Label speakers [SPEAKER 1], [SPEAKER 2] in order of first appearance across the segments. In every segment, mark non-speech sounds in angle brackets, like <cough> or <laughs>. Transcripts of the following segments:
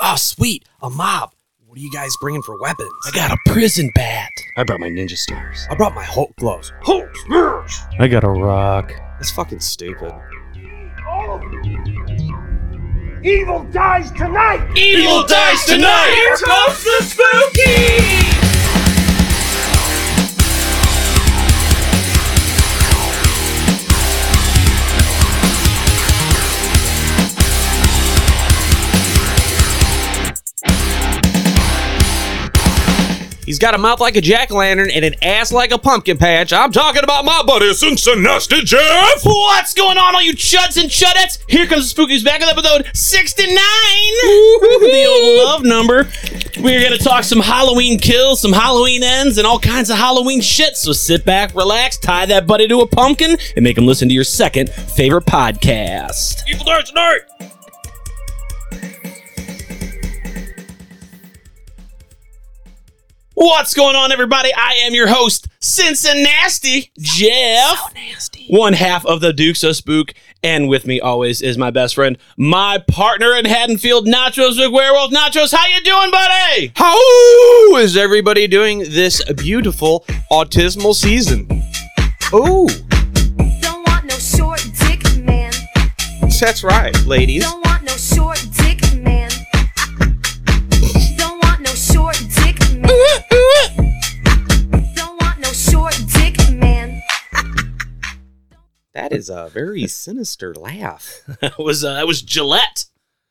[SPEAKER 1] Oh, sweet, a mob. What are you guys bringing for weapons?
[SPEAKER 2] I got a prison bat.
[SPEAKER 3] I brought my ninja stars.
[SPEAKER 1] I brought my Hulk gloves. Hulk smash!
[SPEAKER 4] I got a rock.
[SPEAKER 1] That's fucking stupid.
[SPEAKER 5] Evil dies tonight!
[SPEAKER 2] Evil dies tonight. Here comes the spooky.
[SPEAKER 1] He's got a mouth like a jack o' lantern and an ass like a pumpkin patch. I'm talking about my buddy Cincinnati Jeff.
[SPEAKER 2] What's going on, all you chuds and chudettes? Here comes the Spookies back with episode 69. the old love number. We're going to talk some Halloween kills, some Halloween ends, and all kinds of Halloween shit. So sit back, relax, tie that buddy to a pumpkin, and make him listen to your second favorite podcast.
[SPEAKER 1] Evil dies tonight.
[SPEAKER 2] What's going on, everybody? I am your host, Cincinnati Jeff. One half of the Dukes of Spook. And with me always is my best friend, my partner in Haddonfield, Nachos with Werewolf. Nachos, how you doing, buddy?
[SPEAKER 1] How is everybody doing this beautiful autismal season? Oh,
[SPEAKER 6] Don't want no short dick man.
[SPEAKER 1] that's right, ladies.
[SPEAKER 6] Don't want no short dick man. Don't want no short dick man. Don't want no short dick man.
[SPEAKER 1] That is a very sinister laugh.
[SPEAKER 2] That was, uh, that was Gillette.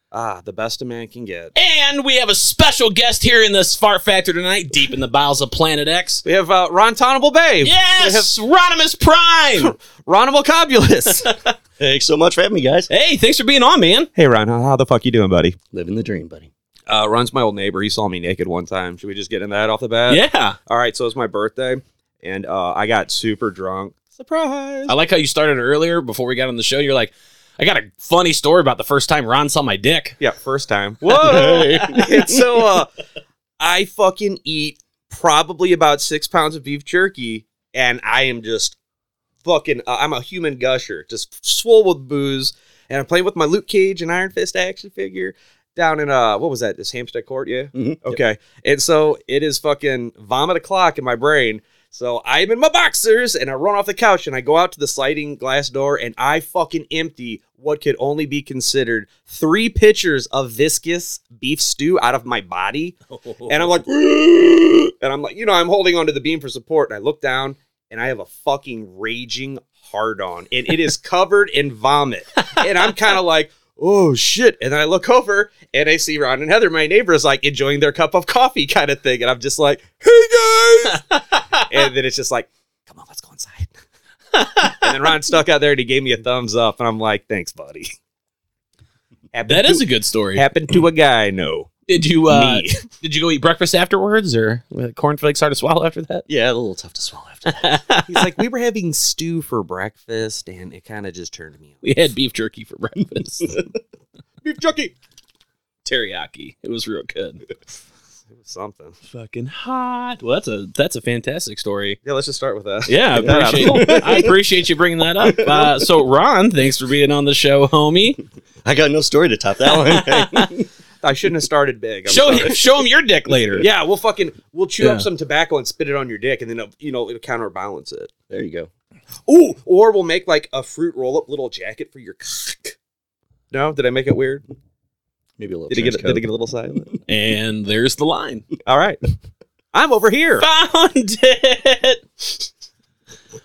[SPEAKER 1] Ah, the best a man can get.
[SPEAKER 2] And we have a special guest here in the Fart Factor tonight, deep in the bowels of Planet X.
[SPEAKER 1] We have uh, Ron Tonable Babe.
[SPEAKER 2] Yes, Rodimus Prime.
[SPEAKER 1] Ronimal Cobulus.
[SPEAKER 2] <laughs>
[SPEAKER 3] Thanks so much for having me, guys.
[SPEAKER 2] hey, thanks for being on, man.
[SPEAKER 1] hey, Ron, how the fuck you doing, buddy?
[SPEAKER 3] Living the dream, buddy.
[SPEAKER 1] Uh, Ron's my old neighbor. He saw me naked one time. Should we just get into that off the bat?
[SPEAKER 2] Yeah.
[SPEAKER 1] All right, so it's my birthday, and uh, I got super drunk. Surprise!
[SPEAKER 2] I like how you started earlier before we got on the show. You're like, I got a funny story about the first time Ron saw my dick.
[SPEAKER 1] Yeah, first time. Whoa! And so uh, I fucking eat probably about six pounds of beef jerky, and I am just fucking. Uh, I'm a human gusher, just swole with booze, and I'm playing with my Luke Cage and Iron Fist action figure down in uh, what was that? This Hampstead Court, yeah.
[SPEAKER 3] Mhm.
[SPEAKER 1] Okay, and so it is fucking vomit o'clock in my brain. So I'm in my boxers and I run off the couch and I go out to the sliding glass door and I fucking empty what could only be considered three pitchers of viscous beef stew out of my body. And I'm like,
[SPEAKER 2] <laughs>
[SPEAKER 1] and I'm like, you know, I'm holding onto the beam for support. And I look down and I have a fucking raging hard on and it is covered in vomit. And
[SPEAKER 2] <laughs>
[SPEAKER 1] I'm kind of like, oh shit. And then I look over and I see Ron and Heather, my neighbors, like enjoying their cup of coffee kind of thing. And I'm just like, hey guys.
[SPEAKER 2] <laughs>
[SPEAKER 1] and then it's just like, come on, let's go inside. and then Ron stuck out there and he gave me a thumbs up. And I'm like, thanks, buddy. Happened
[SPEAKER 2] that
[SPEAKER 1] to,
[SPEAKER 2] is a good story.
[SPEAKER 1] happened to a guy, no.
[SPEAKER 2] Did you uh,
[SPEAKER 1] Me.
[SPEAKER 2] <laughs> did you go eat breakfast afterwards, or with cornflakes hard to swallow after that?
[SPEAKER 3] Yeah, a little tough to swallow after that.
[SPEAKER 1] <laughs> He's like, we were having stew for breakfast, and it kind of just turned me
[SPEAKER 2] We had beef jerky for <laughs>
[SPEAKER 1] <laughs>
[SPEAKER 2] breakfast,
[SPEAKER 1] on. Beef jerky.
[SPEAKER 2] teriyaki. It was real good.
[SPEAKER 1] It was something.
[SPEAKER 2] Fucking hot. Well, that's a that's a fantastic story.
[SPEAKER 1] Yeah, let's just start with that.
[SPEAKER 2] Yeah, I
[SPEAKER 1] Get that out of
[SPEAKER 2] appreciate, <laughs> I appreciate you bringing that up. Uh, so, Ron, thanks for being on the show,
[SPEAKER 1] <laughs>
[SPEAKER 2] homie.
[SPEAKER 3] I got no story to top <laughs> that one.
[SPEAKER 1] I shouldn't have started big. I'm
[SPEAKER 2] show
[SPEAKER 1] sorry.
[SPEAKER 2] him, show him your dick later.
[SPEAKER 1] Yeah, we'll fucking we'll chew
[SPEAKER 2] Yeah.
[SPEAKER 1] up some tobacco and spit it on your dick, and then it'll, you know it'll counterbalance it.
[SPEAKER 3] there you go.
[SPEAKER 1] Ooh, or we'll make like a fruit roll up little jacket for your cock. No, did I make it weird?
[SPEAKER 3] Maybe a little.
[SPEAKER 1] Did it get
[SPEAKER 3] trench
[SPEAKER 1] did it
[SPEAKER 3] coat.
[SPEAKER 1] get a little silent?
[SPEAKER 2] And there's the line.
[SPEAKER 1] All right, I'm
[SPEAKER 2] <laughs>
[SPEAKER 1] over here.
[SPEAKER 2] Found it.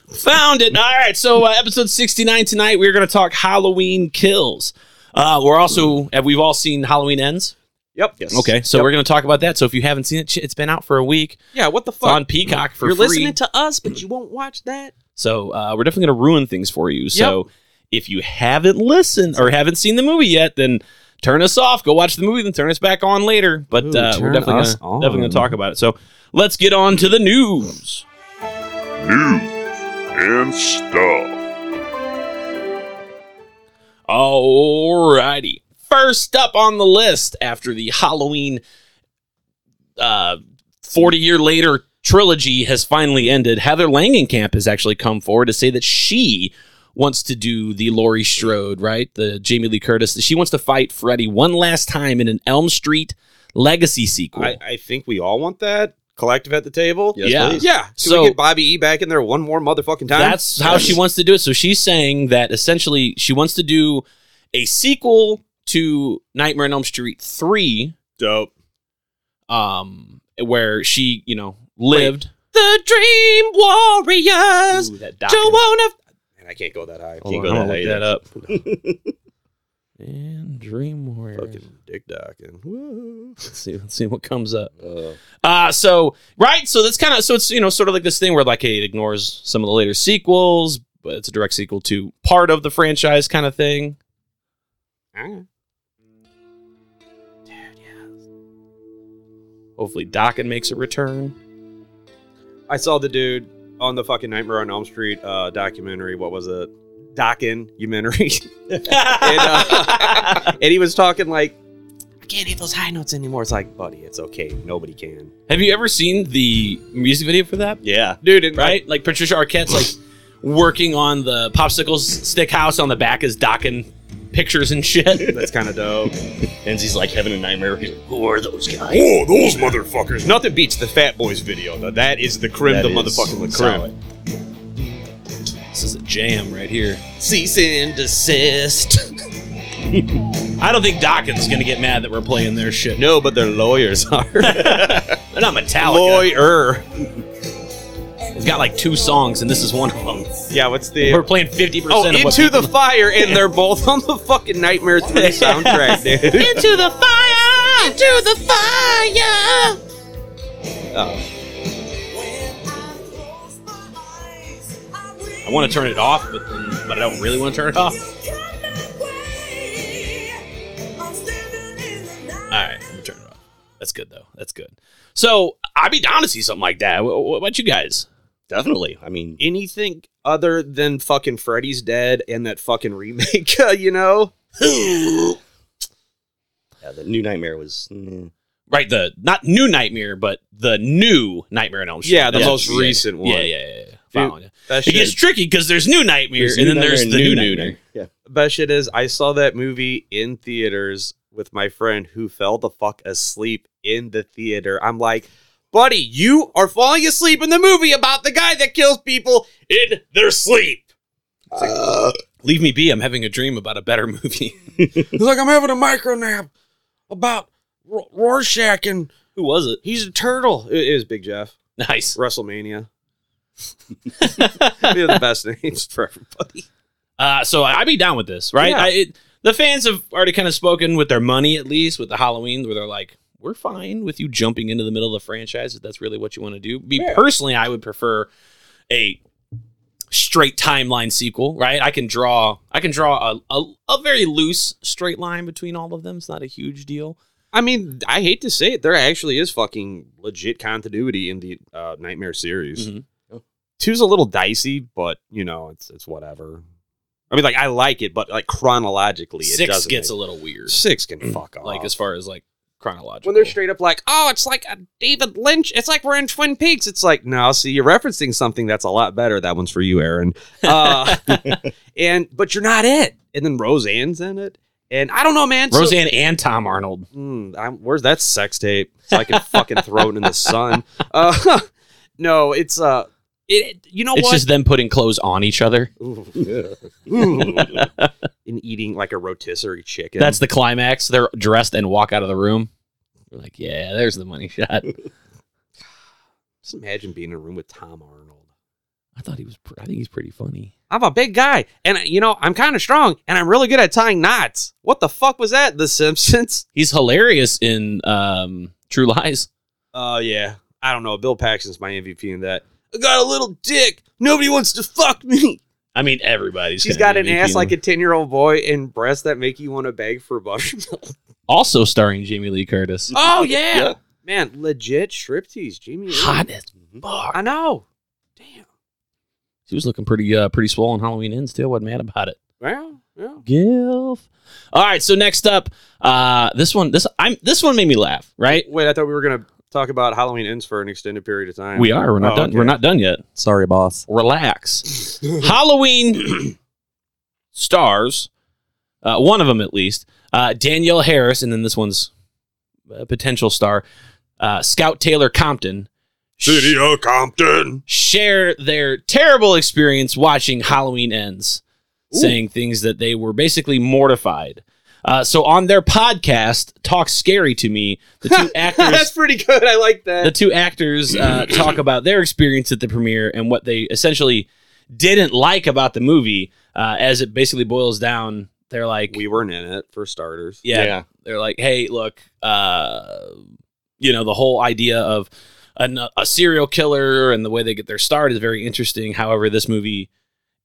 [SPEAKER 2] Found it. All right. So uh, episode sixty nine tonight. We're going to talk Halloween kills. Uh, we're also have we've all seen Halloween ends.
[SPEAKER 1] Yep. Yes.
[SPEAKER 2] Okay, so we're going to talk about that. So if you haven't seen it, shit, it's been out for a week.
[SPEAKER 1] Yeah. What the
[SPEAKER 2] It's
[SPEAKER 1] fuck?
[SPEAKER 2] on Peacock for
[SPEAKER 1] You're
[SPEAKER 2] free.
[SPEAKER 1] listening to us, but you won't watch that.
[SPEAKER 2] so uh, we're definitely going to ruin things for you. So if you haven't listened or haven't seen the movie yet, then turn us off. Go watch the movie, then turn us back on later. But
[SPEAKER 1] Ooh,
[SPEAKER 2] uh, we're
[SPEAKER 1] turn
[SPEAKER 2] definitely
[SPEAKER 1] us
[SPEAKER 2] gonna, definitely going
[SPEAKER 1] on.
[SPEAKER 2] to talk about it. So let's get on to the news.
[SPEAKER 7] news and stuff.
[SPEAKER 2] Alrighty. First up on the list after the Halloween uh 40 year later trilogy has finally ended, Heather Langenkamp has actually come forward to say that she wants to do the Laurie Strode, right? The Jamie Lee Curtis. She wants to fight Freddy one last time in an Elm Street Legacy sequel.
[SPEAKER 1] I, I think we all want that collective at the table.
[SPEAKER 3] Yes,
[SPEAKER 2] Yeah.
[SPEAKER 3] please.
[SPEAKER 1] Yeah. Can
[SPEAKER 2] So-
[SPEAKER 1] we get Bobby E back in there one more motherfucking time?
[SPEAKER 2] That's how she wants to do it. So she's saying that essentially she wants to do a sequel to Nightmare on Elm Street 3,
[SPEAKER 1] dope.
[SPEAKER 2] um, where she, you know, lived.
[SPEAKER 1] The Dream Warriors.
[SPEAKER 3] Ooh, that
[SPEAKER 1] Joanna. And I can't go that high. I
[SPEAKER 3] Hold
[SPEAKER 1] can't
[SPEAKER 3] on,
[SPEAKER 1] go
[SPEAKER 3] I'm
[SPEAKER 1] that
[SPEAKER 3] gonna
[SPEAKER 1] high.
[SPEAKER 3] look
[SPEAKER 1] either.
[SPEAKER 3] that <laughs> up.
[SPEAKER 2] And Dream Warriors.
[SPEAKER 1] Fucking dick docking. Woo.
[SPEAKER 2] Let's see, let's see what comes up.
[SPEAKER 3] Uh,
[SPEAKER 2] Uh, so right, so that's kind of so it's you know sort of like this thing where like hey, it ignores some of the later sequels, but it's a direct sequel to part of the franchise kind of thing.
[SPEAKER 1] Alright.
[SPEAKER 2] Hopefully, Dokken makes a return.
[SPEAKER 1] I saw the dude on the fucking Nightmare on Elm Street uh, documentary. What was it? Documentary. <laughs> uh, and he was talking like, I can't hit those high notes anymore. It's like, buddy, it's okay. Nobody can.
[SPEAKER 2] Have you ever seen the music video for that?
[SPEAKER 3] yeah.
[SPEAKER 1] Dude, and
[SPEAKER 2] Right, like Patricia Arquette's like working on the popsicles stick house on the back is Dokken pictures and
[SPEAKER 1] <laughs>
[SPEAKER 2] shit.
[SPEAKER 1] that's kind of dope.
[SPEAKER 3] And he's like having a nightmare. He's like, Who are those guys?
[SPEAKER 1] Whoa, those motherfuckers. Nothing beats the Fat Boys video, though. That is the crim,
[SPEAKER 3] That
[SPEAKER 1] the
[SPEAKER 3] is
[SPEAKER 1] motherfucking la
[SPEAKER 3] solid.
[SPEAKER 1] crim.
[SPEAKER 2] this is a jam right here.
[SPEAKER 3] Cease and desist.
[SPEAKER 2] <laughs> I don't think Dokken's gonna get mad that we're playing their shit.
[SPEAKER 1] No, but their
[SPEAKER 2] <laughs>
[SPEAKER 1] lawyers are.
[SPEAKER 2] They're not Metallica.
[SPEAKER 1] Lawyer.
[SPEAKER 2] It's got like two songs, and this is one of them.
[SPEAKER 1] Yeah, what's the.
[SPEAKER 2] We're playing 50%
[SPEAKER 1] Oh,
[SPEAKER 2] of what
[SPEAKER 1] Into the
[SPEAKER 2] people-
[SPEAKER 1] Fire, and they're both on the
[SPEAKER 2] <laughs>
[SPEAKER 1] fucking Nightmare 3 soundtrack, dude. <laughs>
[SPEAKER 2] Into the fire! Into the fire! Oh. I want to turn it off, but, then, but I don't really want to turn it off. Alright, I'm gonna turn it off. That's good, though. That's good. So, I'd be down to see something like that. What, what about you guys?
[SPEAKER 3] Definitely. I mean,
[SPEAKER 1] Anything other than fucking Freddy's Dead and that fucking remake, <laughs> uh, you know?
[SPEAKER 3] yeah, the new nightmare was. mm,
[SPEAKER 2] Right, the not new nightmare, but the new nightmare on Elm Street.
[SPEAKER 1] Yeah, the
[SPEAKER 2] That's
[SPEAKER 1] most
[SPEAKER 2] what you're
[SPEAKER 1] recent
[SPEAKER 2] saying.
[SPEAKER 1] one.
[SPEAKER 2] Yeah, yeah, yeah. yeah. Following it.
[SPEAKER 1] That
[SPEAKER 2] It gets
[SPEAKER 1] shit-
[SPEAKER 2] tricky because there's new nightmare,
[SPEAKER 3] there's
[SPEAKER 2] and then
[SPEAKER 3] New
[SPEAKER 2] there's the
[SPEAKER 3] Nightmare
[SPEAKER 2] new,
[SPEAKER 3] and
[SPEAKER 2] nightmare.
[SPEAKER 3] <laughs> Yeah.
[SPEAKER 1] best shit is I saw that movie in theaters with my friend who fell the fuck asleep in the theater. I'm like, buddy, you are falling asleep in the movie about the guy that kills people in their sleep.
[SPEAKER 2] Leave me be. I'm having a dream about a better <laughs> movie.
[SPEAKER 1] He's like, I'm having a micro nap about R- Rorschach and
[SPEAKER 2] Who was it?
[SPEAKER 1] he's a turtle. It is Big Jeff.
[SPEAKER 2] Nice.
[SPEAKER 1] WrestleMania. They're the best names for everybody.
[SPEAKER 2] Uh, so I- I'd be down with this, right?
[SPEAKER 1] Yeah.
[SPEAKER 2] I, it, the fans have already kind of spoken with their money, at least with the Halloween, where they're like, "We're fine with you jumping into the middle of the franchise if that's really what you want to do." Me personally, I would prefer a straight timeline sequel, right? I can draw, I can draw a, a, a very loose straight line between all of them. It's not a huge deal.
[SPEAKER 1] I mean, I hate to say it, there actually is fucking legit continuity in the uh, Nightmare series.
[SPEAKER 2] Mhm.
[SPEAKER 1] Two's a little dicey, but you know, it's it's whatever. I mean, like I like it, but like chronologically, it
[SPEAKER 2] Six
[SPEAKER 1] doesn't
[SPEAKER 2] gets a
[SPEAKER 1] make-
[SPEAKER 2] little weird,
[SPEAKER 1] six
[SPEAKER 2] <clears throat>
[SPEAKER 1] can fuck off.
[SPEAKER 2] like as far as like chronological.
[SPEAKER 1] when they're straight up like, oh, it's like a David Lynch. It's like we're in Twin Peaks. It's like, no, see, you're referencing something that's a lot better. That one's for
[SPEAKER 2] <laughs>
[SPEAKER 1] you, Aaron. Uh, and but you're not it. And then Roseanne's in it, and I don't know, man. so-
[SPEAKER 2] Roseanne and Tom Arnold.
[SPEAKER 1] Mm, I'm, where's that sex tape? So I can fucking throw it in the sun. Uh, <laughs> no, it's uh, it. You know
[SPEAKER 2] It's
[SPEAKER 1] what?
[SPEAKER 2] just them putting clothes on each other. <laughs>
[SPEAKER 1] and eating like a rotisserie chicken.
[SPEAKER 2] That's the climax. They're dressed and walk out of the room. We're like, yeah, there's the money <laughs> shot.
[SPEAKER 1] just imagine being in a room with Tom Arnold.
[SPEAKER 2] I thought he was. Pr- I think he's pretty funny.
[SPEAKER 1] I'm a big guy, and you know I'm kind of strong, and I'm really good at tying knots. What the fuck was that? The Simpsons? <laughs>
[SPEAKER 2] He's hilarious in um, True Lies.
[SPEAKER 1] Oh yeah, I don't know. Bill Paxton's my MVP in that. I got a little dick. Nobody wants to fuck me.
[SPEAKER 2] I mean, everybody's.
[SPEAKER 1] She's
[SPEAKER 2] kinda
[SPEAKER 1] got an
[SPEAKER 2] MVP
[SPEAKER 1] ass like a
[SPEAKER 2] in-
[SPEAKER 1] ten year old boy, and breasts that make you want to beg for <laughs> buttermilk.
[SPEAKER 2] Also starring Jamie Lee Curtis.
[SPEAKER 1] Oh yeah. Man, legit striptease, Jamie. Lee.
[SPEAKER 2] Hot as fuck.
[SPEAKER 1] I know. Damn.
[SPEAKER 2] She was looking pretty, uh, pretty swollen Halloween ends too. I wasn't mad about it.
[SPEAKER 1] Well, yeah.
[SPEAKER 2] Gilf. All right. So next up, uh, this one, this I'm this one made me laugh. Right?
[SPEAKER 1] Wait, I thought we were gonna talk about Halloween ends for an extended period of <laughs> time.
[SPEAKER 2] We are. We're not
[SPEAKER 1] Oh,
[SPEAKER 2] done.
[SPEAKER 1] okay.
[SPEAKER 2] We're not done yet.
[SPEAKER 1] Sorry, boss.
[SPEAKER 2] relax. <laughs> Halloween <clears throat> stars, uh, one of them at least, uh, Danielle Harris, and then this one's a potential star, uh, Scout Taylor Compton,
[SPEAKER 7] City of Compton.
[SPEAKER 2] share their terrible experience watching Halloween Ends, saying things that they were basically mortified. Uh, so on their podcast, Talk Scary to Me,
[SPEAKER 7] <laughs>
[SPEAKER 2] the two actors
[SPEAKER 1] That's pretty good. I like that.
[SPEAKER 2] the two actors <clears throat> uh, talk about their experience at the premiere and what they essentially didn't like about the movie. Uh, as it basically boils down, they're like,
[SPEAKER 1] <laughs> we weren't in it for starters.
[SPEAKER 2] yeah,
[SPEAKER 3] Yeah.
[SPEAKER 2] they're like, hey, look, uh, you know, the whole idea of an, a serial killer and the way they get their start is very interesting. However, this movie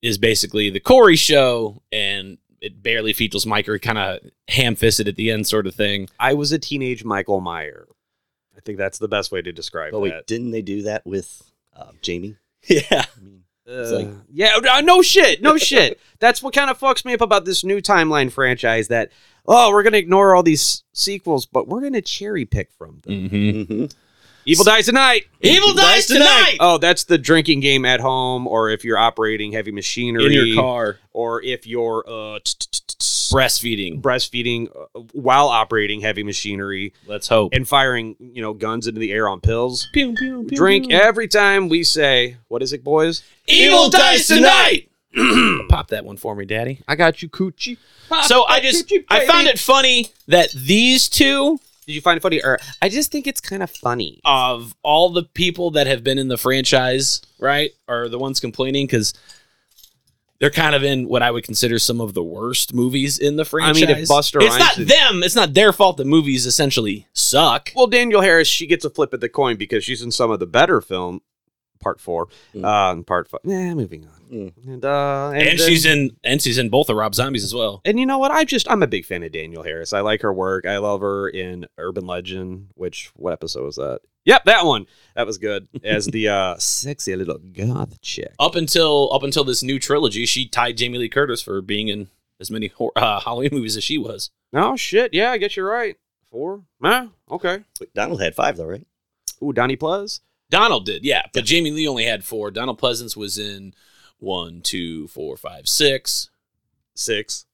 [SPEAKER 2] is basically the Corey show and it barely features Mike or kind of ham fisted at the end, sort of thing.
[SPEAKER 1] I was a teenage Michael Meyer. I think that's the best way to describe
[SPEAKER 3] Oh, wait, <laughs>
[SPEAKER 1] that.
[SPEAKER 3] didn't they do that with uh, Jamie?
[SPEAKER 2] <laughs> Yeah.
[SPEAKER 3] I mean,
[SPEAKER 1] Uh,
[SPEAKER 3] like-
[SPEAKER 1] yeah, no- no shit, no shit. That's what kind of fucks me up about this new timeline franchise. That oh, we're gonna ignore all these sequels, but we're gonna cherry pick from them.
[SPEAKER 2] Mm-hmm.
[SPEAKER 3] mhm.
[SPEAKER 1] Evil dies tonight.
[SPEAKER 2] Evil dies tonight.
[SPEAKER 1] Oh, that's the drinking game at home, or if you're operating heavy machinery,
[SPEAKER 2] In your car,
[SPEAKER 1] or if you're uh, t- t- t- t-
[SPEAKER 2] breastfeeding.
[SPEAKER 1] breastfeeding uh, while operating heavy machinery
[SPEAKER 2] Let's hope.
[SPEAKER 1] and firing, you know, guns into the air on pills.
[SPEAKER 2] Pew, pew, pew,
[SPEAKER 1] drink
[SPEAKER 2] pew.
[SPEAKER 1] every time we say, "What is it, boys?"
[SPEAKER 2] Evil dies tonight. <clears throat> Pop that one for me, Daddy.
[SPEAKER 1] I got you, coochie.
[SPEAKER 2] So I just I found it funny that these two
[SPEAKER 1] Did you find it funny? Or I just think it's kind of funny.
[SPEAKER 2] of all the people that have been in the franchise, right, are the ones complaining because they're kind of in what I would consider some of the worst movies in the
[SPEAKER 1] I
[SPEAKER 2] franchise.
[SPEAKER 1] mean, if Busta
[SPEAKER 2] it's not
[SPEAKER 1] Rhymes is-
[SPEAKER 2] them. It's not their fault that movies essentially suck.
[SPEAKER 1] Well, Daniel Harris, she gets a flip at the coin because she's in some of the better film, part four,
[SPEAKER 3] Mm.
[SPEAKER 1] uh, and part five. Yeah, moving on.
[SPEAKER 3] Mm.
[SPEAKER 1] And uh,
[SPEAKER 2] And,
[SPEAKER 1] then-
[SPEAKER 2] she's in and she's in both of Rob Zombies as well.
[SPEAKER 1] And you know what? I just I'm a big fan of Daniel Harris. I like her work. I love her in Urban Legend, which what episode was that? Yep, that one. That was good as the uh, sexy little goth chick.
[SPEAKER 2] Up until up until this new trilogy, she tied Jamie Lee Curtis for being in as many hor- uh, <laughs> Halloween movies as she was.
[SPEAKER 1] No Oh, shit. Yeah, I guess you're right. Four. Nah. Okay.
[SPEAKER 3] Wait, Donald had five, though, right? <laughs>
[SPEAKER 1] Ooh, Donnie Pluz.
[SPEAKER 2] Donald did, yeah, but Jamie Lee only had four. Donald Pleasance was in one, two, four, five, six.
[SPEAKER 1] Six.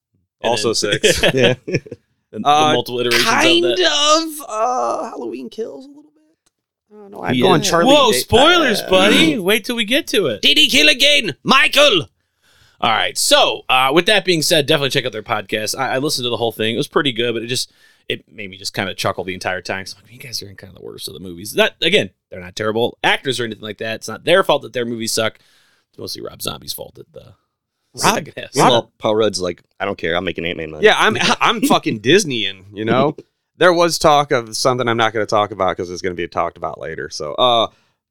[SPEAKER 2] and
[SPEAKER 1] also
[SPEAKER 2] then- <laughs>
[SPEAKER 1] six.
[SPEAKER 3] Yeah. <laughs>
[SPEAKER 2] the, the
[SPEAKER 1] Uh,
[SPEAKER 2] multiple iterations
[SPEAKER 1] kind
[SPEAKER 2] of
[SPEAKER 1] of,
[SPEAKER 2] that.
[SPEAKER 1] uh, Halloween kills a little bit. I don't know. I'm
[SPEAKER 3] Yeah.
[SPEAKER 1] going Charlie.
[SPEAKER 2] Whoa,
[SPEAKER 1] Day-
[SPEAKER 2] spoilers,
[SPEAKER 3] Uh,
[SPEAKER 2] buddy! Wait till we get to it.
[SPEAKER 1] Did he kill again, Michael?
[SPEAKER 2] All right. So, uh, with that being said, definitely check out their podcast. I, I listened to the whole thing; it was pretty good, but it just it made me just kind of chuckle the entire time. So, like, you guys are in kind of the worst of the movies. Not again, they're not terrible actors or anything like that. It's not their fault that their movies suck. It's mostly Rob Zombie's fault that the <laughs>
[SPEAKER 1] Rob-
[SPEAKER 2] second half
[SPEAKER 1] Rob-
[SPEAKER 2] sucked.
[SPEAKER 3] Well, Paul Rudd's like, I don't care. I'll make an Ant Man movie.
[SPEAKER 1] Yeah, I'm <laughs> I'm fucking Disneyan. You know, there was talk of something I'm not going to talk about because it's going to be talked about later. So, uh,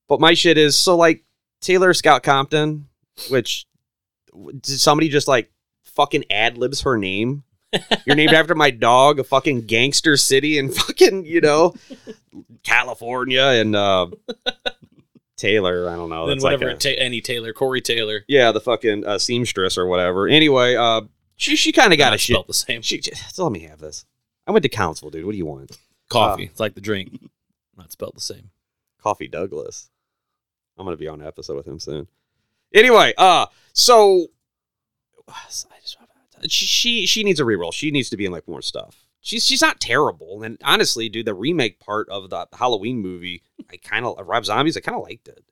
[SPEAKER 1] but my shit is so like Taylor Scout Compton, which w- did somebody just like fucking ad libs her name. You're named after my dog, a fucking gangster city in fucking you know California and uh, Taylor. I don't know.
[SPEAKER 2] then
[SPEAKER 1] Oh, That's like
[SPEAKER 2] whatever
[SPEAKER 1] a-
[SPEAKER 2] ta- any Taylor, Corey Taylor.
[SPEAKER 1] yeah, the fucking uh, seamstress or whatever. Anyway, uh, she she kind of got
[SPEAKER 2] Not
[SPEAKER 1] a shit
[SPEAKER 2] spelled the same.
[SPEAKER 1] she, just let me have this. I went to council, dude. What do you want? Oh.
[SPEAKER 2] Coffee. it's like the drink. Not spelled the same.
[SPEAKER 1] Coffee Douglas. I'm gonna be on an episode with him soon. Anyway, uh, so <sighs> I just she she, she needs a reroll. She needs to be in like more stuff. She's she's not terrible. And honestly, dude, the remake part of the Halloween movie, I kind of Rob Zombies, I kind of liked it.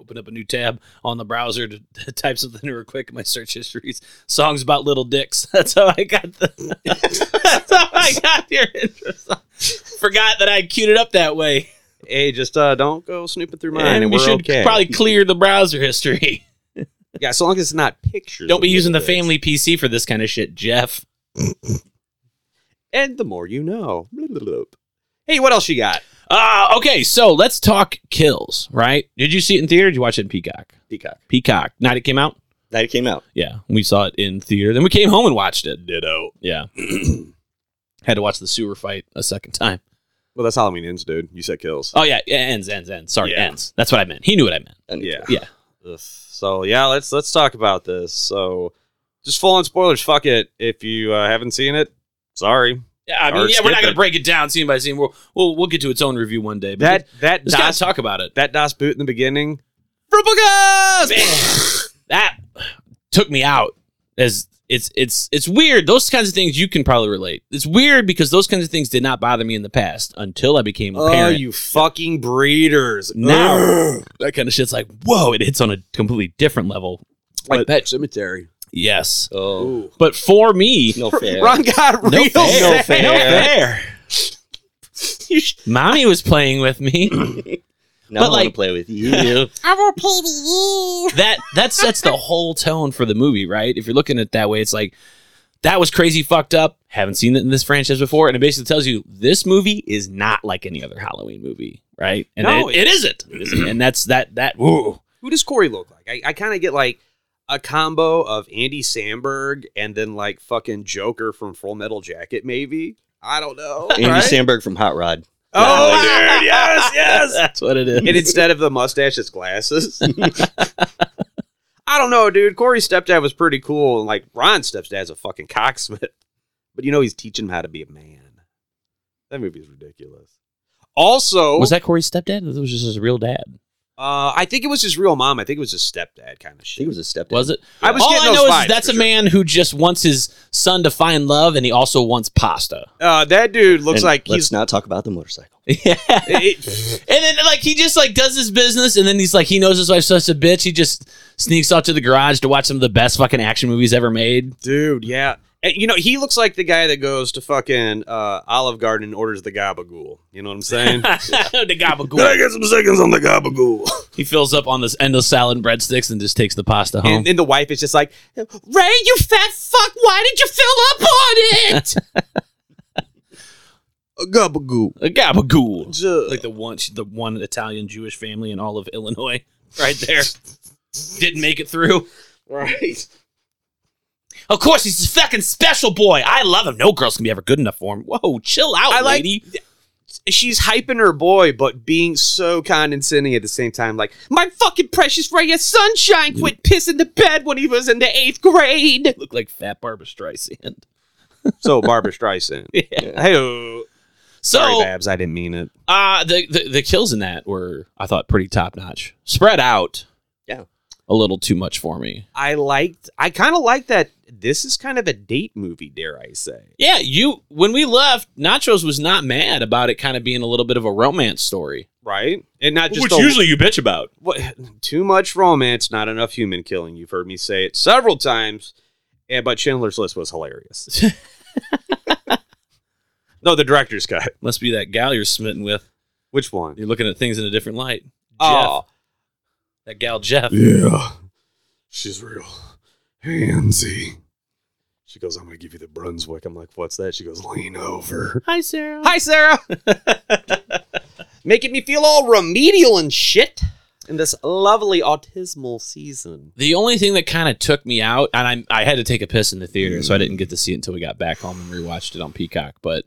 [SPEAKER 2] Open up a new tab on the browser to to type something real quick in my search histories. Songs about little dicks. <laughs> That's how I got the. that's how I got your interest. Forgot that I queued it up that way.
[SPEAKER 1] Hey, just uh, don't go snooping through mine. And,
[SPEAKER 2] and we
[SPEAKER 1] we're
[SPEAKER 2] should
[SPEAKER 1] okay.
[SPEAKER 2] probably clear the browser
[SPEAKER 1] <laughs>
[SPEAKER 2] history.
[SPEAKER 1] yeah, so long as it's not pictures.
[SPEAKER 2] Don't be
[SPEAKER 1] of
[SPEAKER 2] using the
[SPEAKER 1] little kids.
[SPEAKER 2] family PC for this kind of shit, Jeff.
[SPEAKER 1] And the more you know. Bloop, bloop, bloop. Hey, what else you got?
[SPEAKER 2] Uh, okay, so let's talk kills, right? Did you see it in theater? Or did you watch it in Peacock?
[SPEAKER 3] Peacock.
[SPEAKER 2] Peacock. Night it came out?
[SPEAKER 3] Night it came out.
[SPEAKER 2] Yeah, we saw it in theater. Then we came home and watched it. Ditto. Yeah. <clears throat> Had to watch the sewer fight a second time.
[SPEAKER 1] Well, that's Halloween ends, dude. You said kills.
[SPEAKER 2] Oh yeah, yeah, ends, ends, ends. Sorry,
[SPEAKER 1] Yeah.
[SPEAKER 2] ends. That's what I meant. He knew what I meant.
[SPEAKER 3] And
[SPEAKER 1] Yeah.
[SPEAKER 2] Yeah.
[SPEAKER 1] Ugh. So yeah, let's let's talk about this. So just full on spoilers. Fuck it. If you uh, haven't seen it, sorry.
[SPEAKER 2] Yeah, I
[SPEAKER 1] Or
[SPEAKER 2] mean, yeah, we're
[SPEAKER 1] skip
[SPEAKER 2] not gonna
[SPEAKER 1] it.
[SPEAKER 2] break it down scene by scene. We'll we'll, we'll get to its own review one day. But
[SPEAKER 1] That that
[SPEAKER 2] just gotta
[SPEAKER 1] das,
[SPEAKER 2] talk about <clears throat> it.
[SPEAKER 1] that das boot in the beginning.
[SPEAKER 2] Man, that took me out as It's it's it's weird. Those kinds of things you can probably relate. It's weird because those kinds of things did not bother me in the past until I became a
[SPEAKER 1] Oh,
[SPEAKER 2] parent.
[SPEAKER 1] you fucking breeders.
[SPEAKER 2] now that kind of shit's like, whoa, it hits on a completely different level.
[SPEAKER 1] like
[SPEAKER 2] but-
[SPEAKER 1] Pet Cemetery.
[SPEAKER 2] Yes.
[SPEAKER 3] Oh,
[SPEAKER 1] Ooh.
[SPEAKER 2] But for me,
[SPEAKER 3] no oh, fair.
[SPEAKER 1] Ron got real
[SPEAKER 2] fair. No
[SPEAKER 1] sad.
[SPEAKER 3] fair.
[SPEAKER 1] You sh-
[SPEAKER 2] mommy was playing with
[SPEAKER 1] <laughs>
[SPEAKER 2] me. <laughs>
[SPEAKER 3] Now I
[SPEAKER 2] But,
[SPEAKER 3] want to
[SPEAKER 2] like-
[SPEAKER 3] play with <laughs> you.
[SPEAKER 2] that that sets the whole tone for the movie, right? If you're looking at it that way, it's like that was crazy fucked up. Haven't seen it in this franchise before, and it basically tells you this movie is not like any other Halloween movie, right? And
[SPEAKER 1] No,
[SPEAKER 2] it, it isn't. It isn't. and that's that that.
[SPEAKER 1] <laughs>
[SPEAKER 2] Woo.
[SPEAKER 1] Who does Corey look like? I, I kind of get like a combo of Andy Samberg and then like fucking Joker from Full Metal Jacket, maybe. I don't <laughs> know.
[SPEAKER 3] Andy
[SPEAKER 1] right?
[SPEAKER 3] Sandberg from Hot Rod.
[SPEAKER 1] Oh, dude, yes, yes.
[SPEAKER 2] That's what it is.
[SPEAKER 1] and instead of the mustache, it's <laughs> glasses. I don't know, dude. Corey's stepdad was pretty cool, and like Ron's stepdad's a fucking cocksmith. But you know, he's teaching him how to be a man. That movie's ridiculous. Also,
[SPEAKER 2] was that Corey's stepdad? Or was just his real dad?
[SPEAKER 1] uh, I think it was his real mom. I think it was his stepdad kind of
[SPEAKER 3] I think it
[SPEAKER 1] shit.
[SPEAKER 3] was a stepdad.
[SPEAKER 2] Was it?
[SPEAKER 1] I was
[SPEAKER 2] All
[SPEAKER 1] getting
[SPEAKER 2] I know
[SPEAKER 1] those
[SPEAKER 2] is
[SPEAKER 1] vibes,
[SPEAKER 2] that's
[SPEAKER 1] for
[SPEAKER 2] a
[SPEAKER 1] sure.
[SPEAKER 2] man who just wants his son to find love, and he also wants pasta. <laughs>
[SPEAKER 1] Uh, that dude looks
[SPEAKER 3] And
[SPEAKER 1] like
[SPEAKER 3] Let's
[SPEAKER 1] he's.
[SPEAKER 3] not talk about the motorcycle.
[SPEAKER 2] Yeah.
[SPEAKER 1] it- <laughs>
[SPEAKER 2] And then like he just like does his business, and then he's like he knows his wife's such a bitch. He just sneaks out to the garage to watch some of the best fucking action movies ever made.
[SPEAKER 1] dude, yeah. And, you know, he looks like the guy that goes to fucking uh, Olive Garden and orders the gabagool. You know what
[SPEAKER 2] <laughs>
[SPEAKER 1] I'm saying?
[SPEAKER 2] <laughs> the gabagool.
[SPEAKER 7] get some seconds on the gabagool?
[SPEAKER 2] He fills up on this endless salad and breadsticks and just takes the pasta home.
[SPEAKER 1] and, and the wife is just like,
[SPEAKER 2] Ray, you fat fuck! Why did you fill up on it?
[SPEAKER 1] a gabagool.
[SPEAKER 2] <laughs> a gabagool.
[SPEAKER 1] Ju-
[SPEAKER 2] like the one the one Italian Jewish family in all of Illinois, right <laughs> there. Didn't make it through.
[SPEAKER 1] Right.
[SPEAKER 2] Of course, he's a fucking special boy. I love him. No girl's gonna be ever good enough for him. Whoa, chill out,
[SPEAKER 1] I like-
[SPEAKER 2] lady.
[SPEAKER 1] She's hyping her boy, but being so condescending at the same time. Like, my fucking precious ray of sunshine quit pissing the bed when he was in the eighth grade.
[SPEAKER 2] Look like fat Barbara Streisand.
[SPEAKER 1] So, Barbara Streisand.
[SPEAKER 2] <laughs>
[SPEAKER 1] Hey, oh.
[SPEAKER 2] So,
[SPEAKER 1] sorry, Babs, I didn't mean it.
[SPEAKER 2] uh, the, the the kills in that were, I thought, pretty top notch. Spread out,
[SPEAKER 3] Yeah.
[SPEAKER 2] a little too much for me.
[SPEAKER 1] I liked, I kind of like that. This is kind of a date movie, dare I say.
[SPEAKER 2] Yeah, you. When we left, Nachos was not mad about it, kind of being a little bit of a romance story,
[SPEAKER 1] Right? And not just
[SPEAKER 2] which
[SPEAKER 1] a-
[SPEAKER 2] usually you bitch about.
[SPEAKER 1] what, too much romance, not enough human killing. You've heard me say it several times, and but Chandler's List was
[SPEAKER 2] <laughs>
[SPEAKER 1] hilarious. no, the director's cut.
[SPEAKER 2] Must be that gal you're smitten with.
[SPEAKER 1] Which one?
[SPEAKER 2] You're looking at things in a different light. Jeff,
[SPEAKER 1] Oh,
[SPEAKER 2] that gal Jeff.
[SPEAKER 7] Yeah. She's real handsy. She goes, I'm going to give you the Brunswick. I'm like, what's that? She goes, lean over.
[SPEAKER 2] Hi, Sarah.
[SPEAKER 1] hi Sarah, <laughs> making me feel all remedial and shit in this lovely autismal season.
[SPEAKER 2] The only thing that kind of took me out, and I, I had to take a piss in the theater, so I didn't get to see it until we got back home and rewatched it on Peacock. But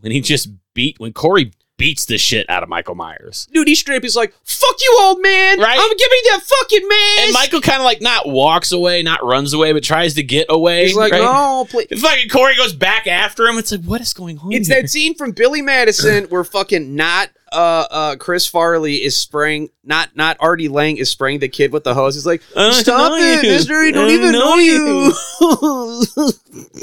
[SPEAKER 2] when he just beat, when Corey beats the shit out of Michael Myers,
[SPEAKER 1] Dude, he straight up is like, "Fuck you, old man!
[SPEAKER 2] Right?
[SPEAKER 1] I'm giving you that fucking man."
[SPEAKER 2] and Michael kind of like not walks away, not runs away, but tries to get away.
[SPEAKER 1] he's like, "Oh."
[SPEAKER 2] right?
[SPEAKER 1] "No,
[SPEAKER 2] <laughs>
[SPEAKER 1] please."
[SPEAKER 2] And fucking Corey goes back after him. It's like, what is going on?
[SPEAKER 1] It's
[SPEAKER 2] here?
[SPEAKER 1] that scene from Billy
[SPEAKER 2] <laughs>
[SPEAKER 1] Madison where fucking not uh uh Chris Farley is spraying not not Artie Lang is spraying the kid with the hose. He's like,
[SPEAKER 2] I don't
[SPEAKER 1] Stop
[SPEAKER 2] know
[SPEAKER 1] it,
[SPEAKER 2] you.
[SPEAKER 1] mister, I don't
[SPEAKER 2] I
[SPEAKER 1] even know,
[SPEAKER 2] know
[SPEAKER 1] you. <laughs>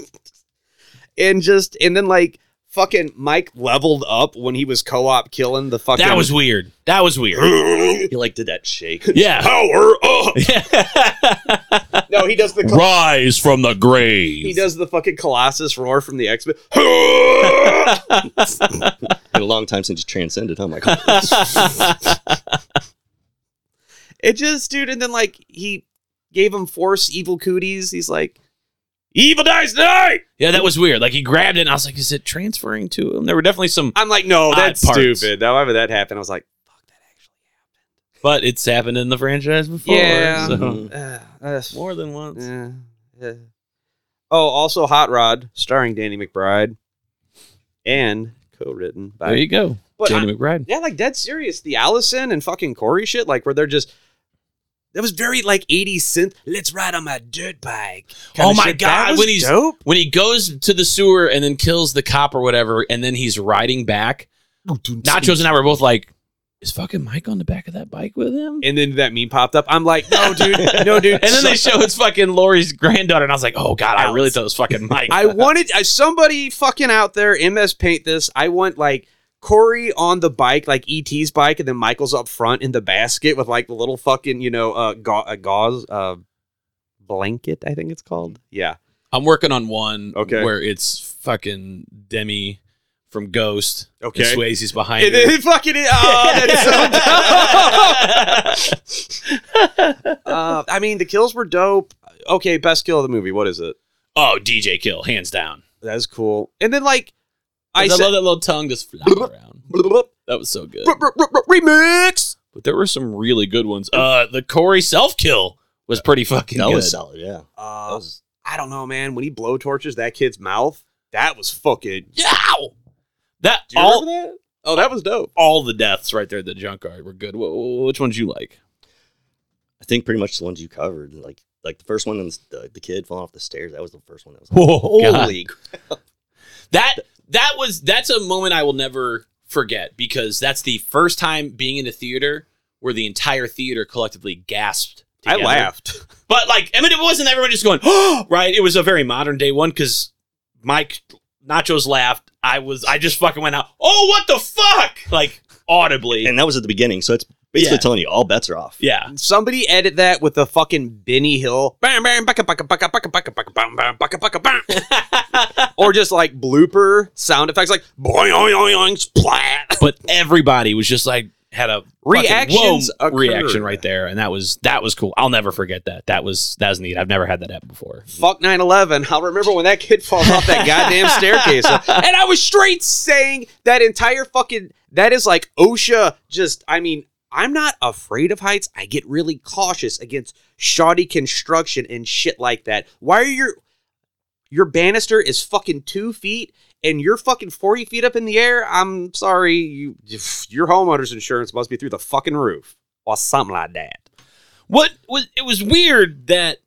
[SPEAKER 1] and just and then like fucking Mike leveled up when he was co-op killing the fucking
[SPEAKER 2] that
[SPEAKER 1] <laughs>
[SPEAKER 2] was weird. That was weird.
[SPEAKER 3] He like did that shake.
[SPEAKER 2] yeah.
[SPEAKER 7] Power
[SPEAKER 2] <laughs>
[SPEAKER 7] up.
[SPEAKER 1] No, he does the col-
[SPEAKER 2] Rise from the grave.
[SPEAKER 1] he does the fucking Colossus roar from the X-Men. <laughs>
[SPEAKER 3] Been a long time since you transcended,
[SPEAKER 2] <laughs>
[SPEAKER 3] huh, Michael? <laughs>
[SPEAKER 1] It just, dude, and then like he gave him force evil cooties. He's like, "Evil dies tonight."
[SPEAKER 2] <laughs> Yeah, that was weird. Like he grabbed it, and I was like, "Is it transferring to him?" There were definitely some,
[SPEAKER 1] I'm like, "No,
[SPEAKER 2] Odd
[SPEAKER 1] that's
[SPEAKER 2] parts.
[SPEAKER 1] stupid." However, that happened. I was like,
[SPEAKER 2] but it's happened in the franchise before.
[SPEAKER 1] Yeah.
[SPEAKER 2] so.
[SPEAKER 3] Mhm.
[SPEAKER 1] "Ugh, <sighs> that's-
[SPEAKER 2] more than once.
[SPEAKER 1] eh, eh." "Oh, also Hot Rod, starring Danny McBride, and co-written
[SPEAKER 2] There
[SPEAKER 1] by."
[SPEAKER 2] you go,
[SPEAKER 1] But I-
[SPEAKER 2] Danny McBride.
[SPEAKER 1] yeah, like dead serious. The Allison and fucking Corey shit, like where they're just. That was very like 80s synth. Let's ride on my dirt bike. kinda
[SPEAKER 2] Oh my
[SPEAKER 1] shit. That
[SPEAKER 2] God,
[SPEAKER 1] was
[SPEAKER 2] when he's-
[SPEAKER 1] dope.
[SPEAKER 2] When he goes to the sewer and then kills the cop or whatever, and then he's riding back. Nachos and I were both like, Is fucking Mike on the back of that bike with him?
[SPEAKER 1] And then that meme popped up. I'm like, no, <laughs> dude, no,
[SPEAKER 2] <laughs>
[SPEAKER 1] dude.
[SPEAKER 2] and then they
[SPEAKER 1] So-
[SPEAKER 2] show <laughs> it's fucking Lori's granddaughter, and I was like, oh god, I really thought it was <laughs> fucking Mike.
[SPEAKER 1] I wanted I, somebody fucking out there, MS paint this. I want like Corey on the bike, like ET's bike, and then Michael's up front in the basket with like the little fucking, you know, uh, ga- uh gauze uh, blanket, I think it's called. Yeah.
[SPEAKER 2] I'm working on one
[SPEAKER 1] Okay.
[SPEAKER 2] where it's fucking Demi from Ghost.
[SPEAKER 1] Okay.
[SPEAKER 2] and Swayze's behind
[SPEAKER 1] It,
[SPEAKER 2] her.
[SPEAKER 1] it fucking is. Oh, that is so Oh, dope. uh, I mean, the kills were dope. Okay, best kill of the movie. What is it?
[SPEAKER 2] oh, DJ Kill, hands down.
[SPEAKER 1] That is cool. And then, like,
[SPEAKER 2] I,
[SPEAKER 1] I said,
[SPEAKER 2] love that little tongue just <laughs> flopping around. That was so good.
[SPEAKER 1] remix.
[SPEAKER 2] But there were some really good ones. Uh, the Corey self kill was pretty fucking
[SPEAKER 3] That
[SPEAKER 2] good.
[SPEAKER 3] was solid, yeah. That
[SPEAKER 1] Uh,
[SPEAKER 3] was-
[SPEAKER 1] I don't know, man. When he blow torches that kid's mouth, that was fucking.
[SPEAKER 2] Yow! That
[SPEAKER 1] Do you
[SPEAKER 2] all
[SPEAKER 1] remember that? Oh, that was dope.
[SPEAKER 2] all the deaths right there at the junkyard were good. Wh- wh- which ones you
[SPEAKER 1] <laughs>
[SPEAKER 2] like?
[SPEAKER 3] I think pretty much the ones you covered. Like like the first one, and the, the kid falling off the stairs. That was the first one. That was like,
[SPEAKER 2] Whoa,
[SPEAKER 3] holy cr-
[SPEAKER 2] that that was that's a moment I will never forget because that's the first time being in a theater where the entire theater collectively gasped. together.
[SPEAKER 1] I laughed.
[SPEAKER 2] but like I mean, it wasn't everyone just going, "Oh!" Right? It was a very modern day one because Mike Nachos laughed. I was I just fucking went out. Oh, what the fuck! Like audibly.
[SPEAKER 3] And that was at the beginning. So it's basically
[SPEAKER 2] Yeah.
[SPEAKER 3] telling you all bets are off.
[SPEAKER 2] yeah.
[SPEAKER 1] Somebody edit that with the fucking Benny Hill. Bam, bam, baka, baka, baka, baka, baka, baka, bam, bam, baka, baka, bam. or just like blooper sound effects, like boing, oing, oing, oing, splat.
[SPEAKER 2] but everybody was just like had a fucking
[SPEAKER 1] Reactions
[SPEAKER 2] whoa
[SPEAKER 1] occurred.
[SPEAKER 2] reaction right there, and that was that was cool. I'll never forget that. That was that was neat. I've never had that happen before.
[SPEAKER 1] Fuck 9 11. I'll remember when that kid falls off that goddamn staircase. And I was straight saying that entire fucking. That is like OSHA just. I mean, I'm not afraid of heights. I get really cautious against shoddy construction and shit like that. Why are your. Your banister is fucking two feet and you're fucking 40 feet up in the air. I'm sorry. You, your homeowner's insurance must be through the fucking roof or something like that.
[SPEAKER 2] What was it was weird that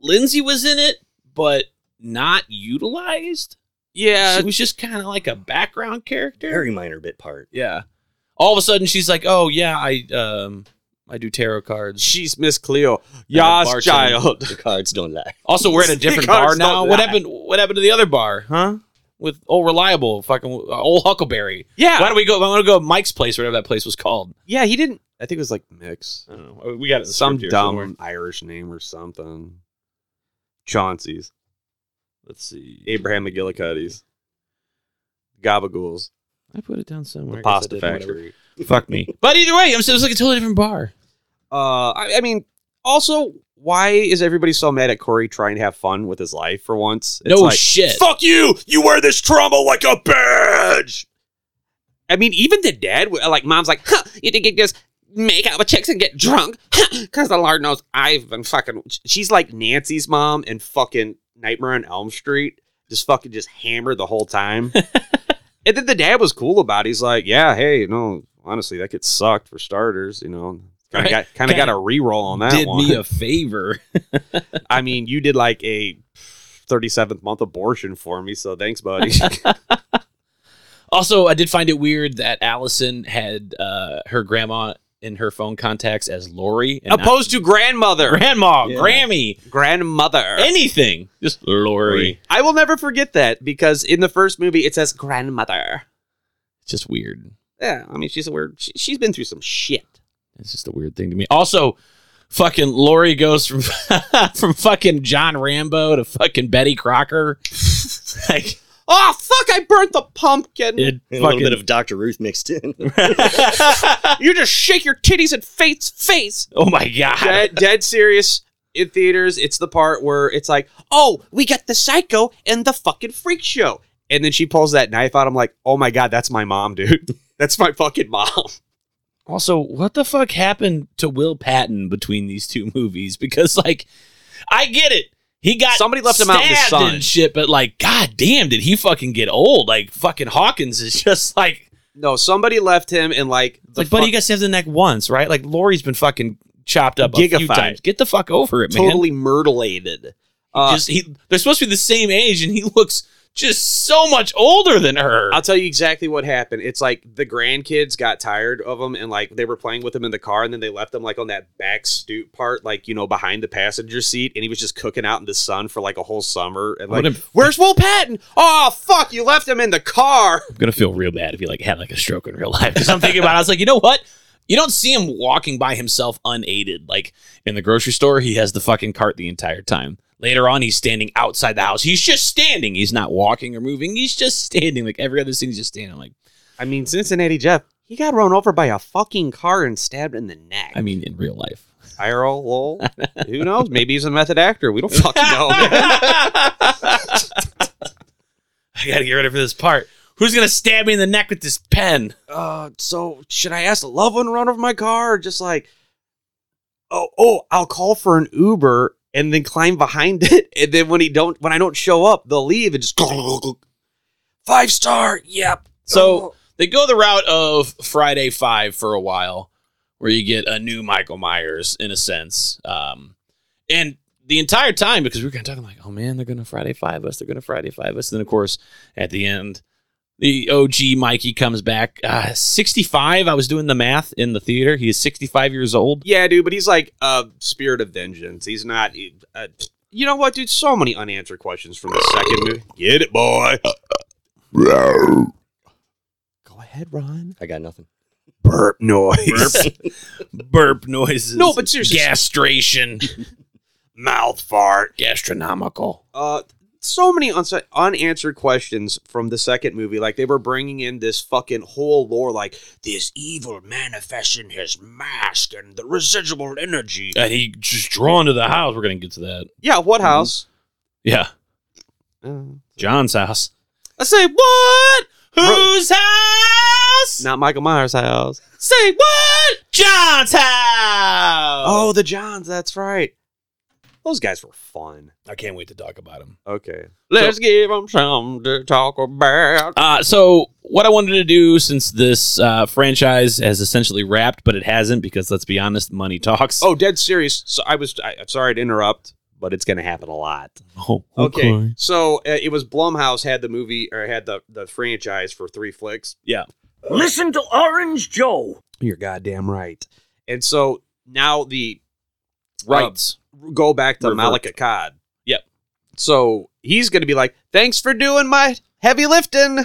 [SPEAKER 2] Lindsay was in it, but not utilized.
[SPEAKER 1] Yeah.
[SPEAKER 2] she was just kind of like a background character.
[SPEAKER 3] Very minor bit part.
[SPEAKER 2] yeah. All of a sudden, she's like, "Oh yeah, I um I do tarot cards."
[SPEAKER 1] She's Miss Cleo.
[SPEAKER 2] Yeah,
[SPEAKER 1] Yas,
[SPEAKER 2] bartender.
[SPEAKER 1] child.
[SPEAKER 3] The cards don't lie.
[SPEAKER 2] Also, we're at
[SPEAKER 1] <laughs>
[SPEAKER 2] a different bar
[SPEAKER 1] Cards
[SPEAKER 2] now.
[SPEAKER 1] don't
[SPEAKER 2] What
[SPEAKER 1] lie.
[SPEAKER 2] happened? What happened to the other bar, huh? With old reliable, fucking uh, old Huckleberry.
[SPEAKER 1] Yeah.
[SPEAKER 2] Why don't we go? I want to go to Mike's place, whatever that place was called.
[SPEAKER 1] Yeah, he didn't. I think it was like Mix.
[SPEAKER 2] I don't know. We got it.
[SPEAKER 1] Some dumb Irish name or something. Chauncey's.
[SPEAKER 2] Let's see.
[SPEAKER 1] Abraham McGillicuddy's. Gabagools.
[SPEAKER 2] I put it down somewhere.
[SPEAKER 1] Pasta Factory.
[SPEAKER 2] Fuck me. But either way, I'm it was like a totally different bar.
[SPEAKER 1] Uh, I, I mean, also, why is everybody so mad at Corey trying to have fun with his life for once? It's
[SPEAKER 2] no
[SPEAKER 1] like,
[SPEAKER 2] shit.
[SPEAKER 1] Fuck you! You wear this trauma like a badge! I mean, even the dad, like, mom's like, huh, you think you just make out with chicks and get drunk? <laughs> Because the Lord knows I've been fucking. She's like Nancy's mom and fucking Nightmare on Elm Street, just fucking just hammered the whole <laughs> time. and then the dad was cool about it. He's like, yeah, hey, no, honestly, that kid sucked for starters, you know.
[SPEAKER 2] Right.
[SPEAKER 1] Kind of got kind of got a re-roll on that
[SPEAKER 2] Did
[SPEAKER 1] one.
[SPEAKER 2] me a favor.
[SPEAKER 1] <laughs> I mean, you did like a 37th month abortion for me, so thanks, buddy. <laughs>
[SPEAKER 2] Also, I did find it weird that Allison had uh, her grandma in her phone contacts as Lori, and not
[SPEAKER 1] Opposed to grandmother,
[SPEAKER 2] grandma,
[SPEAKER 3] Yeah.
[SPEAKER 2] Grammy,
[SPEAKER 1] grandmother.
[SPEAKER 2] anything. Just Lori.
[SPEAKER 3] Lori.
[SPEAKER 1] I will never forget that because in the first movie it says grandmother.
[SPEAKER 2] Just weird.
[SPEAKER 1] Yeah, I mean she's a weird. She, she's been through some shit.
[SPEAKER 2] It's just a weird thing to me. Also, fucking Lori goes from <laughs> from fucking John Rambo to fucking Betty <laughs> Crocker. like
[SPEAKER 1] Oh fuck! I burnt the pumpkin.
[SPEAKER 2] it
[SPEAKER 3] And <laughs> a
[SPEAKER 2] fucking
[SPEAKER 3] little bit of Dr. Ruth
[SPEAKER 2] <laughs>
[SPEAKER 3] mixed in.
[SPEAKER 1] You just shake your titties in Fate's face.
[SPEAKER 2] Oh my god.
[SPEAKER 1] <laughs> Dead, dead serious. In theaters, it's the part where it's like, oh, we got the psycho and the fucking freak show. And then she pulls that knife out. I'm like, oh my god, that's my mom, dude. <laughs> That's my fucking mom.
[SPEAKER 2] Also, what the fuck happened to Will Patton between these two movies? Because like I get it. He got
[SPEAKER 1] Somebody left him out in the
[SPEAKER 2] stabbed
[SPEAKER 1] sun.
[SPEAKER 2] and shit, but like, god damn, did he fucking get old? Like fucking Hawkins is just like
[SPEAKER 1] No, somebody left him and like, the
[SPEAKER 2] like, buddy,
[SPEAKER 1] fuck-
[SPEAKER 2] you got stabbed in the neck once, right? Like Lori's been fucking chopped up a few
[SPEAKER 1] Gigafied.
[SPEAKER 2] times. Get the fuck over it, man.
[SPEAKER 1] totally myrtleated. Uh,
[SPEAKER 2] just he they're supposed to be the same age and he looks just so much older than her.
[SPEAKER 1] I'll tell you exactly what happened. It's like the grandkids got tired of them and like they were playing with him in the car and then they left him like on that back stoop part, like, you know, behind the passenger seat. And he was just cooking out in the sun for like a whole summer. And
[SPEAKER 2] I
[SPEAKER 1] like,
[SPEAKER 2] would've-
[SPEAKER 1] where's Will Patton? Oh, fuck, you left him in the car.
[SPEAKER 2] I'm gonna feel real bad if he like had like a stroke in real life. Because I'm thinking about, it, I was like, you know what? You don't see him walking by himself unaided. Like in the grocery store, he has the fucking cart the entire time. Later on, he's standing outside the house. He's just standing. He's not walking or moving. He's just standing. Like every other thing, he's just standing. I'm like,
[SPEAKER 1] I mean, Cincinnati Jeff, he got run over by a fucking car and stabbed in the neck.
[SPEAKER 2] I mean, in real <laughs> life.
[SPEAKER 1] Tyrell Lowell. Who knows? Maybe he's a method
[SPEAKER 2] <laughs>
[SPEAKER 1] actor. We don't fucking know. man.
[SPEAKER 2] I gotta get ready for this part. Who's gonna stab me in the neck with this pen?
[SPEAKER 1] uh, so should I ask the loved one to run over my car, or just like, oh, oh, I'll call for an Uber and then climb behind <laughs> it, and then when he don't, when I don't show up, they'll leave and just <laughs> five star. Yep. Oh.
[SPEAKER 2] So they go the route of Friday Five for a while, where you get a new Michael Myers in a sense. Um, and the entire time, because we were kind of talking like, oh man, they're gonna Friday Five us, they're gonna Friday Five us. And then of course at the end, the OG Mikey comes back. Uh, sixty five. I was doing the math in the theater. He is sixty five years old.
[SPEAKER 1] yeah, dude, but he's like a uh, spirit of vengeance. He's not. Uh, you know what, dude? So many unanswered questions from the second movie. Get it, boy. Go ahead, Ron.
[SPEAKER 3] I got nothing.
[SPEAKER 1] Burp <laughs>
[SPEAKER 2] <laughs>
[SPEAKER 1] noise.
[SPEAKER 2] Burp noises.
[SPEAKER 1] No, but seriously-
[SPEAKER 2] gastration,
[SPEAKER 1] Mouth fart.
[SPEAKER 2] gastronomical.
[SPEAKER 1] uh so many uns- unanswered questions from the second movie like they were bringing in this fucking whole lore like this evil manifests in his mask and the residual energy
[SPEAKER 2] And he just drawn to the house. We're gonna get to that.
[SPEAKER 1] yeah what house
[SPEAKER 2] Yeah,
[SPEAKER 1] Uh,
[SPEAKER 2] John's house.
[SPEAKER 1] i say what
[SPEAKER 2] Whose house?
[SPEAKER 1] not michael myers house
[SPEAKER 2] Say what? John's house.
[SPEAKER 1] oh the johns that's right those guys were fun
[SPEAKER 2] I can't wait to talk about him.
[SPEAKER 1] okay let's 'em give them something to talk about
[SPEAKER 2] Uh, so what I wanted to do since this uh, franchise has essentially wrapped, but it hasn't because let's be honest, money talks.
[SPEAKER 1] oh dead serious so i was I, i'm sorry to interrupt but it's gonna happen a lot
[SPEAKER 2] Oh,
[SPEAKER 1] Okay, so uh, it was Blumhouse had the movie or had the the franchise for three flicks.
[SPEAKER 2] Yeah.
[SPEAKER 5] Listen to Orange Joe.
[SPEAKER 1] You're goddamn right. And so now the
[SPEAKER 2] Rights.
[SPEAKER 1] go back to
[SPEAKER 2] Revert.
[SPEAKER 1] Malika Akkad.
[SPEAKER 2] Yep.
[SPEAKER 1] So he's gonna be like, "Thanks for doing my heavy lifting."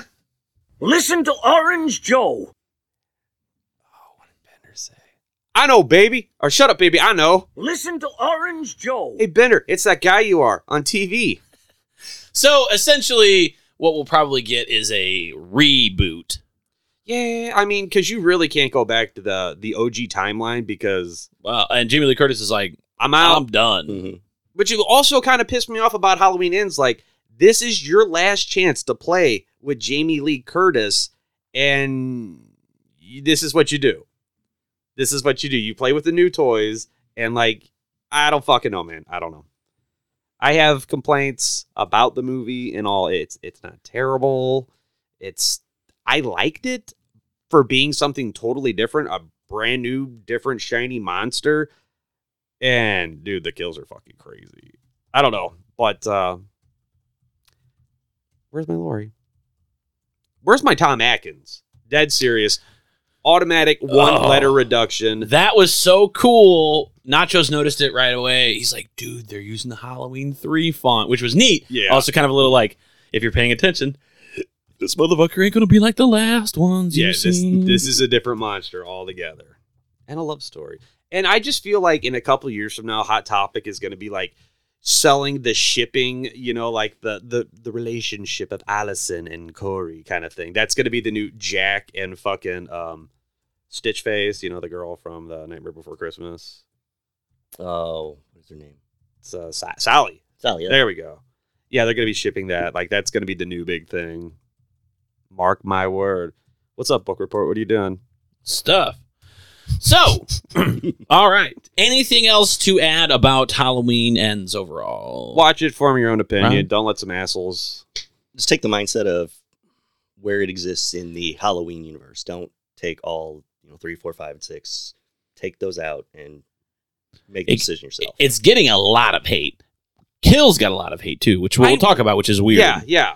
[SPEAKER 5] Listen to Orange Joe.
[SPEAKER 1] I know, baby. Or shut up, baby. I know.
[SPEAKER 5] Listen to Orange Joe.
[SPEAKER 1] Hey, Bender, it's that guy you are on TV.
[SPEAKER 2] so essentially, what we'll probably get is a reboot.
[SPEAKER 1] Yeah, I mean, because you really can't go back to the the OG timeline because
[SPEAKER 2] Well, and Jamie Lee Curtis is like,
[SPEAKER 1] I'm out.
[SPEAKER 2] I'm done.
[SPEAKER 3] Mhm.
[SPEAKER 1] But you also kind of pissed me off about Halloween Ends. Like, this is your last chance to play with Jamie Lee Curtis, and y- this is what you do. This is what you do. You play with the new toys, and like, I don't fucking know, man. I don't know. I have complaints about the movie and all. It's it's not terrible. It's I liked it for being something totally different, a brand new, different, shiny monster. And dude, the kills are fucking crazy. I don't know, but uh where's my Lori? Where's my Tom Atkins? Dead serious. Automatic one letter reduction.
[SPEAKER 2] That was so cool. Nachos noticed it right away. He's like, dude, they're using the Halloween 3 font, which was neat.
[SPEAKER 1] Yeah.
[SPEAKER 2] Also, kind of a little like, if you're paying attention, this motherfucker ain't going to be like the last ones.
[SPEAKER 1] Yeah,
[SPEAKER 2] Yeah,
[SPEAKER 1] this this is a different monster altogether. And a love story. And I just feel like in a couple years from now, Hot Topic is gonna be like selling the shipping, you know, like the the the relationship of Allison and Corey kind of thing. That's gonna be the new Jack and fucking um Stitch Face, you know, the girl from the Nightmare Before Christmas.
[SPEAKER 3] Oh, what's her name?
[SPEAKER 1] It's uh, Sa- Sally.
[SPEAKER 3] Sally. Yeah.
[SPEAKER 1] There we go. Yeah, they're gonna be shipping that. Like that's gonna be the new big thing. Mark my word. What's up, Book Report? What are you doing?
[SPEAKER 2] stuff. So, <clears throat> all right. Anything else to add about Halloween ends overall?
[SPEAKER 1] Watch it, form your own opinion.
[SPEAKER 2] Right.
[SPEAKER 1] Don't let some assholes.
[SPEAKER 3] Just take the mindset of where it exists in the Halloween universe. Don't take all you know three, four, five, and six. Take those out and make a
[SPEAKER 2] Ex-
[SPEAKER 3] decision yourself.
[SPEAKER 2] It's getting a lot of hate. Kills got a lot of hate too, which we'll
[SPEAKER 1] I-
[SPEAKER 2] talk about, which is weird.
[SPEAKER 1] Yeah, yeah.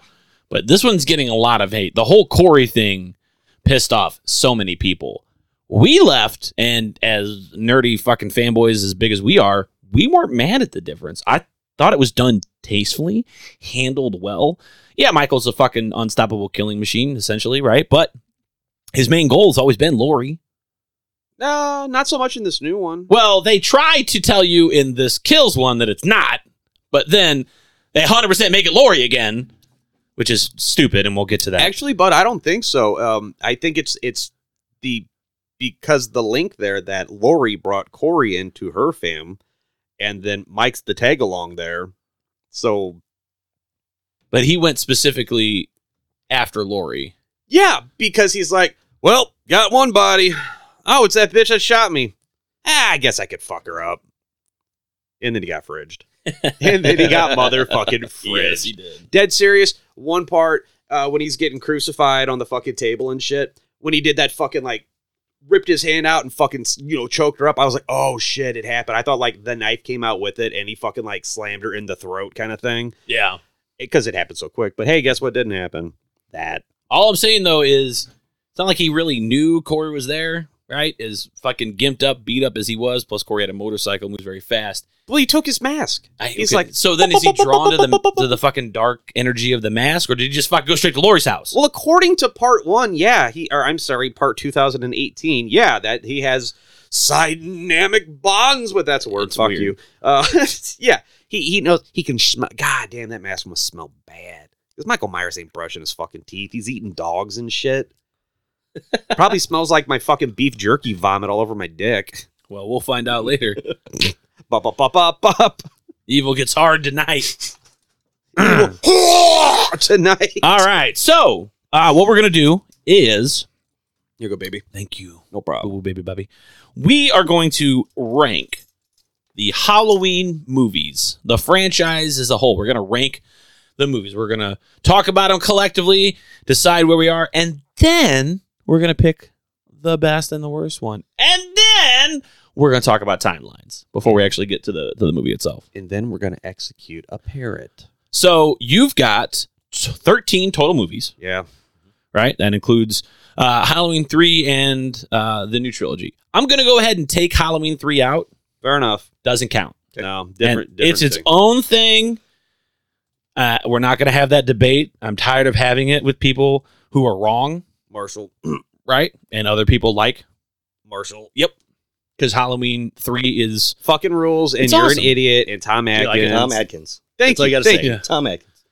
[SPEAKER 2] But this one's getting a lot of hate. The whole Corey thing pissed off so many people. We left, and as nerdy fucking fanboys as big as we are, we weren't mad at the difference. I thought it was done tastefully, handled well. Yeah, Michael's a fucking unstoppable killing machine, essentially, right? But his main goal has always been Lori.
[SPEAKER 1] No, Uh, not so much in this new one.
[SPEAKER 2] Well, they try to tell you in this kills one that it's not, but then they 100% make it Lori again, which is stupid, and we'll get to that.
[SPEAKER 1] Actually, but I don't think so. Um, I think it's it's the because the link there that Lori brought Corey into her fam, and then Mike's the tag along there. So
[SPEAKER 2] but he went specifically after Lori.
[SPEAKER 1] yeah, because he's like, well, got one body. Oh, it's that bitch that shot me. Ah, I guess I could fuck her up. And then he got fridged. and then he got motherfucking fridged.
[SPEAKER 2] did.
[SPEAKER 1] dead serious. One part uh, when he's getting crucified on the fucking table and shit. When he did that fucking like ripped his hand out and fucking you know choked her up. I was like, oh shit, it happened. I thought like the knife came out with it and he fucking like slammed her in the throat kind of thing
[SPEAKER 2] Yeah.
[SPEAKER 1] because it, happened so quick. But hey, guess what didn't happen? That
[SPEAKER 2] All I'm saying though is it's not like he really knew Corey was there, right? As fucking gimped up, beat up as he was, plus Corey had a motorcycle, moves very fast.
[SPEAKER 1] well, he took his mask.
[SPEAKER 2] I,
[SPEAKER 1] He's
[SPEAKER 2] okay,
[SPEAKER 1] like,
[SPEAKER 2] so then is he drawn to the to the fucking dark energy of the mask, or did he just fucking go straight to Lori's house?
[SPEAKER 1] well, according to part one, yeah, he or I'm sorry, part 2018, yeah, that he has dynamic bonds with that's a word.
[SPEAKER 2] It's
[SPEAKER 1] fuck
[SPEAKER 2] weird.
[SPEAKER 1] you. Uh, <laughs> yeah, he he knows he can smell. God damn, that mask must smell bad. Because Michael Myers ain't brushing his fucking teeth. He's eating dogs and shit. Probably <laughs> smells like my fucking beef jerky vomit all over my dick.
[SPEAKER 2] Well, we'll find out later.
[SPEAKER 1] Bop, bop, bop, bop, bop.
[SPEAKER 2] Evil gets hard tonight.
[SPEAKER 1] <clears throat> <laughs> Tonight.
[SPEAKER 2] All right. So, uh, what we're going to do is
[SPEAKER 1] Here you go, baby.
[SPEAKER 2] thank you,
[SPEAKER 1] No problem.
[SPEAKER 2] Boo Boo Oh, Baby Bubby. We are going to rank the Halloween movies, the franchise as a whole. We're going to rank the movies. We're going to talk about them collectively, decide where we are, and then we're going to pick the best and the worst one. And then we're going to talk about timelines before we actually get to the to the movie itself.
[SPEAKER 1] And then we're going to execute a parrot.
[SPEAKER 2] So, you've got t- 13 total movies.
[SPEAKER 1] Yeah.
[SPEAKER 2] right? That includes uh, Halloween 3 and uh, the new trilogy. I'm going to go ahead and take Halloween 3 out.
[SPEAKER 1] Fair enough.
[SPEAKER 2] Doesn't count.
[SPEAKER 1] No, different.
[SPEAKER 2] And
[SPEAKER 1] different
[SPEAKER 2] it's its
[SPEAKER 1] thing.
[SPEAKER 2] own thing. Uh, we're not going to have that debate. I'm tired of having it with people who are wrong,
[SPEAKER 1] Marshall.
[SPEAKER 2] right? And other people like,
[SPEAKER 1] Marshall.
[SPEAKER 2] yep, because Halloween 3 is.
[SPEAKER 1] Fucking rules, and
[SPEAKER 2] It's
[SPEAKER 1] you're
[SPEAKER 2] awesome.
[SPEAKER 1] an idiot, and Tom Atkins.
[SPEAKER 2] like it,
[SPEAKER 3] Tom Atkins.
[SPEAKER 1] Thank
[SPEAKER 3] That's all
[SPEAKER 1] you.
[SPEAKER 3] you got to
[SPEAKER 1] Thank
[SPEAKER 3] say.
[SPEAKER 1] you.
[SPEAKER 3] Tom Atkins.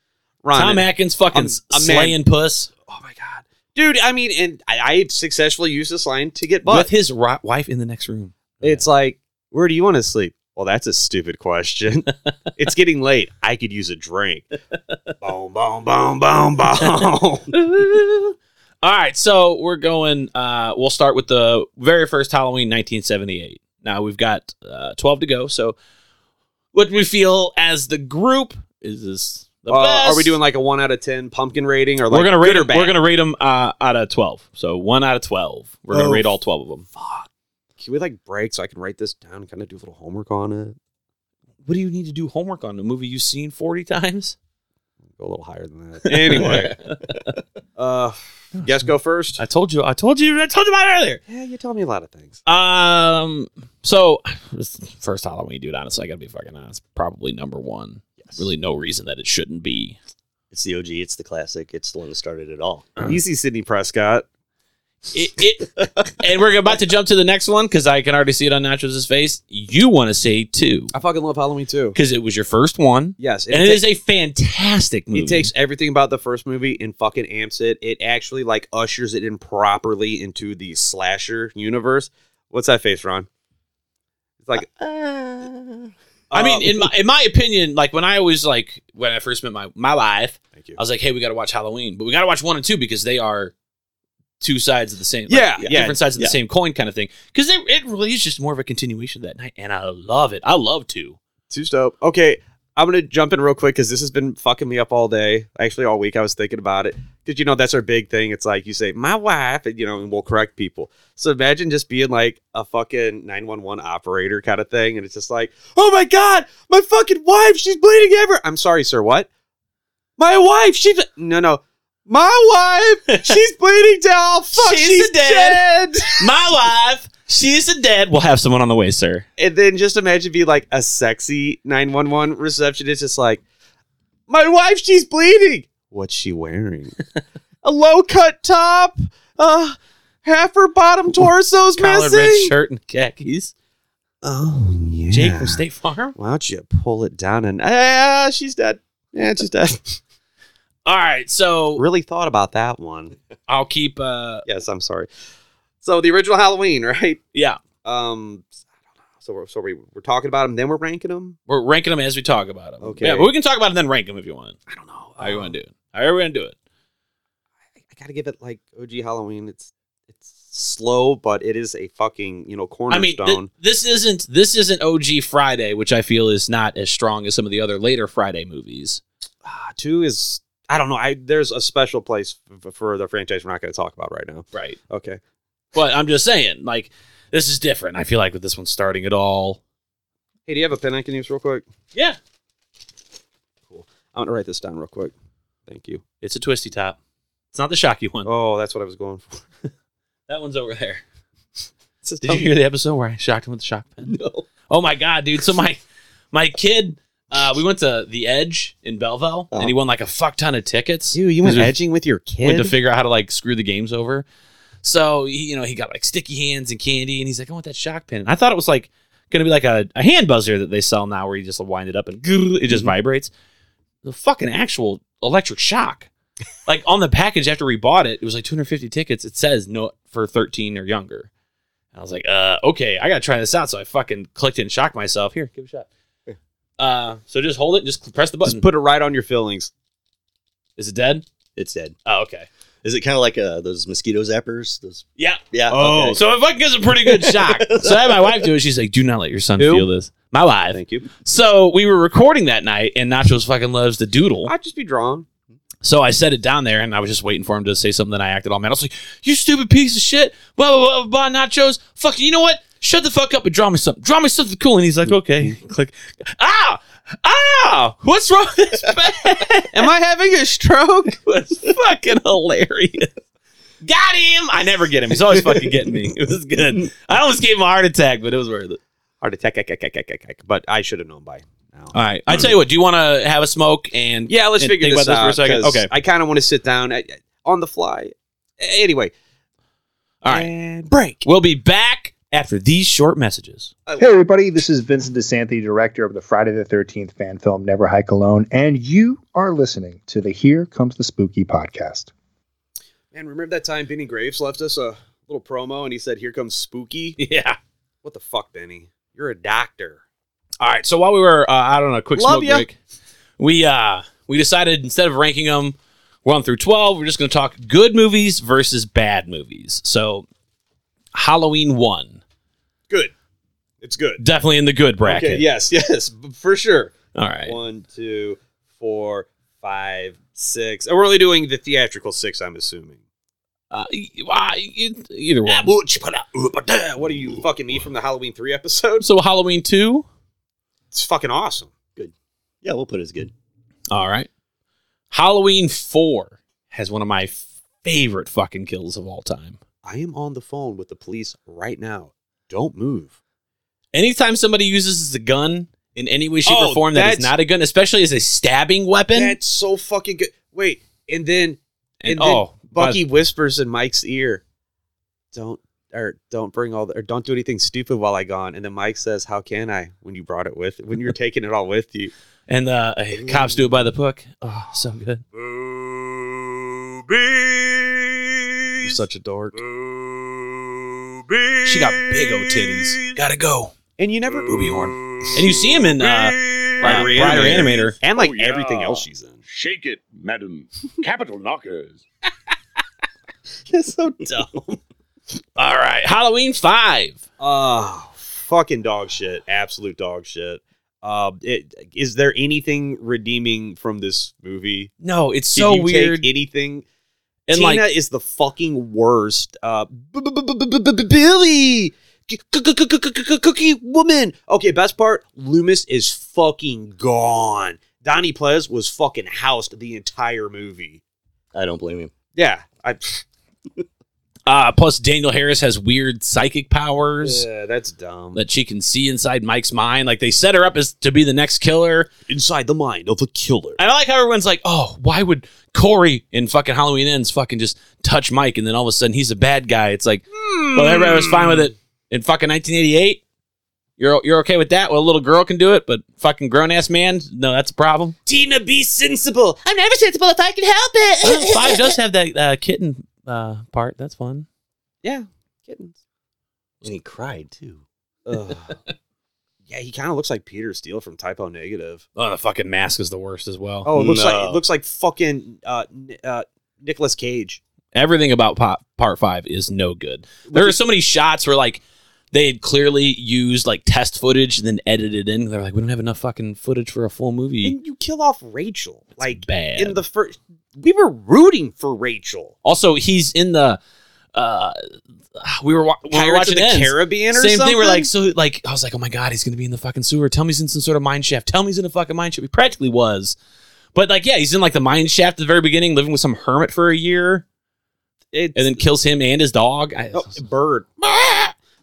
[SPEAKER 1] Ron.
[SPEAKER 2] Tom Atkins fucking
[SPEAKER 1] I'm- I'm
[SPEAKER 2] slaying puss
[SPEAKER 1] oh my god, dude. I mean, and I, I successfully used this line to get
[SPEAKER 2] with
[SPEAKER 1] butt.
[SPEAKER 2] his ro- wife in the next room. <laughs>
[SPEAKER 1] It's like, where do you want to sleep? Well, that's a
[SPEAKER 2] <laughs>
[SPEAKER 1] stupid question. it's getting late. I could use a drink. boom, boom, boom, boom, <laughs> boom.
[SPEAKER 2] All right, so we're going. Uh, we'll start with the very first Halloween, 1978. Now we've got uh, 12 to go. So, what we feel as the group is this the
[SPEAKER 1] Uh,
[SPEAKER 2] best?
[SPEAKER 1] are we doing like a one out of ten pumpkin rating, or like
[SPEAKER 2] we're gonna rate
[SPEAKER 1] good or
[SPEAKER 2] them.
[SPEAKER 1] bad?
[SPEAKER 2] We're gonna rate them uh, out of 12. So one out of 12. We're gonna rate all 12 of them.
[SPEAKER 1] Can we like break so I can write this down and kind of do a little homework on it?
[SPEAKER 2] What do you need to do homework on a movie you've seen 40 times?
[SPEAKER 1] Go a little higher than that.
[SPEAKER 2] <laughs>
[SPEAKER 1] Anyway, uh, guess go first.
[SPEAKER 2] I told you. I told you. I told you about it earlier.
[SPEAKER 1] Yeah, you told me a lot of
[SPEAKER 2] <clears throat>
[SPEAKER 1] things.
[SPEAKER 2] Um. So this first Halloween, dude. Honestly, I gotta be fucking honest. Probably number one.
[SPEAKER 3] Yes.
[SPEAKER 2] Really, no reason that it shouldn't be.
[SPEAKER 3] It's the OG. It's the classic. It's the one that started it all.
[SPEAKER 1] Easy, Sidney Prescott.
[SPEAKER 2] It, it, <laughs> and we're about to jump to the next one because I can already see it on Nachos' face. You want to say two
[SPEAKER 1] I fucking love Halloween too.
[SPEAKER 2] because it was your first one,
[SPEAKER 1] Yes,
[SPEAKER 2] and it is a fantastic movie.
[SPEAKER 1] It takes everything about the first movie and fucking amps it. It actually like ushers it in properly into the slasher universe. What's that face, Ron? It's like
[SPEAKER 2] Uh,
[SPEAKER 1] uh,
[SPEAKER 2] I mean, in my in my opinion, like when I always like when I first met my my wife,
[SPEAKER 1] thank you.
[SPEAKER 2] I was like, hey, we got to watch Halloween, but we got to watch one and two because they are two sides of the same, like,
[SPEAKER 1] Yeah, yeah,
[SPEAKER 2] different sides of
[SPEAKER 1] yeah.
[SPEAKER 2] the same coin kind of thing. Because it, it really is just more of a continuation of that night, and I love it. I love two.
[SPEAKER 1] Too dope. Okay, I'm gonna jump in real quick because this has been fucking me up all day. Actually, all week I was thinking about it. Did you know that's our big thing? It's like you say my wife, and you know, and we'll correct people. So imagine just being like a fucking 911 operator kind of thing, and it's just like, oh my god, my fucking wife, she's bleeding everywhere. I'm sorry, sir. What? My wife, she's no, no. My
[SPEAKER 2] <laughs>
[SPEAKER 1] wife, she's bleeding to all fuck,
[SPEAKER 2] She's
[SPEAKER 1] she's,
[SPEAKER 2] dead.
[SPEAKER 1] dead.
[SPEAKER 2] My wife, she's a dead. We'll have someone on the way, sir.
[SPEAKER 1] And then just imagine being like a sexy 911 receptionist, just like, my wife, she's bleeding. What's she wearing?
[SPEAKER 2] <laughs>
[SPEAKER 1] a low cut top, uh, half her bottom torso's
[SPEAKER 2] Collared
[SPEAKER 1] missing.
[SPEAKER 2] red shirt and khakis.
[SPEAKER 1] Oh, yeah.
[SPEAKER 2] Jake from State Farm.
[SPEAKER 1] Why don't you pull it down and, ah, she's dead. Yeah,
[SPEAKER 2] <laughs>
[SPEAKER 1] she's dead.
[SPEAKER 2] All right, so
[SPEAKER 1] really thought about that one.
[SPEAKER 2] I'll keep. uh
[SPEAKER 1] Yes, I'm sorry. So the original Halloween, <laughs> right?
[SPEAKER 2] Yeah,
[SPEAKER 1] Um, I don't know. So we're, so we, we're talking about them, then we're ranking them.
[SPEAKER 2] we're ranking them as we talk about them.
[SPEAKER 1] Okay.
[SPEAKER 2] Yeah, but we can talk about them then rank them if you want.
[SPEAKER 1] I don't know.
[SPEAKER 2] How you want to do it? How are we gonna do it?
[SPEAKER 1] I, I gotta give it like OG Halloween. It's it's slow, but it is a fucking you know
[SPEAKER 2] I mean,
[SPEAKER 1] cornerstone.
[SPEAKER 2] thi- this isn't this isn't OG Friday, which I feel is not as strong as some of the other later Friday movies.
[SPEAKER 1] Ah, two is I don't know. I there's a special place f- for the franchise we're not gonna talk about right now.
[SPEAKER 2] Right.
[SPEAKER 1] Okay.
[SPEAKER 2] But I'm just saying, like, this is different. I feel like with this one starting it all.
[SPEAKER 1] Hey, do you have a pen I can use real quick?
[SPEAKER 2] Yeah.
[SPEAKER 1] I'm gonna write this down real quick. Thank you.
[SPEAKER 2] It's a twisty top. It's not the shocky one.
[SPEAKER 1] Oh, that's what I was going for.
[SPEAKER 2] That one's over
[SPEAKER 1] <laughs>
[SPEAKER 2] there.
[SPEAKER 1] It's just-
[SPEAKER 2] Did you hear the episode where I shocked him with the shock pen?
[SPEAKER 1] <laughs> No.
[SPEAKER 2] Oh my god, dude! So my my kid, uh, we went to the Edge in Belleville, and he won like a fuck ton of tickets.
[SPEAKER 1] Uh-huh. Dude, you
[SPEAKER 2] went
[SPEAKER 1] went edging with your kid.
[SPEAKER 2] went to figure out how to like screw the games over. So he, you know, he got like sticky hands and candy, and he's like, "I want that shock pin." And I thought it was like gonna be like a, a hand buzzer that they sell now, where you just wind it up and it
[SPEAKER 1] Mm-hmm.
[SPEAKER 2] just vibrates. The fucking actual electric
[SPEAKER 1] <laughs>
[SPEAKER 2] shock. Like on the package after we bought it, it was like 250 tickets. It says no for 13 or younger. And I was like, uh, okay, I gotta try this out. So I fucking clicked it and shocked myself. Here, give it a shot. Uh, so just hold it, and just press the button.
[SPEAKER 1] Just put it right on your fillings.
[SPEAKER 2] Is it dead?
[SPEAKER 3] It's dead.
[SPEAKER 2] Oh, okay.
[SPEAKER 3] Is it kind of like uh, those mosquito zappers? Those
[SPEAKER 2] Yeah,
[SPEAKER 1] <laughs>
[SPEAKER 3] yeah.
[SPEAKER 1] Oh,
[SPEAKER 3] okay.
[SPEAKER 2] So it fucking gives a pretty good
[SPEAKER 1] <laughs>
[SPEAKER 2] shock. so I had my wife do it. She's like, "Do not let your son
[SPEAKER 1] Who?
[SPEAKER 2] feel this." My wife.
[SPEAKER 1] Thank you.
[SPEAKER 2] So we were recording that night, and Nachos fucking loves to doodle.
[SPEAKER 1] I'd just be drawn.
[SPEAKER 2] So I set it down there, and I was just waiting for him to say something. I acted all mad. I was like, "You stupid piece of shit!" Blah blah blah blah. blah nachos. Fucking. You know what? Shut the fuck up and draw me something. Draw me something cool. And he's like,
[SPEAKER 1] <laughs>
[SPEAKER 2] "Okay." Click. Ah. Ah! What's wrong with
[SPEAKER 1] <laughs>
[SPEAKER 2] this pen?
[SPEAKER 1] Am I having
[SPEAKER 2] <laughs>
[SPEAKER 1] a stroke?
[SPEAKER 2] was fucking hilarious. Got him! I never get him. He's always fucking getting me. It was good. I almost gave him a heart attack, but it was worth it.
[SPEAKER 1] Heart attack, ack, ack, ack, ack, ack, ack. but I should have known by now.
[SPEAKER 2] All right. I tell you what. Do you want to have a smoke and
[SPEAKER 1] Yeah, let's
[SPEAKER 2] Um, and
[SPEAKER 1] figure
[SPEAKER 2] think
[SPEAKER 1] this
[SPEAKER 2] about
[SPEAKER 1] out
[SPEAKER 2] this for a second?
[SPEAKER 1] 'cause
[SPEAKER 2] Okay.
[SPEAKER 1] I kind of want to sit down I- I- on the fly. A- Anyway,
[SPEAKER 2] All right.
[SPEAKER 1] and break.
[SPEAKER 2] We'll be back after these short messages.
[SPEAKER 4] Hey everybody, this is Vincent DeSanti, director of the Friday the 13th fan film Never Hike Alone, and you are listening to the Here Comes the Spooky podcast.
[SPEAKER 1] Man, remember that time Benny Graves left us a little promo and he said, "Here comes spooky."
[SPEAKER 2] Yeah.
[SPEAKER 1] What the fuck, Benny? You're a doctor.
[SPEAKER 2] All right. So while we were uh, out on a quick
[SPEAKER 1] Love
[SPEAKER 2] smoke
[SPEAKER 1] ya.
[SPEAKER 2] break, we uh we decided instead of ranking them one through twelve, we're just going to talk good movies versus bad movies. So Halloween one
[SPEAKER 1] Good. It's good.
[SPEAKER 2] definitely in the good bracket.
[SPEAKER 1] Okay. Yes. <laughs> Yes. b- For sure.
[SPEAKER 2] All right.
[SPEAKER 1] One, two, four, five, six. And we're only doing the theatrical six, I'm assuming.
[SPEAKER 2] Uh, e- uh, e- either one.
[SPEAKER 1] uh, What are you fucking me from the Halloween three episode?
[SPEAKER 2] So Halloween two.
[SPEAKER 1] <laughs> It's fucking awesome.
[SPEAKER 3] yeah, we'll put it as good.
[SPEAKER 2] All right. Halloween four has one of my favorite fucking kills of all time.
[SPEAKER 1] I am on the phone with the police right now. Don't move.
[SPEAKER 2] Anytime somebody uses a gun in any way, shape,
[SPEAKER 1] Oh,
[SPEAKER 2] or form that is
[SPEAKER 1] that's-
[SPEAKER 2] not a gun, especially as a stabbing weapon.
[SPEAKER 1] That's so fucking good. Wait, and then
[SPEAKER 2] and,
[SPEAKER 1] and, then
[SPEAKER 2] oh,
[SPEAKER 1] Bucky whispers in Mike's ear, "Don't or don't bring all the, or don't do anything stupid while I gone." And then Mike says, "How can I when you brought it with when you're taking it all with you?"
[SPEAKER 2] and uh, cops do it by the book. Oh, so good.
[SPEAKER 1] You're such a dork.
[SPEAKER 2] She got big old titties. Gotta go.
[SPEAKER 1] And you never
[SPEAKER 2] Booby horn. And you see him in uh, Brighter
[SPEAKER 1] Reanimator.
[SPEAKER 2] Reanimator.
[SPEAKER 1] and like
[SPEAKER 5] Oh, yeah.
[SPEAKER 1] everything else she's in. <laughs>
[SPEAKER 5] Shake it, madam. Capital knockers.
[SPEAKER 1] That's so dumb.
[SPEAKER 2] All right, Halloween five.
[SPEAKER 1] Oh, fucking dog shit. Absolute dog shit. Uh, it, is there anything redeeming from this movie?
[SPEAKER 2] No, it's
[SPEAKER 1] Did
[SPEAKER 2] so
[SPEAKER 1] you
[SPEAKER 2] weird.
[SPEAKER 1] Take anything?
[SPEAKER 2] and
[SPEAKER 1] Tina
[SPEAKER 2] like,
[SPEAKER 1] is the fucking worst. Uh, b- b- b- b- b- b- Billy, C- c- c- c- c- c- cookie woman. Okay, best part. Loomis is fucking gone. Donnie Plez was fucking housed the entire movie.
[SPEAKER 3] I don't blame him.
[SPEAKER 1] Yeah, I.
[SPEAKER 2] Uh, plus, Daniel Harris has weird psychic powers
[SPEAKER 1] Yeah, that's dumb.
[SPEAKER 2] that she can see inside Mike's mind. Like they set her up as to be the next killer.
[SPEAKER 1] Inside the mind of the killer.
[SPEAKER 2] And I like how everyone's like, "Oh, why would Corey in fucking Halloween Ends fucking just touch Mike and then all of a sudden he's a bad guy?" It's like, well, everybody was fine with it in fucking 1988. You're you're okay with that? Well, a little girl can do it, but fucking grown ass man, no, that's a <laughs> problem.
[SPEAKER 1] Tina, be sensible. I'm never sensible if I can help
[SPEAKER 2] Oh, Five <laughs> does have that uh, kitten uh, part. That's fun.
[SPEAKER 1] yeah, kittens.
[SPEAKER 3] And he cried
[SPEAKER 1] <laughs>
[SPEAKER 3] too.
[SPEAKER 1] Ugh. yeah, he kind of looks like Peter Steele from Typo Negative.
[SPEAKER 2] Oh, the fucking mask is the worst as well.
[SPEAKER 1] Oh, it looks like
[SPEAKER 3] No.
[SPEAKER 1] it looks like fucking uh, Ni- uh, Nicholas Cage.
[SPEAKER 2] Everything about pop, part five is no good. There are so many shots where like they had clearly used like test footage and then edited in. They're like, we don't have enough fucking footage for a full movie.
[SPEAKER 1] And you kill off Rachel, like
[SPEAKER 2] bad.
[SPEAKER 1] in the first. We were rooting for Rachel.
[SPEAKER 2] Also, he's in the. uh We were, wa- we were
[SPEAKER 1] Pirates
[SPEAKER 2] watching
[SPEAKER 1] of the
[SPEAKER 2] Ends.
[SPEAKER 1] Caribbean or
[SPEAKER 2] Same
[SPEAKER 1] something.
[SPEAKER 2] thing. We're like, so like, I was like, oh my god, he's gonna be in the fucking sewer. Tell me he's in some sort of mine shaft. Tell me he's in a fucking mine shaft. He practically was, but like, yeah, he's in like the mine shaft at the very beginning, living with some hermit for a year,
[SPEAKER 1] it's,
[SPEAKER 2] and then kills him and his dog. I, <laughs>
[SPEAKER 1] Oh, bird.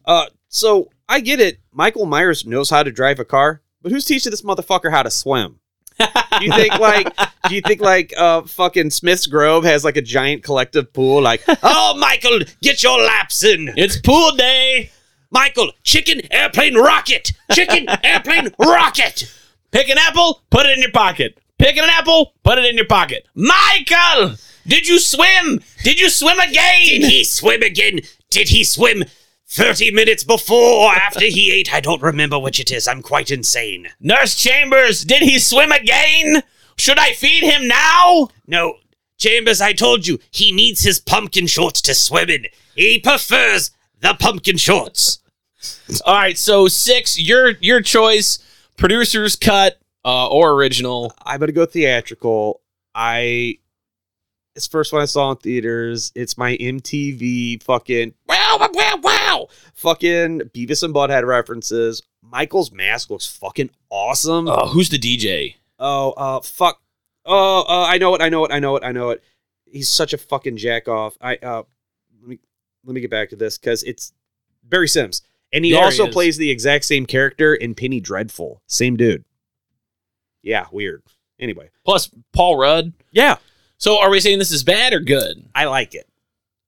[SPEAKER 1] Uh, so I get it. Michael Myers knows how to drive a car, but who's teaching this motherfucker how to swim? Do you think
[SPEAKER 2] <laughs>
[SPEAKER 1] like do you think like uh fucking Smith's Grove has like a giant collective
[SPEAKER 2] <laughs>
[SPEAKER 1] pool like oh Michael get your laps in
[SPEAKER 2] It's pool day.
[SPEAKER 1] Michael chicken airplane rocket <laughs> chicken airplane rocket
[SPEAKER 2] Pick an apple, put it in your pocket. Pick an apple, put it in your pocket. Michael, did you swim? Did you swim again? Did he swim again?
[SPEAKER 8] Did he swim 30 minutes before or after he ate? I don't remember which it is. I'm quite insane.
[SPEAKER 2] Nurse Chambers, did he swim again? Should I feed him now?
[SPEAKER 8] No, Chambers, I told you, he needs his pumpkin shorts to swim in. He prefers the pumpkin shorts.
[SPEAKER 2] All right, so six, your your choice, producers cut uh, or original.
[SPEAKER 1] I'm gonna go theatrical I it's the first one I saw in theaters it's my MTV fucking wow wow, wow wow fucking Beavis and Butthead references Michael's mask looks fucking awesome
[SPEAKER 2] Uh, who's the DJ?
[SPEAKER 1] Oh, uh, fuck. Oh, uh, I know it. I know it. I know it. I know it. He's such a fucking jack off. I uh, let me let me get back to this because it's Barry Sims, and he
[SPEAKER 2] There he
[SPEAKER 1] also
[SPEAKER 2] is.
[SPEAKER 1] plays the exact same character in Penny Dreadful. Same dude. Yeah, weird. Anyway,
[SPEAKER 2] Plus Paul Rudd.
[SPEAKER 1] yeah,
[SPEAKER 2] So are we saying this is bad or good?
[SPEAKER 1] I like it.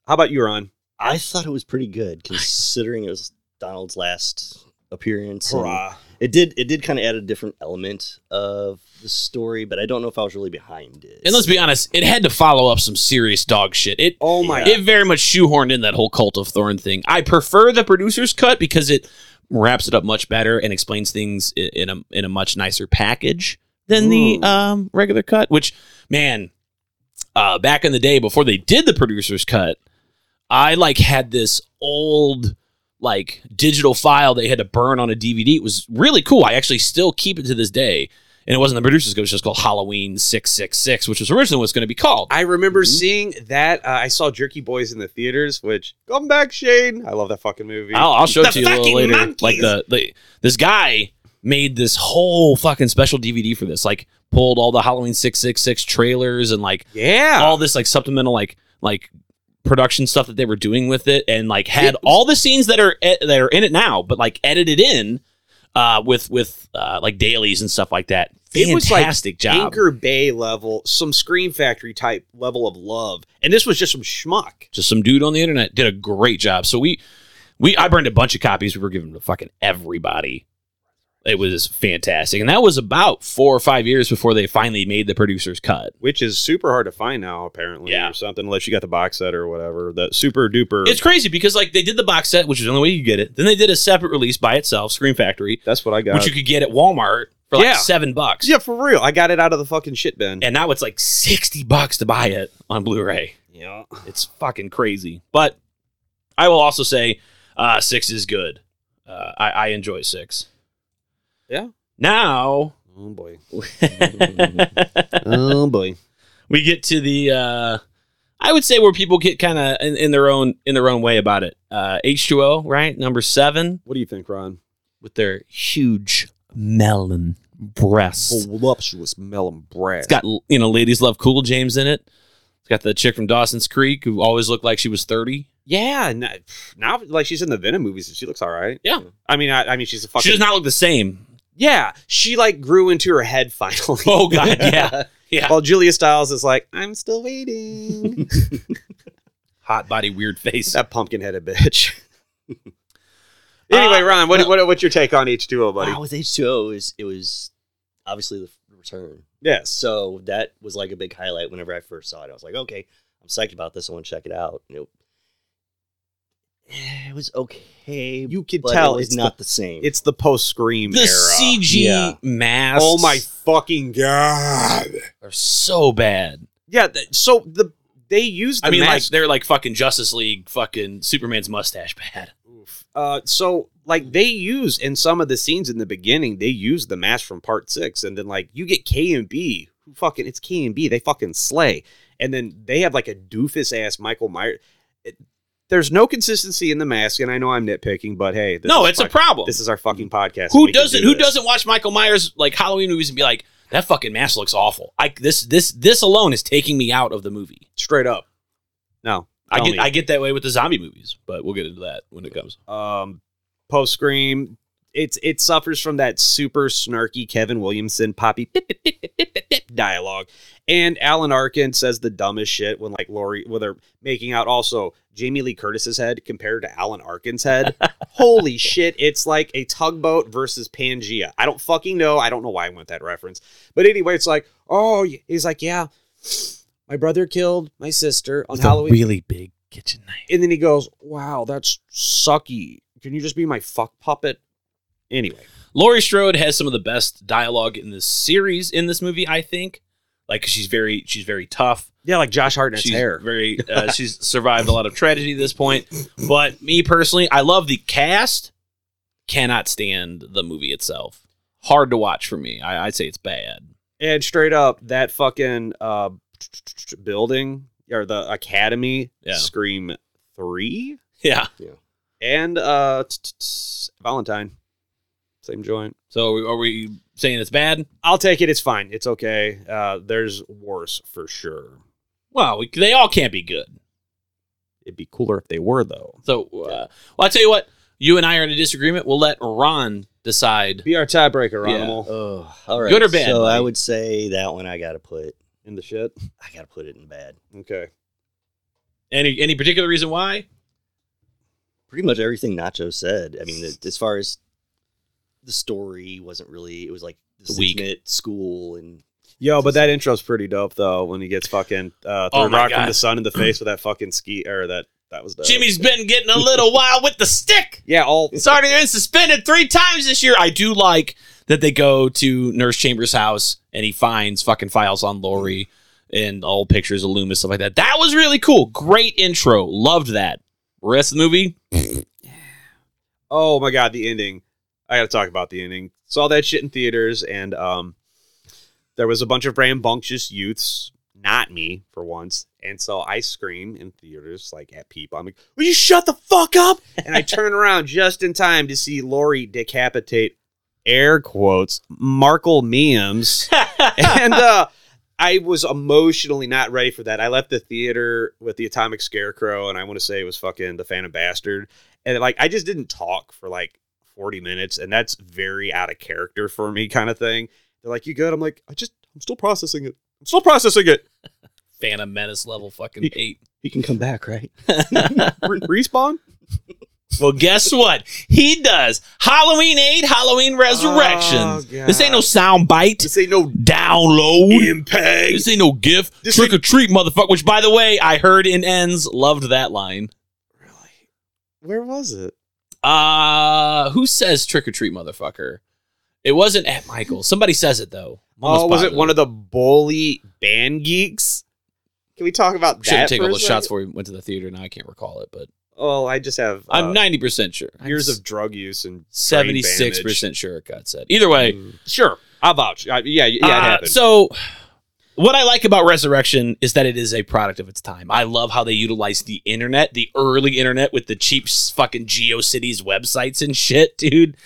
[SPEAKER 1] How about you, Ron?
[SPEAKER 3] I thought it was pretty good considering it was Donald's last appearance. and It did it did kind of add a different element of the story, but I don't know if I was really behind it.
[SPEAKER 2] And let's be honest, it had to follow up some serious dog shit. It
[SPEAKER 1] Oh my
[SPEAKER 2] It very much shoehorned in that whole cult of Thorn thing. I prefer the producer's cut because it wraps it up much better and explains things i- in a in a much nicer package than the um, regular cut. Which, man, uh, back in the day before they did the producer's cut, I like had this old like digital file they had to burn on a DVD. It was really cool. I actually still keep it to this day. And it wasn't the producer's cut; it was just called Halloween 666, which was originally what it's going to be called.
[SPEAKER 1] I remember seeing that. Uh, I saw Jerky Boys in the theaters. Which come back, Shane. I love that fucking movie.
[SPEAKER 2] I'll, I'll show it
[SPEAKER 8] The
[SPEAKER 2] to you a little
[SPEAKER 8] fucking
[SPEAKER 2] later.
[SPEAKER 8] monkeys.
[SPEAKER 2] Like the, the this guy made this whole fucking special DVD for this. Like pulled all the Halloween six six six trailers and like
[SPEAKER 1] yeah.
[SPEAKER 2] all this like supplemental like like production stuff that they were doing with it, and like had all the scenes that are e- that are in it now, but like edited in uh, with with uh, like dailies and stuff like that.
[SPEAKER 1] It was, like,
[SPEAKER 2] Fantastic job.
[SPEAKER 1] Anchor Bay level, some Scream Factory type level of love. And this was just some schmuck.
[SPEAKER 2] just some dude on the internet did a great job. So we we I burned a bunch of copies. We were giving them to fucking everybody. It was fantastic, and that was about four or five years before they finally made the producer's cut.
[SPEAKER 1] Which is super hard to find now, apparently,
[SPEAKER 2] Yeah.
[SPEAKER 1] or something, unless you got the box set or whatever. The super duper.
[SPEAKER 2] It's crazy because like they did the box set, which is the only way you could get it. Then they did a separate release by itself, Scream Factory,
[SPEAKER 1] that's what I got.
[SPEAKER 2] which you could get at Walmart for like
[SPEAKER 1] Yeah.
[SPEAKER 2] seven bucks.
[SPEAKER 1] yeah, for real. I got it out of the fucking shit bin.
[SPEAKER 2] And now it's like sixty bucks to buy it on Blu-ray.
[SPEAKER 1] Yeah.
[SPEAKER 2] It's fucking crazy. But I will also say uh, six is good. Uh, I, I enjoy six.
[SPEAKER 1] Yeah.
[SPEAKER 2] Now <laughs>
[SPEAKER 1] Oh, boy.
[SPEAKER 2] we
[SPEAKER 1] oh, boy.
[SPEAKER 2] get to the uh, I would say where people get kind of in, in their own in their own way about it. Uh, H2O, right? Number seven
[SPEAKER 1] What do you think, Ron?
[SPEAKER 2] with their huge melon breasts.
[SPEAKER 1] Voluptuous melon bread.
[SPEAKER 2] It's got you know, ladies love cool James in it. It's got the chick from Dawson's Creek who always looked like she was 30.
[SPEAKER 1] Yeah, and that- now like she's in the Venom movies and she looks all right.
[SPEAKER 2] Yeah.
[SPEAKER 1] I mean, I, I mean she's a fucking
[SPEAKER 2] She does not look the same.
[SPEAKER 1] yeah. She like grew into her head finally.
[SPEAKER 2] Oh,
[SPEAKER 1] <laughs>
[SPEAKER 2] God, yeah. Yeah.
[SPEAKER 1] While Julia Stiles is like, I'm
[SPEAKER 2] <laughs>
[SPEAKER 1] still waiting.
[SPEAKER 2] Hot body, weird face.
[SPEAKER 1] that pumpkin headed bitch. <laughs> anyway,
[SPEAKER 2] Uh,
[SPEAKER 1] Ron, what, what what's your take on H two O, buddy?
[SPEAKER 3] Wow, with H2O, it was, it was obviously the f- return.
[SPEAKER 1] Yes.
[SPEAKER 3] So that was like a big highlight whenever I first saw it. I was like, okay, I'm psyched about this. I want to check it out. And it, eh, it was okay.
[SPEAKER 1] You could
[SPEAKER 3] but it
[SPEAKER 1] tell
[SPEAKER 3] was
[SPEAKER 1] it's
[SPEAKER 3] not the, same.
[SPEAKER 1] It's the post scream
[SPEAKER 2] The
[SPEAKER 1] era.
[SPEAKER 2] CG
[SPEAKER 3] Yeah.
[SPEAKER 2] masks
[SPEAKER 1] Oh my fucking god.
[SPEAKER 2] are so bad.
[SPEAKER 1] Yeah. th- so the they used. The
[SPEAKER 2] I mean, like,
[SPEAKER 1] mask.
[SPEAKER 2] they're like fucking Justice League, fucking Superman's mustache bad.
[SPEAKER 1] Uh, so like they use in some of the scenes in the beginning, they use the mask from part six, and then like you get K and B, who fucking it's K and B, they fucking slay, and then they have like a doofus ass Michael Myers. It- there's no consistency in the mask, and I know I'm nitpicking, but hey, <laughs> this
[SPEAKER 2] no,
[SPEAKER 1] is
[SPEAKER 2] it's a
[SPEAKER 1] fuck-
[SPEAKER 2] problem.
[SPEAKER 1] This is our fucking podcast. and
[SPEAKER 2] who
[SPEAKER 1] we can
[SPEAKER 2] doesn't
[SPEAKER 1] do
[SPEAKER 2] who
[SPEAKER 1] this.
[SPEAKER 2] doesn't watch Michael Myers like Halloween movies and be like that fucking mask looks awful. I this this this alone is taking me out of the movie.
[SPEAKER 1] straight up? No,
[SPEAKER 2] I
[SPEAKER 1] Tell
[SPEAKER 2] get
[SPEAKER 1] me.
[SPEAKER 2] I get that way with the zombie movies, but we'll get into that when it comes.
[SPEAKER 1] um, post scream. It's it suffers from that super snarky Kevin Williamson poppy pip, pip, pip, pip, pip, pip, pip dialogue, and Alan Arkin says the dumbest shit when like Lori when they're making out. Also, Jamie Lee Curtis's head compared to Alan Arkin's head. Holy shit! It's like a tugboat versus Pangea. I don't fucking know. I don't know why I went that reference, but anyway, it's like oh, y- he's like yeah, my brother killed my sister on Halloween
[SPEAKER 2] really big kitchen knife.
[SPEAKER 1] and then he goes, "Wow, that's sucky. Can you just be my fuck puppet?" Anyway,
[SPEAKER 2] Laurie Strode has some of the best dialogue in this series in this movie, I think. Like 'cause she's very she's very tough.
[SPEAKER 1] yeah, like Josh Hartnett's
[SPEAKER 2] she's
[SPEAKER 1] hair. <laughs>
[SPEAKER 2] very uh, she's survived a lot of tragedy at this point. But me personally, I love the cast. Cannot stand the movie itself. Hard to watch for me. I, I'd say it's bad. <laughs>
[SPEAKER 1] And straight up, that fucking uh, building or the academy,
[SPEAKER 2] Yeah.
[SPEAKER 1] Scream Three,
[SPEAKER 2] Yeah.
[SPEAKER 1] and uh, t- t- t- Valentine, same joint.
[SPEAKER 2] So are we, are we saying it's bad?
[SPEAKER 1] I'll take it. It's fine. It's okay. Uh, there's worse for sure.
[SPEAKER 2] Well, we, they all can't be good.
[SPEAKER 1] It'd be cooler if they were though.
[SPEAKER 2] So, uh, well, I tell you what, you and I are in a disagreement. We'll let Ron decide.
[SPEAKER 1] Be our tiebreaker,
[SPEAKER 2] Yeah.
[SPEAKER 1] animal.
[SPEAKER 3] oh, all right.
[SPEAKER 2] Good or bad,
[SPEAKER 3] So I
[SPEAKER 2] buddy?
[SPEAKER 3] would say that one I gotta put.
[SPEAKER 1] In the shit.
[SPEAKER 3] I gotta put it in bad.
[SPEAKER 1] Okay.
[SPEAKER 2] Any any particular reason why?
[SPEAKER 3] Pretty much everything Nacho said. I mean, as far as the story wasn't really. It was like this
[SPEAKER 2] Weak.
[SPEAKER 3] intimate school and
[SPEAKER 1] Yo, but that intro's pretty dope though. When he gets fucking uh, third
[SPEAKER 2] Oh my
[SPEAKER 1] rock from
[SPEAKER 2] God.
[SPEAKER 1] the sun in the face with that fucking ski or that that was dope.
[SPEAKER 2] Jimmy's been getting a
[SPEAKER 1] <laughs>
[SPEAKER 2] little wild with the stick.
[SPEAKER 1] yeah, all
[SPEAKER 2] It's already been suspended three times this year. I do like that they go to Nurse Chambers' house and he finds fucking files on Lori and old pictures of Loomis stuff like that. That was really cool. Great intro. Loved that. Rest of the movie.
[SPEAKER 1] oh my god, the ending. I gotta talk about the ending. Saw that shit in theaters, and um, there was a bunch of rambunctious youths, not me for once, and so I scream in theaters like at people. I'm like, "Will you shut the fuck up?" And I turn around just in time to see Lori decapitate air quotes Markle memes, and uh, I was emotionally not ready for that. I left the theater with the Atomic Scarecrow, and I want to say it was fucking the Phantom Bastard. and like I just didn't talk for like 40 minutes, and that's very out of character for me, kind of thing. They're like, "You good?" I'm like, "I just, I'm still processing it. I'm still processing it."
[SPEAKER 2] Phantom Menace level fucking hate.
[SPEAKER 3] he can come back, right?
[SPEAKER 1] <laughs> Re- respawn
[SPEAKER 2] Well, <laughs> guess what? He does. Halloween 8, Halloween Resurrection.
[SPEAKER 1] Oh, God.
[SPEAKER 2] this ain't no sound bite.
[SPEAKER 1] This ain't no
[SPEAKER 2] Download.
[SPEAKER 1] impact.
[SPEAKER 2] This ain't no GIF.
[SPEAKER 1] This
[SPEAKER 2] Trick or treat, motherfucker. Which, by the way, I heard in ends. Loved that line.
[SPEAKER 1] Where was it?
[SPEAKER 2] Uh, who says trick or treat, motherfucker? It wasn't at Michael. Somebody says it, though. I'm almost
[SPEAKER 1] oh, was it
[SPEAKER 2] positive.
[SPEAKER 1] one of the bully band geeks? Can we talk about
[SPEAKER 2] Shouldn't
[SPEAKER 1] that?
[SPEAKER 2] take
[SPEAKER 1] for
[SPEAKER 2] all
[SPEAKER 1] a
[SPEAKER 2] those shots
[SPEAKER 1] second?
[SPEAKER 2] before we went to the theater. Now I can't recall it, but
[SPEAKER 1] Oh, I just have uh,
[SPEAKER 2] I'm 90% sure.
[SPEAKER 1] years of drug use and brain damage.
[SPEAKER 2] 76% sure it got said. Either way,
[SPEAKER 1] Sure, I'll vouch. I, yeah, yeah, it
[SPEAKER 2] Uh,
[SPEAKER 1] happened.
[SPEAKER 2] So, what I like about Resurrection is that it is a product of its time. I love how they utilize the internet, the early internet, with the cheap s- fucking GeoCities websites <laughs> and shit, dude,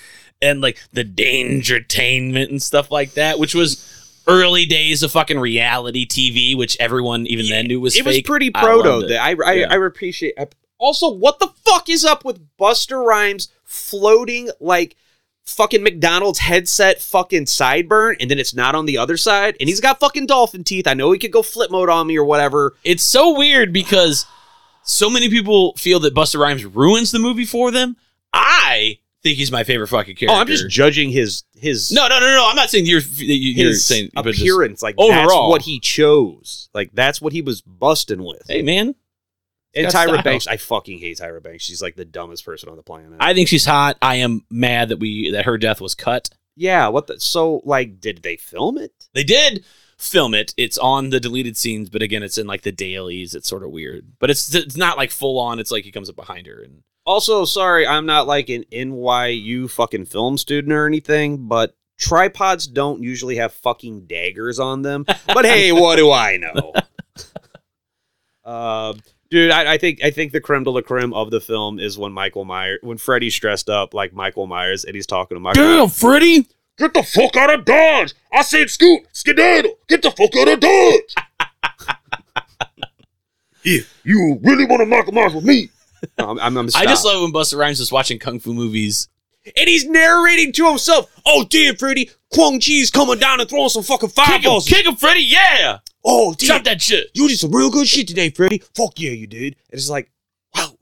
[SPEAKER 2] and like the Dangertainment and stuff like that, which was early days of fucking reality TV, which everyone even then knew was
[SPEAKER 1] it was
[SPEAKER 2] fake.
[SPEAKER 1] pretty
[SPEAKER 2] I loved
[SPEAKER 1] proto.
[SPEAKER 2] it.
[SPEAKER 1] that I I,
[SPEAKER 2] Yeah.
[SPEAKER 1] I appreciate. I- also, what the fuck is up with Buster Rhymes floating like fucking McDonald's headset fucking sideburn, and then it's not on the other side, and he's got fucking dolphin teeth. I know he could go flip mode on me or whatever.
[SPEAKER 2] It's so weird because so many people feel that Buster Rhymes ruins the movie for them. I think he's my favorite fucking character.
[SPEAKER 1] Oh, I'm just judging his his
[SPEAKER 2] no, no, no, no. I'm not saying you're that you- you're
[SPEAKER 1] his
[SPEAKER 2] saying but just-
[SPEAKER 1] appearance. Like that's
[SPEAKER 2] Overall.
[SPEAKER 1] what he chose. Like that's what he was busting with.
[SPEAKER 2] Hey, man, got
[SPEAKER 1] and Tyra
[SPEAKER 2] style.
[SPEAKER 1] Banks, I fucking hate Tyra Banks. She's like the dumbest person on the planet.
[SPEAKER 2] I think she's hot. I am mad that we that her death was cut.
[SPEAKER 1] yeah, what the so like did they film it?
[SPEAKER 2] They did film it. It's on the deleted scenes, but again, it's in like the dailies. It's sort of weird, but it's it's not like full on. It's like he comes up behind her and
[SPEAKER 1] Also, sorry, I'm not like an NYU fucking film student or anything, but tripods don't usually have fucking daggers on them.
[SPEAKER 2] <laughs>
[SPEAKER 1] But hey, what do I know? uh, dude, I, I think I think the creme de la creme of the film is when Michael Myers, when Freddy's dressed up like Michael Myers, and he's talking to Michael.
[SPEAKER 2] Freddy.
[SPEAKER 5] Get the fuck out of Dodge! I said scoot, skedaddle, get the fuck out of Dodge! if you really want to knock 'em off with me,
[SPEAKER 1] No, I'm, I'm, I'm
[SPEAKER 2] I just
[SPEAKER 1] stopped.
[SPEAKER 2] love when Buster Rhymes is watching kung fu movies.
[SPEAKER 1] and he's narrating to himself. Oh damn, Freddy, Kwong Chi's coming down and throwing some fucking
[SPEAKER 2] Kick him,
[SPEAKER 1] fireballs.
[SPEAKER 2] kick him, Freddy! Yeah,
[SPEAKER 1] Oh damn,
[SPEAKER 2] chop that shit.
[SPEAKER 1] you did some real good shit today, Freddy. Fuck yeah, you did. And it's like, wow.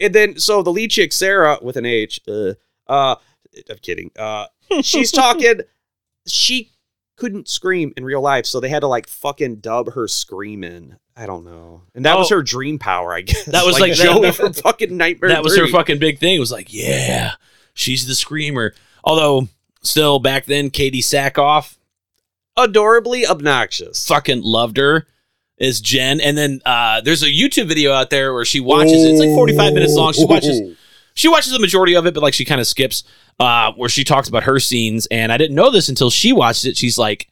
[SPEAKER 1] And then so the lead chick Sarah with an H, uh, uh I'm kidding.
[SPEAKER 2] <laughs>
[SPEAKER 1] Uh, she's talking. she couldn't scream in real life, so they had to like fucking dub her scream in. I don't know. And that was
[SPEAKER 2] Oh.
[SPEAKER 1] her dream power, I guess. <laughs>
[SPEAKER 2] That was like-
[SPEAKER 1] Joey from fucking Nightmare.
[SPEAKER 2] that was her
[SPEAKER 1] 3.
[SPEAKER 2] fucking big thing. It was like, yeah, she's the screamer. Although, still back then, Katie Sackhoff
[SPEAKER 1] adorably obnoxious.
[SPEAKER 2] fucking loved her as Jen. And then uh, there's a YouTube video out there where she watches it. It's like 45 minutes long. She watches she watches the majority of it, but like she kind of skips uh, where she talks about her scenes. And I didn't know this until she watched it. She's like,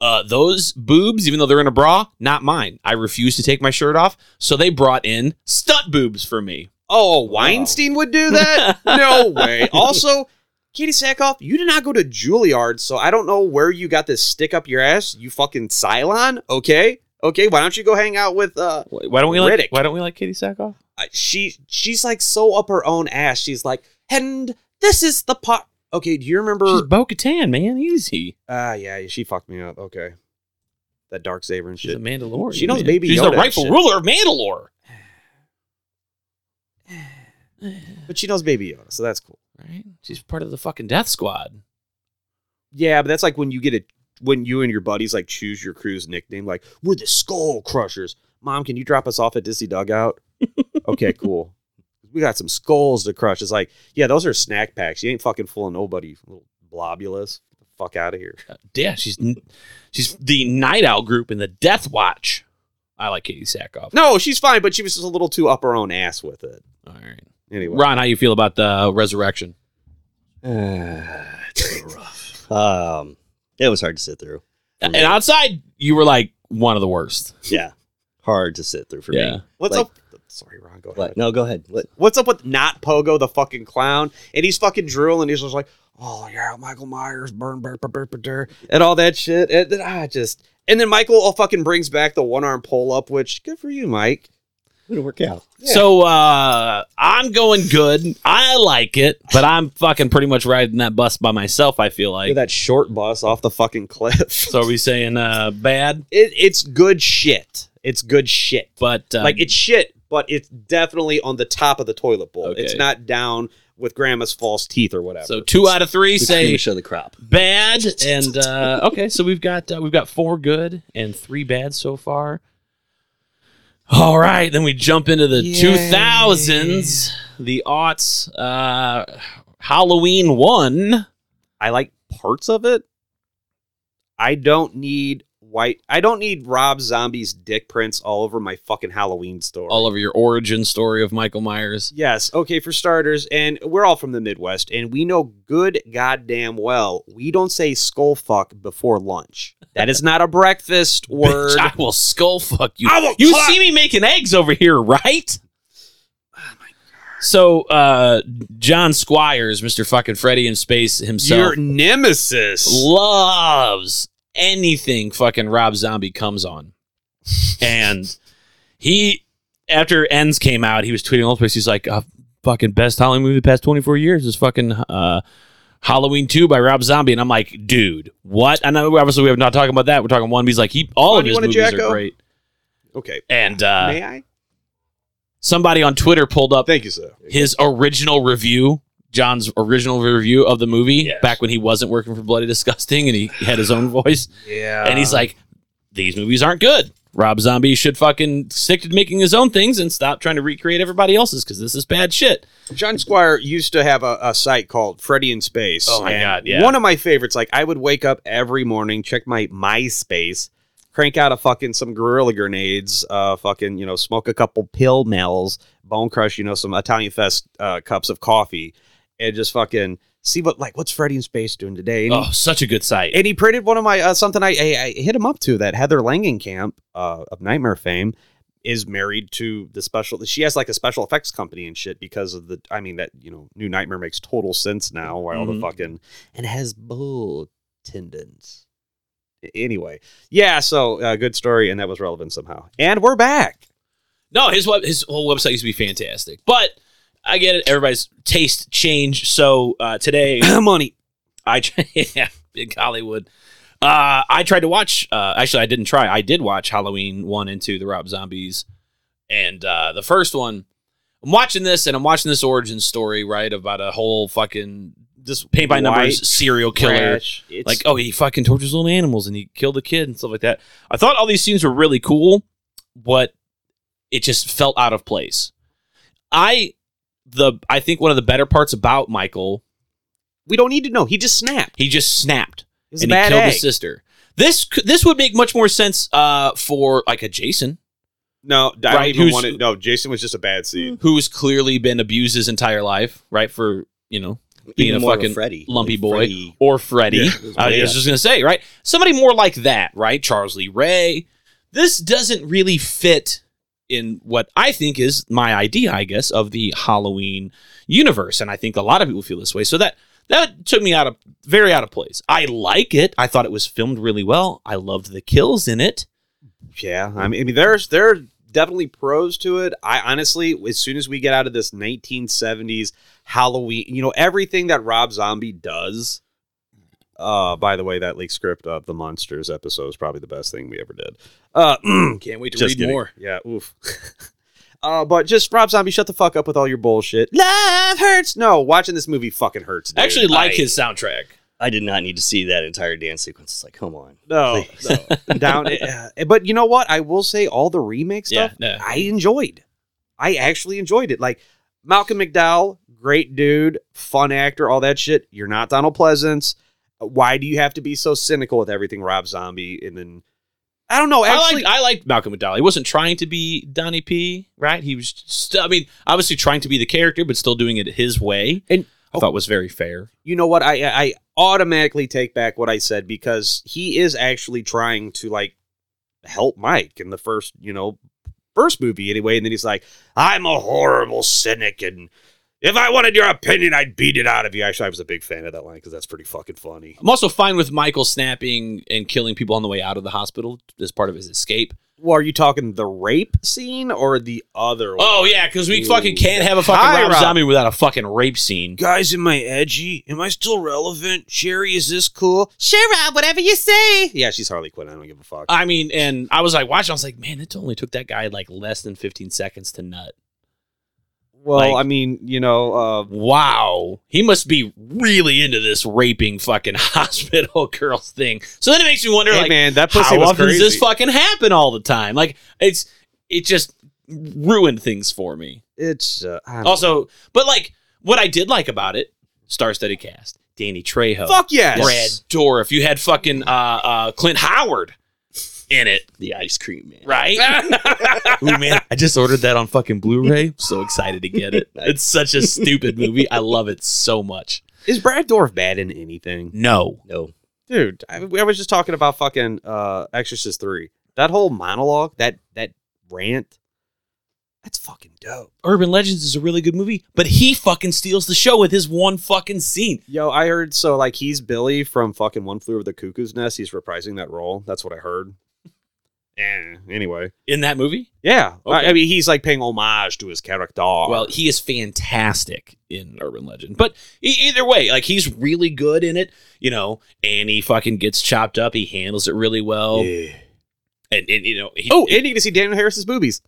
[SPEAKER 2] uh, those boobs, even though they're in a bra, not mine. I refuse to take my shirt off. So they brought in stunt boobs for me.
[SPEAKER 1] Oh, Weinstein would do
[SPEAKER 2] <laughs>
[SPEAKER 1] that? no way. Also, Katie Sackhoff, you did not go to Juilliard, so I don't know where you got this stick up your ass. You fucking Cylon, okay? Okay, why don't you go hang out with uh
[SPEAKER 2] Why why don't we like?
[SPEAKER 1] Riddick.
[SPEAKER 2] Why don't we like Katie Sackhoff?
[SPEAKER 1] uh, she she's like so up her own ass. She's like, "And this is the part." Okay, do you
[SPEAKER 2] She's
[SPEAKER 1] remember
[SPEAKER 2] Bo Katan, man. Easy.
[SPEAKER 1] Ah, yeah, she fucked me up. Okay. That dark saber and
[SPEAKER 2] She's a
[SPEAKER 1] shit.
[SPEAKER 2] Mandalorian.
[SPEAKER 1] She knows
[SPEAKER 2] man.
[SPEAKER 1] Baby
[SPEAKER 2] She's
[SPEAKER 1] Yoda
[SPEAKER 2] the
[SPEAKER 1] and
[SPEAKER 2] rightful
[SPEAKER 1] shit.
[SPEAKER 2] ruler of Mandalore.
[SPEAKER 1] But she knows Baby Yoda, so that's cool.
[SPEAKER 2] Right? She's part of the fucking Death Squad.
[SPEAKER 1] Yeah, but that's like when you get a when you and your buddies like choose your crew's nickname, like we're the Skull Crushers. Mom, can you drop us off at Disney
[SPEAKER 3] <laughs>
[SPEAKER 1] Dugout? okay, cool. We got some skulls to crush. It's like, yeah, those are snack packs. You ain't fucking fooling nobody, little blobulus. Get the fuck out of here.
[SPEAKER 2] Yeah, she's she's the Night Owl group in the Death Watch. I like Katie Sackhoff.
[SPEAKER 1] No, she's fine, but she was just a little too up her own ass with it.
[SPEAKER 2] All right.
[SPEAKER 1] Anyway,
[SPEAKER 2] Ron, how you feel about the resurrection?
[SPEAKER 3] Um, it was hard to sit through. for
[SPEAKER 2] And
[SPEAKER 3] me.
[SPEAKER 2] outside, you were like one of the worst.
[SPEAKER 3] yeah, hard to sit through for
[SPEAKER 2] Yeah.
[SPEAKER 3] me.
[SPEAKER 1] what's
[SPEAKER 3] like-
[SPEAKER 1] up? Sorry, Ron. Go ahead.
[SPEAKER 3] What? No, go ahead. What?
[SPEAKER 1] What's up with not Pogo the fucking clown? And he's fucking drooling. He's just like, oh yeah, Michael Myers, burn, burn, burn, burn, burn, burn," and all that shit. And then I just, and then Michael all fucking brings back the one arm pull up, which good for you, Mike.
[SPEAKER 3] It'll work out.
[SPEAKER 2] So uh I'm going good. I like it, but I'm fucking pretty much riding that bus by myself, I feel
[SPEAKER 1] Look at
[SPEAKER 2] like.
[SPEAKER 1] that short bus off the fucking cliff. <laughs>
[SPEAKER 2] So are we saying uh bad?
[SPEAKER 1] it, it's good shit. It's good shit.
[SPEAKER 2] But uh,
[SPEAKER 1] like it's shit, but it's definitely on the top of the toilet bowl.
[SPEAKER 2] Okay.
[SPEAKER 1] It's not down with grandma's false teeth or whatever.
[SPEAKER 2] so two out of three
[SPEAKER 3] The
[SPEAKER 2] say
[SPEAKER 3] cream show the crop.
[SPEAKER 2] <laughs> bad and uh okay so we've got uh, we've got four good and three bad so far all right then we jump into the 2000s the aughts uh halloween one
[SPEAKER 1] I like parts of it. I don't need white. I don't need Rob Zombie's dick prints all over my fucking Halloween store.
[SPEAKER 2] all over your origin story of michael myers
[SPEAKER 1] yes, okay, for starters, and we're all from the Midwest, and we know good goddamn well we don't say skull fuck before lunch. That is not a breakfast word.
[SPEAKER 2] <laughs> Bitch, i will skull fuck Oh you
[SPEAKER 1] I will
[SPEAKER 2] you
[SPEAKER 1] clap-
[SPEAKER 2] see me making eggs over here right so uh john squires mr fucking freddy in space himself
[SPEAKER 1] Your nemesis.
[SPEAKER 2] loves anything fucking Rob Zombie comes on. And he, after Ends came out, he was tweeting all over the place. He's like, uh, fucking best Halloween movie the past 24 years is fucking uh, Halloween 2 by Rob Zombie. And I'm like, dude, what? And I- obviously, we're not talking about that. We're talking one. but He's like, he, all
[SPEAKER 1] Oh,
[SPEAKER 2] of
[SPEAKER 1] do you
[SPEAKER 2] his
[SPEAKER 1] want a
[SPEAKER 2] movies
[SPEAKER 1] Jacko?
[SPEAKER 2] are great.
[SPEAKER 1] Okay.
[SPEAKER 2] And uh,
[SPEAKER 1] May I?
[SPEAKER 2] somebody on Twitter pulled up
[SPEAKER 1] Thank you, sir.
[SPEAKER 2] his original review, John's original review of the movie
[SPEAKER 8] Yes.
[SPEAKER 2] back when he wasn't working for Bloody Disgusting and he had his own voice.
[SPEAKER 1] Yeah.
[SPEAKER 2] and he's like, these movies aren't good. Rob Zombie should fucking stick to making his own things and stop trying to recreate everybody else's because this is bad shit.
[SPEAKER 1] John Squire used to have a, a site called Freddy in Space.
[SPEAKER 2] Oh my
[SPEAKER 1] and
[SPEAKER 2] God, yeah.
[SPEAKER 1] One of my favorites. Like I would wake up every morning, check my MySpace, crank out a fucking some gorilla grenades, uh, fucking you know, smoke a couple pill mills, bone crush, you know, some Italian fest uh, cups of coffee, and just fucking see what like what's Freddy in Space doing today. And he
[SPEAKER 2] Oh, such a good site.
[SPEAKER 1] and he printed one of my uh, something I, I I hit him up to that Heather Langenkamp uh, of Nightmare fame is married to the special. She has like a special effects company and shit because of the. I mean that you know New Nightmare makes total sense now. Why all
[SPEAKER 2] Mhm.
[SPEAKER 1] the fucking and has bull tendons. A- Anyway, yeah. So uh, good story, and that was relevant somehow. And we're back.
[SPEAKER 2] No, his web, his whole website used to be fantastic, but I get it. Everybody's taste change. So uh, today,
[SPEAKER 1] <clears throat> Money.
[SPEAKER 2] I tr- <laughs> yeah, big Hollywood. Uh, I tried to watch. Uh, actually, I didn't try. I did watch Halloween one and two, the Rob Zombies, and uh, the first one. I'm watching this, and I'm watching this origin story, right, about a whole fucking this paint by
[SPEAKER 1] White
[SPEAKER 2] numbers serial killer.
[SPEAKER 1] Trash. It's,
[SPEAKER 2] Like, oh, he fucking tortures little animals and he killed a kid and stuff like that. I thought all these scenes were really cool, but it just felt out of place. I the I think one of the better parts about Michael,
[SPEAKER 1] we don't need to know. He just snapped.
[SPEAKER 2] he just snapped
[SPEAKER 1] He's a
[SPEAKER 2] and he
[SPEAKER 1] bad
[SPEAKER 2] killed
[SPEAKER 1] egg.
[SPEAKER 2] his sister. This c- this would make much more sense uh, for like a Jason
[SPEAKER 1] No,
[SPEAKER 2] Right,
[SPEAKER 1] I don't even
[SPEAKER 2] who's-
[SPEAKER 1] want to. No, Jason was just a bad seed.
[SPEAKER 2] who's clearly been abused his entire life, right? For you know being
[SPEAKER 3] Even
[SPEAKER 2] a
[SPEAKER 3] more of
[SPEAKER 2] fucking
[SPEAKER 3] Freddy.
[SPEAKER 2] lumpy
[SPEAKER 3] Like,
[SPEAKER 2] boy
[SPEAKER 3] Freddy-
[SPEAKER 2] or Freddy.
[SPEAKER 3] was
[SPEAKER 2] Oh, I
[SPEAKER 3] way
[SPEAKER 2] was
[SPEAKER 3] up.
[SPEAKER 2] just gonna say right, somebody more like that, right? Charles Lee Ray. This doesn't really fit in what I think is my idea, I guess, of the Halloween universe, and I think a lot of people feel this way. So that that took me out of very out of place. I like it. I thought it was filmed really well. I loved the kills in it.
[SPEAKER 1] Yeah, I mean, I mean, there's there are definitely pros to it. I honestly, as soon as we get out of this 1970s Halloween, you know, everything that Rob Zombie does. Uh, by the way, that leaked script of the monsters episode is probably the best thing we ever did. Uh, <clears throat>
[SPEAKER 2] Can't wait to
[SPEAKER 1] just
[SPEAKER 2] read
[SPEAKER 1] kidding.
[SPEAKER 2] more.
[SPEAKER 1] Yeah, oof. <laughs> uh, but just Rob Zombie, shut the fuck up with all your bullshit. Love hurts. No, watching this movie fucking hurts. dude.
[SPEAKER 2] I actually like
[SPEAKER 1] I-
[SPEAKER 2] his soundtrack.
[SPEAKER 3] I did not need to see that entire dance sequence. It's like, come on.
[SPEAKER 2] <laughs>
[SPEAKER 1] No, no. down. uh, but you know what? I will say all the remake stuff.
[SPEAKER 2] yeah.
[SPEAKER 1] I enjoyed. I actually enjoyed it. Like Malcolm McDowell, great dude, fun actor, all that shit. You're not Donald Pleasance. Why do you have to be so cynical with everything, Rob Zombie? And then I don't know.
[SPEAKER 2] I
[SPEAKER 1] Actually,
[SPEAKER 2] like I liked Malcolm McDowell. He wasn't trying to be Donnie P, right? He was still I mean, obviously trying to be the character, but still doing it his way.
[SPEAKER 1] And-
[SPEAKER 2] I thought was very fair.
[SPEAKER 1] you know what? I I automatically take back what I said because he is actually trying to like help Mike in the first, you know, first movie anyway. And then he's like,
[SPEAKER 5] I'm a horrible cynic, and if I wanted your opinion, I'd beat it out of you.
[SPEAKER 1] actually, I was a big fan of that line because that's pretty fucking funny.
[SPEAKER 2] I'm also fine with Michael snapping and killing people on the way out of the hospital as part of his escape.
[SPEAKER 1] Well, are you talking the rape scene or the other? one?
[SPEAKER 2] Oh yeah, because we fucking can't have a fucking
[SPEAKER 1] Hi,
[SPEAKER 2] Rob
[SPEAKER 1] Rob.
[SPEAKER 2] Zombie without a fucking rape scene.
[SPEAKER 8] Guys, am I edgy? Am I still relevant? Sherry, is this cool?
[SPEAKER 1] Yeah, she's Harley Quinn. I don't give a fuck.
[SPEAKER 2] I mean, and I was like watching, I was like, man, it only took that guy like less than 15 seconds to nut.
[SPEAKER 1] Well,
[SPEAKER 2] Like-
[SPEAKER 1] I mean, you know, uh,
[SPEAKER 2] wow, he must be really into this raping fucking <laughs> hospital girls thing. So then it makes me wonder,
[SPEAKER 1] hey
[SPEAKER 2] like,
[SPEAKER 1] man, that pussy
[SPEAKER 2] how
[SPEAKER 1] was
[SPEAKER 2] often
[SPEAKER 1] crazy.
[SPEAKER 2] does this fucking happen all the time? Like, it's it just ruined things for me.
[SPEAKER 1] it's uh, I don't
[SPEAKER 2] Also, but like, what I did like about it, star-studded cast, Danny Trejo,
[SPEAKER 1] know. fuck yes,
[SPEAKER 2] Brad Dorff. You had fucking uh, uh, Clint Howard in it,
[SPEAKER 3] The ice cream man.
[SPEAKER 2] right? <laughs> Ooh, man, I just ordered that on fucking Blu-ray. I'm so excited to get <laughs> it. It's such a stupid movie. I love it so much.
[SPEAKER 1] Is Brad Dorf bad in anything,
[SPEAKER 2] No.
[SPEAKER 3] No.
[SPEAKER 1] dude? I, I was just talking about fucking uh, Exorcist three. That whole monologue, that that rant. That's fucking dope.
[SPEAKER 2] Urban Legends is a really good movie, but he fucking steals the show with his one fucking scene.
[SPEAKER 1] Yo, I heard so like he's Billy from fucking One Flew Over the Cuckoo's Nest. He's reprising that role. That's what I heard. Eh, anyway,
[SPEAKER 2] In that movie?
[SPEAKER 1] yeah. I,
[SPEAKER 2] Okay.
[SPEAKER 1] I mean, he's like paying homage to his character.
[SPEAKER 2] Well, he is fantastic in Urban Legend. But e- either way, like he's really good in it, you know, and he fucking gets chopped up. He handles it really well. And, and, you know, he,
[SPEAKER 1] oh, and you get to see Daniel Harris's boobies.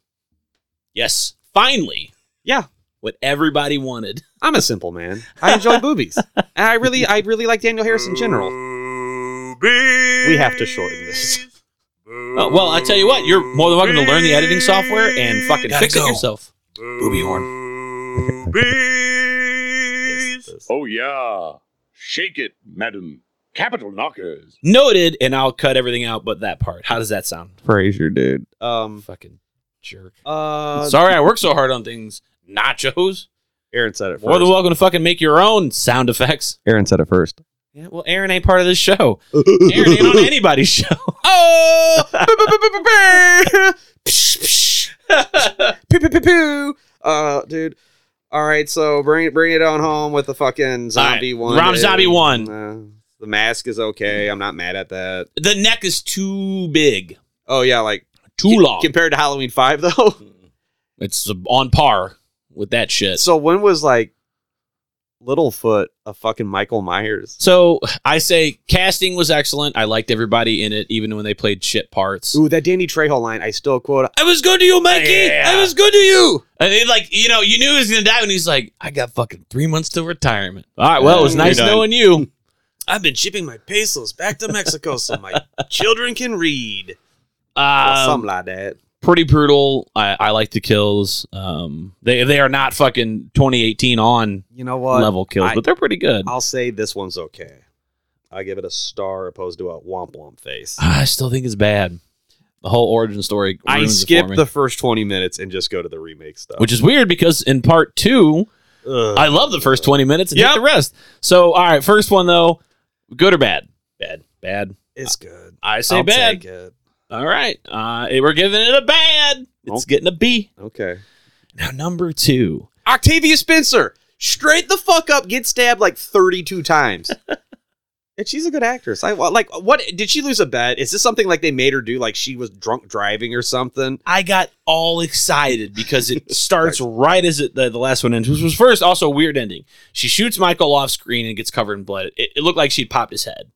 [SPEAKER 2] yes, finally.
[SPEAKER 1] Yeah.
[SPEAKER 2] What everybody wanted.
[SPEAKER 1] I'm a simple man. I enjoy
[SPEAKER 2] <laughs>
[SPEAKER 1] boobies, and I really, I really like Daniel Harris in general. We have to shorten this.
[SPEAKER 2] Oh, well, I tell you what, you're more than welcome to learn the editing software and fucking
[SPEAKER 8] Gotta
[SPEAKER 2] fix
[SPEAKER 8] go.
[SPEAKER 2] it yourself.
[SPEAKER 8] Booby horn.
[SPEAKER 5] Oh, yeah. Shake it, madam. Capital knockers.
[SPEAKER 2] Noted, and I'll cut everything out but that part. How does that sound?
[SPEAKER 1] Frazier, dude. Um.
[SPEAKER 2] Fucking jerk.
[SPEAKER 1] Uh.
[SPEAKER 2] Sorry I work so hard on things. Nachos.
[SPEAKER 1] Aaron said it
[SPEAKER 2] More than
[SPEAKER 1] first.
[SPEAKER 2] welcome to fucking make your own sound effects.
[SPEAKER 1] Aaron
[SPEAKER 2] <laughs>
[SPEAKER 1] said it first.
[SPEAKER 2] Yeah, well, Aaron ain't part of this show. Aaron ain't <laughs> on anybody's show. Oh!
[SPEAKER 1] Pew, pew, pew, pew. Uh, dude. All right, so bring it, bring it on home with the fucking zombie
[SPEAKER 2] All right,
[SPEAKER 1] one.
[SPEAKER 2] Rob Zombie one.
[SPEAKER 1] Uh, the mask is okay. I'm not mad at that.
[SPEAKER 2] <laughs> the neck is too big,
[SPEAKER 1] Oh yeah, like
[SPEAKER 2] too
[SPEAKER 1] c-
[SPEAKER 2] long.
[SPEAKER 1] compared to Halloween Five though.
[SPEAKER 2] it's on par with that shit.
[SPEAKER 1] so when was like Littlefoot a fucking Michael Myers?
[SPEAKER 2] So I say casting was excellent. I liked everybody in it, even when they played shit parts.
[SPEAKER 1] Ooh, that Danny Trejo line. I still quote.
[SPEAKER 2] I was good to you, Mikey.
[SPEAKER 8] Yeah.
[SPEAKER 2] I was good to you. And it, like you know, you knew he was gonna die when he's like, "I got fucking three months till retirement." All right, well, it was
[SPEAKER 1] You're
[SPEAKER 2] nice
[SPEAKER 1] done.
[SPEAKER 2] knowing <laughs> you.
[SPEAKER 1] I've been shipping my pesos back to Mexico so
[SPEAKER 2] <laughs>
[SPEAKER 1] my children can read.
[SPEAKER 2] Um,
[SPEAKER 1] something like that.
[SPEAKER 2] pretty brutal. I, I like the kills. Um, they they are not fucking 2018 on
[SPEAKER 1] You know what?
[SPEAKER 2] level kills,
[SPEAKER 1] I-
[SPEAKER 2] but they're pretty good.
[SPEAKER 1] I'll say this one's okay. I give it a star opposed to a womp womp face.
[SPEAKER 2] I still think it's bad. The whole origin story.
[SPEAKER 1] I
[SPEAKER 2] ruins it for
[SPEAKER 1] skip
[SPEAKER 2] me.
[SPEAKER 1] the first 20 minutes and just go to the remake stuff.
[SPEAKER 2] which is weird because in part two,
[SPEAKER 1] Ugh.
[SPEAKER 2] I love the first 20 minutes and
[SPEAKER 1] Yep.
[SPEAKER 2] hate the rest. So all right, first one though, good or bad? Bad, bad.
[SPEAKER 1] it's good.
[SPEAKER 2] I say
[SPEAKER 1] I'll
[SPEAKER 2] bad.
[SPEAKER 1] take it.
[SPEAKER 2] All right, uh, we're giving it a bad. It's getting a B.
[SPEAKER 1] Okay.
[SPEAKER 2] Now number two.
[SPEAKER 1] Octavia Spencer, straight the fuck up, get stabbed like 32 times. <laughs> and she's a good actress. I like what did she lose a bet? Is this something like they made her do like she was drunk driving or something?
[SPEAKER 2] I got all excited because it starts right as it, the, the last one ends, which was first also a weird ending. She shoots Michael off screen and gets covered in blood. It, it looked like she'd popped his head.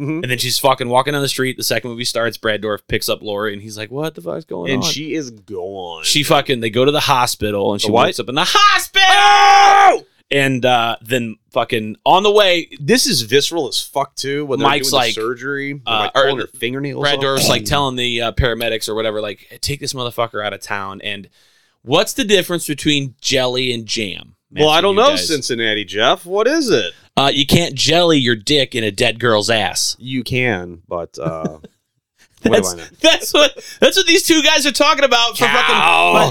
[SPEAKER 1] Mhm.
[SPEAKER 2] And then she's fucking walking down the street. The second movie starts. Brad Dorf picks up Laura and he's like, What the fuck's going
[SPEAKER 1] And
[SPEAKER 2] on?
[SPEAKER 1] she is gone.
[SPEAKER 2] she fucking, they go to the hospital and she
[SPEAKER 1] The what? Oh!
[SPEAKER 2] wakes up in the hospital. And uh, then fucking on the way,
[SPEAKER 1] this is visceral as fuck too. When they're
[SPEAKER 2] Mike's
[SPEAKER 1] doing the
[SPEAKER 2] like,
[SPEAKER 1] surgery,
[SPEAKER 2] uh,
[SPEAKER 1] like
[SPEAKER 2] or-
[SPEAKER 1] pulling her fingernails.
[SPEAKER 2] Brad
[SPEAKER 1] off.
[SPEAKER 2] Dorf's like telling the uh, paramedics or whatever, like, take this motherfucker out of town. And what's the difference between jelly and jam?
[SPEAKER 1] <clears throat> Well, I
[SPEAKER 2] Matthew,
[SPEAKER 1] don't
[SPEAKER 2] you
[SPEAKER 1] know,
[SPEAKER 2] guys?
[SPEAKER 1] Cincinnati Jeff. What is it?
[SPEAKER 2] Uh, you can't jelly your dick in a dead girl's ass.
[SPEAKER 1] You can, but <laughs> uh,
[SPEAKER 2] That's,
[SPEAKER 1] what do I know?
[SPEAKER 2] <laughs> that's what that's what these two guys are talking about for fucking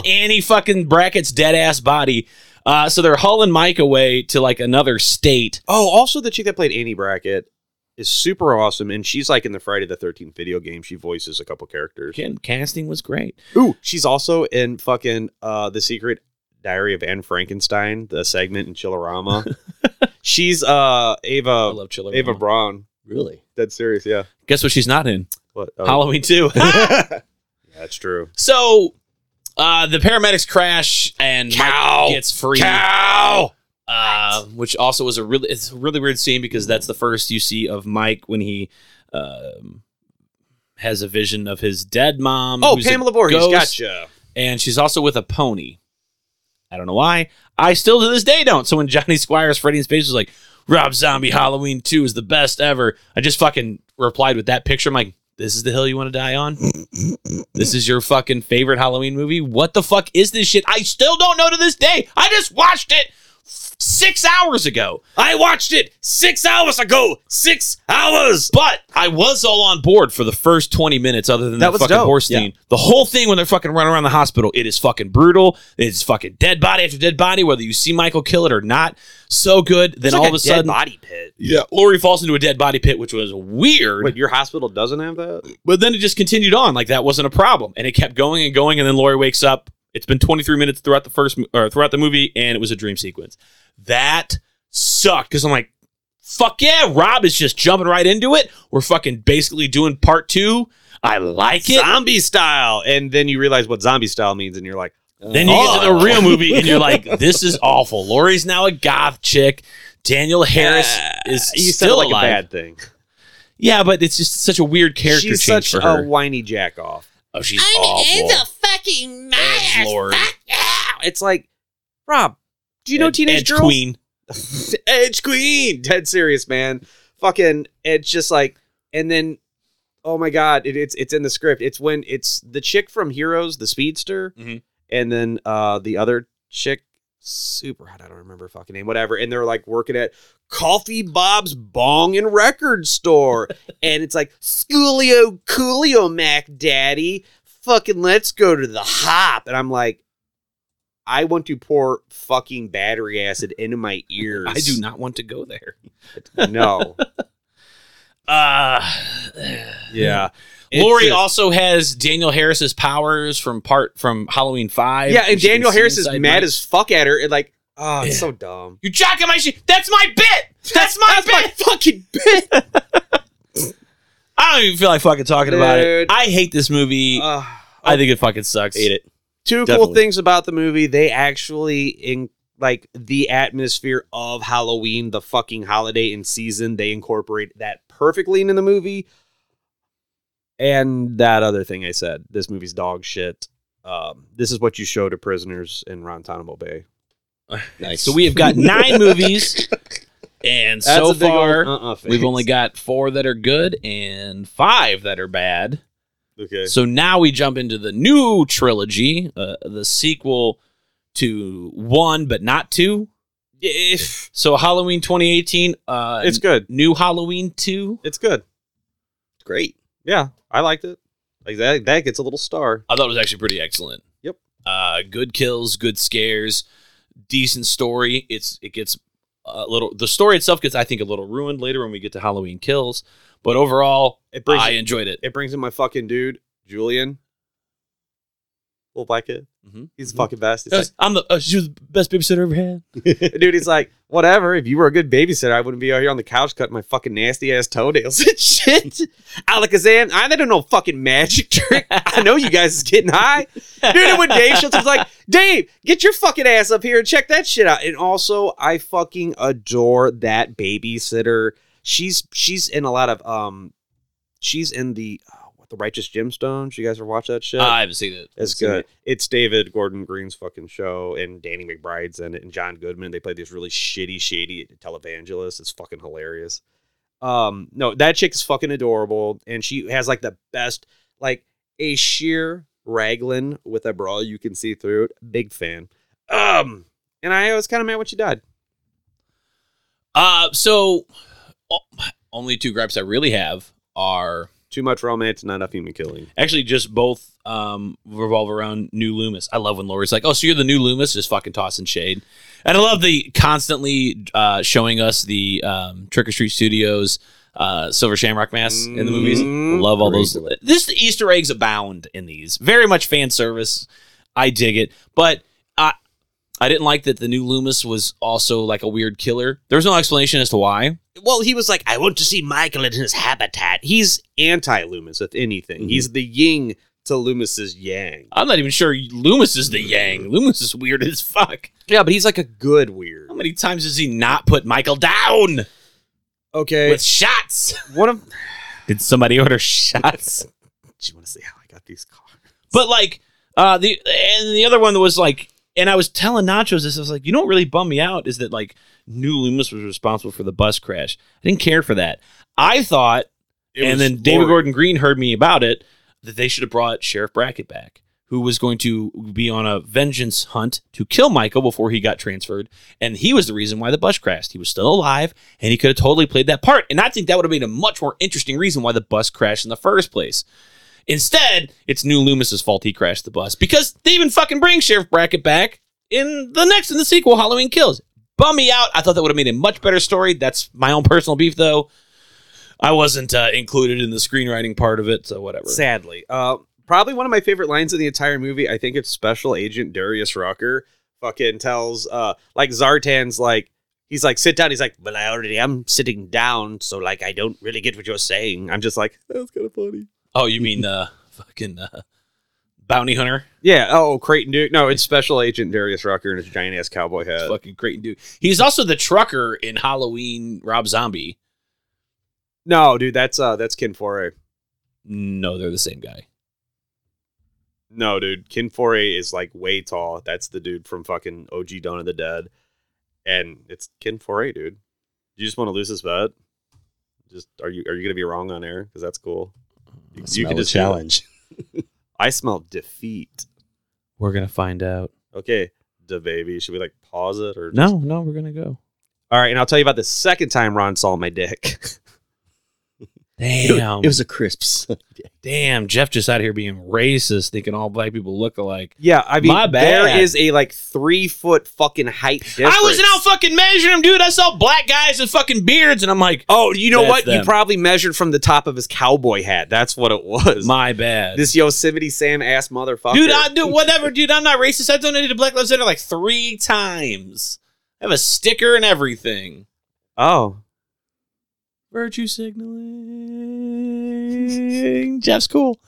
[SPEAKER 2] but Annie fucking Brackett's dead ass body. Uh, so they're hauling Mike away to like another state.
[SPEAKER 1] Oh, also the chick that played Annie Brackett is super awesome, and she's like in the Friday the Thirteenth video game. She voices a couple characters.
[SPEAKER 2] Again, casting was great.
[SPEAKER 1] Ooh, she's also in fucking uh, the Secret Diary of Anne Frankenstein, the segment in Chillerama.
[SPEAKER 2] <laughs>
[SPEAKER 1] she's uh
[SPEAKER 2] I
[SPEAKER 1] Ava
[SPEAKER 2] love Chiller.
[SPEAKER 1] Ava
[SPEAKER 2] Mama.
[SPEAKER 1] Braun.
[SPEAKER 3] Really?
[SPEAKER 1] Dead serious, yeah.
[SPEAKER 2] Guess what? She's not in
[SPEAKER 1] What? oh,
[SPEAKER 2] Halloween too.
[SPEAKER 1] that's true.
[SPEAKER 2] so uh, the paramedics crash and Mike gets free.
[SPEAKER 8] Ow!
[SPEAKER 2] uh, which also was a really it's a really weird scene because that's the first you see of Mike when he um, has a vision of his dead mom.
[SPEAKER 1] Oh,
[SPEAKER 2] who's a
[SPEAKER 1] Pamela Voorhees,
[SPEAKER 2] ghost,
[SPEAKER 1] gotcha.
[SPEAKER 2] And she's also with a pony. I don't know why. I still to this day don't. So when Johnny <laughs> Squires, Freddy in Space was like, Rob Zombie Halloween 2 is the best ever, I just fucking replied with that picture. I'm like, this is the hill you want to die on? this is your fucking favorite Halloween movie? What the fuck is this shit? I still don't know to this day. I just watched it f- six hours ago.
[SPEAKER 8] I watched it six hours ago. Six hours.
[SPEAKER 2] But I was all on board for the first 20 minutes, other than that the
[SPEAKER 1] That was
[SPEAKER 2] fucking
[SPEAKER 1] dope,
[SPEAKER 2] horse scene. The whole thing when they're fucking running around the hospital, it is fucking brutal. It's fucking dead body after dead body, whether you see Michael kill it or not. So good. Then all of a sudden,
[SPEAKER 8] body pit.
[SPEAKER 2] yeah, Lori falls into a dead body pit, which was weird.
[SPEAKER 1] Wait, your hospital doesn't have that?
[SPEAKER 2] But then it just continued on. Like that wasn't a problem. And it kept going and going. And then Lori wakes up. It's been 23 minutes throughout the first mo- or throughout the movie, and it was a dream sequence. That sucked because I'm like, fuck yeah, Rob is just jumping right into it. We're fucking basically doing part two. I like it.
[SPEAKER 1] Zombie style. And then you realize what zombie style means, and you're like, "Oh,
[SPEAKER 2] Then you get to the real movie and you're like, this is awful. Lori's now a goth chick. Daniel Harris is
[SPEAKER 1] you
[SPEAKER 2] still
[SPEAKER 1] sound like
[SPEAKER 2] alive.
[SPEAKER 1] a bad thing.
[SPEAKER 2] Yeah, but it's just such a weird character
[SPEAKER 1] She's
[SPEAKER 2] change
[SPEAKER 1] such
[SPEAKER 2] for her.
[SPEAKER 1] a whiny jack off.
[SPEAKER 2] oh, she's awful.
[SPEAKER 8] fucking
[SPEAKER 2] Edge Lord.
[SPEAKER 1] It's like, Rob, do you know
[SPEAKER 2] Ed-
[SPEAKER 1] teenage
[SPEAKER 2] Edge
[SPEAKER 1] girls?
[SPEAKER 2] Queen.
[SPEAKER 1] <laughs> Edge Queen. Dead serious, man. Fucking it's just like and then oh my god, it, it's it's in the script. It's when it's the chick from Heroes, the speedster,
[SPEAKER 2] Mhm.
[SPEAKER 1] and then uh the other chick super hot, I don't remember her fucking name, whatever, and they're like working at Coffee Bob's Bong and
[SPEAKER 2] <laughs>
[SPEAKER 1] Record Store. and it's like Schoolio Coolio Mac Daddy. Fucking let's go to the hop. And I'm like, I want to pour fucking battery acid into my ears.
[SPEAKER 2] <laughs> I do not want to go there.
[SPEAKER 1] No.
[SPEAKER 2] <laughs> Uh,
[SPEAKER 1] yeah.
[SPEAKER 2] Lori
[SPEAKER 1] It's a-
[SPEAKER 2] also has Daniel Harris's powers from part from Halloween Five.
[SPEAKER 1] Yeah, and
[SPEAKER 2] She can
[SPEAKER 1] Daniel
[SPEAKER 2] see
[SPEAKER 1] Harris is
[SPEAKER 2] inside
[SPEAKER 1] mad
[SPEAKER 2] my-
[SPEAKER 1] as fuck at her and like, oh, it's
[SPEAKER 2] Yeah.
[SPEAKER 1] so dumb.
[SPEAKER 2] you jocking my shit. That's my bit. That's my
[SPEAKER 1] That's
[SPEAKER 2] bit.
[SPEAKER 1] my fucking bit.
[SPEAKER 2] <laughs> I don't even feel like fucking talking about it.
[SPEAKER 1] Dude.
[SPEAKER 2] I hate this movie.
[SPEAKER 1] Ugh.
[SPEAKER 2] I think Uh, it fucking sucks.
[SPEAKER 3] Ate it.
[SPEAKER 1] Uh, oh, two cool
[SPEAKER 3] Definitely.
[SPEAKER 1] things about the movie they actually in like the atmosphere of halloween the fucking holiday and season they incorporate that perfectly into the movie and that other thing i said this movie's dog shit um, this is what you show to prisoners in Guantanamo Bay.
[SPEAKER 3] Nice.
[SPEAKER 2] So we have <laughs> got nine movies, and so far
[SPEAKER 1] Uh-uh,
[SPEAKER 2] we've only got four that are good and five that are bad.
[SPEAKER 1] okay.
[SPEAKER 2] So now we jump into the new trilogy, uh, the sequel to one, but not two. So Halloween 2018, uh,
[SPEAKER 1] It's good.
[SPEAKER 2] new Halloween two.
[SPEAKER 1] It's good.
[SPEAKER 3] great.
[SPEAKER 1] Yeah, I liked it. Like that, that gets a little star.
[SPEAKER 2] I thought it was actually pretty excellent.
[SPEAKER 1] Yep.
[SPEAKER 2] Uh, good kills, good scares, decent story. It's it gets a little. The story itself gets, I think, a little ruined later when we get to Halloween kills. But overall,
[SPEAKER 1] It brings
[SPEAKER 2] I enjoyed it.
[SPEAKER 1] it brings in my fucking dude, Julian. Little black kid.
[SPEAKER 2] Mhm.
[SPEAKER 1] He's the fucking best. He's
[SPEAKER 2] Uh, I'm the uh, she was the best babysitter I ever had.
[SPEAKER 1] like- dude, he's like, whatever. If you were a good babysitter, I wouldn't be out here on the couch cutting my fucking nasty ass toenails and <laughs> shit. Alakazam, I don't know fucking magic trick. I know you guys is getting high. Dude, and when Dave Schultz was like, Dave, get your fucking ass up here and check that shit out. And also, I fucking adore that babysitter. She's she's in a lot of um she's in the oh, what the righteous gemstones. You guys ever watch that shit?
[SPEAKER 2] Uh, I haven't seen it.
[SPEAKER 1] It's good. It's David Gordon Green's fucking show, and Danny McBride's in it, and John Goodman. They play these really shitty, shady televangelists. It's fucking hilarious. Um, no, that chick is fucking adorable, and she has like the best, like a sheer raglan with a bra you can see through it. Big fan. Um, and I was kind of mad when she died.
[SPEAKER 2] Uh, so o- only two gripes I really have are
[SPEAKER 1] Too much romance, not enough human killing.
[SPEAKER 2] actually just both um, revolve around new Loomis. I love when Lori's like, "Oh, so you're the new Loomis?" Just fucking tossing shade, and I love the constantly uh, showing us the um, Trick or Treat Studios. Uh, Silver Shamrock Mass in the movies.
[SPEAKER 1] Mhm.
[SPEAKER 2] Love all those. This the Easter eggs abound in these. Very much fan service. I dig it, but I I didn't like that the new Loomis was also like a weird killer. There was no explanation as to why.
[SPEAKER 1] Well, he was like, I want to see Michael in his habitat. He's anti Loomis, if anything. He's the yin to Loomis's yang.
[SPEAKER 2] I'm not even sure Loomis is the Yang. Loomis is weird as fuck.
[SPEAKER 1] Yeah, but he's like a good weird.
[SPEAKER 2] How many times has he not put Michael down
[SPEAKER 1] Okay.
[SPEAKER 2] with shots?
[SPEAKER 1] one of.
[SPEAKER 2] <laughs> Did somebody order shots?
[SPEAKER 1] Do you want to see how I got these cards?
[SPEAKER 2] but like uh the and the other one was like and I was telling Nachos this, I was like, you know what really bummed me out is that like new Loomis was responsible for the bus crash. I didn't care for that. I thought and then David Gordon Green heard me about it that they should have brought Sheriff Brackett back, who was going to be on a vengeance hunt to kill Michael before he got transferred, and he was the reason why the bus crashed. He was still alive, and he could have totally played that part. And I think that would have been a much more interesting reason why the bus crashed in the first place. Instead, it's New Loomis's fault he crashed the bus because they even fucking bring Sheriff Brackett back in the next in the sequel, Halloween Kills. Bum me out. I thought that would have made a much better story. That's my own personal beef, though. I wasn't uh, included in the screenwriting part of it, so whatever.
[SPEAKER 1] Sadly. Uh, probably one of my favorite lines in the entire movie. I think it's Special Agent Darius Rucker fucking tells uh like Zartan's like he's like sit down. He's like
[SPEAKER 8] Well, I already am sitting down, so like I don't really get what you're saying.
[SPEAKER 1] I'm just like that's kind of funny.
[SPEAKER 2] Oh, you mean uh, fucking uh, bounty hunter?
[SPEAKER 1] Yeah. Oh, Creighton Duke. No, it's Special Agent Darius Rucker and his giant ass cowboy hat.
[SPEAKER 2] fucking Creighton dude. He's also the trucker in Halloween. Rob Zombie.
[SPEAKER 1] No, dude, that's uh that's Kin Foray.
[SPEAKER 2] No, they're the same guy.
[SPEAKER 1] No, dude, Kin Foray is like way tall. That's the dude from fucking OG Dawn of the Dead, and it's Kin Foray, dude. You just want to lose this bet? Just are you are you gonna be wrong on air? Because that's cool. You, you
[SPEAKER 3] Smell
[SPEAKER 1] can
[SPEAKER 3] the
[SPEAKER 1] just challenge.
[SPEAKER 3] challenge. <laughs>
[SPEAKER 1] I smell defeat.
[SPEAKER 2] We're gonna find out.
[SPEAKER 1] Okay, the baby. Should we like pause it or just-
[SPEAKER 2] No, no, we're gonna go.
[SPEAKER 1] All right, and I'll tell you about the second time Ron saw my dick. <laughs>
[SPEAKER 2] Damn,
[SPEAKER 3] It was a crisps.
[SPEAKER 2] damn. Jeff just out here being racist, thinking all black people look alike.
[SPEAKER 1] yeah, I mean,
[SPEAKER 2] My bad.
[SPEAKER 1] there is a like three foot fucking height difference.
[SPEAKER 2] I wasn't out fucking measuring them, dude. I saw black guys with fucking beards, and I'm like,
[SPEAKER 1] Oh, you know
[SPEAKER 2] That's
[SPEAKER 1] what? You
[SPEAKER 2] them.
[SPEAKER 1] probably measured from the top of his cowboy hat. That's what it was.
[SPEAKER 2] my bad.
[SPEAKER 1] this Yosemite Sam ass motherfucker.
[SPEAKER 2] Dude, I do whatever, dude. I'm not racist. I donated to Black Lives Matter like three times. I have a sticker and everything.
[SPEAKER 1] oh,
[SPEAKER 2] Virtue signaling. Jeff's cool.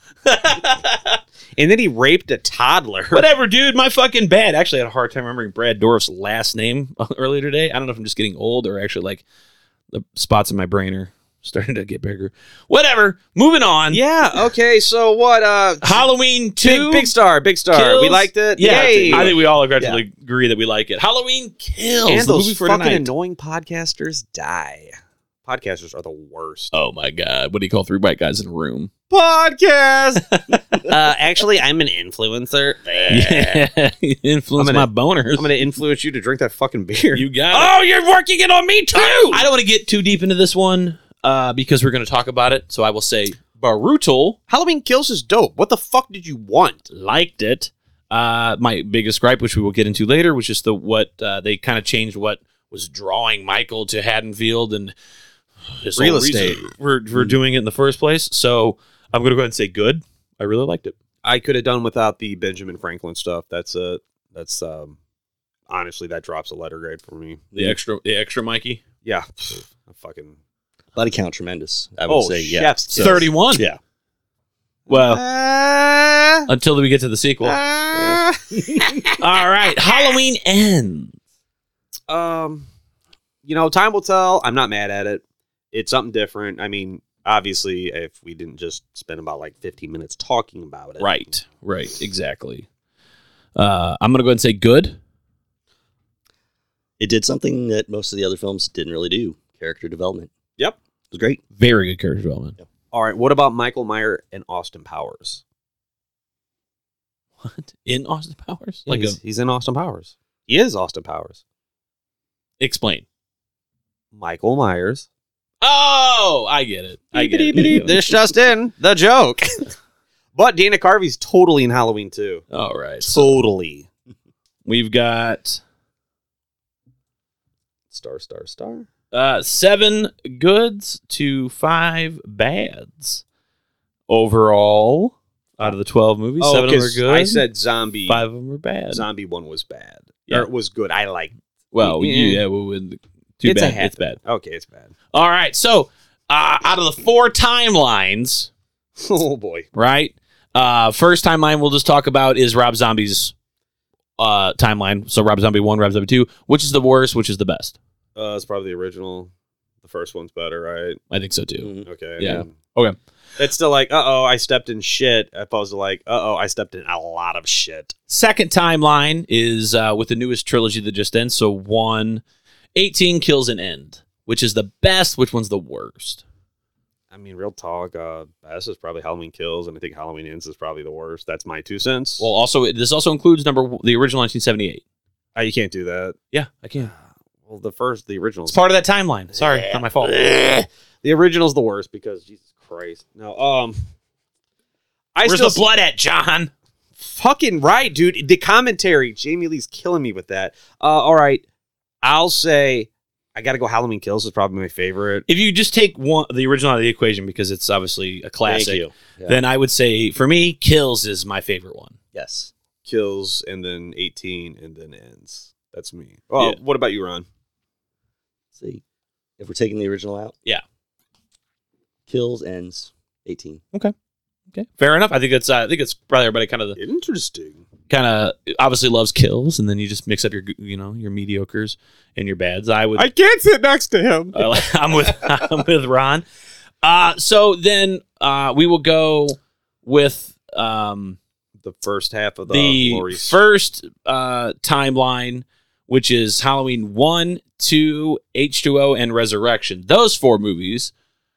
[SPEAKER 1] and then he raped a toddler. <laughs>
[SPEAKER 2] whatever, dude. My fucking bad. Actually, I had a hard time remembering Brad Dorff's last name <laughs> earlier today. I don't know if I'm just getting old or actually like the spots in my brain are <laughs> starting to get bigger. Whatever. Moving on.
[SPEAKER 1] Yeah. Okay. So what? Uh,
[SPEAKER 2] Halloween two.
[SPEAKER 1] big, big star, big star.
[SPEAKER 2] Kills.
[SPEAKER 1] We liked it.
[SPEAKER 2] Yeah,
[SPEAKER 1] Yay.
[SPEAKER 2] I think we all aggressively agree that we like it. Halloween kills.
[SPEAKER 1] and
[SPEAKER 2] the
[SPEAKER 1] those
[SPEAKER 2] movie for
[SPEAKER 1] fucking
[SPEAKER 2] tonight.
[SPEAKER 1] annoying podcasters die. Podcasters are the worst.
[SPEAKER 2] oh my god, what do you call three white guys in a room?
[SPEAKER 1] Podcast. <laughs>
[SPEAKER 8] Uh, actually, I'm an influencer.
[SPEAKER 2] Yeah, <laughs> influence
[SPEAKER 1] I'm gonna-
[SPEAKER 2] my boners.
[SPEAKER 1] I'm gonna influence you to drink that fucking beer.
[SPEAKER 2] you got it.
[SPEAKER 8] Oh, you're working it on me too.
[SPEAKER 2] I don't want to get too deep into this one uh, because we're going to talk about it. So I will say brutal.
[SPEAKER 1] Halloween Kills is dope. What the fuck did you want?
[SPEAKER 2] Liked it. Uh, my biggest gripe, which we will get into later, was just the what uh, they kind of changed what was drawing Michael to Haddonfield and his
[SPEAKER 1] Real
[SPEAKER 2] whole reason
[SPEAKER 1] estate.
[SPEAKER 2] for, for
[SPEAKER 8] Mm.
[SPEAKER 2] doing it in the first place. So I'm going to go ahead and say good. I really liked it.
[SPEAKER 1] I could have done without the Benjamin Franklin stuff. That's a that's um honestly that drops a letter grade for me.
[SPEAKER 2] The
[SPEAKER 8] Mm.
[SPEAKER 2] extra, the extra Mikey,
[SPEAKER 1] Yeah. I fucking
[SPEAKER 3] <laughs> Body count tremendous. I would
[SPEAKER 1] Oh,
[SPEAKER 3] say yeah.
[SPEAKER 1] chef's kiss.
[SPEAKER 2] thirty-one.
[SPEAKER 3] Yeah.
[SPEAKER 2] Well,
[SPEAKER 1] Ah,
[SPEAKER 8] Uh.
[SPEAKER 2] until we get to the sequel.
[SPEAKER 1] ah.
[SPEAKER 2] All right, Halloween ends.
[SPEAKER 1] um you know, time will tell. I'm not mad at it. It's something different. I mean, obviously if we didn't just spend about like 15 minutes talking about it.
[SPEAKER 2] Right, right, exactly. Uh, I'm gonna go ahead and say good.
[SPEAKER 3] It did something that most of the other films didn't really do. Character development.
[SPEAKER 1] Yep.
[SPEAKER 3] It was great.
[SPEAKER 2] Very good character development.
[SPEAKER 1] All right, what about Michael Meyer and Austin Powers?
[SPEAKER 2] What in Austin Powers?
[SPEAKER 1] Like
[SPEAKER 2] Like,
[SPEAKER 1] he's, he's in Austin Powers. He is Austin Powers.
[SPEAKER 2] a, explain.
[SPEAKER 1] Michael Myers.
[SPEAKER 2] Oh, I get it. I get
[SPEAKER 1] Beep,
[SPEAKER 2] it.
[SPEAKER 1] this just in the joke. <laughs> but Dana Carvey's totally in Halloween too.
[SPEAKER 2] All right, so
[SPEAKER 1] Totally.
[SPEAKER 2] we've got
[SPEAKER 1] Star, star, star.
[SPEAKER 2] uh, seven goods to five bads overall out of the twelve movies.
[SPEAKER 1] Oh,
[SPEAKER 2] seven of them are
[SPEAKER 1] 'cause
[SPEAKER 2] good.
[SPEAKER 1] I said zombie.
[SPEAKER 2] five of them are bad.
[SPEAKER 1] Zombie one was bad.
[SPEAKER 2] Yeah.
[SPEAKER 1] Or it was good. I like.
[SPEAKER 2] Well,
[SPEAKER 1] Yeah.
[SPEAKER 2] yeah, well, with- too
[SPEAKER 1] It's a
[SPEAKER 2] bad.
[SPEAKER 1] habit.
[SPEAKER 2] it's bad.
[SPEAKER 1] Okay,
[SPEAKER 2] <laughs>
[SPEAKER 1] it's bad.
[SPEAKER 2] All right, so uh, out of the four timelines,
[SPEAKER 1] oh boy.
[SPEAKER 2] right? Uh, first timeline we'll just talk about is Rob Zombie's uh, timeline. So Rob Zombie one, Rob Zombie two, which is the worst, which is the best?
[SPEAKER 1] Uh, it's probably the original. The first one's better, right?
[SPEAKER 2] I think so too.
[SPEAKER 3] Mhm.
[SPEAKER 1] Okay. I
[SPEAKER 2] Yeah.
[SPEAKER 1] mean,
[SPEAKER 2] Okay.
[SPEAKER 1] It's still like, uh oh, I stepped in shit. Opposed to like, uh oh, I stepped in a lot of shit.
[SPEAKER 2] Second timeline is uh, with the newest trilogy that just ends. So one, 18 kills an end, which is the best. Which one's the worst?
[SPEAKER 1] I mean, real talk. Uh, this is probably Halloween Kills, and I think Halloween Ends is probably the worst. That's my two cents.
[SPEAKER 2] Well, also this also includes number the original 1978.
[SPEAKER 1] Uh, you can't do that. Ah,
[SPEAKER 2] Yeah, I can.
[SPEAKER 1] Well, the first, the original,
[SPEAKER 2] It's part of that timeline. Sorry, not my fault.
[SPEAKER 1] the original's the worst because Jesus Christ. No, um, I
[SPEAKER 2] Where's
[SPEAKER 1] still
[SPEAKER 2] the blood at, John?
[SPEAKER 1] fucking right, dude. The commentary, Jamie Lee's killing me with that. Uh, all right, I'll say I got to go. Halloween Kills is probably my favorite.
[SPEAKER 2] If you just take one the original out of the equation because it's obviously a classic,
[SPEAKER 3] Thank you. Yeah.
[SPEAKER 2] then I would say for me, Kills is my favorite one.
[SPEAKER 3] Yes.
[SPEAKER 1] Kills and then 18 and then ends. That's me. Well,
[SPEAKER 2] Yeah.
[SPEAKER 1] what about you, Ron?
[SPEAKER 3] See, if we're taking the original out,
[SPEAKER 2] Yeah.
[SPEAKER 3] Kills ends eighteen.
[SPEAKER 2] Okay, fair enough. I think that's uh, I think it's probably everybody kind of
[SPEAKER 1] Interesting.
[SPEAKER 2] kind of obviously loves Kills, and then you just mix up your g- you know your mediocres and your bads. I would
[SPEAKER 1] can't sit next to him.
[SPEAKER 2] Uh, <laughs> I'm with I'm with Ron. Uh, so then uh, we will go with um,
[SPEAKER 1] The first half of the,
[SPEAKER 2] the
[SPEAKER 1] Laurie S-
[SPEAKER 2] first uh, timeline, which is Halloween one, two, H2O, and Resurrection. Those four movies.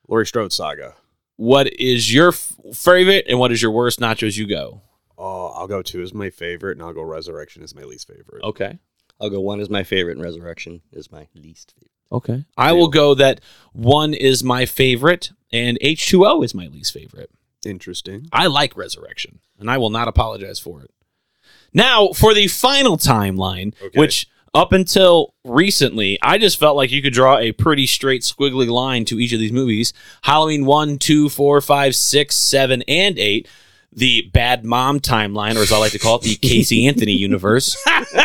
[SPEAKER 1] Laurie Strode saga.
[SPEAKER 2] What is your f- favorite and what is your worst? Nachos, you go.
[SPEAKER 1] Oh, I'll go two is my favorite, and I'll go Resurrection is my least favorite.
[SPEAKER 2] Okay.
[SPEAKER 3] I'll go one is my favorite, and Resurrection is my least favorite.
[SPEAKER 2] Okay. I will go that one is my favorite and H2O is my least favorite.
[SPEAKER 1] Interesting.
[SPEAKER 2] I like Resurrection, and I will not apologize for it. Now, for the final timeline,
[SPEAKER 1] Okay.
[SPEAKER 2] which up until recently, I just felt like you could draw a pretty straight squiggly line to each of these movies Halloween 1, 2, 4, 5, 6, 7, and 8. The bad mom timeline, or as I like to call it, the Casey Anthony universe. <laughs>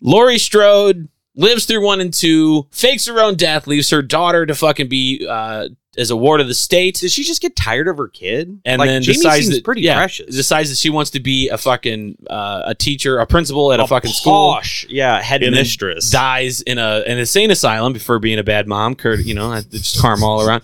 [SPEAKER 2] Laurie Strode lives through one and two, fakes her own death, leaves her daughter to fucking be uh, as a ward of the state
[SPEAKER 1] Did she just get tired of her kid?
[SPEAKER 2] and
[SPEAKER 1] like,
[SPEAKER 2] then
[SPEAKER 1] Jamie
[SPEAKER 2] decides
[SPEAKER 1] seems
[SPEAKER 2] that,
[SPEAKER 1] pretty
[SPEAKER 2] yeah,
[SPEAKER 1] precious.
[SPEAKER 2] Decides that she wants to be a fucking uh, a teacher, a principal at a, fucking school.
[SPEAKER 1] posh, yeah, head
[SPEAKER 2] And then
[SPEAKER 1] mistress.
[SPEAKER 2] Dies in a an insane asylum for being a bad mom. Cur- you know, it's just karma all around.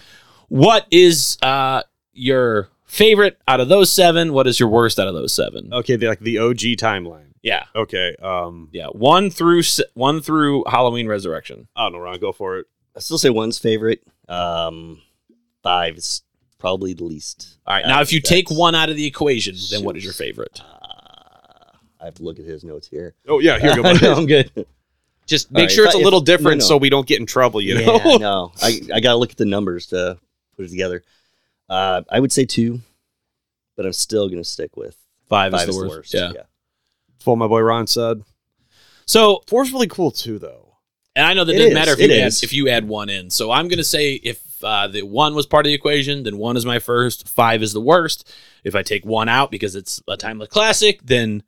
[SPEAKER 2] What is uh, your favorite out of those seven? What is your worst out of those seven?
[SPEAKER 1] okay, the, like the OG timeline.
[SPEAKER 2] Yeah,
[SPEAKER 1] Okay, um,
[SPEAKER 2] yeah, one through s- one through Halloween Resurrection.
[SPEAKER 1] I don't know, Ron, go for it.
[SPEAKER 3] I still say one's favorite. Um, five is probably the least.
[SPEAKER 2] All right,
[SPEAKER 3] out
[SPEAKER 2] now
[SPEAKER 3] of
[SPEAKER 2] if you
[SPEAKER 3] the
[SPEAKER 2] take
[SPEAKER 3] best.
[SPEAKER 2] one out of the equation, then what is your favorite?
[SPEAKER 3] Uh, I have to look at his notes here.
[SPEAKER 1] Oh yeah,
[SPEAKER 3] <laughs>
[SPEAKER 1] here you go. bud.
[SPEAKER 3] No, I'm good.
[SPEAKER 1] Just
[SPEAKER 3] All
[SPEAKER 1] make
[SPEAKER 3] right,
[SPEAKER 1] sure
[SPEAKER 3] if
[SPEAKER 1] it's a
[SPEAKER 3] I- if-
[SPEAKER 1] little different
[SPEAKER 3] no, no.
[SPEAKER 1] so we don't get in trouble. You
[SPEAKER 3] yeah,
[SPEAKER 1] know,
[SPEAKER 3] no, I, I gotta look at the numbers to put it together. Uh, I would say two, but I'm still gonna stick with
[SPEAKER 2] Five,
[SPEAKER 3] five
[SPEAKER 2] is the worst.
[SPEAKER 3] Yeah.
[SPEAKER 2] Yeah.
[SPEAKER 1] that's <laughs> what my boy Ron said.
[SPEAKER 2] So
[SPEAKER 1] Four's really cool too, though.
[SPEAKER 2] And I know that
[SPEAKER 3] It
[SPEAKER 2] doesn't
[SPEAKER 3] is,
[SPEAKER 2] matter if
[SPEAKER 3] it
[SPEAKER 2] you add,
[SPEAKER 3] is.
[SPEAKER 2] if you add one in. So I'm going to say if uh, the one was part of the equation, then one is my first. Five is the worst. If I take one out because it's a timeless classic, then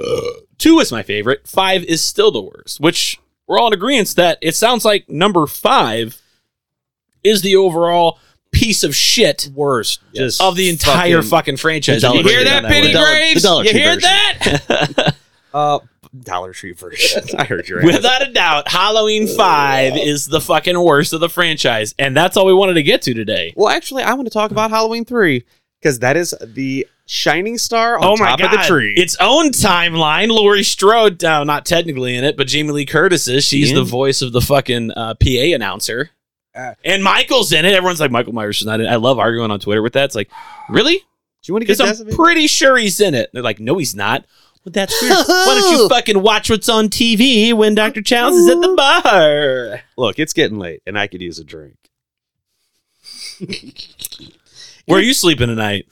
[SPEAKER 2] uh, two is my favorite. Five is still the worst. Which we're all in agreement that it sounds like number five is the overall piece of shit
[SPEAKER 1] Worst,
[SPEAKER 3] Yes.
[SPEAKER 2] of the entire fucking, franchise.
[SPEAKER 3] the
[SPEAKER 2] You
[SPEAKER 3] dollar
[SPEAKER 2] hear
[SPEAKER 3] tree.
[SPEAKER 2] that,
[SPEAKER 3] The
[SPEAKER 2] Penny
[SPEAKER 3] dollar-
[SPEAKER 2] Graves?
[SPEAKER 3] the dollar
[SPEAKER 2] You
[SPEAKER 3] tree
[SPEAKER 2] hear
[SPEAKER 3] version. <laughs>
[SPEAKER 2] that?
[SPEAKER 1] uh, Dollar Tree version. I heard your ass.
[SPEAKER 2] Without a doubt, Halloween
[SPEAKER 1] Oh,
[SPEAKER 2] 5 is the fucking worst of the franchise. And that's all we wanted to get to today.
[SPEAKER 1] Well, actually, I want to talk about Halloween three because that is the shining star
[SPEAKER 3] Oh.
[SPEAKER 1] on top of the tree.
[SPEAKER 2] Oh Its own timeline. Laurie Strode, uh, not technically in it, but Jamie Lee Curtis is. She's the voice of the fucking uh, PA announcer.
[SPEAKER 1] Uh,
[SPEAKER 2] and Michael's in it. Everyone's like, Michael Myers is not in it. I love arguing on Twitter with that. It's like, really?
[SPEAKER 1] Do you want to get
[SPEAKER 2] Because I'm
[SPEAKER 1] decimated?
[SPEAKER 2] pretty sure he's in it. They're like, no, he's not. Well, that's weird. Why don't
[SPEAKER 1] <laughs>
[SPEAKER 2] you fucking watch what's on TV when Dr. Childs is at the bar?
[SPEAKER 1] Look, it's getting late, and I could use a drink.
[SPEAKER 2] Where are you sleeping tonight?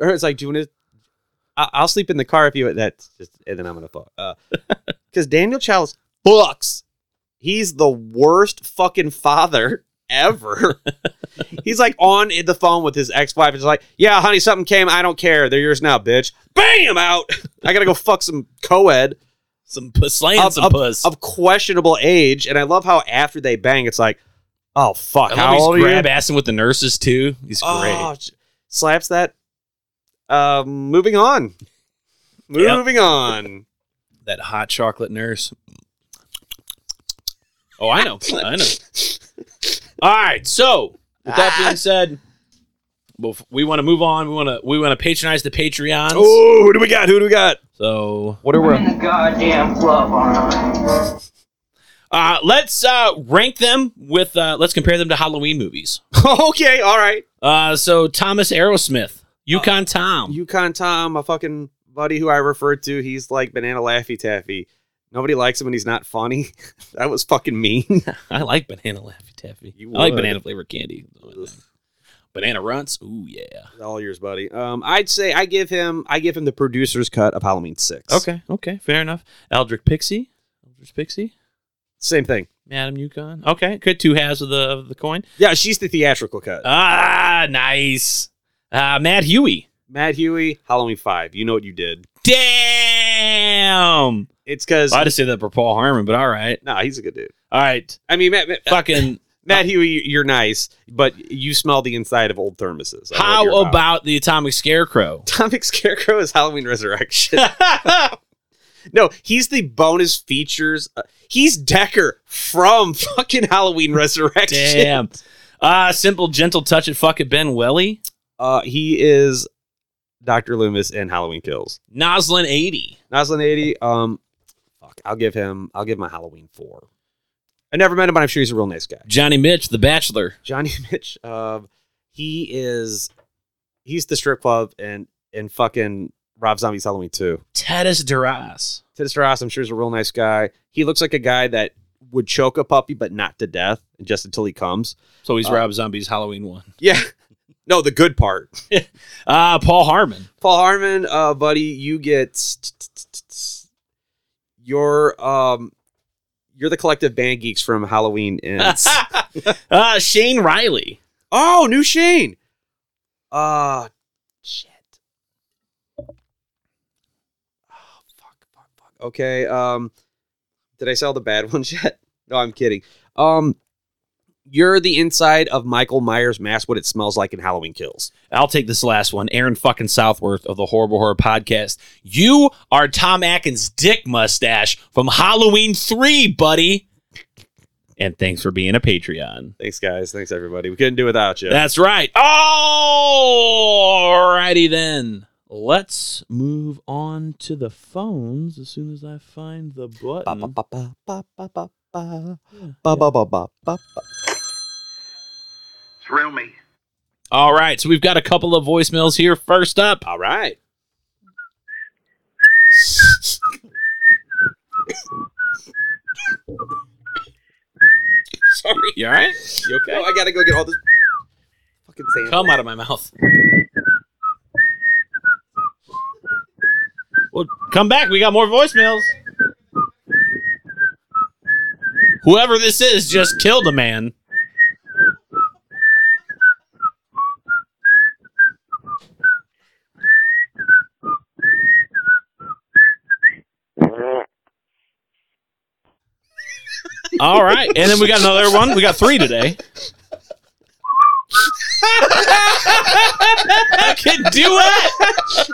[SPEAKER 1] Or it's like, do you want to? I'll sleep in the car if you. That's just, and then I'm gonna Uh, fuck. Because Daniel Chalice books. He's the worst fucking father <laughs> ever. He's like on the phone with his ex wife. It's like, yeah, honey, something came. I don't care. They're yours now, bitch. Bam out. I gotta go fuck some co-ed.
[SPEAKER 2] Some puss, slaying
[SPEAKER 1] Of-
[SPEAKER 2] some puss.
[SPEAKER 1] of questionable age. And I love how after they bang, it's like, oh fuck,
[SPEAKER 2] I
[SPEAKER 1] how
[SPEAKER 2] love
[SPEAKER 1] old are
[SPEAKER 2] he's
[SPEAKER 1] you?
[SPEAKER 2] grab assing with the nurses too. He's
[SPEAKER 1] Oh,
[SPEAKER 2] great.
[SPEAKER 1] j- slaps that. Um, moving on.
[SPEAKER 2] Yep.
[SPEAKER 1] Moving on.
[SPEAKER 2] That hot chocolate nurse. Oh, I know. I know. All right. So with that
[SPEAKER 1] Ah.
[SPEAKER 2] being said, bef- we want to move on. We want to we want to patronize the Patreons.
[SPEAKER 1] Oh, who do we got? Who do we got?
[SPEAKER 2] So
[SPEAKER 1] What are we?
[SPEAKER 9] in the goddamn club, aren't I?
[SPEAKER 2] uh, let's uh, rank them with uh, let's compare them to Halloween movies.
[SPEAKER 1] <laughs> okay, all right. Uh,
[SPEAKER 2] Uh, so Thomas Aerosmith, Yukon Tom.
[SPEAKER 1] Yukon Tom, my fucking buddy who I referred to, he's like banana laffy taffy. Nobody likes him and he's not funny. <laughs> that was fucking mean.
[SPEAKER 2] I like banana laffy taffy.
[SPEAKER 1] You
[SPEAKER 2] I like
[SPEAKER 1] would.
[SPEAKER 2] banana flavored candy. Banana runts. Ooh yeah.
[SPEAKER 1] all yours, buddy. Um, I'd say I give him I give him the producer's cut of Halloween six.
[SPEAKER 2] Okay, okay, fair enough. Eldrick Pixie, Eldrick Pixie.
[SPEAKER 1] Same thing.
[SPEAKER 2] Madam Yukon. Okay, good. Two halves of the of the coin.
[SPEAKER 1] Yeah, she's the theatrical cut.
[SPEAKER 2] Ah, nice. Uh, Matt Huey.
[SPEAKER 1] Matt Huey, Halloween Five. You know what you did.
[SPEAKER 2] Damn.
[SPEAKER 1] It's because
[SPEAKER 2] I'd have said that for Paul Harmon, but all right,
[SPEAKER 1] nah, he's a good dude.
[SPEAKER 2] all <laughs> right.
[SPEAKER 1] I mean, Matt, Matt,
[SPEAKER 2] Fucking.
[SPEAKER 1] Matt Huey, you- you're nice, but you smell the inside of old thermoses. I don't know what
[SPEAKER 2] How
[SPEAKER 1] you're
[SPEAKER 2] about. the Atomic Scarecrow?
[SPEAKER 1] <laughs> Atomic Scarecrow is Halloween Resurrection? <laughs> no, he's the bonus features. uh, He's Decker from <laughs> fucking Halloween Resurrection.
[SPEAKER 2] <laughs> Damn. Uh, simple, gentle touch at fucking Ben Welly.
[SPEAKER 1] Uh, he is Dr. Loomis in Halloween Kills.
[SPEAKER 2] Noslin 80.
[SPEAKER 1] Noslin 80, um, fuck, I'll give him, I'll give him a Halloween 4. I never met him, but I'm sure he's a real nice guy.
[SPEAKER 2] Johnny Mitch, The Bachelor.
[SPEAKER 1] Johnny <laughs> Mitch, um, he is, he's the strip club and, and fucking Rob Zombie's Halloween 2.
[SPEAKER 2] Tedis Duras.
[SPEAKER 1] Titus Ross, I'm sure, is a real nice guy. He looks like a guy that would choke a puppy, but not to death, and just until he comes.
[SPEAKER 2] So he's
[SPEAKER 1] Uh,
[SPEAKER 2] Rob Zombie's Halloween one.
[SPEAKER 1] Yeah. No, the good part.
[SPEAKER 2] Uh, Paul Harmon.
[SPEAKER 1] Paul Harmon, uh, buddy, you get your um, you're the collective band geeks from Halloween ends.
[SPEAKER 2] uh, Shane Riley.
[SPEAKER 1] oh, new Shane. Uh shit. Oh fuck, fuck, fuck. Okay. Um, did I sell the bad <laughs> ones yet? No, I'm kidding. Um, you're the inside of Michael Myers' mask. What it smells like in Halloween Kills.
[SPEAKER 2] I'll take this last one. Aaron fucking Southworth of the Horrible Horror Podcast. You are Tom Atkins' dick mustache from Halloween 3, buddy. And thanks for being a Patreon.
[SPEAKER 1] Thanks, guys. Thanks, everybody. We couldn't do without you.
[SPEAKER 2] That's right. Alrighty then. Let's move on to the phones as soon as I find the button.
[SPEAKER 9] Thrill me.
[SPEAKER 2] All right, so we've got a couple of voicemails here. First up,
[SPEAKER 1] All right.
[SPEAKER 2] <laughs> sorry, you all right? You
[SPEAKER 1] Oh,
[SPEAKER 2] okay?
[SPEAKER 1] I gotta go get all this fucking sand.
[SPEAKER 2] Come out of my mouth. Well, come back. We got more voicemails. Whoever this is just killed a man. All right. And then we got another one. We got three today. I can do it.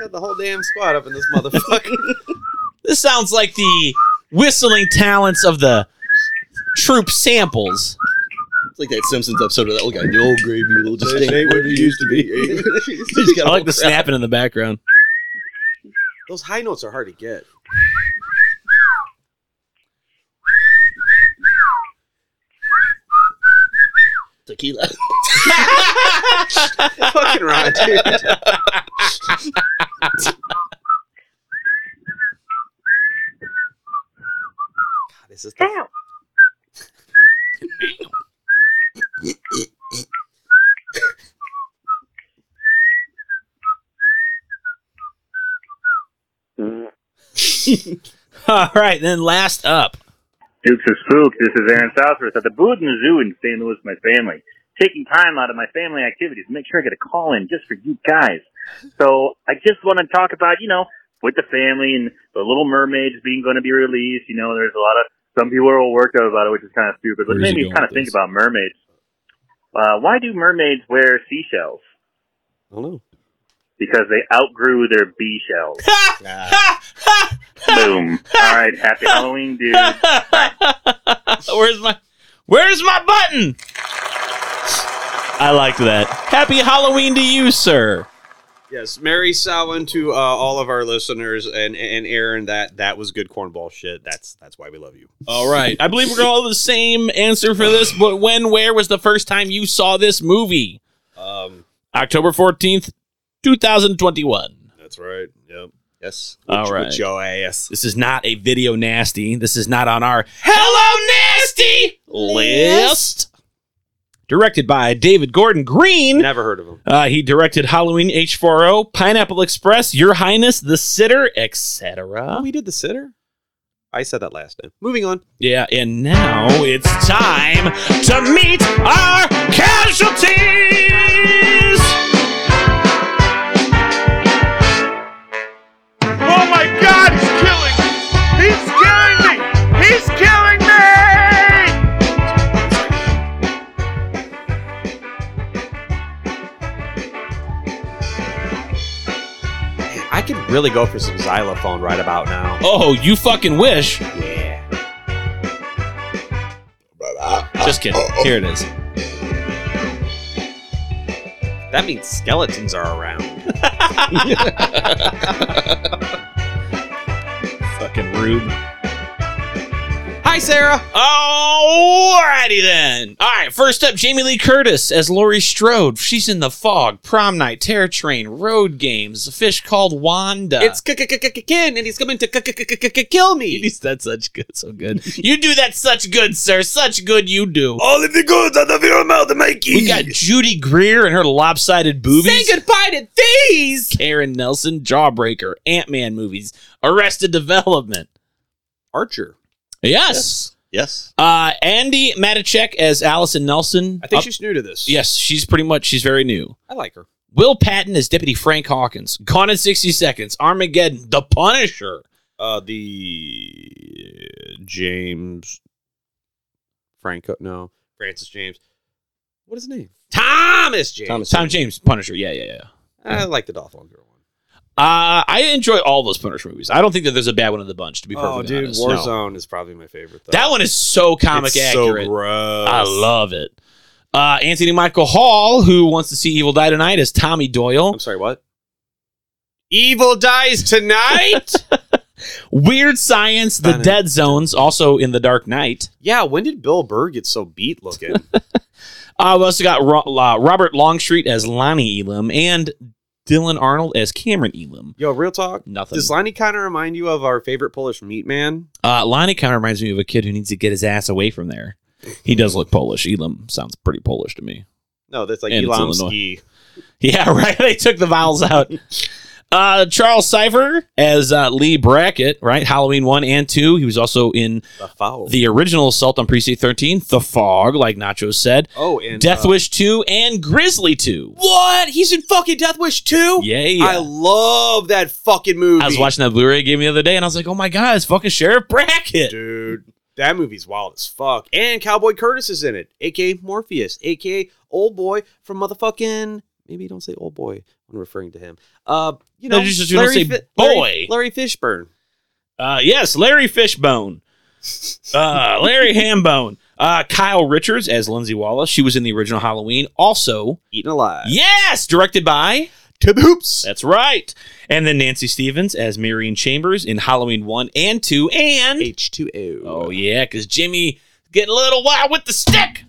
[SPEAKER 1] Got the whole damn squad up in this motherfucker.
[SPEAKER 2] This sounds like the whistling talents of the troop samples.
[SPEAKER 3] It's like that Simpsons episode of that old guy, the old gray mule, just ain't what it used to be.
[SPEAKER 1] <laughs>
[SPEAKER 3] <laughs> He's got
[SPEAKER 2] I
[SPEAKER 3] a
[SPEAKER 2] like
[SPEAKER 3] whole
[SPEAKER 2] the snapping in the <laughs> background.
[SPEAKER 1] Those high notes are hard to get.
[SPEAKER 3] tequila.
[SPEAKER 1] <laughs> fucking Ron,
[SPEAKER 3] <laughs>
[SPEAKER 1] dude. God, this is the-
[SPEAKER 2] All right, then last up. <laughs>
[SPEAKER 5] Dukes are spooked. This is Aaron Southworth at the Boudin Zoo in St. Louis, my family. Taking time out of my family activities, make sure I get a call in just for you guys. So I just want to talk about, you know, with the family and the Little Mermaids being going to be released. You know, there's a lot of some people are all worked up about it, which is kind of stupid, but
[SPEAKER 2] Where
[SPEAKER 5] it
[SPEAKER 2] is
[SPEAKER 5] made
[SPEAKER 2] he
[SPEAKER 5] me
[SPEAKER 2] going
[SPEAKER 5] kind of
[SPEAKER 2] with
[SPEAKER 5] think
[SPEAKER 2] this?
[SPEAKER 5] about mermaids. Uh, why do mermaids wear seashells?
[SPEAKER 1] I don't know.
[SPEAKER 5] Because they outgrew their bee shells.
[SPEAKER 2] Where's
[SPEAKER 5] Boom. All right, happy Halloween,
[SPEAKER 2] <laughs>
[SPEAKER 5] dude.
[SPEAKER 2] my Where's my button? I liked that. Happy Halloween to you, sir.
[SPEAKER 1] Yes, Mary Salwin to uh, all of our listeners and and Aaron. That that was good cornball shit. That's that's why we love you.
[SPEAKER 2] All right. I believe we're all the same answer for this, but when, where was the first time you saw this movie?
[SPEAKER 1] Um,
[SPEAKER 2] October 14th, 2021.
[SPEAKER 1] that's right. Yep.
[SPEAKER 3] Yes.
[SPEAKER 2] All right.
[SPEAKER 1] With your ass.
[SPEAKER 2] This is not a video nasty. This is not on our Hello Nasty list. Directed by David Gordon Green.
[SPEAKER 1] Never heard of him.
[SPEAKER 2] Uh, he directed Halloween H4O, Pineapple Express, Your Highness, The Sitter, etc.
[SPEAKER 1] we did the sitter. I said that last time. Moving on.
[SPEAKER 2] Yeah, and now it's time to meet our casualties!
[SPEAKER 9] Oh my god, he's killing me! He's killing me! He's killing me!
[SPEAKER 1] I could really go for some xylophone right about now.
[SPEAKER 2] Oh, you fucking wish.
[SPEAKER 1] Yeah.
[SPEAKER 2] Just kidding.
[SPEAKER 1] Oh,
[SPEAKER 2] Here it is.
[SPEAKER 1] That means skeletons are around.
[SPEAKER 2] <laughs> Fucking rude.
[SPEAKER 1] Hi, Sarah.
[SPEAKER 2] Alrighty then. All right, first up, Jamie Lee Curtis as Laurie Strode. She's in The Fog, Prom Night, Terror Train, Road Games, A Fish Called Wanda.
[SPEAKER 1] It's Kin, and he's coming to kill me.
[SPEAKER 2] that's such good, so good. you do that such good, sir. Such good you do.
[SPEAKER 7] All of the goods out of your mouth, Mikey.
[SPEAKER 2] We got Judy Greer and her lopsided boobies.
[SPEAKER 1] goodbye to these.
[SPEAKER 2] Karen Nelson, Jawbreaker, Ant Man movies, Arrested Development.
[SPEAKER 1] Archer.
[SPEAKER 2] Yes.
[SPEAKER 3] Yes.
[SPEAKER 2] Uh, Andy Matichek as Allison Nelson.
[SPEAKER 1] I think
[SPEAKER 2] Up-
[SPEAKER 1] she's new to this.
[SPEAKER 2] yes, she's pretty much she's very new.
[SPEAKER 1] I like her.
[SPEAKER 2] Will Patton as Deputy Frank Hawkins. Gone in 60 Seconds. Armageddon. The Punisher.
[SPEAKER 1] Uh, the James Franco. No, Francis James. What is his name? Thomas James.
[SPEAKER 3] Thomas.
[SPEAKER 2] Tom James. Punisher. Yeah, yeah, yeah.
[SPEAKER 1] I like the Dolph Lundgren one.
[SPEAKER 2] Uh, I enjoy all those Punisher movies. I don't think that there's a bad one in the bunch, to be perfectly
[SPEAKER 1] Oh, dude,
[SPEAKER 2] honest. No.
[SPEAKER 1] Warzone is probably my favorite. Though.
[SPEAKER 2] That one is so comic
[SPEAKER 1] It's
[SPEAKER 2] accurate.
[SPEAKER 1] So gross.
[SPEAKER 2] I love it. Uh, Anthony Michael Hall, who wants to see Evil Die Tonight, is Tommy Doyle.
[SPEAKER 1] I'm sorry, what? Evil dies tonight.
[SPEAKER 2] Weird Science, The
[SPEAKER 1] Dun-
[SPEAKER 2] Dead Zones, also in The Dark Knight.
[SPEAKER 1] <laughs> yeah, when did Bill Burr get so
[SPEAKER 2] <laughs>
[SPEAKER 1] beat looking?
[SPEAKER 2] Uh, we also got Ro- uh, Robert Longstreet as Lonnie Elam and Dylan Arnold as Cameron Elam.
[SPEAKER 1] Yo, real talk.
[SPEAKER 2] Nothing.
[SPEAKER 1] Does Lonnie kind of remind you of our favorite Polish meat man?
[SPEAKER 2] Uh, Lonnie kind of reminds me of a kid who needs to get his ass away from there. He does look Polish. Elam sounds pretty Polish to me.
[SPEAKER 1] No, that's like
[SPEAKER 2] And it's
[SPEAKER 1] Elamski.
[SPEAKER 2] Yeah, <laughs> right. They took the vowels out. Uh, Charles Cypher as uh, Lee Brackett, right? Halloween 1 and 2. He was also in
[SPEAKER 1] The foul.
[SPEAKER 2] the original Assault on Precinct 13, The Fog, like Nacho said,
[SPEAKER 1] oh, and
[SPEAKER 2] Death
[SPEAKER 1] uh,
[SPEAKER 2] Wish 2, and Grizzly 2.
[SPEAKER 1] What? He's in fucking Death Wish too.
[SPEAKER 2] Yeah, yeah.
[SPEAKER 1] I love that fucking movie.
[SPEAKER 2] I was watching that Blu ray game the other day and I was like, oh my God, it's fucking Sheriff Brackett.
[SPEAKER 1] <laughs> Dude, that movie's wild as fuck. And Cowboy Curtis is in it, aka Morpheus, aka Old Boy from motherfucking. Maybe don't say Old Boy when referring to him. Uh, you
[SPEAKER 2] No,
[SPEAKER 1] know,
[SPEAKER 2] you just- you don't say boy.
[SPEAKER 1] Larry, Larry Fishburne.
[SPEAKER 2] Uh, yes, Larry Fishbone.
[SPEAKER 1] <laughs>
[SPEAKER 2] Uh, Larry Hambone. Uh, Kyle Richards as Lindsay Wallace. She was in the original Halloween. Also,
[SPEAKER 1] Eaten alive.
[SPEAKER 2] yes, directed by
[SPEAKER 1] To the hoops.
[SPEAKER 2] That's right. And then Nancy Stevens as Marion Chambers in Halloween 1 and 2. And.
[SPEAKER 1] H2O.
[SPEAKER 2] Oh, yeah, because Jimmy getting a little wild with the stick.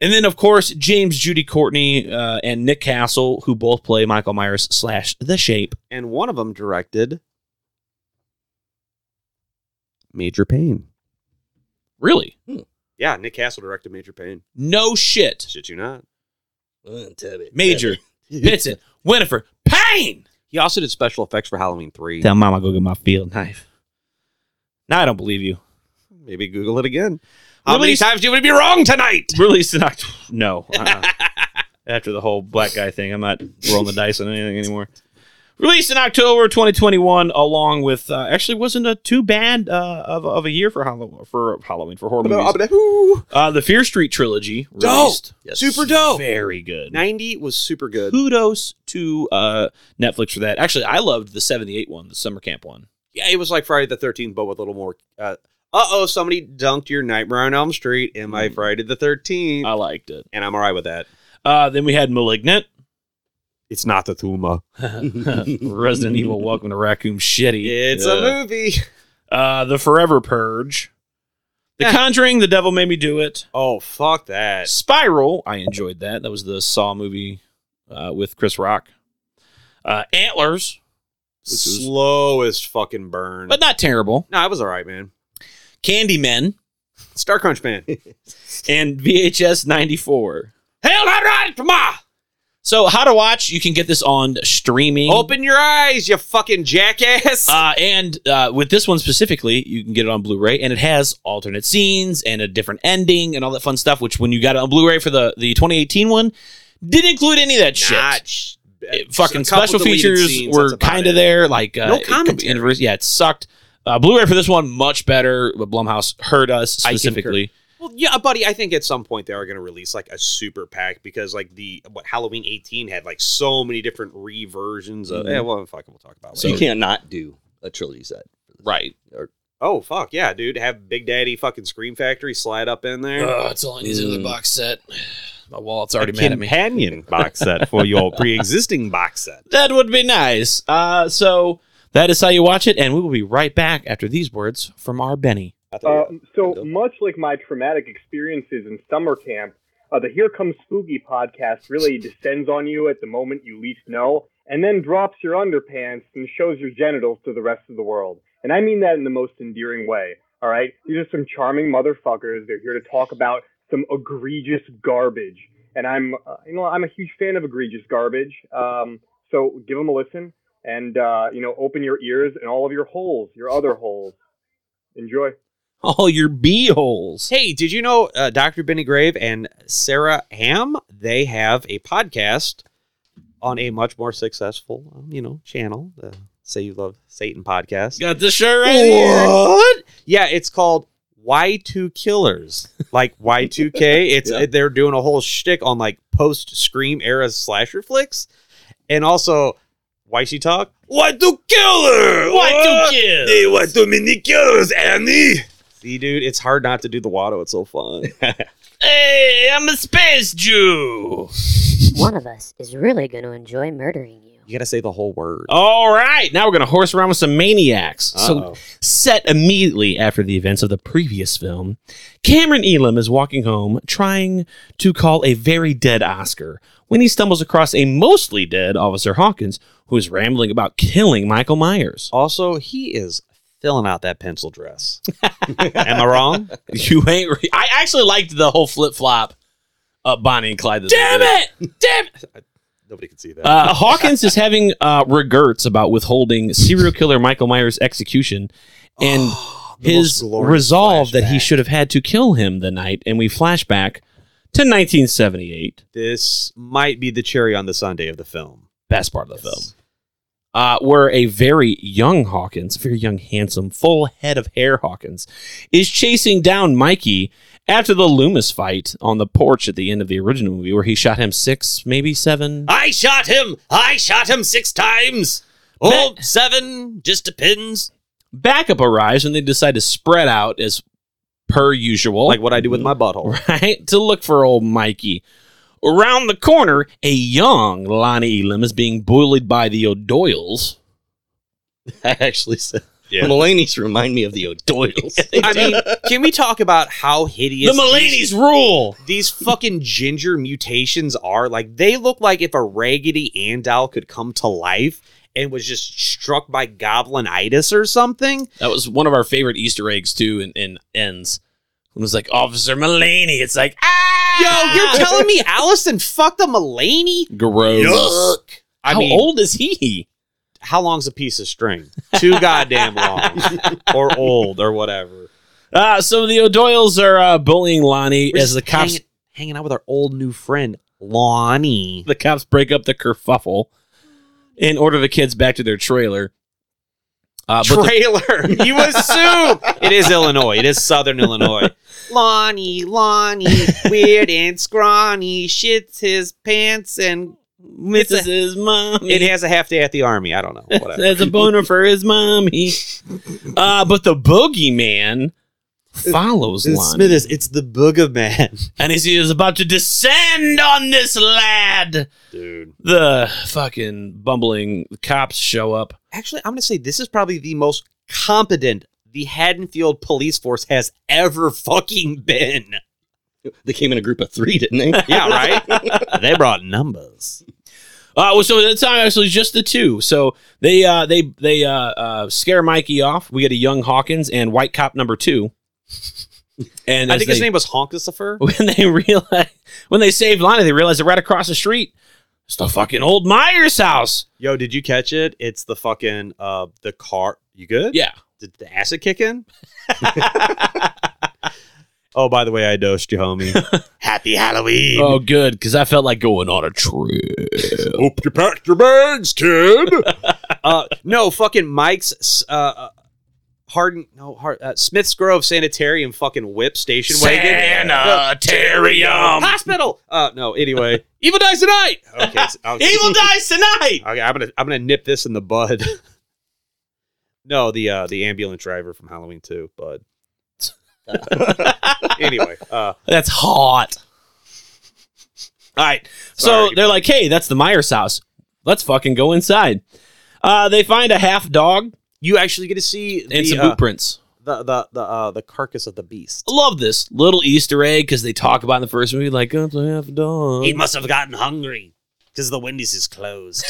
[SPEAKER 2] and then, of course, James, Judy Courtney, uh, and Nick Castle, who both play Michael Myers slash The Shape.
[SPEAKER 1] And one of them directed Major Pain.
[SPEAKER 2] Really?
[SPEAKER 1] Yeah, Nick Castle directed Major Pain.
[SPEAKER 2] No shit.
[SPEAKER 1] Shit you not.
[SPEAKER 3] Well, tell me.
[SPEAKER 2] Major, <laughs> Benson, Winifred, Payne.
[SPEAKER 1] He also did special effects for Halloween 3.
[SPEAKER 2] Tell Mama go get my field knife. Now I don't believe you.
[SPEAKER 1] Maybe Google it again. How many
[SPEAKER 2] Released-
[SPEAKER 1] times do you want to be wrong tonight?
[SPEAKER 2] Released in October. No.
[SPEAKER 1] <laughs>
[SPEAKER 2] uh-uh. After the whole black guy thing, I'm not rolling the dice on anything anymore. Released in October 2021, along with uh, actually wasn't a too bad uh, of, of a year for Halloween for Halloween for horror movies. Uh, the Fear Street trilogy, released.
[SPEAKER 1] Super dope.
[SPEAKER 2] very good.
[SPEAKER 1] 90 was super good.
[SPEAKER 2] Kudos to uh, Netflix for that. Actually, I loved the 78 one, the summer camp one.
[SPEAKER 1] Yeah, it was like Friday the 13th, but with a little more. Uh oh, somebody dunked your Nightmare on Elm Street in
[SPEAKER 2] Mm.
[SPEAKER 1] my Friday the 13th.
[SPEAKER 2] I liked it.
[SPEAKER 1] and I'm all right with that.
[SPEAKER 2] Uh, then we had Malignant, <laughs>
[SPEAKER 1] It's not the Thuma.
[SPEAKER 2] <laughs> Resident Evil, Welcome to Raccoon Shitty.
[SPEAKER 1] It's
[SPEAKER 2] Yeah.
[SPEAKER 1] a movie. <laughs>
[SPEAKER 2] Uh, the Forever Purge, The
[SPEAKER 1] Eh.
[SPEAKER 2] Conjuring, The Devil Made Me Do It,
[SPEAKER 1] Oh, fuck that.
[SPEAKER 2] Spiral. I enjoyed that. That was the Saw movie uh, with Chris Rock. Uh, Antlers, Which was-
[SPEAKER 1] Slowest fucking burn.
[SPEAKER 2] but not terrible.
[SPEAKER 1] no, I was all right, man.
[SPEAKER 2] Candyman <laughs>
[SPEAKER 1] Star Crunch Man.
[SPEAKER 2] and VHS ninety four.
[SPEAKER 1] Hell, I'm right, ma.
[SPEAKER 2] So, how to watch? You can get this on streaming.
[SPEAKER 1] Open your eyes, you fucking jackass.
[SPEAKER 2] Mm. Uh, and uh, with this one specifically, you can get it on Blu-ray, and it has alternate scenes and a different ending and all that fun stuff. Which, when you got it on Blu-ray for the the 2018 one, didn't include any of that shit. It- fucking special features were kind of there, like uh,
[SPEAKER 1] No
[SPEAKER 2] it could be
[SPEAKER 1] commentary.
[SPEAKER 2] interver- yeah, it sucked. Uh, Blu-ray for this one much better. But Blumhouse heard us
[SPEAKER 1] I concur.
[SPEAKER 2] specifically.
[SPEAKER 1] Well, yeah, uh, buddy. I think at some point they are going to release like a super pack because like the what Halloween 18 had like so many different reversions of.
[SPEAKER 3] Mhm.
[SPEAKER 1] Yeah, well, fuck, it, we'll talk about. it
[SPEAKER 3] So you
[SPEAKER 1] later.
[SPEAKER 3] can't not do a trilogy set. <laughs>
[SPEAKER 2] Right.
[SPEAKER 1] Oh fuck yeah, dude! Have Big Daddy fucking Scream Factory slide up in there.
[SPEAKER 3] Uh,
[SPEAKER 2] it's all I
[SPEAKER 3] need is another
[SPEAKER 2] box set. <sighs> My wallet's
[SPEAKER 1] a companion box set for
[SPEAKER 3] <laughs>
[SPEAKER 1] your pre-existing box set.
[SPEAKER 2] That would be nice. Uh, so that is how you watch it, and we will be right back after these words from our Benny. <laughs>
[SPEAKER 10] Um, so much like my traumatic experiences in summer camp, uh, the Here Comes Spooky podcast really descends on you at the moment you least know, and then drops your underpants and shows your genitals to the rest of the world. And I mean that in the most endearing way. All right, these are some charming motherfuckers. They're here to talk about some egregious garbage, and I'm, uh, you know, I'm a huge fan of egregious garbage. Um, so give them a listen, and uh, you know, open your ears and all of your holes, your other holes. Enjoy.
[SPEAKER 2] All your bee holes.
[SPEAKER 1] Hey, did you know uh, Dr. Benny Grave and Sarah Ham? They have a podcast on a much more successful, um, you know, channel. The Say You Love Satan podcast.
[SPEAKER 2] Got the shirt right here.
[SPEAKER 1] What? Yeah, it's called Why Two Killers, like <laughs> Y2K. It's
[SPEAKER 3] Yeah.
[SPEAKER 1] they're doing a whole shtick on like post Scream era slasher flicks, and also Why She Talk. Why Two Killer?
[SPEAKER 2] Why two kids?
[SPEAKER 7] They were too many killers, Annie.
[SPEAKER 1] See, dude, it's hard not to do the Watto. It's
[SPEAKER 2] <laughs>
[SPEAKER 1] so fun.
[SPEAKER 2] Hey, I'm a space Jew. <laughs>
[SPEAKER 11] One of us is really going to enjoy murdering you.
[SPEAKER 1] You gotta say the whole word.
[SPEAKER 2] All right, now we're gonna horse around with some maniacs.
[SPEAKER 1] Uh-oh.
[SPEAKER 2] Oh, So, set immediately after the events of the previous film, Cameron Elam is walking home trying to call a very dead Oscar when he stumbles across a mostly dead Officer Hawkins who is rambling about killing Michael Myers.
[SPEAKER 1] Also, he is filling out that pencil
[SPEAKER 2] <laughs>
[SPEAKER 1] dress. Am I wrong?
[SPEAKER 2] You ain't. Re- I actually liked the whole flip flop. Uh, Bonnie and Clyde. Damn it! Damn it!
[SPEAKER 7] Nobody can see that.
[SPEAKER 2] Uh, Hawkins is having uh, regrets about withholding serial killer Michael Myers' execution and
[SPEAKER 1] the most
[SPEAKER 2] his
[SPEAKER 1] glorious
[SPEAKER 2] resolve that he
[SPEAKER 1] flashback.
[SPEAKER 2] should have had to kill him the night. And we flash back to 1978,
[SPEAKER 1] This might be the cherry on the Sunday of the film.
[SPEAKER 2] best part of the film, uh, where a very young Hawkins, very young, handsome, full head of hair Hawkins, is chasing down Mikey after the Loomis fight on the porch at the end of the original movie, where he shot him six, maybe seven.
[SPEAKER 8] I shot him. I shot him six times. Oh, seven. Just depends.
[SPEAKER 2] backup arrives and they decide to spread out as per usual.
[SPEAKER 1] Like what I do with my butthole.
[SPEAKER 2] <laughs> right? To look for old Mikey. Around the corner, a young Lonnie Elam is being bullied by the O'Doyles.
[SPEAKER 3] I actually said.
[SPEAKER 1] Yeah.
[SPEAKER 3] Mulaney's remind me of the O'Doyles.
[SPEAKER 1] I mean, can we talk about how hideous
[SPEAKER 2] the Mulaney's rule.
[SPEAKER 1] these fucking ginger mutations are? Like, they look like if a Raggedy Ann doll could come to life and was just struck by goblinitis or something.
[SPEAKER 2] That was one of our favorite Easter eggs too in, in ends. It was like Officer Mulaney. It's like ah
[SPEAKER 1] Yo, you're telling me Allison fucked a Mulaney?
[SPEAKER 2] gross.
[SPEAKER 1] I
[SPEAKER 2] How
[SPEAKER 1] mean,
[SPEAKER 2] old is he?
[SPEAKER 1] how long's a piece of string? Too goddamn <laughs> long, or old, or whatever.
[SPEAKER 2] Uh, so the O'Doyles are uh, bullying Lonnie
[SPEAKER 1] We're
[SPEAKER 2] as
[SPEAKER 1] just
[SPEAKER 2] the cops
[SPEAKER 1] hanging, hanging out with our old new friend Lonnie.
[SPEAKER 2] the cops break up the kerfuffle and order the kids back to their trailer. Uh, but the-
[SPEAKER 1] Trailer, you assume it is Illinois. It is Southern Illinois. Lonnie, Lonnie, weird and scrawny, shits his pants and
[SPEAKER 2] This <laughs> is his mommy.
[SPEAKER 1] it has a half day at the army. I don't know. Whatever.
[SPEAKER 2] That's a boner for his mommy. Uh, but the boogeyman follows Lonnie,
[SPEAKER 1] it's the boogeyman,
[SPEAKER 2] and as he is about to descend on this lad,
[SPEAKER 1] dude.
[SPEAKER 2] the fucking bumbling cops show up.
[SPEAKER 1] Actually, I'm gonna say this is probably the most competent the Haddonfield police force has ever fucking been.
[SPEAKER 3] they came in a group of three, didn't they?
[SPEAKER 1] Yeah, right. <laughs> they brought numbers.
[SPEAKER 2] Uh, well, so that's not actually just the two. So they uh, they they uh, uh, scare Mikey off. We get a young Hawkins and white cop number two. And
[SPEAKER 1] I
[SPEAKER 2] as
[SPEAKER 1] think
[SPEAKER 2] they, <laughs>
[SPEAKER 1] his name was Honkusifer.
[SPEAKER 2] when they realize when they save Lonnie, they realize they're right across the street. It's the fucking old Myers house.
[SPEAKER 1] Yo, did you catch it? It's the fucking uh the car. You good?
[SPEAKER 2] Yeah.
[SPEAKER 1] Did the acid kick in? <laughs> oh, by the way, I dosed you, homie. <laughs>
[SPEAKER 8] Happy Halloween.
[SPEAKER 2] Oh, good, because I felt like going on a trip.
[SPEAKER 1] Hope you packed your bags, kid. <laughs> uh, no, fucking Mike's uh, uh, Hardin, no, Hard, uh, Smiths Grove Sanitarium fucking whip station wagon.
[SPEAKER 2] Sanitarium.
[SPEAKER 1] Hospital. Uh, no, anyway. Evil dies tonight. Okay, so- okay.
[SPEAKER 2] Evil dies tonight.
[SPEAKER 1] Okay, I'm gonna I'm gonna nip this in the bud. <laughs> no, the uh the ambulance driver from Halloween 2, bud. anyway, uh
[SPEAKER 2] That's hot. All right. So they're like, hey, that's the Myers house. Let's fucking go inside. Uh, they find a half dog
[SPEAKER 1] you actually get to see the
[SPEAKER 2] and some
[SPEAKER 1] uh,
[SPEAKER 2] boot prints.
[SPEAKER 1] the the the uh the carcass of the beast.
[SPEAKER 2] Love this little Easter egg because they talk about in the first movie, like, oh, it's a half dog.
[SPEAKER 8] He must have gotten hungry because the Wendy's is closed.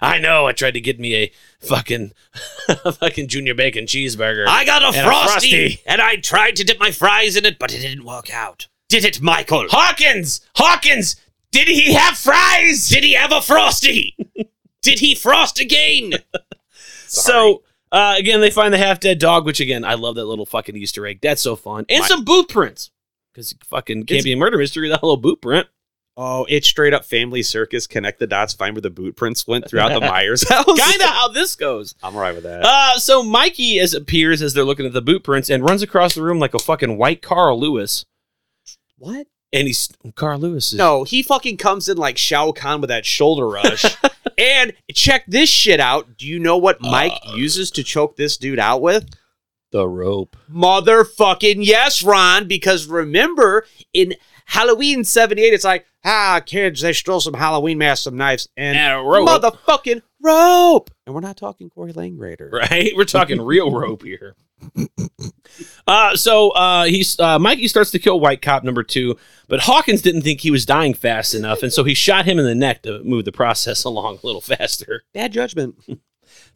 [SPEAKER 2] I know. I tried to get me a fucking, <laughs> a fucking junior bacon cheeseburger.
[SPEAKER 8] I got a
[SPEAKER 2] And a
[SPEAKER 8] frosty,
[SPEAKER 2] Frosty.
[SPEAKER 8] and I tried to dip my fries in it, but it didn't work out. Did it, Michael?
[SPEAKER 2] Hawkins, Hawkins, did he have fries?
[SPEAKER 8] Did he have a
[SPEAKER 1] <laughs>
[SPEAKER 8] frosty? Did he frost again?
[SPEAKER 2] So uh, again, they find the half dead dog, which again, I love that little fucking Easter egg. That's so fun, and some boot prints because fucking can't
[SPEAKER 1] It's-
[SPEAKER 2] be a murder mystery without a little boot
[SPEAKER 1] <laughs>
[SPEAKER 2] print.
[SPEAKER 1] Oh, it's straight up family circus. Connect the dots. Find where the boot prints went throughout the <laughs> Myers house.
[SPEAKER 2] kind of how this goes.
[SPEAKER 1] I'm alright with that.
[SPEAKER 2] Uh, so Mikey as appears as they're looking at the boot prints and runs across the room like a fucking white Carl Lewis,
[SPEAKER 1] what?
[SPEAKER 2] and he's Carl Lewis. Is,
[SPEAKER 1] No, he fucking comes in like Shao Kahn with that shoulder <laughs> rush. and check this shit out. Do you know what Mike uses to choke this dude out with?
[SPEAKER 3] The rope.
[SPEAKER 1] Motherfucking yes, Ron. Because remember in Halloween 78, it's like, ah, kids, they stole some Halloween masks, some knives, and,
[SPEAKER 2] And a rope.
[SPEAKER 1] motherfucking rope. And we're not talking Corey Langrader.
[SPEAKER 2] <laughs> right? We're talking real rope here. Uh, so uh, he's uh, Mikey starts to kill White Cop number two, but Hawkins didn't think he was dying fast enough, and so he shot him in the neck to move the process <laughs> along a little faster.
[SPEAKER 1] Bad judgment.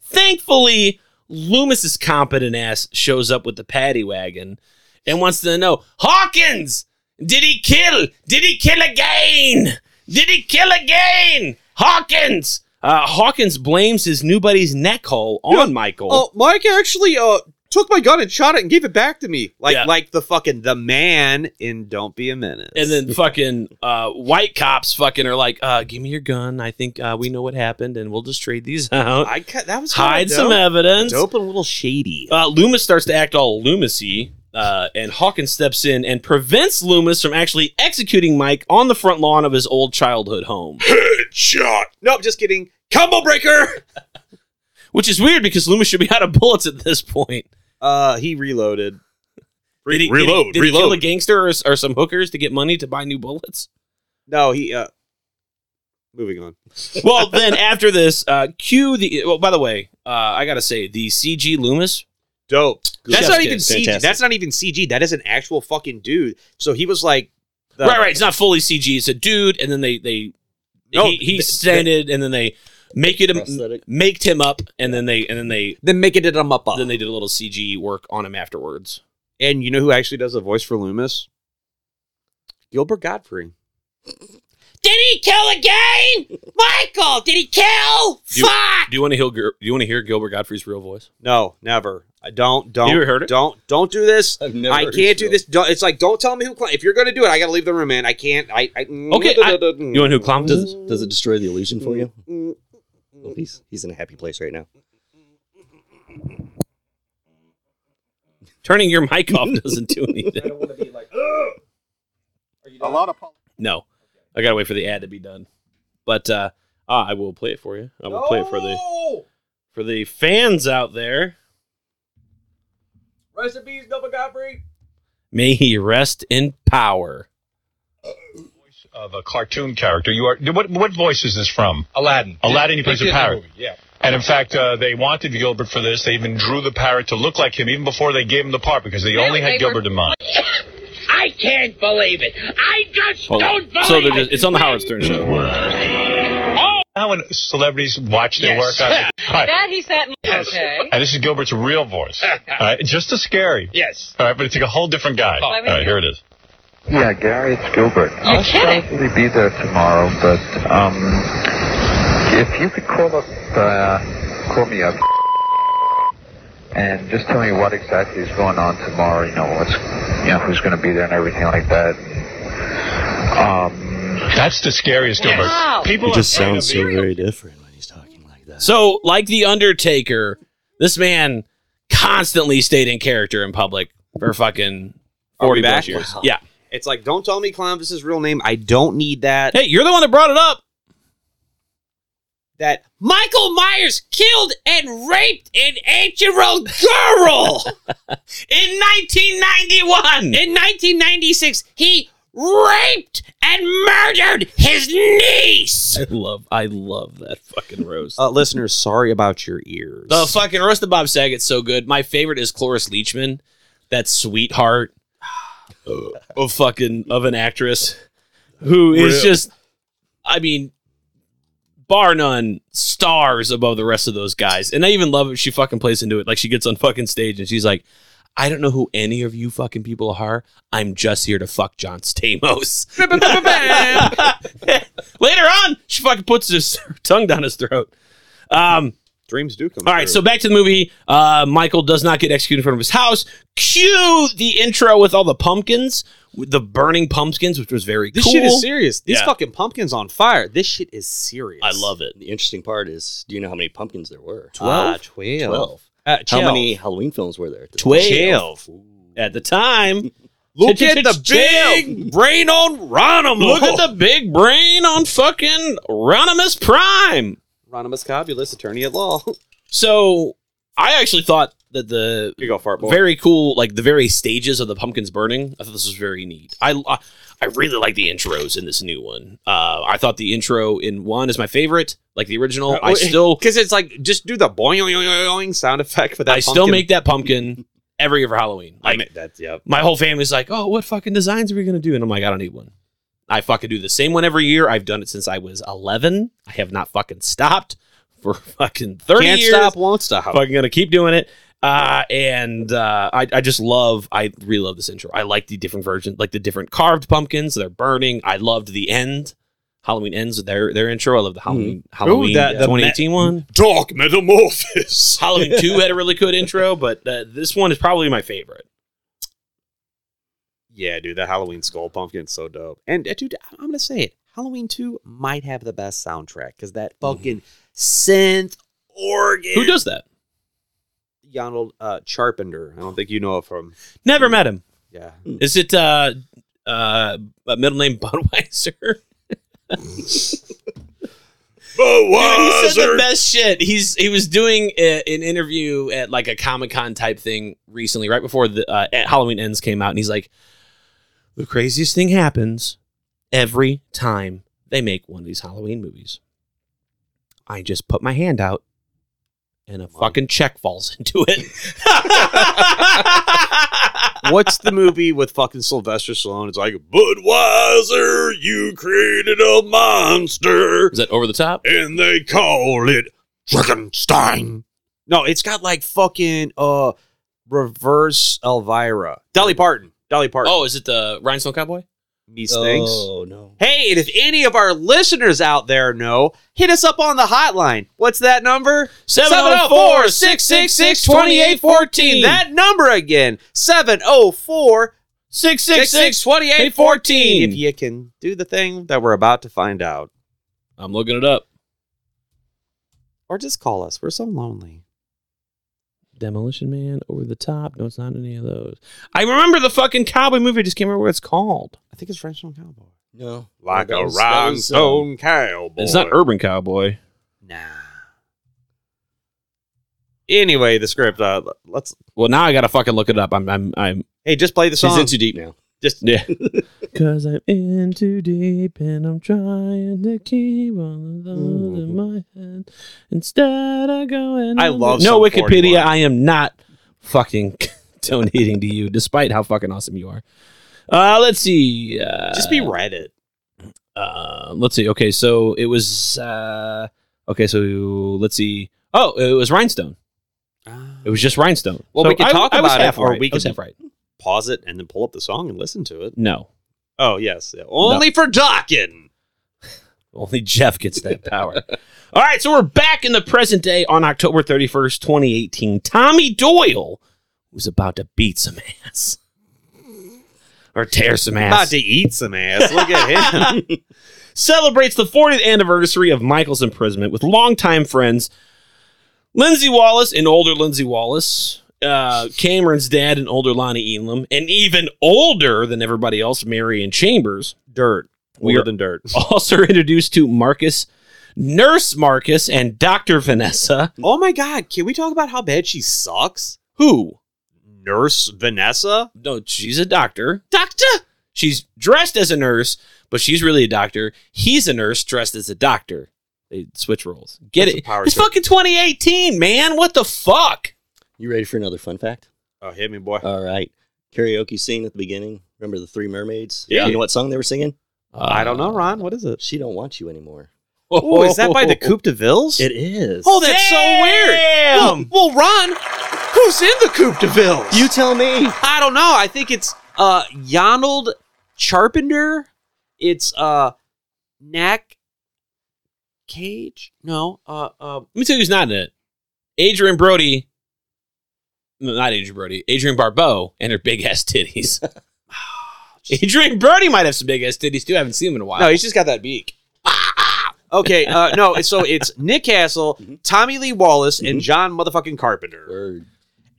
[SPEAKER 2] Thankfully, Loomis's competent ass shows up with the paddy wagon and wants to know Hawkins, did he kill? Did he kill again? Did he kill again? Hawkins. Uh, Hawkins blames his new buddy's neck hole on Michael.
[SPEAKER 1] Oh, Mike actually uh took my gun and shot it and gave it back to me. Like
[SPEAKER 2] Yeah.
[SPEAKER 1] like the fucking the man in Don't Be a Menace.
[SPEAKER 2] And
[SPEAKER 1] <laughs>
[SPEAKER 2] then fucking uh, white cops fucking are like, uh, give me your gun. I think uh, we know what happened and we'll just trade these <laughs> out.
[SPEAKER 1] I ca- that was kinda
[SPEAKER 2] Hide
[SPEAKER 1] dope.
[SPEAKER 2] some evidence.
[SPEAKER 1] Dope and a little shady.
[SPEAKER 2] Uh, Loomis starts to act all Loomisy. Uh, and Hawkins steps in and prevents Loomis from actually executing Mike on the front lawn of his old childhood home.
[SPEAKER 1] Shot. Nope, just kidding. Combo breaker. <laughs>
[SPEAKER 2] Which is weird because Loomis should be <laughs> out of bullets at this point.
[SPEAKER 1] Uh, he reloaded.
[SPEAKER 2] Did he,
[SPEAKER 7] reload,
[SPEAKER 2] did he, did he kill a
[SPEAKER 7] reload.
[SPEAKER 2] gangster or, or some hookers to get money to buy new bullets?
[SPEAKER 1] No, he. uh Moving on.
[SPEAKER 2] well, then after this, uh, cue the. Well, by the way, uh, I gotta say the CG Loomis.
[SPEAKER 1] Dope. That's
[SPEAKER 2] Chef's
[SPEAKER 1] not
[SPEAKER 2] kiss.
[SPEAKER 1] even CG.
[SPEAKER 3] Fantastic.
[SPEAKER 1] That's not even CG. That is an actual fucking dude. So he was like, the-
[SPEAKER 2] right, right. It's not fully CG. It's a dude, and then they they
[SPEAKER 1] No,
[SPEAKER 2] he, he
[SPEAKER 1] th-
[SPEAKER 2] standed, and then they make it a,
[SPEAKER 3] Prosthetic.
[SPEAKER 2] make him up, and then they and then they
[SPEAKER 1] Then making it a up up.
[SPEAKER 2] then they did a little CG work on him afterwards.
[SPEAKER 1] And you know who actually does the voice for Loomis? Gilbert Godfrey.
[SPEAKER 8] Did he kill again? Michael, did he kill?
[SPEAKER 2] Do you-
[SPEAKER 8] Fuck!
[SPEAKER 2] Do you want to hear? Gil- Do you want to hear Gilbert Godfrey's real voice?
[SPEAKER 1] No, never. I don't. Don't.
[SPEAKER 2] You ever heard it?
[SPEAKER 1] Don't. Don't do this.
[SPEAKER 3] I've never
[SPEAKER 1] I
[SPEAKER 3] heard
[SPEAKER 1] can't
[SPEAKER 3] his
[SPEAKER 1] do
[SPEAKER 3] real-
[SPEAKER 1] this. Don't, it's like don't tell me who. Clown. If you're gonna do it, I gotta leave the room, man. I can't. I. mm, I
[SPEAKER 2] Okay, I- You want to who clown
[SPEAKER 3] Does
[SPEAKER 2] does?
[SPEAKER 1] Mm-hmm.
[SPEAKER 3] it, does it destroy the illusion for you? Well, he's, he's in a happy place right now.
[SPEAKER 2] Turning your mic off doesn't
[SPEAKER 1] <laughs>
[SPEAKER 2] do anything.
[SPEAKER 10] A lot of
[SPEAKER 2] No, I gotta wait for the ad to be done. But uh, ah, I will play it for you. I will play it for the
[SPEAKER 1] Oh,
[SPEAKER 2] for the fans out there.
[SPEAKER 1] Recipes, Gilbert Godfrey.
[SPEAKER 2] May he rest in power.
[SPEAKER 12] of a cartoon character. You are what? What voice is this from? Aladdin. Aladdin. He plays a parrot. Yeah. And in fact, uh, they wanted Gilbert for this. They even drew the parrot to look like him, even before they gave him the part, because they only had Gilbert in mind.
[SPEAKER 9] I can't believe it. I just
[SPEAKER 2] Hold on. So they're just, it's on the Howard Stern show.
[SPEAKER 12] Now, when celebrities watch their work, I all right.
[SPEAKER 9] That he
[SPEAKER 2] mm,
[SPEAKER 9] said. Okay.
[SPEAKER 12] And this is Gilbert's
[SPEAKER 2] <laughs>
[SPEAKER 12] real voice. All right. Just as scary.
[SPEAKER 9] Yes.
[SPEAKER 2] Oh,
[SPEAKER 12] All right, but it's like a whole different guy. All right, here it is.
[SPEAKER 13] Yeah, Gary, it's Gilbert. I'll probably be there tomorrow, but um, if you could call up, uh, call me up, and just tell me what exactly is going on tomorrow. You know what's, you know who's going to be there and everything like that. Um,
[SPEAKER 12] That's the scariest, Gilbert. People
[SPEAKER 3] It just
[SPEAKER 12] are afraid
[SPEAKER 3] sounds so very different.
[SPEAKER 2] So, like The Undertaker, this man constantly stayed in character in public for fucking 40 plus years. Yeah.
[SPEAKER 1] It's like, don't tell me Clownvis's real name. I don't need that.
[SPEAKER 2] Hey, you're the one that brought it up.
[SPEAKER 1] That
[SPEAKER 8] Michael Myers killed and raped an eight-year-old
[SPEAKER 2] <laughs>
[SPEAKER 8] girl in 1991. In 1996, he raped and murdered his niece.
[SPEAKER 2] I love I love that fucking roast.
[SPEAKER 1] uh, listeners, sorry about your ears.
[SPEAKER 2] The fucking roast of Bob Saget's so good. My favorite is Cloris Leachman, that sweetheart of fucking of an actress who is
[SPEAKER 8] Rip.
[SPEAKER 2] just, I mean, bar none, stars above the rest of those guys. And I even love it. She fucking plays into it. Like she gets on fucking stage and she's like, I don't know who any of you fucking people are. I'm just here to fuck John Stamos. <laughs> Later on, she fucking puts his <laughs> tongue down his throat. Um,
[SPEAKER 1] Dreams do come.
[SPEAKER 2] All right, so back to the movie. Uh, Michael does not get executed in front of his house. Cue the intro with all the pumpkins, with the burning pumpkins, which was very
[SPEAKER 1] This
[SPEAKER 2] cool.
[SPEAKER 1] shit is serious. These
[SPEAKER 2] Yeah.
[SPEAKER 1] fucking pumpkins on fire. This shit is serious.
[SPEAKER 2] I love uh, it.
[SPEAKER 3] The interesting part is, do you know how many pumpkins there were?
[SPEAKER 1] Twelve?
[SPEAKER 3] Ah, twelve.
[SPEAKER 1] Twelve. Uh,
[SPEAKER 3] how
[SPEAKER 1] twelve.
[SPEAKER 3] many Halloween films were there? at the time?
[SPEAKER 2] 12. At the time,
[SPEAKER 3] Look at the
[SPEAKER 1] big brain on Ronimo.
[SPEAKER 2] Look at the big brain on fucking Ronimus Prime.
[SPEAKER 1] Ronimus Cobulus, attorney at law. <laughs>
[SPEAKER 2] So I actually thought that the
[SPEAKER 1] you go fart boy.
[SPEAKER 2] very cool, like the very stages of the pumpkins burning. I thought this was very neat. I I- I really like the intros in this new one. Uh, I thought the intro in one is my favorite, like the original.
[SPEAKER 1] Uh,
[SPEAKER 2] I still
[SPEAKER 1] because it's like just do the boing boing, boing boing sound effect for <laughs> that.
[SPEAKER 2] I still make that pumpkin every year for Halloween. Like
[SPEAKER 1] that's yep.
[SPEAKER 2] my whole family's like, "Oh, what fucking designs are we gonna do?" And I'm like, "I don't need one. I fucking do the same one every year. I've done it since I was 11. I have not fucking stopped for <laughs> fucking 30
[SPEAKER 1] Can't
[SPEAKER 2] years.
[SPEAKER 1] stop, won't stop.
[SPEAKER 2] Fucking gonna keep doing it." Uh, and uh, I, I just love, I really love this intro. I like the different versions, like the different carved pumpkins. They're burning. I loved the end. Halloween ends with their their intro. I love the Halloween Halloween 2018 one.
[SPEAKER 1] <laughs> Dark <laughs> Metamorphosis.
[SPEAKER 2] Halloween 2 had a really good intro, but uh, this one is probably my favorite.
[SPEAKER 1] Yeah, dude, that Halloween skull pumpkin's so dope. And uh, dude, I'm gonna say it. Halloween 2 might have the best soundtrack because that
[SPEAKER 2] Mm-hmm.
[SPEAKER 1] fucking synth organ.
[SPEAKER 2] Who does that?
[SPEAKER 1] Donald uh, Charpenter. I don't think you know it from.
[SPEAKER 2] Never met him.
[SPEAKER 1] Yeah.
[SPEAKER 2] Is it uh uh a middle name <laughs> Budweiser? Budweiser. he said the best shit. He's he was doing a, an interview at like a Comic Con type thing recently, right before the uh, Halloween Ends came out, and he's like, "The craziest thing happens every time they make one of these Halloween movies. I just put my hand out, and a fucking check falls <laughs> into it."
[SPEAKER 1] What's the movie with fucking Sylvester Stallone? It's like Budweiser, you created a monster.
[SPEAKER 2] Is that over the top?
[SPEAKER 1] And they call it Frankenstein. No, it's got like fucking uh reverse Elvira. Dolly Parton. Dolly Parton.
[SPEAKER 2] Oh, is it the Rhinestone Cowboy?
[SPEAKER 1] These things.
[SPEAKER 3] Oh no.
[SPEAKER 1] Hey, and if any of our listeners out there know, hit us up on the hotline. What's that number?
[SPEAKER 2] 704
[SPEAKER 1] 704-666-2814. That number again, 704
[SPEAKER 2] 666-2814.
[SPEAKER 1] If you can do the thing that we're about to find out,
[SPEAKER 2] I'm looking it up.
[SPEAKER 1] or just call us. We're so lonely.
[SPEAKER 2] Demolition Man, Over the Top. No, it's not any of those. I remember the fucking cowboy movie. I just can't remember what it's called.
[SPEAKER 1] I think it's French on Cowboy.
[SPEAKER 3] No.
[SPEAKER 1] Like
[SPEAKER 3] That
[SPEAKER 1] a
[SPEAKER 3] was- that was, um,
[SPEAKER 1] rhinestone cowboy.
[SPEAKER 2] It's not Urban Cowboy.
[SPEAKER 1] Anyway, the script. Uh, let's.
[SPEAKER 2] Well, now I gotta fucking look it up. I'm, I'm, I'm.
[SPEAKER 1] Hey, just play the
[SPEAKER 3] She's
[SPEAKER 1] song.
[SPEAKER 3] in too deep now.
[SPEAKER 1] Just
[SPEAKER 2] yeah.
[SPEAKER 14] Cause I'm in too deep and I'm trying to keep on the thoughts in my head. Instead, I go and
[SPEAKER 2] Mm-hmm. I
[SPEAKER 14] I'm-
[SPEAKER 2] love no Wikipedia. I am not fucking <laughs> donating to you, despite how fucking awesome you are. Uh, let's see. Uh,
[SPEAKER 1] Just be Reddit.
[SPEAKER 2] Uh, let's see. Okay, so it was. Uh, okay, so let's see. Oh, it was Rhinestone. It was just Rhinestone.
[SPEAKER 1] Well,
[SPEAKER 2] So
[SPEAKER 1] we can
[SPEAKER 2] I-
[SPEAKER 1] talk
[SPEAKER 2] I was
[SPEAKER 1] about it,
[SPEAKER 2] half
[SPEAKER 1] or
[SPEAKER 2] right.
[SPEAKER 1] we
[SPEAKER 2] I was
[SPEAKER 1] can
[SPEAKER 2] half right.
[SPEAKER 1] pause it and then pull up the song and listen to it.
[SPEAKER 2] No,
[SPEAKER 1] Oh yes, yeah. only for Dawkins.
[SPEAKER 2] Only Jeff gets that power. <laughs> All right, so we're back in the present day on October 31st, 2018. Tommy Doyle was about to beat some ass. Or tear some ass.
[SPEAKER 1] About to eat some ass. Look at him.
[SPEAKER 2] Celebrates the 40th anniversary of Michael's imprisonment with longtime friends Lindsay Wallace and older Lindsay Wallace, uh, Cameron's dad and older Lonnie Elam, and even older than everybody else, Marion Chambers. Dirt. <laughs>
[SPEAKER 1] Older than dirt.
[SPEAKER 2] Also introduced to Marcus, Nurse Marcus, and Dr. Vanessa.
[SPEAKER 1] Oh my God! Can we talk about how bad she sucks?
[SPEAKER 2] Who?
[SPEAKER 1] Nurse Vanessa.
[SPEAKER 2] No, she's a doctor.
[SPEAKER 1] Doctor.
[SPEAKER 2] She's dressed as a nurse, but she's really a doctor. He's a nurse dressed as a doctor. They switch roles. Get
[SPEAKER 1] That's
[SPEAKER 2] it?
[SPEAKER 1] a power
[SPEAKER 2] it's
[SPEAKER 1] trip.
[SPEAKER 2] fucking 2018, man. What the fuck?
[SPEAKER 3] You ready for another fun fact?
[SPEAKER 1] Oh, hit me, boy.
[SPEAKER 3] All right. Karaoke scene at the beginning. Remember the Three Mermaids?
[SPEAKER 1] Yeah.
[SPEAKER 3] You know what song they were singing?
[SPEAKER 1] Uh, I don't know, Ron. What is it?
[SPEAKER 3] She don't want you anymore.
[SPEAKER 1] Oh, is that by the <laughs> Coupe de Villes?
[SPEAKER 3] It is.
[SPEAKER 1] Oh, that's so weird. Well,
[SPEAKER 2] Damn.
[SPEAKER 1] well, Ron, who's in the Coupe de Villes?
[SPEAKER 3] You tell me.
[SPEAKER 1] I don't know. I think it's uh Yonald Charpenter. It's uh Knack Cage. No, uh, uh
[SPEAKER 2] Let me tell you who's not in it. Adrian Brody. No, not Adrian Brody. Adrian Barbeau and her big ass
[SPEAKER 1] <laughs>
[SPEAKER 2] titties. Adrian Brody might have some big ass titties too. I haven't seen him in a while.
[SPEAKER 1] no, he's just got that beak. <laughs> okay, uh no, so it's Nick Castle, Tommy Lee Wallace, and John motherfucking Carpenter.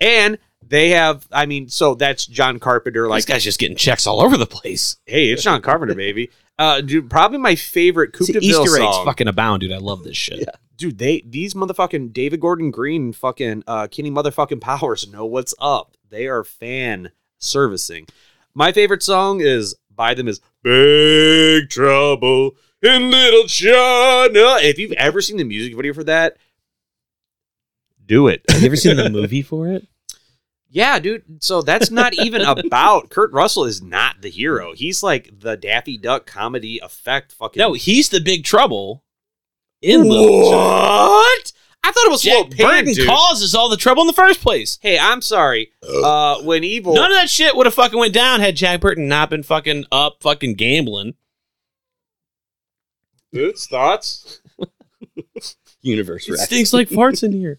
[SPEAKER 1] And they have, I mean, so that's John Carpenter. Like,
[SPEAKER 2] this guy's just getting checks all over the place.
[SPEAKER 1] hey, it's John Carpenter, baby. Uh, dude, probably my favorite Coupe
[SPEAKER 2] See,
[SPEAKER 1] de Ville
[SPEAKER 2] Easter eggs
[SPEAKER 1] song.
[SPEAKER 2] fucking abound, dude. I love this shit.
[SPEAKER 1] dude, they these motherfucking David Gordon Green and fucking uh, Kenny motherfucking <laughs> Powers know what's up. They are fan servicing. My favorite song is by them is Big Trouble in Little China. If you've ever seen the music video for that, do it.
[SPEAKER 2] Have you ever seen
[SPEAKER 1] <laughs>
[SPEAKER 2] the movie for it?
[SPEAKER 1] Yeah, dude. So that's not even about Kurt Russell is not the hero. He's like the Daffy Duck comedy effect fucking
[SPEAKER 2] No, he's the big trouble in Little China.
[SPEAKER 1] What? I thought it was Will
[SPEAKER 2] Jack
[SPEAKER 1] Penn,
[SPEAKER 2] Burton
[SPEAKER 1] dude.
[SPEAKER 2] causes all the trouble in the first place.
[SPEAKER 1] Hey, I'm sorry. Uh, when evil,
[SPEAKER 2] None of that shit would have fucking went down had Jack Burton not been fucking up fucking gambling.
[SPEAKER 1] Dude's thoughts.
[SPEAKER 3] Universe
[SPEAKER 2] It
[SPEAKER 3] wreck.
[SPEAKER 2] stinks like farts in <laughs> here.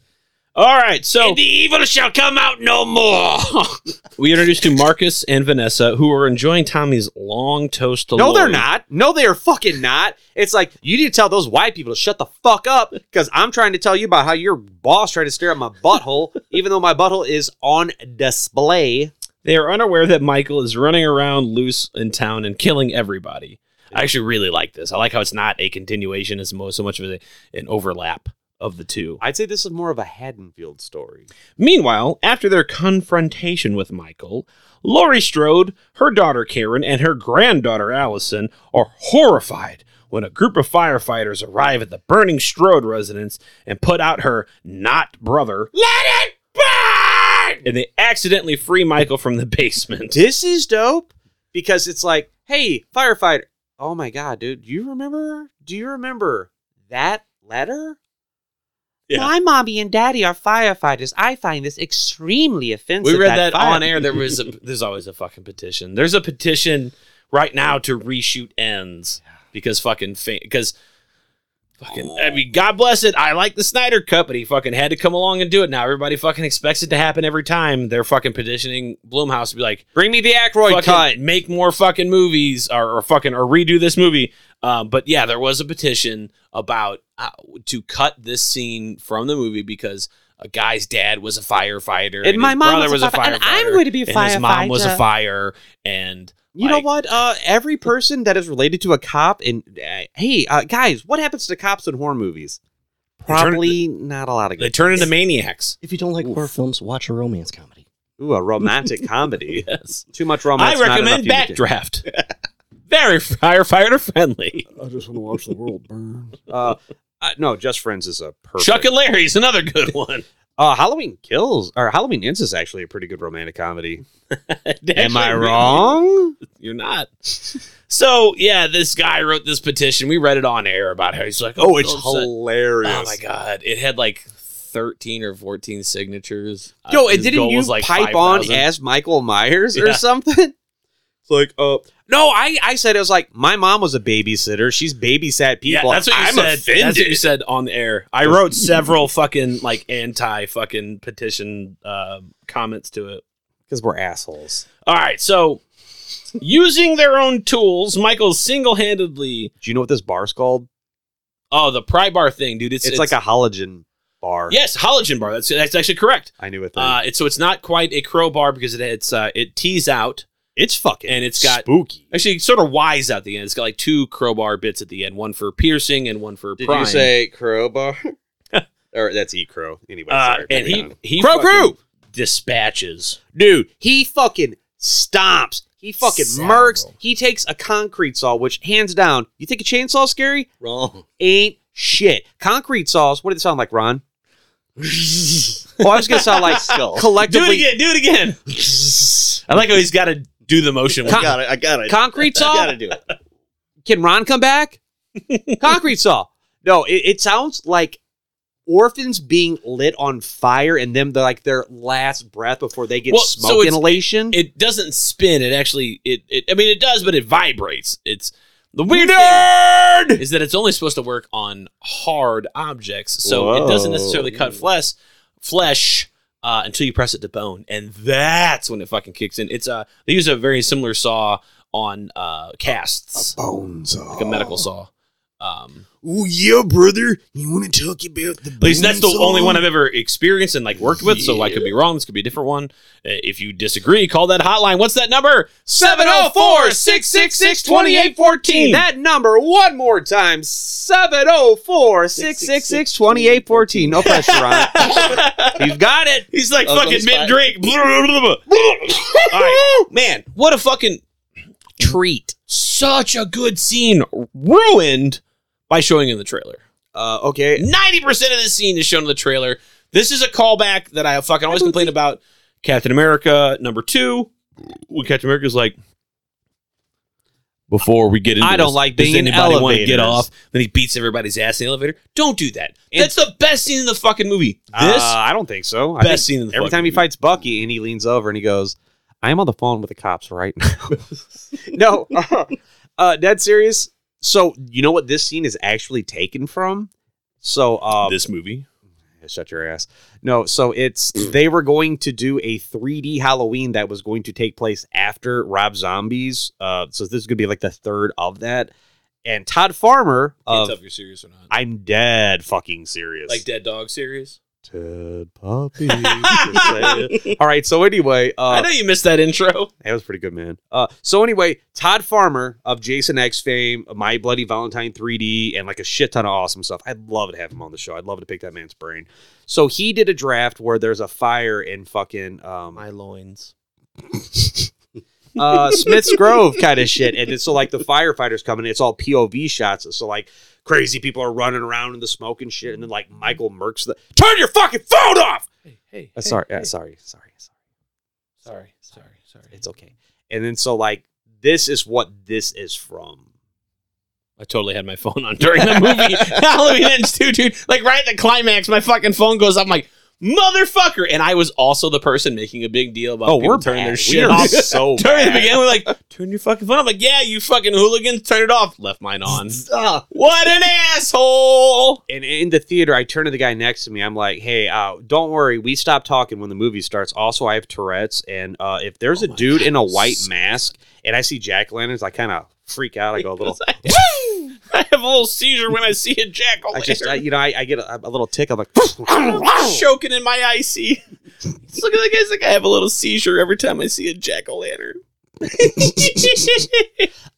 [SPEAKER 2] All right, so
[SPEAKER 8] And the evil shall come out no more.
[SPEAKER 2] <laughs> we introduced to Marcus and Vanessa, who are enjoying Tommy's long toast to
[SPEAKER 1] No, they're
[SPEAKER 2] Lori.
[SPEAKER 1] not. No, they are fucking not. It's like you need to tell those white people to shut the fuck up because I'm trying to tell you about how your boss tried to stare at my butthole, <laughs> even though my butthole is on display.
[SPEAKER 2] They are unaware that Michael is running around loose in town and killing everybody. I actually really like this. I like how it's not a continuation; it's mo- so much of a, an overlap of the two.
[SPEAKER 1] I'd say this is more of a Haddonfield story.
[SPEAKER 2] Meanwhile, after their confrontation with Michael, Laurie Strode, her daughter Karen, and her granddaughter Allison are horrified when a group of firefighters arrive at the burning Strode residence and put out her not brother. Let it burn! And they accidentally free Michael from the <laughs> basement.
[SPEAKER 1] This is dope because it's like, hey, firefighter. Oh my god, dude, do you remember? Do you remember that letter?
[SPEAKER 2] Yeah.
[SPEAKER 1] My mommy and daddy are firefighters. I find this extremely offensive.
[SPEAKER 2] we read that,
[SPEAKER 1] fire-
[SPEAKER 2] on air. There was a, there's always a fucking petition. There's a petition right now to reshoot ends because fucking because fucking I mean God bless it. I like the Snyder Cut, but he fucking had to come along and do it. Now everybody fucking expects it to happen every time. They're fucking petitioning Bloomhouse to be like
[SPEAKER 1] Bring me the Aykroyd cut.
[SPEAKER 2] fucking make more fucking movies or, or fucking or redo this movie. Um, but yeah, there was a petition about uh, to cut this scene from the movie because a guy's dad was a firefighter
[SPEAKER 1] And my
[SPEAKER 2] his
[SPEAKER 1] mom
[SPEAKER 2] brother
[SPEAKER 1] was a fire- and I'm going to be a
[SPEAKER 2] and His mom was a
[SPEAKER 1] firefighter.
[SPEAKER 2] fire and
[SPEAKER 1] You know
[SPEAKER 2] like,
[SPEAKER 1] what? Uh, every person that is related to a cop, and uh, hey, uh, guys, what happens to cops in horror movies?
[SPEAKER 2] They turn-
[SPEAKER 1] Probably not a lot of
[SPEAKER 2] They
[SPEAKER 1] good.
[SPEAKER 2] turn into maniacs.
[SPEAKER 3] If you don't like horror films, watch a romance comedy.
[SPEAKER 1] Ooh,
[SPEAKER 2] <laughs>
[SPEAKER 1] a romantic comedy.
[SPEAKER 2] Yes.
[SPEAKER 1] Too much romance.
[SPEAKER 2] I
[SPEAKER 1] Oh, not
[SPEAKER 2] recommend
[SPEAKER 1] enough unity.
[SPEAKER 2] Backdraft. Very firefighter friendly.
[SPEAKER 7] I just want to watch the world
[SPEAKER 13] <laughs>
[SPEAKER 7] burn.
[SPEAKER 1] Uh, uh, no, Just Friends is a <laughs> perfect.
[SPEAKER 2] Chuck and Larry's another
[SPEAKER 1] <laughs>
[SPEAKER 2] good one.
[SPEAKER 1] Uh, Halloween Kills or Halloween Ends is actually a pretty good romantic comedy. Am I
[SPEAKER 2] Actually,
[SPEAKER 1] wrong?
[SPEAKER 2] You're not. So yeah, this guy wrote this petition. We read it on air about how he's like, oh, it's
[SPEAKER 1] hilarious.
[SPEAKER 2] Oh my god! It had like thirteen or fourteen signatures.
[SPEAKER 1] Yo,
[SPEAKER 2] Uh,
[SPEAKER 1] and
[SPEAKER 2] his
[SPEAKER 1] didn't
[SPEAKER 2] goal
[SPEAKER 1] you
[SPEAKER 2] was,
[SPEAKER 1] pipe on
[SPEAKER 2] 5,000.
[SPEAKER 1] as Michael Myers or <laughs>
[SPEAKER 2] Yeah.
[SPEAKER 1] something? It's like, uh, no, I, I said it was like my mom was a babysitter. She's babysat
[SPEAKER 2] Yeah,
[SPEAKER 1] people.
[SPEAKER 2] that's what you
[SPEAKER 1] I'm
[SPEAKER 2] said.
[SPEAKER 1] Offended.
[SPEAKER 2] That's what you said on the air. I wrote several fucking like anti fucking petition uh, comments to it
[SPEAKER 1] because we're assholes.
[SPEAKER 2] All right, so using their own tools, Michael single handedly.
[SPEAKER 1] Do you know what this bar's called?
[SPEAKER 2] Oh, the pry bar thing, dude. It's,
[SPEAKER 1] It's, like a halogen bar.
[SPEAKER 2] Yes, halogen bar. That's that's actually correct.
[SPEAKER 1] I knew it.
[SPEAKER 2] Uh, it's so it's not quite a crowbar because it, it's uh, it tees out.
[SPEAKER 1] It's fucking
[SPEAKER 2] and it's got
[SPEAKER 1] spooky.
[SPEAKER 2] Actually, it sort of wise out the end. It's got like two crowbar bits at the end, one for piercing and one for.
[SPEAKER 1] Did
[SPEAKER 2] prying. Uh,
[SPEAKER 1] you say crowbar? <laughs> or that's E Crow. Anyway,
[SPEAKER 2] Uh,
[SPEAKER 1] sorry.
[SPEAKER 2] and
[SPEAKER 1] Moving
[SPEAKER 2] he
[SPEAKER 1] on.
[SPEAKER 2] he
[SPEAKER 1] Crow
[SPEAKER 2] fucking
[SPEAKER 1] Crew! <laughs>
[SPEAKER 2] dispatches.
[SPEAKER 1] dude, he fucking stomps. He fucking murks. He takes a concrete saw, which hands down, you think a chainsaw's scary?
[SPEAKER 3] Wrong.
[SPEAKER 1] Ain't shit. Concrete saws. What do they sound like, Ron? oh, I was gonna sound <laughs> like
[SPEAKER 3] <laughs> Skull.
[SPEAKER 1] collectively.
[SPEAKER 2] Do it again. Do it
[SPEAKER 1] <laughs>
[SPEAKER 2] again. I like how he's got to do the motion.
[SPEAKER 1] Con- I got it,
[SPEAKER 3] I got it.
[SPEAKER 1] Concrete saw.
[SPEAKER 3] I gotta do it.
[SPEAKER 1] Can Ron
[SPEAKER 2] <laughs>
[SPEAKER 1] come back? Concrete saw. No, it, it sounds like orphans being lit on fire and them they're like their last breath before they get
[SPEAKER 2] Well, so
[SPEAKER 1] smoke
[SPEAKER 2] it's-
[SPEAKER 1] inhalation.
[SPEAKER 2] It doesn't spin. It actually. It. it I mean, it does, but it vibrates. It's the weird thing is that it's only supposed to work on hard objects, so it doesn't
[SPEAKER 1] Whoa.
[SPEAKER 2] necessarily cut flesh. Flesh. Uh, until you press it to bone, and that's when it fucking kicks in. It's uh, they use a very similar saw on uh casts, a
[SPEAKER 7] bone saw,
[SPEAKER 2] like a
[SPEAKER 13] Oh.
[SPEAKER 2] medical saw. Um,
[SPEAKER 7] Oh yeah, brother. You want to talk about the?
[SPEAKER 2] At least that's the only one I've ever experienced and like worked with. So I could be wrong. This could be a different one. Uh, if you disagree, call that hotline. What's that number?
[SPEAKER 1] 704 666 2814. That number, one more time 704 666 2814. No pressure on
[SPEAKER 2] <laughs>
[SPEAKER 1] it. You've got it.
[SPEAKER 2] <laughs> He's like
[SPEAKER 1] I was on
[SPEAKER 2] fucking
[SPEAKER 1] the
[SPEAKER 2] mid
[SPEAKER 1] spot.
[SPEAKER 2] drink. All right, man. <laughs> What a fucking treat. Such a good scene ruined by showing in the trailer.
[SPEAKER 1] Uh, okay.
[SPEAKER 2] 90% of the scene is shown in the trailer. This is a callback that I fucking always complain about. Captain America number two. When Captain America's like, before we get into
[SPEAKER 1] I don't
[SPEAKER 2] this,
[SPEAKER 1] like
[SPEAKER 2] does
[SPEAKER 1] being in
[SPEAKER 2] anybody wanna get
[SPEAKER 1] elevators.
[SPEAKER 2] off? Then he beats everybody's ass in the elevator. Don't do that. That's the best scene in the fucking movie. This
[SPEAKER 1] Uh, I don't think so. I
[SPEAKER 2] Best
[SPEAKER 1] think
[SPEAKER 2] scene in the
[SPEAKER 1] Every
[SPEAKER 2] fucking
[SPEAKER 1] time he
[SPEAKER 2] movie.
[SPEAKER 1] fights Bucky and he leans over and he goes, I am on the phone with the cops right
[SPEAKER 2] <laughs>
[SPEAKER 1] now. <laughs> no, uh, uh, dead serious. So, you know what this scene is actually taken from? So, uh,
[SPEAKER 2] this movie.
[SPEAKER 1] shut your ass. No,
[SPEAKER 2] <clears throat>
[SPEAKER 1] so it's they were going to do a 3D Halloween that was going to take place after Rob Zombies. Uh, so this is gonna be like the third of that. And Todd Farmer
[SPEAKER 2] Can't
[SPEAKER 1] of
[SPEAKER 2] tell if you're serious or not.
[SPEAKER 1] I'm dead fucking serious.
[SPEAKER 2] Like Dead Dog series. <laughs>
[SPEAKER 1] Ted Poppy. All right, so anyway, uh,
[SPEAKER 2] I know you missed that intro.
[SPEAKER 1] that was pretty good, man. Uh, so anyway, Todd Farmer of Jason X fame, My Bloody Valentine 3D, and like a shit ton of awesome stuff. I'd love to have him on the show. I'd love to pick that man's brain. So he did a draft where there's a fire in fucking um,
[SPEAKER 2] My loins.
[SPEAKER 1] <laughs> uh, Smith's Grove kind of shit. And it's so like the firefighters coming, it's all POV shots. So like crazy people are running around in the smoke and shit. And then like Michael Merck's the turn your fucking phone off.
[SPEAKER 2] Hey,
[SPEAKER 1] Uh, sorry, uh, sorry, sorry, sorry.
[SPEAKER 2] sorry, sorry, sorry.
[SPEAKER 1] It's okay. And then so like this is what this is from.
[SPEAKER 2] I totally had my <laughs> phone on during the
[SPEAKER 1] <laughs>
[SPEAKER 2] movie. Halloween ends too, dude. Like right at the climax, my fucking phone goes up. I'm like, motherfucker. And I was also the person making a big deal about
[SPEAKER 1] Oh,
[SPEAKER 2] people
[SPEAKER 1] we're
[SPEAKER 2] turning
[SPEAKER 1] bad.
[SPEAKER 2] their
[SPEAKER 1] We
[SPEAKER 2] shit
[SPEAKER 1] are
[SPEAKER 2] off.
[SPEAKER 1] <laughs> so
[SPEAKER 2] <laughs> during the
[SPEAKER 1] bad.
[SPEAKER 2] beginning, we're like, turn your fucking phone. I'm like, yeah, you fucking hooligans, turn it off. Left mine on.
[SPEAKER 3] Ah,
[SPEAKER 2] what an
[SPEAKER 1] <laughs>
[SPEAKER 2] asshole.
[SPEAKER 1] And in the theater, I turn to the guy next to me. I'm like, "Hey, uh, don't worry. We stop talking when the movie starts. Also, I have Tourette's, and uh, if there's a dude in a white mask and I see jack lanterns, I kind of freak out. I go a <laughs> little.
[SPEAKER 2] <laughs> I have a little seizure when I see a jackal.
[SPEAKER 1] I just, I,
[SPEAKER 2] I,
[SPEAKER 1] you know, I, I get a, a little tick. <laughs> I'm like, <laughs>
[SPEAKER 2] am <laughs> choking in my icy. <laughs> It's looking like it's like I have a little seizure every time I see a jack o' lantern. <laughs>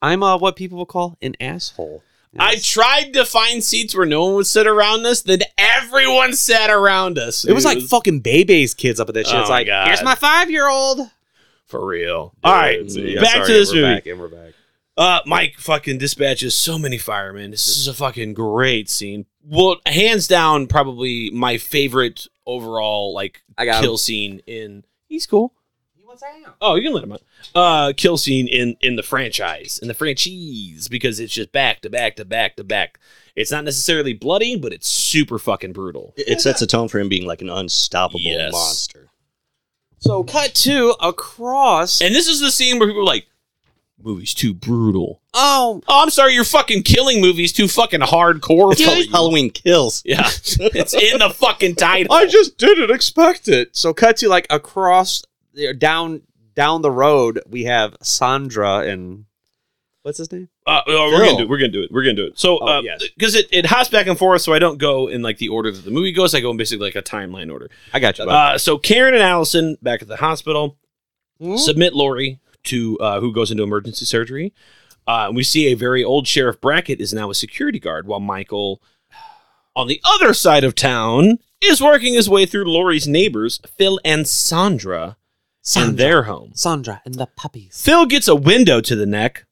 [SPEAKER 1] I'm uh, what people will call an asshole.
[SPEAKER 2] I tried to find seats where no one would sit around us. Then everyone sat around us.
[SPEAKER 1] It was like fucking Bebe's kids up at that shit.
[SPEAKER 2] Oh
[SPEAKER 1] it's
[SPEAKER 2] my
[SPEAKER 1] like,
[SPEAKER 2] God.
[SPEAKER 1] here's my five year old.
[SPEAKER 2] for real. All right, back to this movie. Uh, Mike fucking dispatches so many firemen. This is a fucking great scene. Well, hands down, probably my favorite overall like
[SPEAKER 1] I got
[SPEAKER 2] kill
[SPEAKER 1] him.
[SPEAKER 2] scene in. He's cool. He wants out. Oh, you can let him out. Uh, kill scene in in the franchise in the franchise because it's just back to back to back to back. It's not necessarily bloody, but it's super fucking brutal.
[SPEAKER 3] It sets the tone for him being like an unstoppable
[SPEAKER 2] Yes.
[SPEAKER 3] monster.
[SPEAKER 1] So cut to across.
[SPEAKER 2] And this is the scene where people are like, movie's too brutal.
[SPEAKER 1] um,
[SPEAKER 2] Oh, oh, I'm sorry. Your fucking killing movie's too fucking hardcore.
[SPEAKER 3] It's called
[SPEAKER 2] Halloween kills. <laughs> Yeah, it's in the fucking title.
[SPEAKER 1] I just didn't expect it. So cut to like across there, down down the road. We have Sandra and what's his name?
[SPEAKER 2] Uh, uh, we're gonna do. It. We're gonna do it. We're gonna do it. So,
[SPEAKER 1] Oh,
[SPEAKER 2] because it, it hops back and forth, so I don't go in like the order that the movie goes. I go in basically like a timeline order.
[SPEAKER 1] I got you. bud.
[SPEAKER 2] Uh, so Karen and Allison back at the hospital
[SPEAKER 1] Hmm?
[SPEAKER 2] submit Lori to uh, who goes into emergency surgery. Uh, and we see a very old sheriff Brackett is now a security guard, while Michael, on the other side of town, is working his way through Lori's neighbors, Phil and Sandra, in their home.
[SPEAKER 8] Sandra and the puppies.
[SPEAKER 2] Phil gets a window to the neck,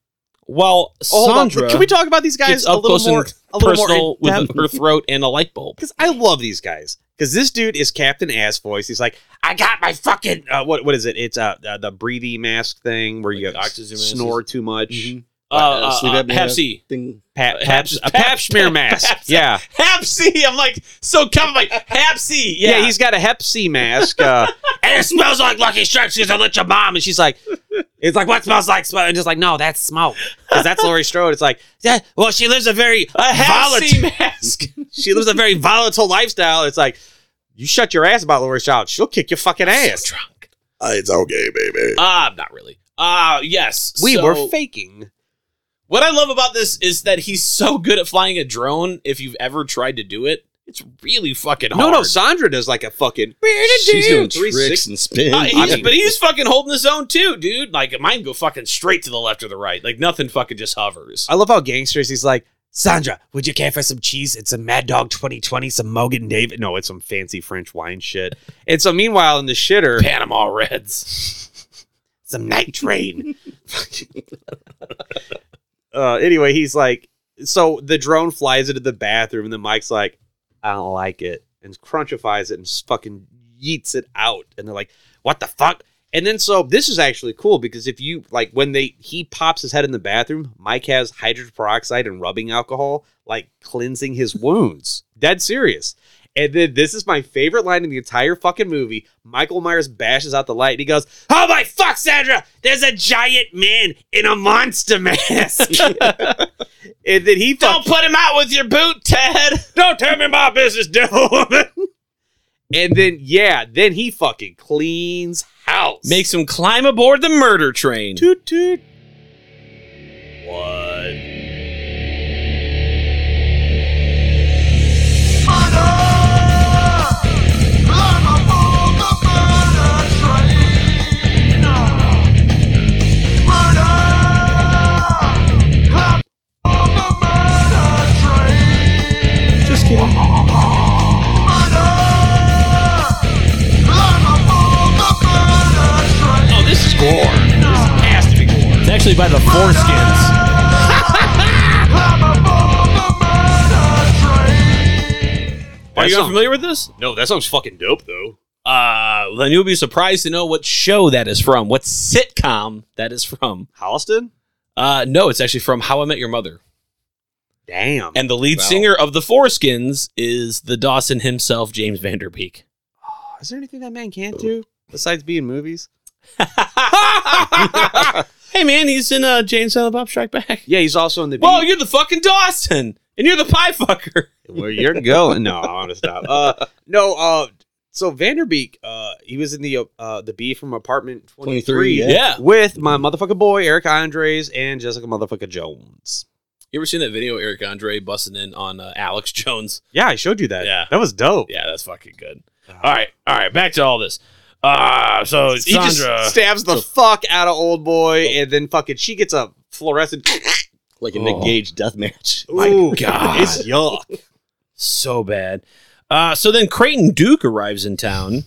[SPEAKER 2] while
[SPEAKER 1] Oh, hold on.
[SPEAKER 2] Sandra
[SPEAKER 1] Can we talk about these guys
[SPEAKER 2] gets
[SPEAKER 1] a
[SPEAKER 2] up
[SPEAKER 1] little
[SPEAKER 2] close
[SPEAKER 1] more?
[SPEAKER 2] and
[SPEAKER 1] A little
[SPEAKER 2] personal
[SPEAKER 1] more in
[SPEAKER 2] with her throat and a light bulb.
[SPEAKER 1] Because I love these guys. Because this dude is Captain Ass Voice. He's like, I got my fucking uh, what? What is it? It's uh, uh the breathing mask thing where you
[SPEAKER 2] oxygen mask.
[SPEAKER 1] snore too much.
[SPEAKER 2] Uh, uh, uh, Hep C.
[SPEAKER 3] Thing.
[SPEAKER 1] Pap, pap, a
[SPEAKER 2] <laughs>
[SPEAKER 1] pap smear mask. yeah.
[SPEAKER 2] Hep C. <laughs> I'm like so covered. Like Hep C.
[SPEAKER 1] yeah, He's got a Hep C mask. <laughs> Uh,
[SPEAKER 8] And it smells like Lucky Strikes because I let your mom. And she's like, it's like, what smells like smoke? And just like, no, that's smoke.
[SPEAKER 1] because that's Laurie Strode. It's like,
[SPEAKER 8] Yeah, well, she lives a very
[SPEAKER 2] a Hep C
[SPEAKER 8] volatile.
[SPEAKER 2] mask.
[SPEAKER 1] <laughs> she lives a very volatile lifestyle. It's like, you shut your ass about Laurie Strode. She'll kick your fucking ass.
[SPEAKER 13] Ah,
[SPEAKER 7] It's okay, baby.
[SPEAKER 2] Ah, not really. Ah, yes.
[SPEAKER 1] we
[SPEAKER 2] So-
[SPEAKER 1] were faking.
[SPEAKER 2] What I love about this is that he's so good at flying a drone. If you've ever tried to do it, it's really fucking hard.
[SPEAKER 1] No, no, Sandra does like a fucking.
[SPEAKER 3] She's doing
[SPEAKER 1] 360.
[SPEAKER 3] tricks and spins.
[SPEAKER 2] Uh, he's-
[SPEAKER 1] I mean-
[SPEAKER 2] but he's fucking holding his own too, dude. Like mine go fucking straight to the left or the right. Like nothing fucking just <laughs> hovers.
[SPEAKER 1] I love how gangsters. He's like,
[SPEAKER 8] Sandra, would you care for some cheese and some Mad Dog 2020, some Mogan David?
[SPEAKER 1] no, it's some fancy French
[SPEAKER 2] <laughs>
[SPEAKER 1] wine shit. And so meanwhile, in the shitter,
[SPEAKER 2] Panama Reds.
[SPEAKER 1] <laughs>
[SPEAKER 8] some night train.
[SPEAKER 1] uh, anyway, he's like, so the drone flies into the bathroom, and then Mike's like, I don't like it, and crunchifies it and s- fucking yeets it out. And they're like, what the fuck? And then so this is actually cool because if you like when they he pops his head in the bathroom, Mike has hydrogen peroxide and rubbing alcohol, like cleansing his wounds. Dead serious. And then this is my favorite line in the entire fucking movie. Michael Myers bashes out the light and he goes,
[SPEAKER 8] oh my fuck, Sandra! There's a giant man in a monster mask.
[SPEAKER 1] <laughs> and then he fucking
[SPEAKER 2] Don't put him out with your boot, Ted.
[SPEAKER 8] Don't tell me my business, devil
[SPEAKER 1] <laughs>
[SPEAKER 8] woman.
[SPEAKER 1] And then yeah, then he fucking cleans house.
[SPEAKER 2] Makes him climb aboard the murder train.
[SPEAKER 1] toot toot.
[SPEAKER 2] What?
[SPEAKER 1] Just kidding.
[SPEAKER 2] Oh, this is gore. This has to be gore. It's actually by the foreskins. Are you unfamiliar with this?
[SPEAKER 1] No, that sounds fucking dope though.
[SPEAKER 2] Uh, then you'll be surprised to know what show that is from, what sitcom that is from.
[SPEAKER 1] Holliston?
[SPEAKER 2] Uh, no, it's actually from How I Met Your Mother.
[SPEAKER 1] Damn.
[SPEAKER 2] And the lead
[SPEAKER 1] Wow.
[SPEAKER 2] singer of the Foreskins is the Dawson himself, James Vanderbeek. <laughs>
[SPEAKER 1] Is there anything that man can't do besides be in movies?
[SPEAKER 2] Hey, man, he's in uh, James Silent Bob Strike Back.
[SPEAKER 1] <laughs> Yeah, he's also in the.
[SPEAKER 2] Whoa, you're the fucking Dawson, and you're the pie fucker. <laughs>
[SPEAKER 1] where you're going? No, I want to stop. Uh, no. Uh, so Vanderbeek, uh, he was in the uh the B from Apartment Twenty
[SPEAKER 3] 23,
[SPEAKER 1] Three,
[SPEAKER 3] yeah.
[SPEAKER 2] Yeah.
[SPEAKER 1] with my motherfucking boy Eric Andres and Jessica motherfucker Jones.
[SPEAKER 2] You ever seen that video of Eric Andre busting in on uh, Alex Jones?
[SPEAKER 1] Yeah, I showed you that.
[SPEAKER 2] Yeah.
[SPEAKER 1] that was dope.
[SPEAKER 2] Yeah, that's fucking good. All right, all right, back to all this. Uh, so
[SPEAKER 1] He just
[SPEAKER 2] Sandra,
[SPEAKER 1] stabs the fuck out of old boy, and then fucking she gets a fluorescent.
[SPEAKER 3] like a Nick
[SPEAKER 2] Oh.
[SPEAKER 3] Gage death match.
[SPEAKER 2] my
[SPEAKER 1] Ooh,
[SPEAKER 2] God.
[SPEAKER 1] <laughs> it's yuck.
[SPEAKER 2] so bad. Uh, so then Creighton Duke arrives in town.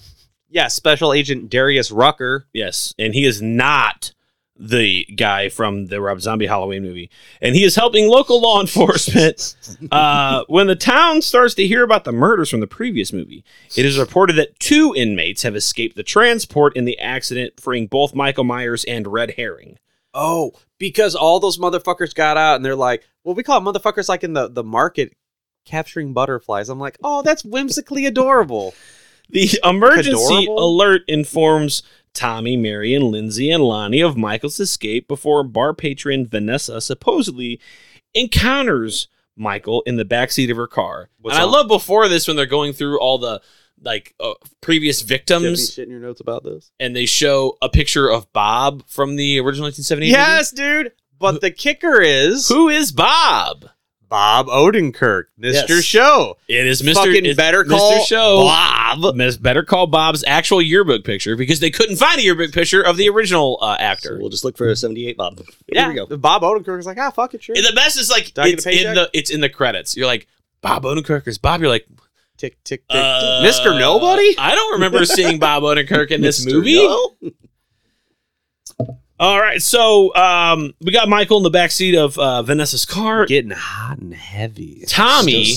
[SPEAKER 1] Yeah, Special Agent Darius Rucker.
[SPEAKER 2] Yes, and he is not the guy from the Rob Zombie Halloween movie, and he is helping local law enforcement. uh, when the town starts to hear about the murders from the previous movie, it is reported that two inmates have escaped the transport in the accident, freeing both Michael Myers and Red Herring.
[SPEAKER 1] Oh, because all those motherfuckers got out and they're like, well, we call it motherfuckers like in the, the market capturing butterflies.
[SPEAKER 2] <laughs>
[SPEAKER 1] I'm like, oh, that's whimsically adorable.
[SPEAKER 2] The emergency
[SPEAKER 1] Adorable?
[SPEAKER 2] alert informs Tommy, Mary, and Lindsay and Lonnie of Michael's escape before bar patron Vanessa supposedly encounters Michael in the backseat of her car.
[SPEAKER 1] What's
[SPEAKER 2] and
[SPEAKER 1] up?
[SPEAKER 2] I love before this when they're going through all the like uh, previous
[SPEAKER 1] Do you have any
[SPEAKER 2] victims
[SPEAKER 1] shit in your notes about this?
[SPEAKER 2] and they show a picture of Bob from the original 1978 movie.
[SPEAKER 1] Yes, dude. But the kicker is
[SPEAKER 2] who is Bob?
[SPEAKER 1] Bob Odenkirk, Mr.
[SPEAKER 2] Yes.
[SPEAKER 1] Show.
[SPEAKER 2] It is Mr.
[SPEAKER 1] Fucking
[SPEAKER 2] it's
[SPEAKER 1] Better Call
[SPEAKER 2] Mr. Show.
[SPEAKER 1] Bob.
[SPEAKER 2] Miss Better Call Bob's actual yearbook picture because they couldn't find a yearbook picture of the original uh, actor.
[SPEAKER 3] we'll just look for a 78 Bob.
[SPEAKER 1] Yeah, <laughs> Bob Odenkirk is like, ah, fuck it, sure.
[SPEAKER 2] And the best is like
[SPEAKER 1] Do I get
[SPEAKER 2] it's
[SPEAKER 1] a paycheck?
[SPEAKER 2] in the it's in the credits. You're like Bob Odenkirk is Bob. You're like
[SPEAKER 1] tick tick tick.
[SPEAKER 2] uh,
[SPEAKER 1] Mr. Nobody?
[SPEAKER 2] I don't remember seeing Bob Odenkirk in this
[SPEAKER 1] Mr.
[SPEAKER 2] movie.
[SPEAKER 1] No?
[SPEAKER 2] All right, so um, we got Michael in the backseat of uh, Vanessa's car.
[SPEAKER 1] Getting hot and heavy.
[SPEAKER 2] Tommy,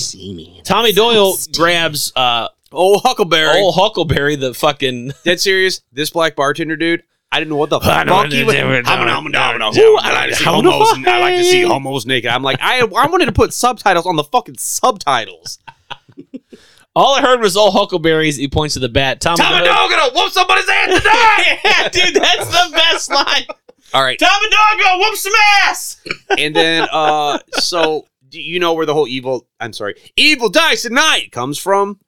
[SPEAKER 2] Tommy Doyle grabs uh,
[SPEAKER 1] Oh, Huckleberry.
[SPEAKER 2] old Huckleberry, the fucking
[SPEAKER 1] Dead serious. This black bartender dude. <laughs> I didn't know what the
[SPEAKER 2] I
[SPEAKER 1] fuck
[SPEAKER 2] know what
[SPEAKER 1] he was.
[SPEAKER 2] they were doing.
[SPEAKER 1] Ooh, I like to see homos. and I like to see homos naked. I'm <laughs> like, I, I wanted to put subtitles on the fucking subtitles.
[SPEAKER 2] All I heard was all Huckleberries. He points to the bat. Tommy, Doyle.
[SPEAKER 1] gonna whoop somebody's ass <laughs> tonight.
[SPEAKER 2] yeah, dude, that's the best line.
[SPEAKER 1] <laughs> All right,
[SPEAKER 2] Tommy Doggo whoop some ass.
[SPEAKER 1] and then uh, so do you know where the whole evil? I'm sorry, evil dies tonight comes from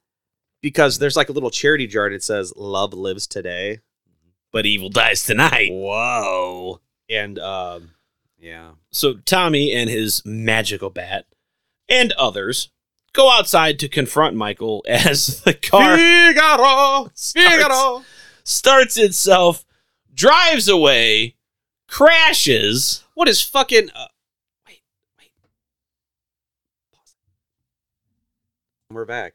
[SPEAKER 1] because there's like a little charity jar and it says "Love lives today."
[SPEAKER 2] But evil dies tonight.
[SPEAKER 1] Whoa! And um, yeah,
[SPEAKER 2] So Tommy and his magical bat and others go outside to confront Michael <laughs> as the car
[SPEAKER 1] Figaro, Figaro.
[SPEAKER 2] starts itself, drives away, crashes.
[SPEAKER 1] What is fucking? Uh, wait, wait. Pause. We're back.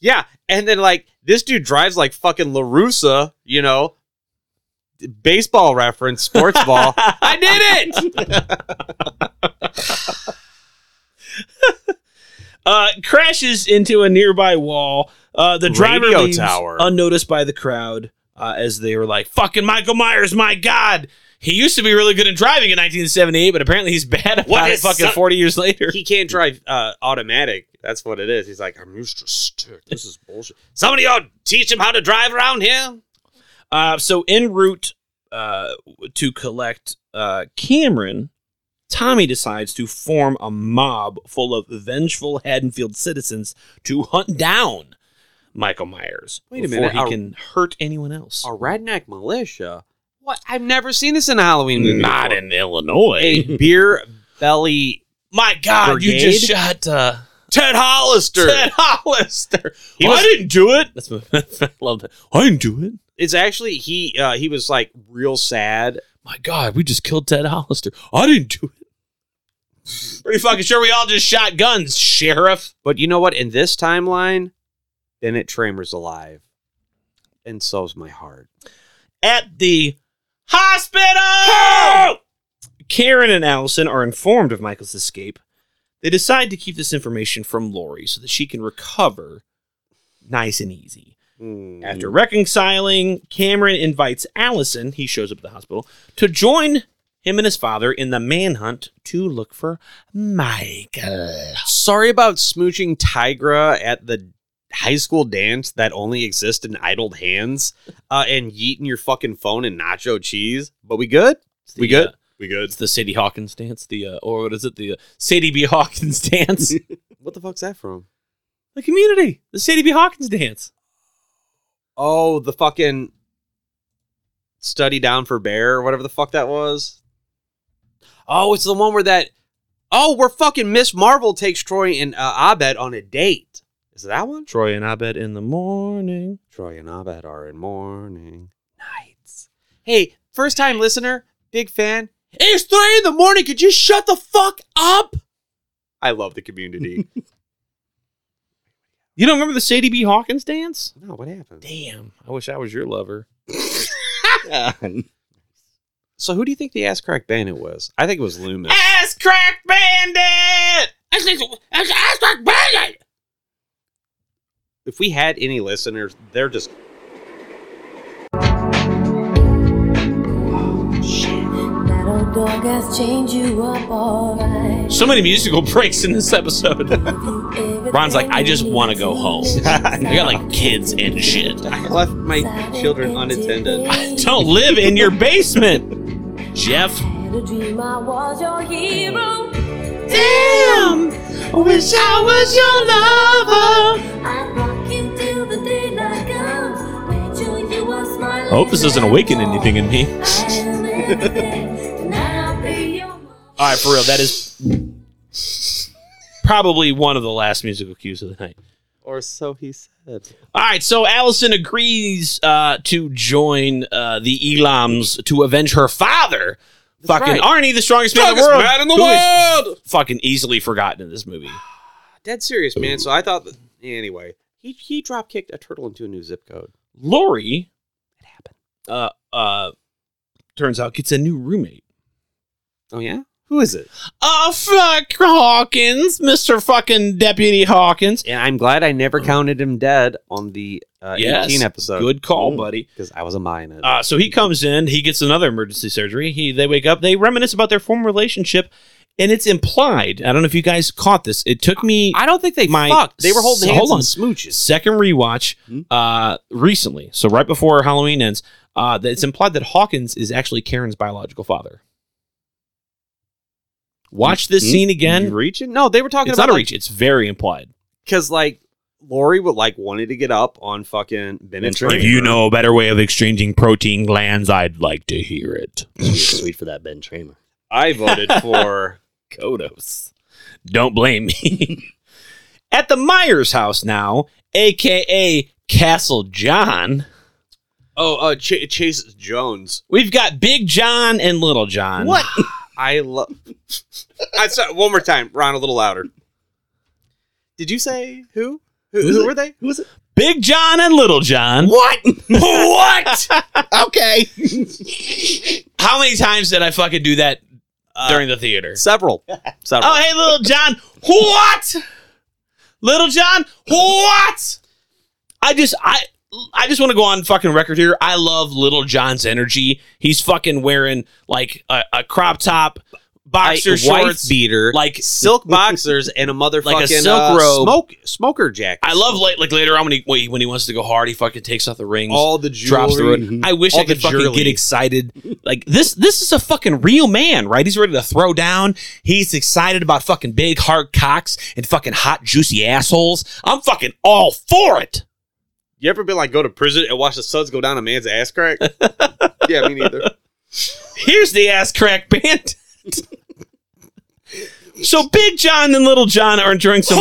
[SPEAKER 1] yeah, and then like this dude drives like fucking Larusa, you know, baseball reference, sports ball.
[SPEAKER 2] <laughs>
[SPEAKER 1] I did it.
[SPEAKER 8] <laughs>
[SPEAKER 2] Uh, crashes into a nearby wall. Uh, the driver
[SPEAKER 1] Radio
[SPEAKER 2] leaves
[SPEAKER 1] tower.
[SPEAKER 2] unnoticed by the crowd uh, as they were like, "Fucking Michael Myers, my god." He used to be really good at driving in 1978, but apparently he's bad at
[SPEAKER 8] What
[SPEAKER 2] it
[SPEAKER 8] is
[SPEAKER 2] fucking
[SPEAKER 8] so-
[SPEAKER 2] 40 years later.
[SPEAKER 1] He can't drive uh, automatic. That's what it is. He's like, I'm used to stick. This is bullshit.
[SPEAKER 8] Somebody ought teach him how to drive around here.
[SPEAKER 2] Uh, so en route uh, to collect uh, Cameron, Tommy decides to form a mob full of vengeful Haddonfield citizens to hunt down Michael Myers
[SPEAKER 1] Wait a
[SPEAKER 2] before
[SPEAKER 1] minute,
[SPEAKER 2] he
[SPEAKER 1] are-
[SPEAKER 2] can hurt anyone else.
[SPEAKER 1] A redneck militia. What? I've never seen this in a Halloween movie.
[SPEAKER 2] Not
[SPEAKER 1] before.
[SPEAKER 2] in Illinois.
[SPEAKER 1] a beer belly
[SPEAKER 2] My God, you
[SPEAKER 1] Brigade?
[SPEAKER 2] just shot uh,
[SPEAKER 1] Ted Hollister.
[SPEAKER 2] Ted Hollister.
[SPEAKER 1] He
[SPEAKER 2] Oh,
[SPEAKER 1] was-
[SPEAKER 2] I didn't do it. That's my, <laughs> I love that. I didn't do it.
[SPEAKER 1] It's actually he. Uh, he was like real sad.
[SPEAKER 2] My God, we just killed Ted Hollister. I didn't do it. Pretty fucking sure we all just shot guns, sheriff.
[SPEAKER 1] But you know what? In this timeline, Bennett Tramer's alive, and so's my heart.
[SPEAKER 2] at the hospital. Karen and Allison are informed of Michael's escape. They decide to keep this information from Lori so that she can recover nice and easy. After reconciling, Cameron invites Allison, he shows up at the hospital, to join him and his father in the manhunt to look for Michael.
[SPEAKER 1] Sorry about smooching Tigra at the high school dance that only exists in idled hands, uh, and yeeting your fucking phone and nacho cheese. But we good? We
[SPEAKER 2] The, uh,
[SPEAKER 1] good? We good?
[SPEAKER 2] it's the Sadie Hawkins dance, the uh, or what is it? The uh, Sadie B Hawkins <laughs> dance.
[SPEAKER 1] What the fuck's that from?
[SPEAKER 2] the community, the Sadie B Hawkins dance.
[SPEAKER 1] Oh, the fucking study down for bear or whatever the fuck that was. Oh, it's the one where that. Oh, where fucking Miss Marvel takes Troy and uh, Abed on a date. Is it that one?
[SPEAKER 2] Troy and Abed in the morning.
[SPEAKER 1] Troy and Abed are in morning nights. Hey, first time listener, big fan. It's three in the morning. Could you shut the fuck up? I love the community.
[SPEAKER 2] You don't remember the Sadie B. Hawkins dance?
[SPEAKER 1] no, what happened?
[SPEAKER 2] Damn, I wish I was your lover.
[SPEAKER 1] So, who do you think the ass crack bandit was? I think it was Loomis.
[SPEAKER 2] Ass crack bandit!
[SPEAKER 1] if we had any listeners, they're just.
[SPEAKER 6] Metal door
[SPEAKER 15] I'll gas change you up alright.
[SPEAKER 2] So many musical <laughs> breaks in this episode. Ron's like, I just want to go home. <laughs>
[SPEAKER 15] <laughs>
[SPEAKER 2] I got like kids and shit. <laughs> I
[SPEAKER 1] left my
[SPEAKER 2] <laughs>
[SPEAKER 1] children
[SPEAKER 15] <laughs>
[SPEAKER 1] unattended.
[SPEAKER 2] Don't live in your basement, Jeff.
[SPEAKER 15] Had a dream I was your hero.
[SPEAKER 9] Damn! I wish I was your lover.
[SPEAKER 15] I'd rock you till the daylight comes. Made sure you were
[SPEAKER 2] I
[SPEAKER 15] smiling.
[SPEAKER 2] hope this doesn't awaken anything in me.
[SPEAKER 15] Now I'll be your
[SPEAKER 2] All right, for real, that is probably one of the last musical cues of the night.
[SPEAKER 1] Or so he said.
[SPEAKER 2] All right, so Allison agrees uh, to join uh, the Elams to avenge her father, fucking
[SPEAKER 1] right.
[SPEAKER 2] Arnie, the strongest, man in the
[SPEAKER 1] Strongest
[SPEAKER 2] world,
[SPEAKER 1] man in the
[SPEAKER 2] who is
[SPEAKER 1] world!
[SPEAKER 2] fucking easily forgotten in this movie.
[SPEAKER 1] Dead serious, man. So I thought that, anyway, he, he drop kicked a turtle into a new zip code.
[SPEAKER 2] Lori, it happened. Uh, uh, turns out gets a new roommate.
[SPEAKER 1] Oh yeah, who is it?
[SPEAKER 2] Uh, fuck Hawkins, Mister fucking Deputy Hawkins.
[SPEAKER 1] And I'm glad I never counted him dead on the uh,
[SPEAKER 2] Uh-huh. Yes.
[SPEAKER 1] 18 episode.
[SPEAKER 2] Good call, buddy.
[SPEAKER 1] Because I was a minor.
[SPEAKER 2] Uh, so he comes in, he gets another emergency surgery. He they wake up, they reminisce about their former relationship, and it's implied. I don't know if you guys caught this. It took me. I
[SPEAKER 1] don't think they
[SPEAKER 2] my,
[SPEAKER 1] fucked. They were holding hands
[SPEAKER 2] hold on.
[SPEAKER 1] and smooches.
[SPEAKER 2] Second rewatch,
[SPEAKER 1] Hmm?
[SPEAKER 2] uh, recently. So right before Halloween ends, uh, that it's implied that Hawkins is actually Karen's biological father. Watch this
[SPEAKER 1] Mm,
[SPEAKER 2] scene again.
[SPEAKER 1] you reaching? No, they were talking
[SPEAKER 2] It's
[SPEAKER 1] about
[SPEAKER 2] not a
[SPEAKER 1] like-
[SPEAKER 2] reach. It's very implied.
[SPEAKER 1] Because like Lori would like wanted to get up on fucking Ben and
[SPEAKER 2] If you know a better way of exchanging protein glands, I'd like to hear it.
[SPEAKER 3] Sweet for that Ben Tramer.
[SPEAKER 2] <laughs>
[SPEAKER 1] I voted for
[SPEAKER 2] Kodos. Don't blame me. <laughs> At the Myers house now, aka Castle John,
[SPEAKER 1] Oh, uh, Ch- Chase Jones.
[SPEAKER 2] we've got Big John and Little John.
[SPEAKER 1] What? <laughs> I love. I saw one more time, Ron, a little louder. Did you say who? Who, who, were they? Who was it?
[SPEAKER 2] Big John and Little John.
[SPEAKER 1] What?
[SPEAKER 2] <laughs> what?
[SPEAKER 3] okay.
[SPEAKER 2] How many times did I fucking do that
[SPEAKER 1] Uh,
[SPEAKER 2] during the theater?
[SPEAKER 1] Several.
[SPEAKER 2] <laughs>
[SPEAKER 1] Several.
[SPEAKER 2] Oh, hey, Little John. What? Little John. What? I just I I just want to go on fucking record here. I love Little John's energy. He's fucking wearing like a, a crop top, boxer
[SPEAKER 1] A wife
[SPEAKER 2] shorts,
[SPEAKER 1] beater,
[SPEAKER 2] like
[SPEAKER 1] silk boxers, and a
[SPEAKER 2] <laughs>
[SPEAKER 1] motherfucking
[SPEAKER 2] like a
[SPEAKER 1] uh,
[SPEAKER 2] silk robe.
[SPEAKER 1] smoke smoker jacket.
[SPEAKER 2] I love like, like later on when he when he- when he wants to go hard, he fucking takes off the rings,
[SPEAKER 1] All the
[SPEAKER 2] drops the
[SPEAKER 1] jewelry.
[SPEAKER 2] road.
[SPEAKER 7] Mm-hmm.
[SPEAKER 1] Mhm.
[SPEAKER 2] I wish
[SPEAKER 1] All
[SPEAKER 2] I could
[SPEAKER 1] the
[SPEAKER 2] fucking
[SPEAKER 1] jewelry.
[SPEAKER 2] get excited. Like this, this is a fucking real man, right? He's ready to throw down. He's excited about fucking big hard cocks and fucking hot juicy assholes. I'm fucking all for it.
[SPEAKER 1] You ever been like go to prison and watch the suds go down a man's ass
[SPEAKER 2] <laughs>
[SPEAKER 1] crack? yeah, me neither.
[SPEAKER 2] Here's the ass crack bandit. so Big John and Little John are enjoying some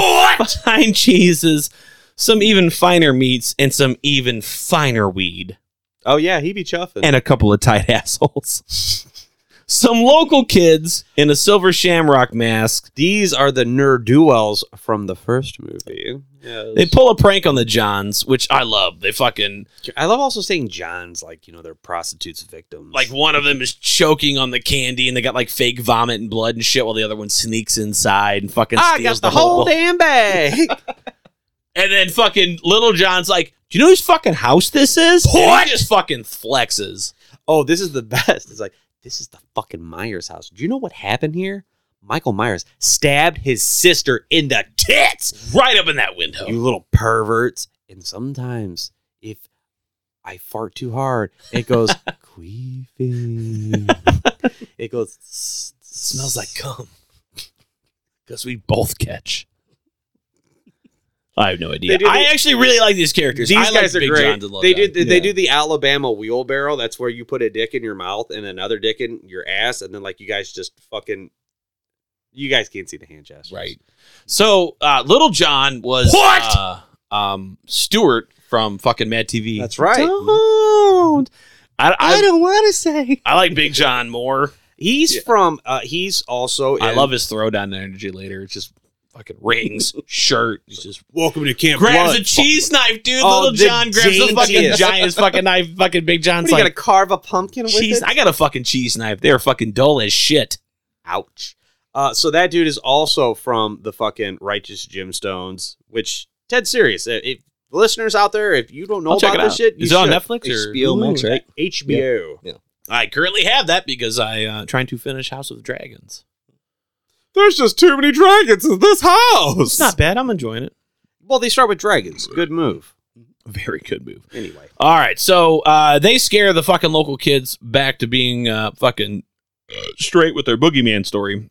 [SPEAKER 2] fine cheeses, some even finer meats, and some even finer weed.
[SPEAKER 1] Oh yeah, he be chuffing.
[SPEAKER 2] and a couple of tight <laughs> assholes. Some local kids in a silver shamrock mask.
[SPEAKER 1] These are the nerd duels from the first movie. Yeah,
[SPEAKER 2] They pull a prank on the Johns, which I love. They fucking
[SPEAKER 1] I love also saying John's like you know they're prostitutes victims.
[SPEAKER 2] like one of them is choking on the candy, and they got like fake vomit and blood and shit, while the other one sneaks inside and fucking
[SPEAKER 1] I
[SPEAKER 2] steals
[SPEAKER 1] got the
[SPEAKER 2] bowl.
[SPEAKER 1] whole <laughs> damn bag.
[SPEAKER 2] And then fucking little John's like, "Do you know whose fucking house this is?" What? He just fucking flexes.
[SPEAKER 1] oh, this is the best. It's like this is the fucking Myers house. Do you know what happened here? Michael Myers stabbed his sister in the tits.
[SPEAKER 2] Right up in that window.
[SPEAKER 1] You little perverts. And sometimes if I fart too hard, it <laughs> goes <laughs> queefing. it goes "S-
[SPEAKER 2] smells like cum. Because we both catch. I have no idea.
[SPEAKER 1] They do the-
[SPEAKER 2] I actually really like these characters.
[SPEAKER 1] These
[SPEAKER 2] I like
[SPEAKER 1] guys are
[SPEAKER 2] Big
[SPEAKER 1] great.
[SPEAKER 2] John's and Little
[SPEAKER 1] They
[SPEAKER 2] John.
[SPEAKER 1] do they do the Alabama wheelbarrow. That's where you put a dick in your mouth and another dick in your ass, and then like you guys just fucking. You guys can't see the hand gestures,
[SPEAKER 2] right? So uh, Little John was
[SPEAKER 1] What?
[SPEAKER 2] Uh, um, Stewart from fucking Mad TV.
[SPEAKER 1] That's right.
[SPEAKER 2] Don't. I, I,
[SPEAKER 1] don't want to say.
[SPEAKER 2] I like Big John more.
[SPEAKER 1] He's from. Uh, he's also.
[SPEAKER 2] I
[SPEAKER 1] in-
[SPEAKER 2] love his throwdown energy later. It's just fucking rings,
[SPEAKER 1] <laughs>
[SPEAKER 2] shirt. He's just
[SPEAKER 1] Welcome to Camp
[SPEAKER 2] grabs
[SPEAKER 1] Blood.
[SPEAKER 2] a cheese knife, dude.
[SPEAKER 1] Oh,
[SPEAKER 2] Little
[SPEAKER 1] the
[SPEAKER 2] John grabs the fucking
[SPEAKER 1] daintiest.
[SPEAKER 2] giantest fucking knife. Fucking Big John's
[SPEAKER 1] What, you
[SPEAKER 2] like,
[SPEAKER 1] gotta carve a pumpkin with
[SPEAKER 2] cheese.
[SPEAKER 1] it?
[SPEAKER 2] I got a fucking cheese knife. They're fucking dull as shit.
[SPEAKER 1] Ouch. Uh, so that dude is also from the fucking Righteous Gemstones, which Ted serious. If, if listeners out there, if you don't know
[SPEAKER 2] I'll check it
[SPEAKER 1] about this
[SPEAKER 2] out.
[SPEAKER 1] shit, you
[SPEAKER 2] Is it on
[SPEAKER 1] should.
[SPEAKER 2] Netflix or-
[SPEAKER 1] HBO Max,
[SPEAKER 2] Ooh.
[SPEAKER 1] right? HBO.
[SPEAKER 3] Yeah.
[SPEAKER 2] I currently have that because I uh, trying to finish House of the Dragons.
[SPEAKER 1] There's just too many dragons in this house.
[SPEAKER 2] It's not bad. I'm enjoying it.
[SPEAKER 1] Well, they start with dragons. Good move.
[SPEAKER 2] Very good move.
[SPEAKER 1] Anyway,
[SPEAKER 2] All right, so uh, they scare the fucking local kids back to being uh, fucking uh, straight with their boogeyman story.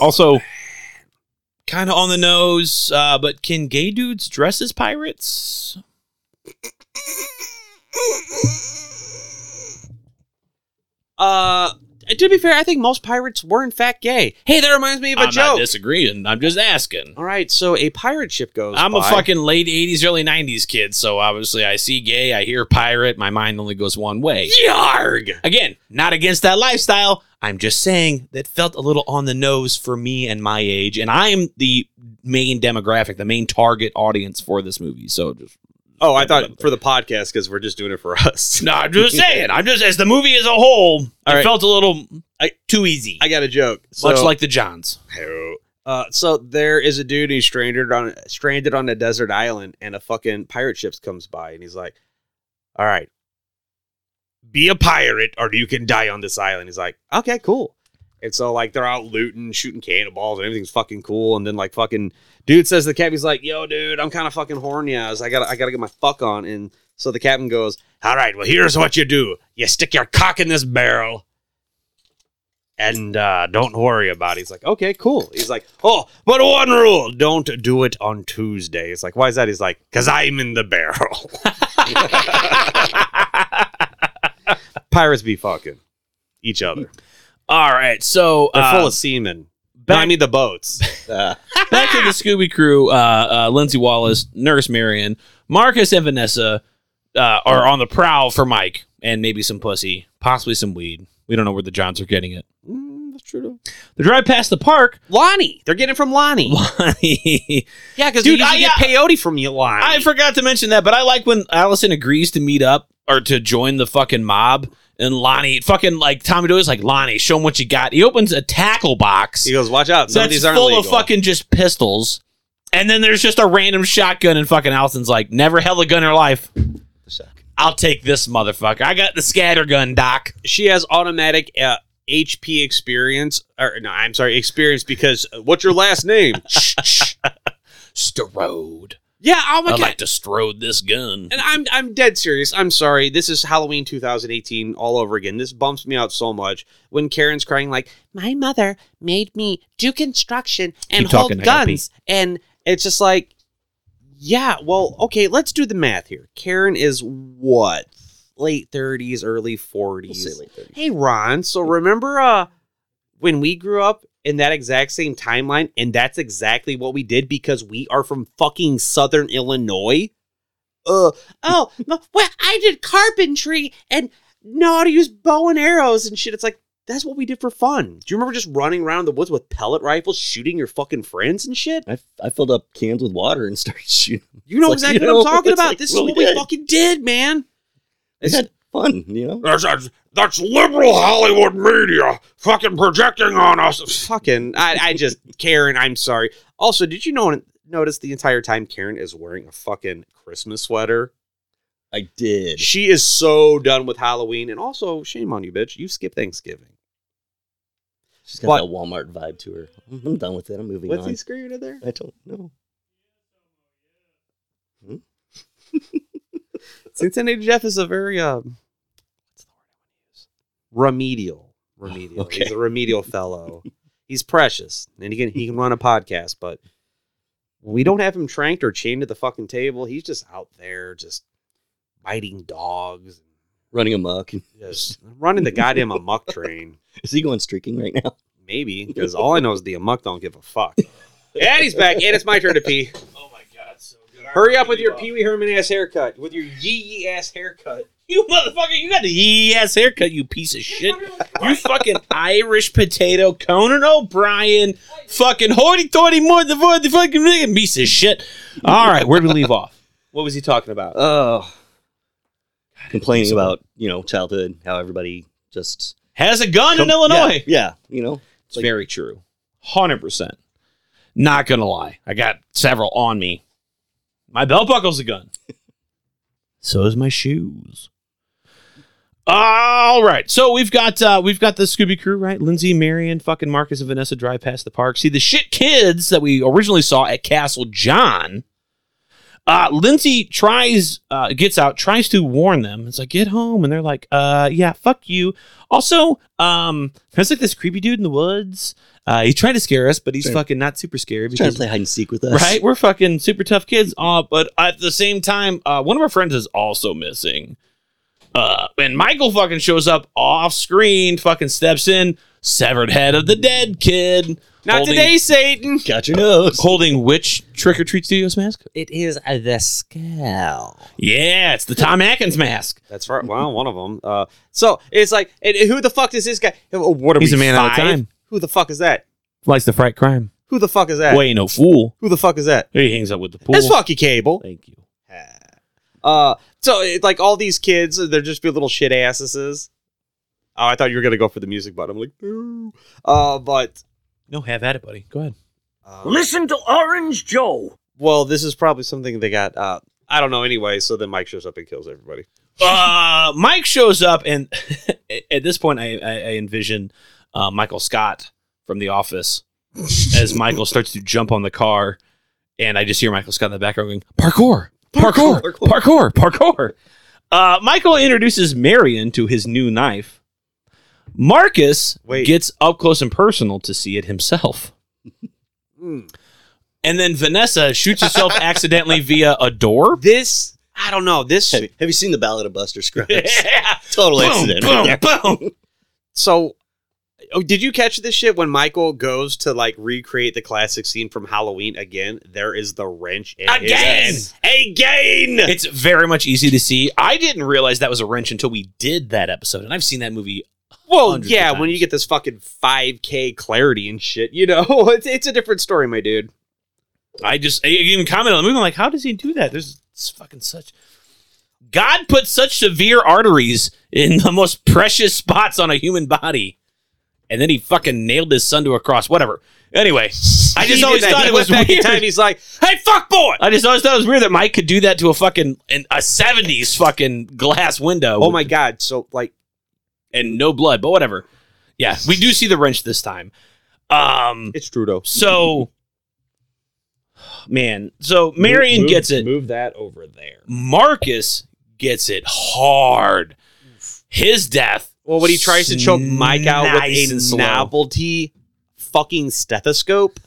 [SPEAKER 2] Also, kind of on the nose, uh, but can gay dudes dress as pirates?
[SPEAKER 1] uh, to be fair, I think most pirates were in fact gay. Hey, that reminds me of a
[SPEAKER 2] I'm not
[SPEAKER 1] joke.
[SPEAKER 2] disagreeing. I'm just asking.
[SPEAKER 1] All right, so a pirate ship goes.
[SPEAKER 2] I'm
[SPEAKER 1] by.
[SPEAKER 2] a fucking late 80s, early 90s kid, so obviously I see gay, I hear pirate, my mind only goes one way. <laughs>
[SPEAKER 1] Yarg!
[SPEAKER 2] Again, not against that lifestyle. I'm just saying that felt a little on the nose for me and my age, and I'm the main demographic, the main target audience for this movie. So <laughs> just
[SPEAKER 1] Oh, I thought for the podcast because we're just doing it for us.
[SPEAKER 2] no, I'm
[SPEAKER 1] <laughs>
[SPEAKER 2] just saying. I'm just as the movie as a whole,
[SPEAKER 1] All
[SPEAKER 2] it
[SPEAKER 1] right.
[SPEAKER 2] felt a little
[SPEAKER 1] I-
[SPEAKER 2] too easy,
[SPEAKER 1] I got a joke.
[SPEAKER 2] much
[SPEAKER 1] So-
[SPEAKER 2] like the Johns.
[SPEAKER 1] Uh, so there is a dude who's stranded on stranded on a desert island, and a fucking pirate ship comes by, and he's like, "All right, be a pirate, or you can die on this island." He's like, "Okay, cool." And so like they're out looting, shooting cannonballs, and everything's fucking cool. And then like fucking dude says to the captain, he's like, "Yo, dude, I'm kind of fucking horny. I was, I gotta, I gotta get my fuck on." And so the captain goes, "All right, well here's what you do: you stick your cock in this barrel." and uh, don't worry about it. He's like, okay, cool. He's like, oh, but one rule: don't do it on Tuesday. It's like, why is that? He's like, because I'm in the barrel. <laughs> Pirates be fucking each other.
[SPEAKER 2] All right, so
[SPEAKER 1] They're
[SPEAKER 2] uh,
[SPEAKER 1] full of semen. No, I mean the boats. Uh,
[SPEAKER 2] back to the Scooby Crew. Uh, uh, Lindsay Wallace, Nurse Marion, Marcus, and Vanessa uh, are on the prowl for Mike and maybe some pussy, possibly some weed. We don't know where the Johns are getting it.
[SPEAKER 1] Mm, that's true.
[SPEAKER 2] They drive past the park.
[SPEAKER 1] Lonnie, they're getting it from Lonnie.
[SPEAKER 2] Lonnie.
[SPEAKER 1] <laughs> Yeah, because
[SPEAKER 2] Dude,
[SPEAKER 1] dude, I
[SPEAKER 2] I- uh,
[SPEAKER 1] get peyote from you, Lonnie.
[SPEAKER 2] I forgot to mention that, but I like when Allison agrees to meet up or to join the fucking mob. And Lonnie, fucking like Tommy Doyle's like Lonnie, show him what you got. He opens a tackle box.
[SPEAKER 1] he goes, watch out. Some of
[SPEAKER 2] that's
[SPEAKER 1] these aren't
[SPEAKER 2] full
[SPEAKER 1] legal.
[SPEAKER 2] of fucking just pistols. And then there's just a random shotgun, and fucking Allison's like, never held a gun in her life. I'll take this motherfucker. I got the scatter gun, <laughs> Doc.
[SPEAKER 1] she has automatic uh, HP experience, or no, I'm sorry, experience because uh, what's your last <laughs> name?
[SPEAKER 2] Strode.
[SPEAKER 1] yeah, oh my
[SPEAKER 2] I
[SPEAKER 1] god.
[SPEAKER 2] like to strode this gun.
[SPEAKER 1] and I'm I'm dead serious. I'm sorry. This is Halloween 2018 all over again. This bumps me out so much when Karen's crying like, "My mother made me do construction and
[SPEAKER 2] Keep talking,
[SPEAKER 1] hold
[SPEAKER 2] I gotta
[SPEAKER 1] guns," and it's just like, yeah, well, okay, let's do the math here. Karen is what late 30s, early 40s. Hey, Ron. So remember uh when we grew up in that exact same timeline, and that's exactly what we did because we are from fucking Southern Illinois. Uh oh
[SPEAKER 3] <laughs>
[SPEAKER 1] no, well I did carpentry and know how to use bow and arrows and shit. It's like that's what we did for fun. Do you remember just running around the woods with pellet rifles, shooting your fucking friends and shit?
[SPEAKER 3] I, I filled up cans with water and <laughs> started shooting.
[SPEAKER 1] You know
[SPEAKER 3] Like,
[SPEAKER 1] exactly
[SPEAKER 3] you
[SPEAKER 1] what I'm
[SPEAKER 3] know,
[SPEAKER 1] talking
[SPEAKER 3] it's
[SPEAKER 1] about.
[SPEAKER 3] like,
[SPEAKER 1] this is
[SPEAKER 3] well, we
[SPEAKER 1] what we
[SPEAKER 3] did.
[SPEAKER 1] fucking did, man.
[SPEAKER 3] I had fun, you know.
[SPEAKER 7] That's, that's, that's liberal Hollywood media fucking projecting on us.
[SPEAKER 1] fucking I, I just Karen, I'm sorry. Also, did you know notice the entire time Karen is wearing a fucking Christmas sweater?
[SPEAKER 3] I did.
[SPEAKER 1] She is so done with Halloween and also shame on you, bitch. You skip Thanksgiving.
[SPEAKER 3] She's got
[SPEAKER 1] But-
[SPEAKER 3] that Walmart vibe to her. I'm I'm done with it. I'm moving
[SPEAKER 1] What's
[SPEAKER 3] on.
[SPEAKER 1] he screaming in there?
[SPEAKER 3] I don't know. Hmm?
[SPEAKER 1] Cincinnati Jeff is a very um remedial. Remedial.
[SPEAKER 3] <laughs> Okay.
[SPEAKER 1] He's a remedial fellow. He's precious. And he can he can run a podcast, but when we don't have him tranked or chained to the fucking table, he's just out there just biting dogs
[SPEAKER 3] Running amok. <laughs>
[SPEAKER 1] Yes. Running the goddamn amok train.
[SPEAKER 3] Is he going streaking right now?
[SPEAKER 1] Maybe, because all I know is the amok don't give a fuck. <laughs> and he's back, and it's my turn to <laughs> pee.
[SPEAKER 2] Oh my god, so good.
[SPEAKER 1] Hurry up with your Pee Wee Herman ass haircut, with your yee yee ass haircut.
[SPEAKER 2] You motherfucker, you got the yee ass haircut, you piece of shit. You fucking Irish potato, Conan O'Brien, fucking hoity toity more than the fucking nigga, piece of shit. All right, where'd we leave off? What was he talking about?
[SPEAKER 3] Oh. Complaining about, you know, childhood, how everybody just.
[SPEAKER 2] Has a gun in
[SPEAKER 3] Yeah,
[SPEAKER 2] Illinois.
[SPEAKER 3] Yeah, you know.
[SPEAKER 2] It's very true. 100%. Not gonna lie. I got several on me. My belt buckle's a gun. so is my shoes. All right, so we've got uh, we've got the Scooby Crew, right? Lindsay, Marion, fucking Marcus, and Vanessa drive past the park. See the shit kids that we originally saw at Castle John. Uh, Lindsay tries uh, gets out, tries to warn them. It's like get home, and they're like, uh, "Yeah, fuck you." Also, um, there's like this creepy dude in the woods. Uh, he tried to scare us, but he's
[SPEAKER 3] Trying-
[SPEAKER 2] fucking not super scary.
[SPEAKER 3] He's trying
[SPEAKER 2] because-
[SPEAKER 3] to play hide and seek with us.
[SPEAKER 2] Right? We're fucking super tough kids. Uh, but at the same time, uh, one of our friends is also missing. Uh, and Michael fucking shows up off screen, fucking steps in, severed head of the dead kid.
[SPEAKER 1] Not today,
[SPEAKER 2] Satan.
[SPEAKER 3] Got your nose.
[SPEAKER 2] Holding which trick or treat studios mask?
[SPEAKER 8] It is uh, the skull.
[SPEAKER 2] Yeah, it's the Tom Atkins mask.
[SPEAKER 1] That's right. Well, one of them. Uh, so it's like, and who the fuck is this guy? What are
[SPEAKER 2] He's
[SPEAKER 1] we,
[SPEAKER 2] a man out of
[SPEAKER 1] five?
[SPEAKER 2] time.
[SPEAKER 1] Who the fuck is that?
[SPEAKER 2] Likes to fight crime.
[SPEAKER 1] Who the fuck is that?
[SPEAKER 2] Well, ain't no fool.
[SPEAKER 1] Who the fuck is that?
[SPEAKER 2] He hangs out with the pool.
[SPEAKER 1] That's fucking cable.
[SPEAKER 2] Thank you.
[SPEAKER 1] Uh, so it, like all these kids, uh, they're just be little shit asses. Oh, I thought you were gonna go for the music, but I'm like, no. Uh, but
[SPEAKER 2] No, have at it, buddy. Go ahead.
[SPEAKER 1] listen to Orange Joe. Well, this is probably something they got. Uh, I don't know. Anyway, so then Mike shows up and kills everybody.
[SPEAKER 2] uh, Mike shows up, and <laughs> at this point, I, I, I envision uh, Michael Scott from The Office as Michael starts to jump on the car, and I just hear Michael Scott in the background going, "Parkour, parkour, parkour, parkour." Uh, Michael introduces Marion to his new knife. Marcus gets up close and personal to see it himself. And then Vanessa shoots herself accidentally via a door.
[SPEAKER 1] This, I don't know. This.
[SPEAKER 3] <laughs> Have, have you seen the Ballad of Buster Scruggs?
[SPEAKER 2] <laughs>
[SPEAKER 1] Total
[SPEAKER 3] Boom, accident.
[SPEAKER 2] Boom, boom.
[SPEAKER 1] So, oh, did you catch this shit when Michael goes to like recreate the classic scene from Halloween again? There is the wrench in his
[SPEAKER 2] Again!
[SPEAKER 1] ass.
[SPEAKER 2] <laughs>
[SPEAKER 1] again.
[SPEAKER 2] It's very much easy to see. I didn't realize that was a wrench until we did that episode, and I've seen that movie.
[SPEAKER 1] Well,
[SPEAKER 2] hundreds of
[SPEAKER 1] yeah, when you get this fucking 5K clarity and shit, you know, <laughs> it's, it's a different story, my dude.
[SPEAKER 2] I just I even commented on the movie. I'm like, how does he do that? There's it's fucking such. God put such severe arteries in the most precious spots on a human body, and then he fucking nailed his son to a cross. Whatever. Anyway, I just
[SPEAKER 1] He did
[SPEAKER 2] always
[SPEAKER 1] that.
[SPEAKER 2] thought
[SPEAKER 1] He
[SPEAKER 2] it
[SPEAKER 1] went
[SPEAKER 2] was
[SPEAKER 1] back in
[SPEAKER 2] weird. <laughs>
[SPEAKER 1] time, he's like, "Hey, fuck boy!"
[SPEAKER 2] I just always thought it was weird that Mike could do that to a fucking an, a '70s fucking glass window.
[SPEAKER 1] Oh my god! So like,
[SPEAKER 2] and no blood, but whatever. Yeah, we do see the wrench this time. Um,
[SPEAKER 1] it's Trudeau.
[SPEAKER 2] So, man, so Marion
[SPEAKER 1] Move-
[SPEAKER 2] gets it.
[SPEAKER 1] Move that over there.
[SPEAKER 2] Marcus gets it hard. His death.
[SPEAKER 1] Well, when he tries to choke Mike out
[SPEAKER 2] Nice and
[SPEAKER 1] with a
[SPEAKER 2] slow.
[SPEAKER 1] novelty
[SPEAKER 2] <laughs>
[SPEAKER 1] fucking stethoscope,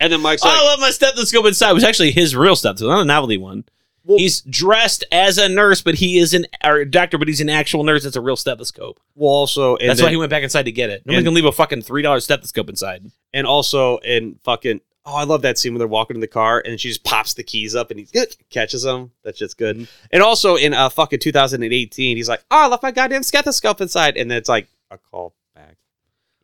[SPEAKER 1] and then Mike's
[SPEAKER 2] Oh,
[SPEAKER 1] like,
[SPEAKER 2] I love my stethoscope inside. It was actually his real stethoscope, not a novelty one. he's dressed as a nurse, but he is an or doctor, but he's an actual nurse. That's a real stethoscope.
[SPEAKER 1] Well, also, and
[SPEAKER 2] That's
[SPEAKER 1] then-
[SPEAKER 2] why he went back inside to get it. Nobody
[SPEAKER 1] and-
[SPEAKER 2] can leave a fucking three dollar stethoscope inside.
[SPEAKER 1] and also in fucking oh i love that scene when they're walking in the car and she just pops the keys up and he <laughs> catches them that shit's good
[SPEAKER 2] Mhm.
[SPEAKER 1] and also in uh fucking 2018 he's like oh i left my goddamn stethoscope inside and then it's like a call back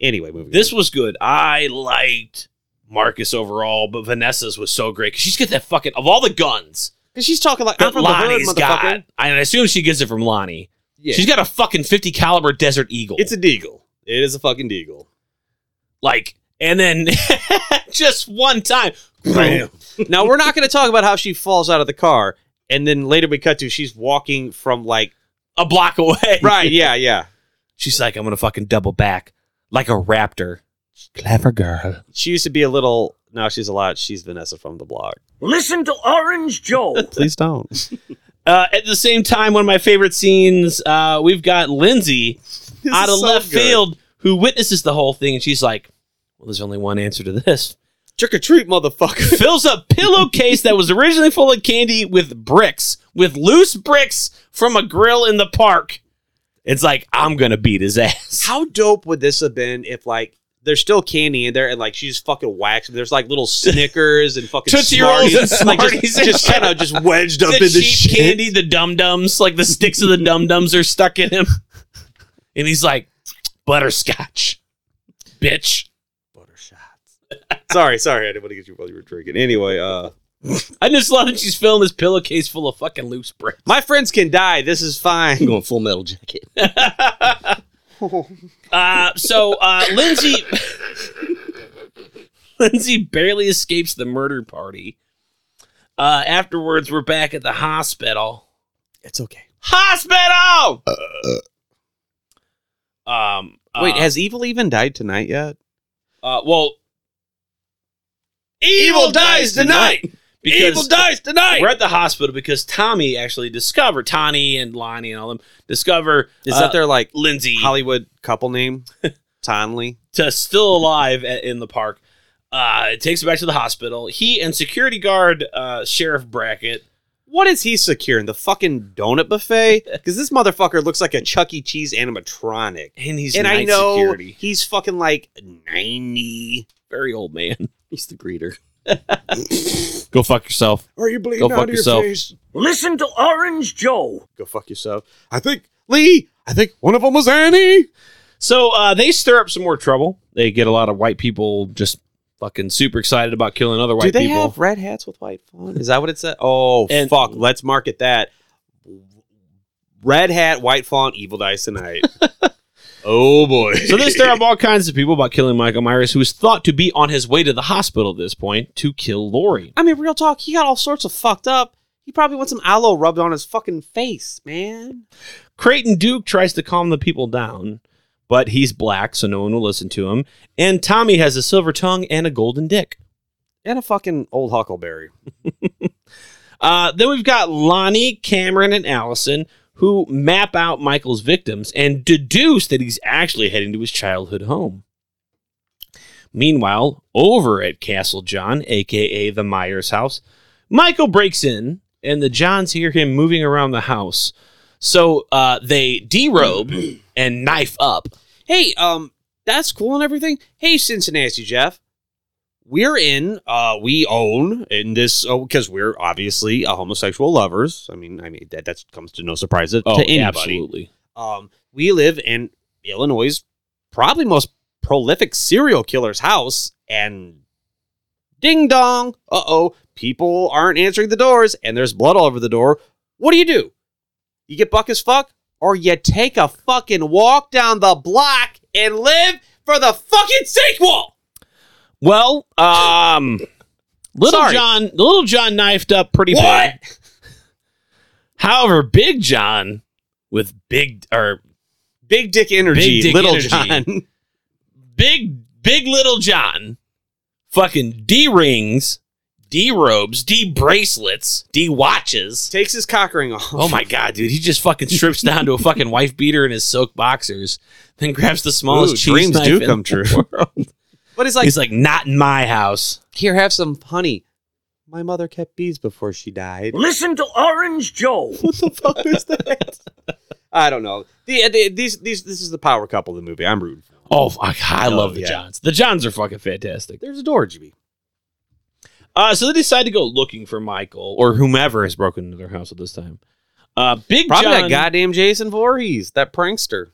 [SPEAKER 1] anyway moving
[SPEAKER 2] This was good. I liked Marcus overall, but Vanessa's was so great because she's got that fucking of all the guns.
[SPEAKER 1] because she's talking like i'm
[SPEAKER 2] that
[SPEAKER 1] from
[SPEAKER 2] Lonnie's
[SPEAKER 1] the hood
[SPEAKER 2] got.
[SPEAKER 1] motherfucker
[SPEAKER 2] I assume she gets it from Lonnie.
[SPEAKER 1] Yeah.
[SPEAKER 2] She's got a fucking 50 caliber Desert Eagle.
[SPEAKER 1] it's a deagle it is a fucking deagle
[SPEAKER 2] like, and then <laughs> just one time.
[SPEAKER 1] <laughs> now we're not going to talk about how she falls out of the car and then later we cut to she's walking
[SPEAKER 2] <laughs>
[SPEAKER 1] from like
[SPEAKER 2] a block away
[SPEAKER 1] right yeah yeah
[SPEAKER 2] She's like, I'm going to fucking double back like a raptor. Clever girl.
[SPEAKER 1] she used to be a little now she's a lot she's vanessa from the blog
[SPEAKER 2] Listen to Orange Joe.
[SPEAKER 1] please don't
[SPEAKER 2] <laughs> Uh, at the same time, one of my favorite scenes, uh, we've got Lindsay out of
[SPEAKER 1] is so
[SPEAKER 2] left
[SPEAKER 1] good.
[SPEAKER 2] field who witnesses the whole thing, and she's like, "Well, there's only one answer to this." <laughs>
[SPEAKER 1] Trick or treat, motherfucker! <laughs>
[SPEAKER 2] Fills a pillowcase that was originally full of candy with bricks, with loose bricks from a grill in the park. It's like I'm gonna beat his ass.
[SPEAKER 1] How dope would this have been if like there's still candy in there and like she's fucking waxed. There's like little Snickers and fucking
[SPEAKER 2] Tootsie Rolls and
[SPEAKER 1] Smarties, like, just-
[SPEAKER 2] Smarties and
[SPEAKER 1] just
[SPEAKER 2] shit.
[SPEAKER 1] kind of just wedged up
[SPEAKER 2] the
[SPEAKER 1] in the
[SPEAKER 2] cheap
[SPEAKER 1] shit.
[SPEAKER 2] candy, the dum dums, like the sticks of the dum dums are stuck in him, and he's like, "Butterscotch, bitch."
[SPEAKER 1] <laughs> Sorry, sorry, I didn't want to get you while you were drinking. Anyway, uh,
[SPEAKER 2] I just love that she's filling this pillowcase full of fucking loose bricks.
[SPEAKER 1] my friends can die. This is
[SPEAKER 3] I'm
[SPEAKER 1] <laughs> fine.
[SPEAKER 3] going full metal jacket.
[SPEAKER 2] Uh, so uh, Lindsay, <laughs> Lindsay barely escapes the murder party. Uh, afterwards, we're back at the hospital.
[SPEAKER 1] It's okay.
[SPEAKER 2] Hospital. Um,
[SPEAKER 1] Wait,
[SPEAKER 2] uh,
[SPEAKER 1] has Evil even died tonight yet?
[SPEAKER 2] uh, well,
[SPEAKER 1] Evil dies tonight!
[SPEAKER 2] Because
[SPEAKER 1] Evil dies tonight!
[SPEAKER 2] We're at the hospital because Tommy actually discovered Tony and Lonnie and all them discover
[SPEAKER 1] Is
[SPEAKER 2] uh,
[SPEAKER 1] that their like
[SPEAKER 2] Lindsay
[SPEAKER 1] Hollywood couple <laughs> name? Tonley.
[SPEAKER 2] to still alive at, in the park. Uh, it takes him back to the hospital. He and security guard uh, Sheriff Brackett.
[SPEAKER 1] What is he securing? The fucking donut <laughs> buffet? Because this motherfucker looks like a Chuck E. Cheese animatronic.
[SPEAKER 2] And he's
[SPEAKER 1] and I
[SPEAKER 2] night
[SPEAKER 1] know
[SPEAKER 2] security.
[SPEAKER 1] he's fucking like 90.
[SPEAKER 2] Very old man.
[SPEAKER 3] He's the greeter.
[SPEAKER 2] Go fuck yourself.
[SPEAKER 1] Are you bleeding
[SPEAKER 2] Go fuck yourself.
[SPEAKER 1] Listen to Orange Joe. Go fuck yourself. I think
[SPEAKER 2] Lee, I think one of them was Annie. So uh, they stir up some more trouble. They get a lot of white people just fucking super excited about killing other white
[SPEAKER 1] Do they
[SPEAKER 2] people.
[SPEAKER 1] have red hats with white font? Is that what it said? Oh
[SPEAKER 2] And-
[SPEAKER 1] fuck! Let's market that. Red hat, white font, evil dice tonight. oh boy!
[SPEAKER 2] so they stir up all kinds of people about killing Michael Myers, who is thought to be on his way to the hospital at this point to kill Lori.
[SPEAKER 1] <laughs> I mean, real talk. He got all sorts of fucked up. He probably wants some aloe rubbed on his fucking face, man.
[SPEAKER 2] Creighton Duke tries to calm the people down, but he's black, so no one will listen to him. And Tommy has a silver tongue and a golden dick.
[SPEAKER 1] And a fucking old huckleberry.
[SPEAKER 2] <laughs> Uh, then we've got Lonnie, Cameron, and Allison who map out Michael's victims and deduce that he's actually heading to his childhood home. Meanwhile, over at Castle John, aka the Myers house, Michael breaks in and the Johns hear him moving around the house. So uh, they derobe and knife up.
[SPEAKER 1] Hey, um, that's cool and everything. Hey, Cincinnati Jeff, we're in. Uh, we own in this because we're obviously uh, homosexual lovers. I mean, I mean that that comes to no surprise to,
[SPEAKER 2] Oh,
[SPEAKER 1] to anybody.
[SPEAKER 2] absolutely.
[SPEAKER 1] Um, we live in Illinois' probably most prolific serial killer's house, and ding dong, uh oh, people aren't answering the doors, and there's blood all over the door. What do you do? You get buck as fuck, or you take a fucking walk down the block and live for the fucking sequel.
[SPEAKER 2] Well, um, <laughs> Little
[SPEAKER 1] Sorry.
[SPEAKER 2] John, Little John knifed up pretty bad. However, Big John with big or
[SPEAKER 1] big dick energy, Little John. <laughs>
[SPEAKER 2] big big Little John, fucking d rings, d robes, d bracelets, d watches.
[SPEAKER 1] Takes his cock ring off.
[SPEAKER 2] Oh my god, dude! He just fucking strips down to a fucking wife beater in his silk boxers, then grabs the smallest
[SPEAKER 1] Ooh,
[SPEAKER 2] cheese
[SPEAKER 1] dreams
[SPEAKER 2] knife
[SPEAKER 1] do
[SPEAKER 2] in
[SPEAKER 1] come
[SPEAKER 2] the
[SPEAKER 1] true.
[SPEAKER 2] world.
[SPEAKER 1] <laughs> But it's <laughs> like,
[SPEAKER 2] He's like, not in my house.
[SPEAKER 1] here, have some honey. My mother kept bees before she died.
[SPEAKER 8] Listen to Orange Joe.
[SPEAKER 1] <laughs> what the fuck is that? I don't know. The, uh, the- these these this is the power couple of the movie. I'm rooting for.
[SPEAKER 2] Oh, fuck, I
[SPEAKER 1] Oh,
[SPEAKER 2] love the
[SPEAKER 1] yeah.
[SPEAKER 2] Johns. The Johns are fucking fantastic.
[SPEAKER 1] There's a door, GB.
[SPEAKER 2] Uh, so they decide to go looking for Michael or whomever has broken into their house at this time. Uh, Big
[SPEAKER 1] Probably
[SPEAKER 2] John,
[SPEAKER 1] that goddamn Jason Voorhees, that prankster.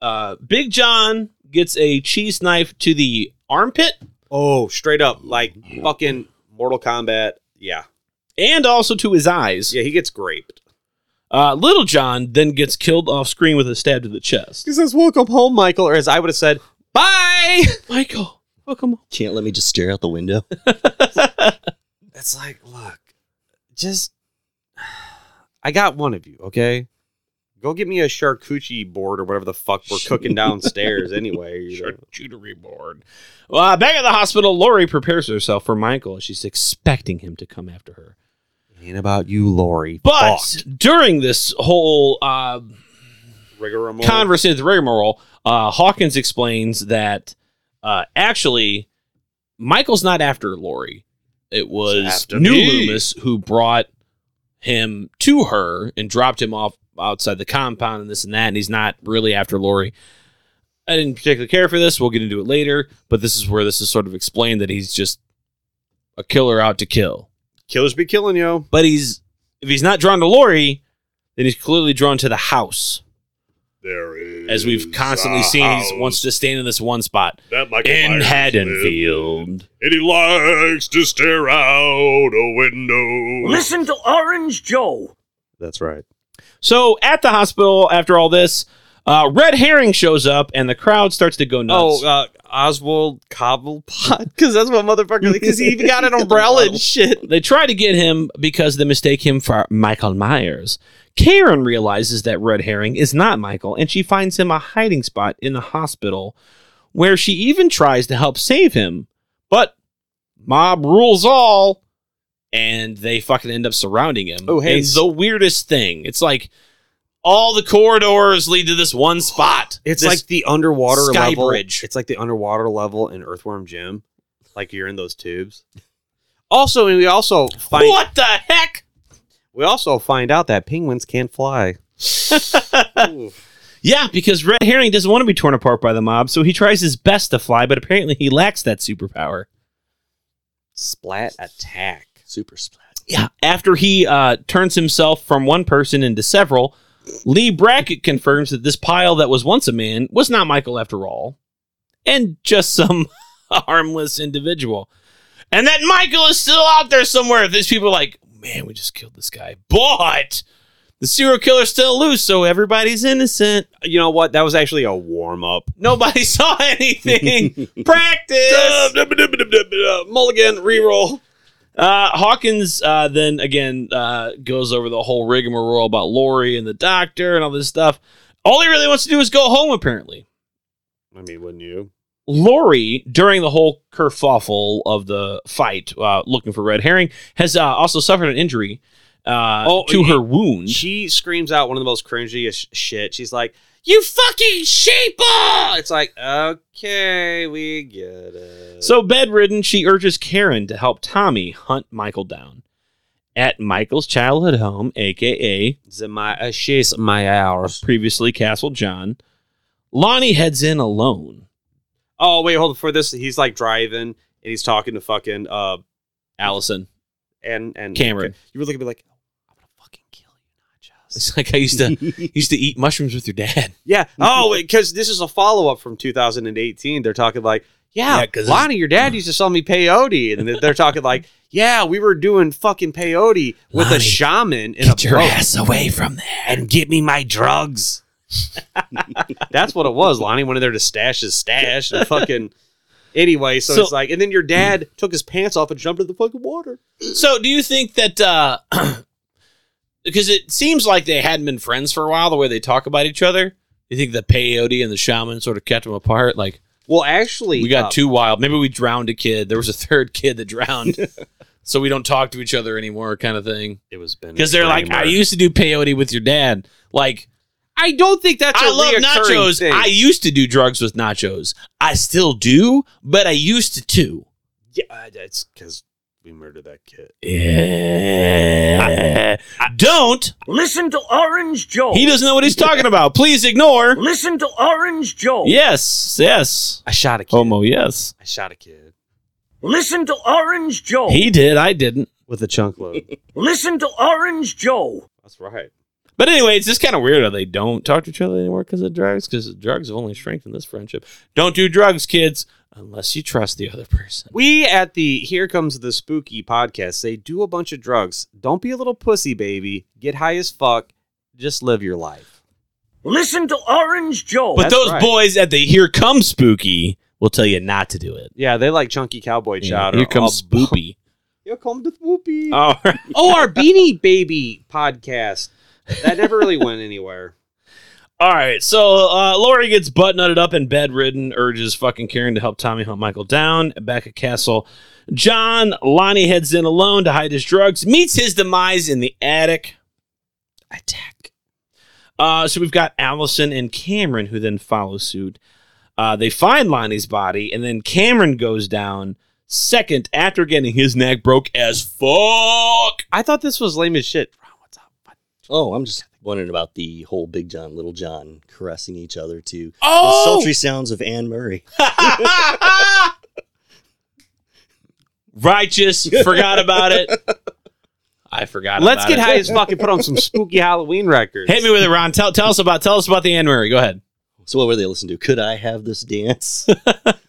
[SPEAKER 2] uh, Big John gets a cheese knife to the armpit
[SPEAKER 1] Oh, straight up like fucking Mortal Kombat. Yeah,
[SPEAKER 2] and also to his eyes.
[SPEAKER 1] yeah, he gets graped.
[SPEAKER 2] Uh, Little John then gets killed off screen with a stab to the chest.
[SPEAKER 1] He says, "Welcome home, Michael," or as I would have said, "Bye."
[SPEAKER 2] Michael, welcome.
[SPEAKER 3] Can't let me just stare out the window.
[SPEAKER 1] <laughs>
[SPEAKER 3] <laughs>
[SPEAKER 1] It's like, look, just <sighs> I got one of you, okay? Go get me a charcuterie board or whatever the fuck we're <laughs> cooking downstairs anyway. you know.
[SPEAKER 2] Charcuterie board. Uh, back at the hospital, Lori prepares herself for Michael. She's expecting him to come after her.
[SPEAKER 1] Ain't about you, Lori.
[SPEAKER 2] But
[SPEAKER 1] Fuck.
[SPEAKER 2] during this whole uh,
[SPEAKER 1] rigor amoral.
[SPEAKER 2] conversation with rigmarole, uh, Hawkins explains that uh, actually Michael's not after Lori. It
[SPEAKER 1] It's
[SPEAKER 2] was
[SPEAKER 1] after
[SPEAKER 2] New
[SPEAKER 1] me.
[SPEAKER 2] Loomis who brought him to her and dropped him off outside the compound and this and that. And he's not really after Lori. I didn't particularly care for this. We'll get into it later. But this is where this is sort of explained that he's just a killer out to kill.
[SPEAKER 1] Killers be killing yo.
[SPEAKER 2] But he's if he's not drawn to Lori, then he's clearly drawn to the house
[SPEAKER 7] There is.
[SPEAKER 2] as we've constantly
[SPEAKER 7] a
[SPEAKER 2] seen,
[SPEAKER 7] house
[SPEAKER 2] he wants to stand in this one spot
[SPEAKER 7] that Michael
[SPEAKER 2] in
[SPEAKER 7] Myers
[SPEAKER 2] Haddonfield.
[SPEAKER 7] lived in, And he likes to stare out a window.
[SPEAKER 8] Listen to Orange Joe.
[SPEAKER 1] That's right.
[SPEAKER 2] So at the hospital, after all this, uh, Red Herring shows up and the crowd starts to go nuts.
[SPEAKER 1] Oh, uh, Oswald Cobblepot? <laughs> Because that's what motherfucker. Because he even <laughs> got an umbrella and shit.
[SPEAKER 2] They try to get him because they mistake him for Michael Myers. Karen realizes that Red Herring is not Michael, and she finds him a hiding spot in the hospital where she even tries to help save him. But mob rules all, and they fucking end up surrounding him.
[SPEAKER 1] Oh, hey.
[SPEAKER 2] It's the weirdest thing. It's like all the corridors lead to this one spot.
[SPEAKER 1] It's
[SPEAKER 2] This-
[SPEAKER 1] like the underwater
[SPEAKER 2] sky
[SPEAKER 1] level.
[SPEAKER 2] bridge.
[SPEAKER 1] It's like the underwater level in Earthworm Jim. Like you're in those tubes. Also, and we also find
[SPEAKER 2] what the heck?
[SPEAKER 1] we also find out that penguins can't fly.
[SPEAKER 2] Yeah, because Red Herring doesn't want to be torn apart by the mob, so he tries his best to fly, but apparently he lacks that superpower.
[SPEAKER 1] Splat attack.
[SPEAKER 3] Super splat.
[SPEAKER 2] Yeah. After he uh, turns himself from one person into several, Lee Brackett confirms that this pile that was once a man was not Michael after all, and just some <laughs> harmless individual. And that Michael is still out there somewhere. These people are like, man, we just killed this guy. But the serial killer's still loose, so everybody's innocent.
[SPEAKER 1] You know what? That was actually a warm up.
[SPEAKER 2] Nobody <laughs> saw
[SPEAKER 1] <laughs>
[SPEAKER 2] anything. Practice.
[SPEAKER 1] Mulligan, reroll.
[SPEAKER 2] Uh, Hawkins uh, then again uh, goes over the whole rigmarole about Lori and the doctor and all this stuff. All he really wants to do is go home, apparently.
[SPEAKER 1] I mean, wouldn't you?
[SPEAKER 2] Lori, during the whole kerfuffle of the fight, uh, looking for Red Herring, has uh, also suffered an injury uh,
[SPEAKER 1] Oh,
[SPEAKER 2] to
[SPEAKER 1] yeah.
[SPEAKER 2] her wound.
[SPEAKER 1] She screams out one of the most cringiest shit. She's like, "You fucking sheeple!" It's like, okay, we get it.
[SPEAKER 2] So bedridden, she urges Karen to help Tommy hunt Michael down at Michael's childhood home, aka
[SPEAKER 1] The my uh, she's my hours.
[SPEAKER 2] previously Castle John. Lonnie heads in alone.
[SPEAKER 1] Oh wait, hold on. For this, he's like driving and he's talking to fucking uh
[SPEAKER 2] Allison.
[SPEAKER 1] and and
[SPEAKER 2] Cameron.
[SPEAKER 1] You were looking at me like,
[SPEAKER 2] It's like I used
[SPEAKER 1] <laughs>
[SPEAKER 2] to used to eat mushrooms with your dad.
[SPEAKER 1] yeah,
[SPEAKER 2] <laughs>
[SPEAKER 1] oh, because this is a follow up from 2018. They're talking like, yeah,
[SPEAKER 2] Yeah, 'cause
[SPEAKER 1] Lonnie, your dad used to sell me peyote, and they're- they're talking like, yeah, we were doing fucking peyote with a
[SPEAKER 2] Lonnie,
[SPEAKER 1] shaman in
[SPEAKER 2] Get
[SPEAKER 1] a
[SPEAKER 2] your
[SPEAKER 1] boat.
[SPEAKER 2] ass away from there.
[SPEAKER 1] and get me my drugs. <laughs> That's what it was. Lonnie went in there to stash his stash and fucking. Anyway, so,
[SPEAKER 2] So-
[SPEAKER 1] it's like, and then your dad took his pants off and jumped in the fucking water.
[SPEAKER 2] So, do you think that uh <clears throat> because it seems like they hadn't been friends for a while, the way they talk about each other? You think the peyote and the shaman sort of kept them apart? Like
[SPEAKER 1] Well, actually,
[SPEAKER 2] we got
[SPEAKER 1] uh,
[SPEAKER 2] too wild. Maybe we drowned a kid. There was a third <laughs> kid that drowned, so we don't talk to each other anymore, kind of thing.
[SPEAKER 1] It was Ben
[SPEAKER 2] Because they're like, I
[SPEAKER 1] Kramer.
[SPEAKER 2] used to do peyote with your dad. Like
[SPEAKER 1] I don't think that's. I
[SPEAKER 2] I love nachos.
[SPEAKER 1] Thing.
[SPEAKER 2] I used to do drugs with nachos. I still do, but I used to too.
[SPEAKER 1] yeah, uh, it's because we murdered that kid.
[SPEAKER 2] Yeah. don't.
[SPEAKER 9] Listen to Orange Joe.
[SPEAKER 1] Oh.
[SPEAKER 2] He doesn't know what he's talking about. Please ignore.
[SPEAKER 9] Listen to Orange Joe.
[SPEAKER 2] Yes, yes.
[SPEAKER 1] I shot a kid.
[SPEAKER 2] Homo, yes.
[SPEAKER 1] I shot a kid
[SPEAKER 9] Listen to Orange
[SPEAKER 1] Oh.
[SPEAKER 9] Joe.
[SPEAKER 2] He did. I didn't.
[SPEAKER 1] with a chunk load.
[SPEAKER 9] Listen to Orange Joe.
[SPEAKER 1] <laughs> that's right.
[SPEAKER 2] But anyway, it's just kind of weird how they don't talk to each other anymore because of drugs, because drugs have only strengthened this friendship. Don't do drugs, kids, unless you trust the other person.
[SPEAKER 1] We at the Here Comes the Spooky podcast say do a bunch of drugs. Don't be a little pussy, baby. Get high as fuck. Just live your life.
[SPEAKER 9] Listen to Orange
[SPEAKER 10] Oh,
[SPEAKER 9] Joe.
[SPEAKER 2] But
[SPEAKER 1] that's
[SPEAKER 2] those
[SPEAKER 1] right.
[SPEAKER 2] boys at the Here Comes Spooky will tell you not to do it.
[SPEAKER 1] Yeah, they like chunky cowboy chowder.
[SPEAKER 2] Here comes
[SPEAKER 1] I'll-
[SPEAKER 2] Spoopy.
[SPEAKER 1] Here comes the Spoopy.
[SPEAKER 2] All right.
[SPEAKER 1] oh, our Beanie Baby podcast. That never really went anywhere.
[SPEAKER 2] All right, so uh, Lori gets butt nutted up and bedridden, urges fucking Karen to help Tommy hunt Michael down. Back at Castle, John Lonnie heads in alone to hide his drugs, meets his demise in the attic. Attack. Uh, so we've got Allison and Cameron who then follow suit. Uh, they find Lonnie's body, and then Cameron goes down second after getting his neck broke as fuck.
[SPEAKER 1] I thought this was lame as shit.
[SPEAKER 3] Oh, I'm just wondering about the whole Big John, Little John caressing each other to the
[SPEAKER 2] Oh!
[SPEAKER 3] sultry sounds of Anne Murray.
[SPEAKER 2] Righteous, forgot about it. I forgot.
[SPEAKER 1] Let's
[SPEAKER 2] about
[SPEAKER 1] get
[SPEAKER 2] it.
[SPEAKER 1] high as fuck and put on some <laughs> spooky Halloween records.
[SPEAKER 2] Hit me with it, Ron. Tell, tell us about tell us about the Anne Murray. Go ahead.
[SPEAKER 3] So what were they listening to? Could I have
[SPEAKER 2] <laughs>
[SPEAKER 3] this dance?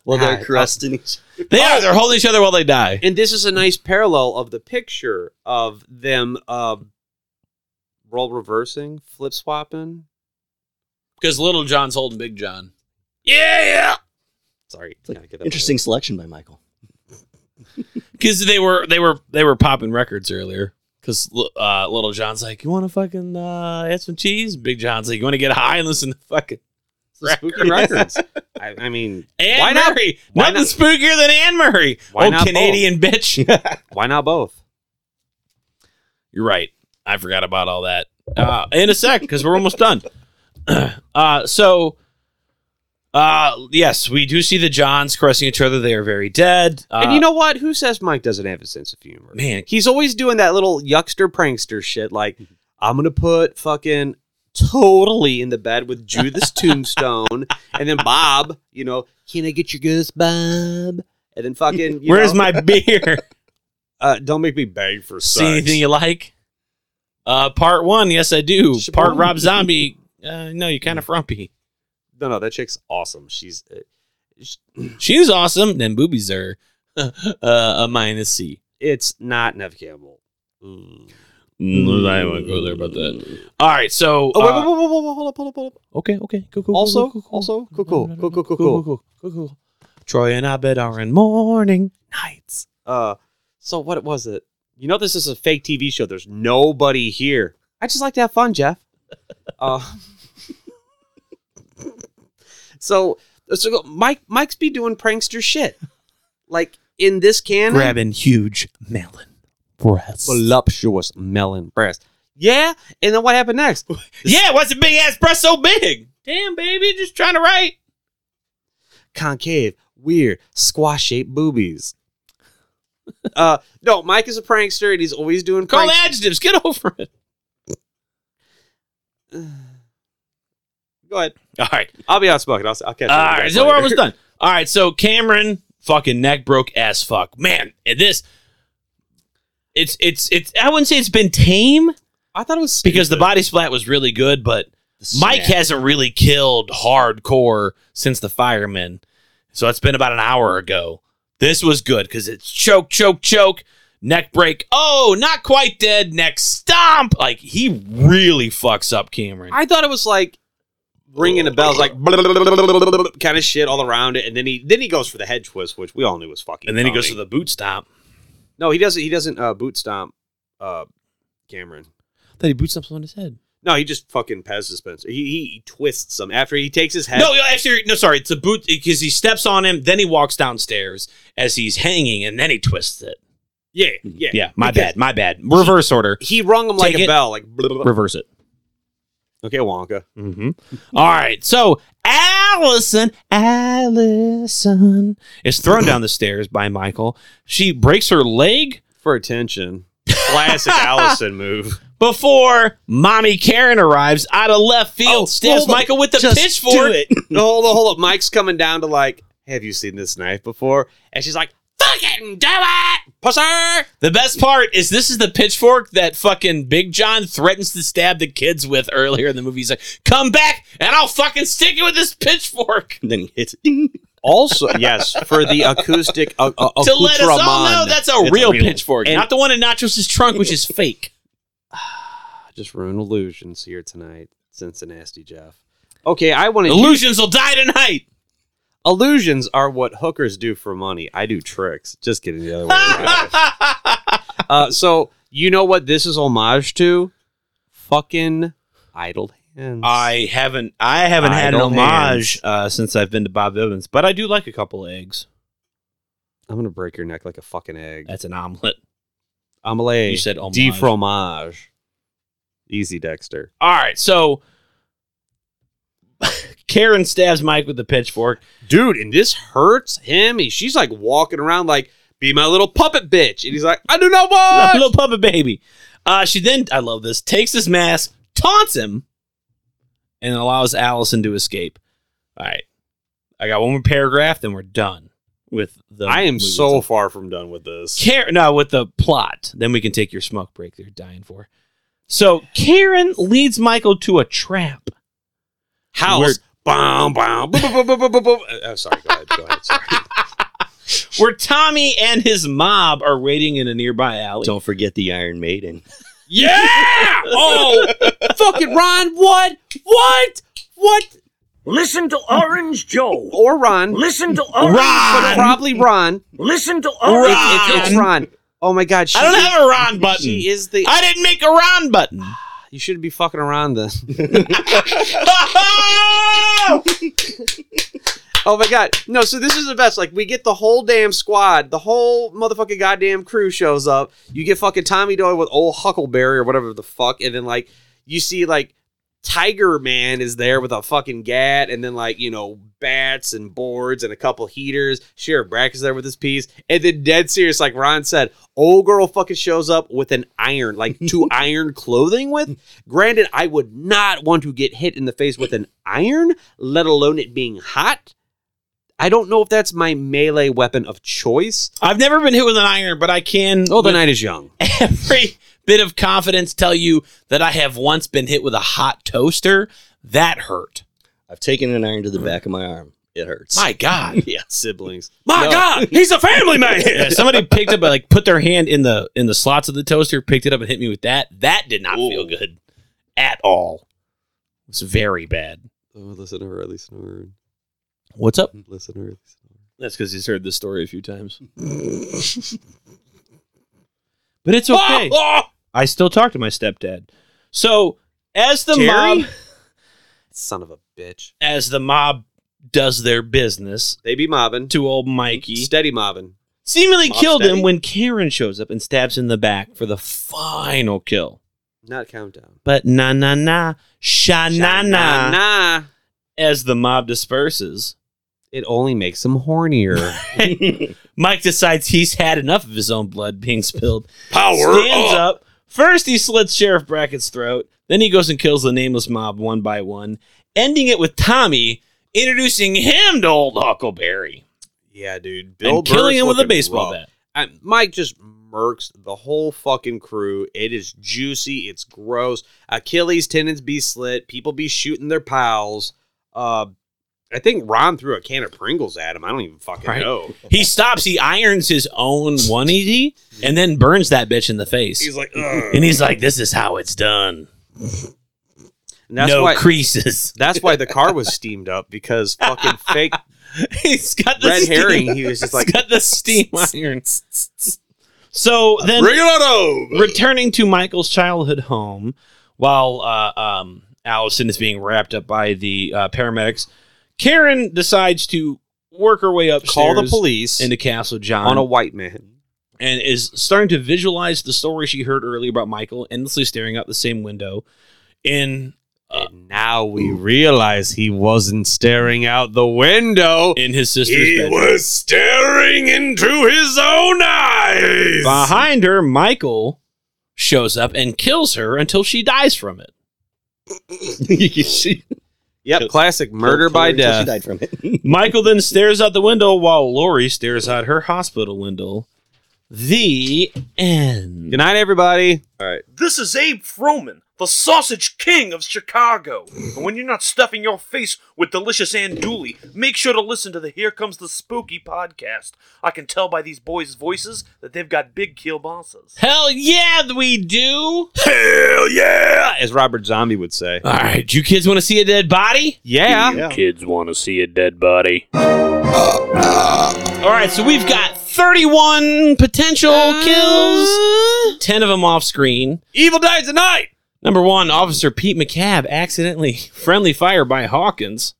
[SPEAKER 3] Well,
[SPEAKER 1] Hi.
[SPEAKER 3] they're caressing each
[SPEAKER 2] They are. They're holding each other while they die.
[SPEAKER 1] And this is a nice parallel of the picture of them uh, roll reversing, flip swapping.
[SPEAKER 2] Because Little John's holding Big John.
[SPEAKER 1] Yeah, yeah. It's Sorry. Gotta get that
[SPEAKER 3] Interesting selection by Michael.
[SPEAKER 2] because they were they were they were popping records earlier. Because uh, Little John's like, you want to fucking uh, add some cheese? Big John's like, you want to get high and listen to fucking <laughs>
[SPEAKER 1] Spooky records. I, I mean,
[SPEAKER 2] Anne
[SPEAKER 1] why not?
[SPEAKER 2] Murray.
[SPEAKER 1] Why
[SPEAKER 2] Nothing spookier than Anne Murray.
[SPEAKER 1] Why
[SPEAKER 2] oh,
[SPEAKER 1] not
[SPEAKER 2] Canadian
[SPEAKER 1] <laughs>
[SPEAKER 2] bitch.
[SPEAKER 1] why not both?
[SPEAKER 2] You're right. I forgot about all that. Uh, in a sec, because we're almost done. <clears throat> Uh, so, uh, yes, we do see the Johns caressing each other. They are very dead. Uh,
[SPEAKER 1] and you know what? Who says Mike doesn't have a sense of humor?
[SPEAKER 2] man,
[SPEAKER 1] He's always doing that little yuckster prankster shit. Like,
[SPEAKER 2] Mm-hmm.
[SPEAKER 1] I'm gonna put fucking totally in the bed with
[SPEAKER 2] <laughs>
[SPEAKER 1] Judas Tombstone, and then Bob. You know, can I get your goose, Bob? And then fucking, you
[SPEAKER 2] where's
[SPEAKER 1] know, <laughs>
[SPEAKER 2] my beer?
[SPEAKER 1] Uh, don't make me beg
[SPEAKER 2] <laughs>
[SPEAKER 1] for
[SPEAKER 2] see
[SPEAKER 1] sex.
[SPEAKER 2] anything you like? Uh, part one, yes, I do.
[SPEAKER 1] oh.
[SPEAKER 2] Part Rob Zombie, uh, no, you're kind of frumpy.
[SPEAKER 1] No, no, that chick's awesome. She's uh, sh-
[SPEAKER 2] She's awesome. Then boobies are <laughs> uh, a minus C.
[SPEAKER 1] it's not Nev Campbell. Mm.
[SPEAKER 2] Mm, I won't go there about that. All right, so
[SPEAKER 1] Oh, wait,
[SPEAKER 2] uh,
[SPEAKER 1] wait, wait, wait, wait, wait, hold up, hold up, hold up.
[SPEAKER 2] okay, okay, cool, cool.
[SPEAKER 1] Also, also, cool, cool, cool, cool, cool, cool.
[SPEAKER 2] Troy and Abed are in morning.
[SPEAKER 1] nights. Uh, so what was it? You know, this is a fake TV show. There's nobody here. I just like to have
[SPEAKER 2] <laughs>
[SPEAKER 1] fun, Jeff. Uh, so, so Mike, Mike's be doing prankster shit, like in this can
[SPEAKER 2] Grabbing huge melon breasts.
[SPEAKER 1] voluptuous melon breast. Yeah, and then what happened next?
[SPEAKER 2] Yeah, why's the big ass breast so big? Damn, baby, just trying to write.
[SPEAKER 1] concave, weird, squash shaped boobies.
[SPEAKER 2] <laughs>
[SPEAKER 1] uh, no, Mike is a prankster and he's always doing
[SPEAKER 2] Call
[SPEAKER 1] pranks.
[SPEAKER 2] adjectives. Get over it.
[SPEAKER 1] Go ahead.
[SPEAKER 2] All right.
[SPEAKER 1] I'll be outspoken. I'll, I'll catch
[SPEAKER 2] All
[SPEAKER 1] you.
[SPEAKER 2] right, so we're almost done. All right, so Cameron, fucking neck broke as fuck, man. And this, it's it's it's. I wouldn't say it's been tame
[SPEAKER 1] <laughs> I thought it was stupid.
[SPEAKER 2] because the body splat was really good, but Mike hasn't really killed hardcore since the firemen. So it's been about an hour ago. This was good because it's choke, choke, choke, neck break. Oh, not quite dead. Neck stomp. Like he really fucks up Cameron.
[SPEAKER 1] I thought it was like ringing the bells, like <laughs> kind of shit all around it, and then he then he goes for the head twist, which we all knew was fucking.
[SPEAKER 2] and then he goes
[SPEAKER 1] phony.
[SPEAKER 2] to the boot stomp.
[SPEAKER 1] no, he doesn't. He doesn't uh, boot stomp uh, Cameron.
[SPEAKER 2] Then he boot stomps on his head.
[SPEAKER 1] No, he just fucking Pez dispenser. He, he he twists him after he takes his head.
[SPEAKER 2] No, actually, no, sorry. It's a boot because he steps on him, then he walks downstairs as he's hanging, and then he twists it.
[SPEAKER 1] yeah, yeah,
[SPEAKER 2] Yeah, my
[SPEAKER 1] Because
[SPEAKER 2] bad, my bad. Reverse order.
[SPEAKER 1] He rung him like
[SPEAKER 2] Take
[SPEAKER 1] a
[SPEAKER 2] it.
[SPEAKER 1] bell, like <laughs>
[SPEAKER 2] Reverse it.
[SPEAKER 1] okay, Wonka.
[SPEAKER 2] Mm-hmm. All right. So Allison, Allison is thrown down the stairs by Michael. She breaks her leg
[SPEAKER 1] for attention.
[SPEAKER 2] <laughs>
[SPEAKER 1] Classic Allison move.
[SPEAKER 2] before mommy Karen arrives out of left field.
[SPEAKER 1] Oh,
[SPEAKER 2] stabs
[SPEAKER 1] hold on.
[SPEAKER 2] Michael with the
[SPEAKER 1] Just
[SPEAKER 2] pitchfork.
[SPEAKER 1] do No, hold up, hold up. Mike's coming down to like, have you seen this knife before? And she's like, fucking do it, pussy.
[SPEAKER 2] The best part is this is the pitchfork that fucking Big John threatens to stab the kids with earlier in the movie. He's like, "Come back and I'll fucking stick you with this pitchfork
[SPEAKER 3] And then he hits it. Ding.
[SPEAKER 1] Also, yes, for the acoustic uh, uh,
[SPEAKER 2] <laughs> to let us all know
[SPEAKER 1] accoutrement.
[SPEAKER 2] that's a real
[SPEAKER 3] real.
[SPEAKER 2] pitchfork,
[SPEAKER 1] And-
[SPEAKER 2] not the one in Nachos' trunk, which is <laughs> fake."
[SPEAKER 1] just ruin illusions here tonight, since the nasty Jeff. Okay, I want to.
[SPEAKER 2] Illusions will die tonight. <laughs>
[SPEAKER 1] illusions are what hookers do for money. I do tricks. Just kidding. The other way
[SPEAKER 2] <laughs>
[SPEAKER 1] around. uh, so you know what this is homage to? Fucking idle hands.
[SPEAKER 2] I haven't, I haven't had an
[SPEAKER 1] Idle
[SPEAKER 2] homage uh, since I've been to Bob Evans, but I do like a couple eggs.
[SPEAKER 1] I'm gonna break your neck like a fucking egg.
[SPEAKER 2] That's an omelet.
[SPEAKER 1] Omelette.
[SPEAKER 2] You said homage.
[SPEAKER 1] de fromage. Easy, Dexter.
[SPEAKER 2] All right, so <laughs> Karen stabs Mike with the pitchfork.
[SPEAKER 1] Dude, and this hurts him. He- She's like walking around like, be my little puppet bitch. And he's like,
[SPEAKER 2] <laughs>
[SPEAKER 1] I do not want.
[SPEAKER 2] little puppet baby. Uh, she then, I love this, takes his mask, taunts him, and allows Allison to escape. All right. I got one more paragraph, then we're done with the.
[SPEAKER 1] I am
[SPEAKER 2] movie.
[SPEAKER 1] so far from done with this.
[SPEAKER 2] Karen, no, with the plot. Then we can take your smoke break they're dying for. So Karen leads Michael to a trap.
[SPEAKER 1] House. Boom, boom, boom, boom, boom, boom, boom, boom. Uh, oh, sorry. Go ahead. Go ahead. Sorry.
[SPEAKER 2] Where Tommy and his mob are waiting in a nearby alley.
[SPEAKER 3] Don't forget the Iron Maiden.
[SPEAKER 2] <laughs>
[SPEAKER 1] uh, Yeah! Oh, fucking Ron, what? What? What?
[SPEAKER 16] Listen to Orange Joe.
[SPEAKER 1] Or Ron.
[SPEAKER 16] Listen to Orange
[SPEAKER 1] But probably Ron.
[SPEAKER 16] Listen to
[SPEAKER 1] Or
[SPEAKER 16] Orange
[SPEAKER 1] it- it- it's
[SPEAKER 16] Ron.
[SPEAKER 1] Ron. Oh my God.
[SPEAKER 2] I don't have a Ron button.
[SPEAKER 1] She is the.
[SPEAKER 2] I didn't make a Ron button.
[SPEAKER 1] You should be fucking around then. oh my god. No, so this is the best. Like we get the whole damn squad, the whole motherfucking goddamn crew shows up. You get fucking Tommy Doyle with old Huckleberry or whatever the fuck, and then like you see like Tiger Man is there with a fucking gat, and then like you know bats and boards and a couple heaters. Sheriff Brack is there with his piece, and then dead serious, like Ron said, old girl fucking shows up with an iron, like two iron clothing with. Granted, I would not want to get hit in the face with an iron, let alone it being hot. I don't know if that's my melee weapon of choice.
[SPEAKER 2] I've never been hit with an iron, but I can.
[SPEAKER 1] Oh, the night is young.
[SPEAKER 2] every bit of confidence tell you that I have once been hit with a hot toaster. That hurt.
[SPEAKER 3] I've taken an iron to the back of my arm. It hurts.
[SPEAKER 2] My God.
[SPEAKER 1] yeah, siblings.
[SPEAKER 2] My God, he's
[SPEAKER 1] a family man.
[SPEAKER 2] <laughs> Yeah, somebody picked up, like, put their hand in the in the slots of the toaster, picked it up, and hit me with that. That did not feel good at all. It's very bad.
[SPEAKER 1] Oh, listener Riley snored.
[SPEAKER 2] What's up?
[SPEAKER 1] Listener Riley
[SPEAKER 2] That's because he's heard this story a few times. but it's
[SPEAKER 1] Ah,
[SPEAKER 2] okay. I still talk to my stepdad. So as the
[SPEAKER 1] Jerry?
[SPEAKER 2] mob,
[SPEAKER 1] son of a bitch,
[SPEAKER 2] as the mob does their business,
[SPEAKER 1] they be mobbing
[SPEAKER 2] to old Mikey.
[SPEAKER 1] Steady mobbing.
[SPEAKER 2] Seemingly
[SPEAKER 1] Mob
[SPEAKER 2] killed
[SPEAKER 1] steady?
[SPEAKER 2] him when Karen shows up and stabs him in the back for the final kill.
[SPEAKER 1] Not countdown.
[SPEAKER 2] But na na na, sha na na.
[SPEAKER 1] Nah.
[SPEAKER 2] As the mob disperses,
[SPEAKER 1] It only makes them hornier.
[SPEAKER 2] <laughs> Mike decides he's had enough of his own blood being spilled.
[SPEAKER 1] <laughs> Power
[SPEAKER 2] stands
[SPEAKER 1] up.
[SPEAKER 2] up. First, he slits Sheriff Brackett's throat. Then he goes and kills the nameless mob one by one, ending it with Tommy introducing him to old Huckleberry.
[SPEAKER 1] Yeah, dude.
[SPEAKER 2] And killing
[SPEAKER 1] Burr's
[SPEAKER 2] him with a
[SPEAKER 1] looking
[SPEAKER 2] baseball
[SPEAKER 1] rough.
[SPEAKER 2] bat.
[SPEAKER 1] I- Mike just murks the whole fucking crew. It is juicy. It's gross. Achilles tendons be slit. People be shooting their pals. Uh, I think Ron threw a can of Pringles at him. I don't even fucking
[SPEAKER 2] Right.
[SPEAKER 1] know.
[SPEAKER 2] He stops. He irons his own 180 and then burns that bitch in the face.
[SPEAKER 1] He's like, uh.
[SPEAKER 2] and he's like, this is how it's done.
[SPEAKER 1] And that's
[SPEAKER 2] no
[SPEAKER 1] why,
[SPEAKER 2] creases. <laughs>
[SPEAKER 1] That's why the car was steamed up because <laughs> fucking fake
[SPEAKER 2] he's got the
[SPEAKER 1] red
[SPEAKER 2] steam-
[SPEAKER 1] herring. He was
[SPEAKER 2] he's
[SPEAKER 1] just <laughs> like,
[SPEAKER 2] got the steam iron. So then,
[SPEAKER 1] Bring it on
[SPEAKER 2] returning to Michael's childhood home, while uh, um, Allison is being wrapped up by the uh, paramedics, Karen decides to work her way upstairs,
[SPEAKER 1] Call the police
[SPEAKER 2] into Castle John
[SPEAKER 1] on a white man.
[SPEAKER 2] and is starting to visualize the story she heard earlier about Michael endlessly staring out the same window. In
[SPEAKER 1] Uh, now we realize he wasn't staring out the window
[SPEAKER 2] in his sister's bedroom.
[SPEAKER 1] staring into his own eyes. <laughs>
[SPEAKER 2] Behind her, Michael shows up and kills her until she dies from it.
[SPEAKER 1] Yep, classic murder by
[SPEAKER 3] Until
[SPEAKER 1] death.
[SPEAKER 3] She died from it. <laughs>
[SPEAKER 2] Michael then stares out the window while Lori stares out her hospital window. The end.
[SPEAKER 1] Good night, everybody. All right.
[SPEAKER 17] This is Abe Froman, the sausage king of Chicago. And when you're not stuffing your face with delicious andouille, make sure to listen to the Here Comes the Spooky podcast. I can tell by these boys' voices that they've got big kielbasas.
[SPEAKER 2] Hell yeah, we do.
[SPEAKER 1] Hell yeah, as Robert Zombie would say.
[SPEAKER 2] All right, you kids want to see a dead body?
[SPEAKER 1] Yeah.
[SPEAKER 17] Kids want to see a dead body.
[SPEAKER 2] All right, so we've got 31 potential kills, 10 of them off screen.
[SPEAKER 1] Evil dies tonight.
[SPEAKER 2] Number one, Officer Pete McCab accidentally <laughs> friendly fire by Hawkins.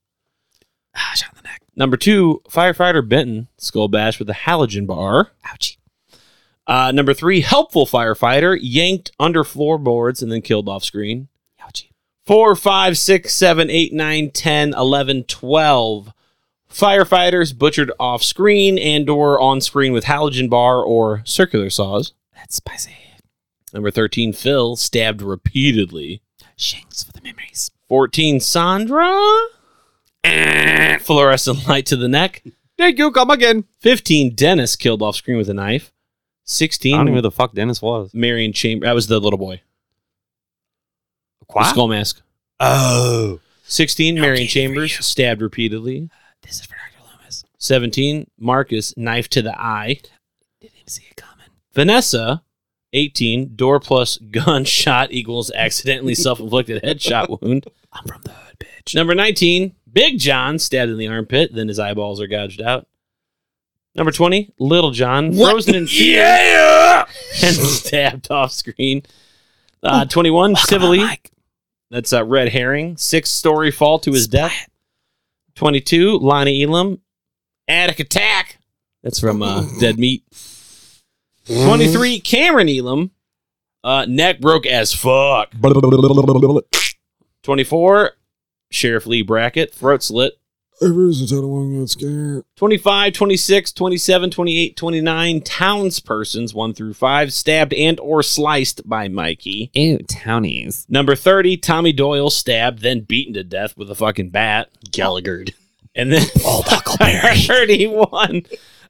[SPEAKER 2] Ah, shot in the neck. Number two, firefighter Benton skull bash with a halogen bar. Ouchie. Uh, number three, helpful firefighter yanked under floorboards and then killed off screen. Ouchie. Four, five, six, seven, eight, nine, ten, eleven, twelve. Firefighters butchered off screen and or on screen with halogen bar or circular saws. That's spicy. Number 13, Phil, stabbed repeatedly. Shanks for the memories. 14, Sandra. Eh, Fluorescent light to the neck.
[SPEAKER 1] Thank you. Come again.
[SPEAKER 2] 15, Dennis, killed off screen with a knife. 16,
[SPEAKER 1] I don't even know who the fuck Dennis was.
[SPEAKER 2] Marion Chamber. That was the little boy. The
[SPEAKER 1] What?
[SPEAKER 2] skull mask.
[SPEAKER 1] Oh.
[SPEAKER 2] 16, Marion Chambers, stabbed repeatedly. This is for Dr. Loomis. 17, Marcus, knife to the eye. Didn't even see it coming. Vanessa, <laughs> 18, door plus gunshot equals accidentally self inflicted headshot wound. Number 19, Big John stabbed in the armpit, then his eyeballs are gouged out. Number 20, Little John frozen in fear <laughs> and stabbed off screen. Uh, 21, Tivoli. That's a red herring. Six story fall to his death. 22, Lonnie Elam. Attic attack. That's from uh, Dead Meat. 23, Cameron Elam. Uh, neck broke as fuck. 24, Sheriff Lee Brackett, throat slit.
[SPEAKER 7] Ever since I don't want to get scared.
[SPEAKER 2] 25, 26, 27, 28, 29 townspersons, 1 through 5, stabbed and or sliced by Mikey.
[SPEAKER 18] Ew, townies.
[SPEAKER 2] Number 30, Tommy Doyle stabbed, then beaten to death with a fucking bat. Gallaghered. And then oh, <laughs> Buckleberry. 31,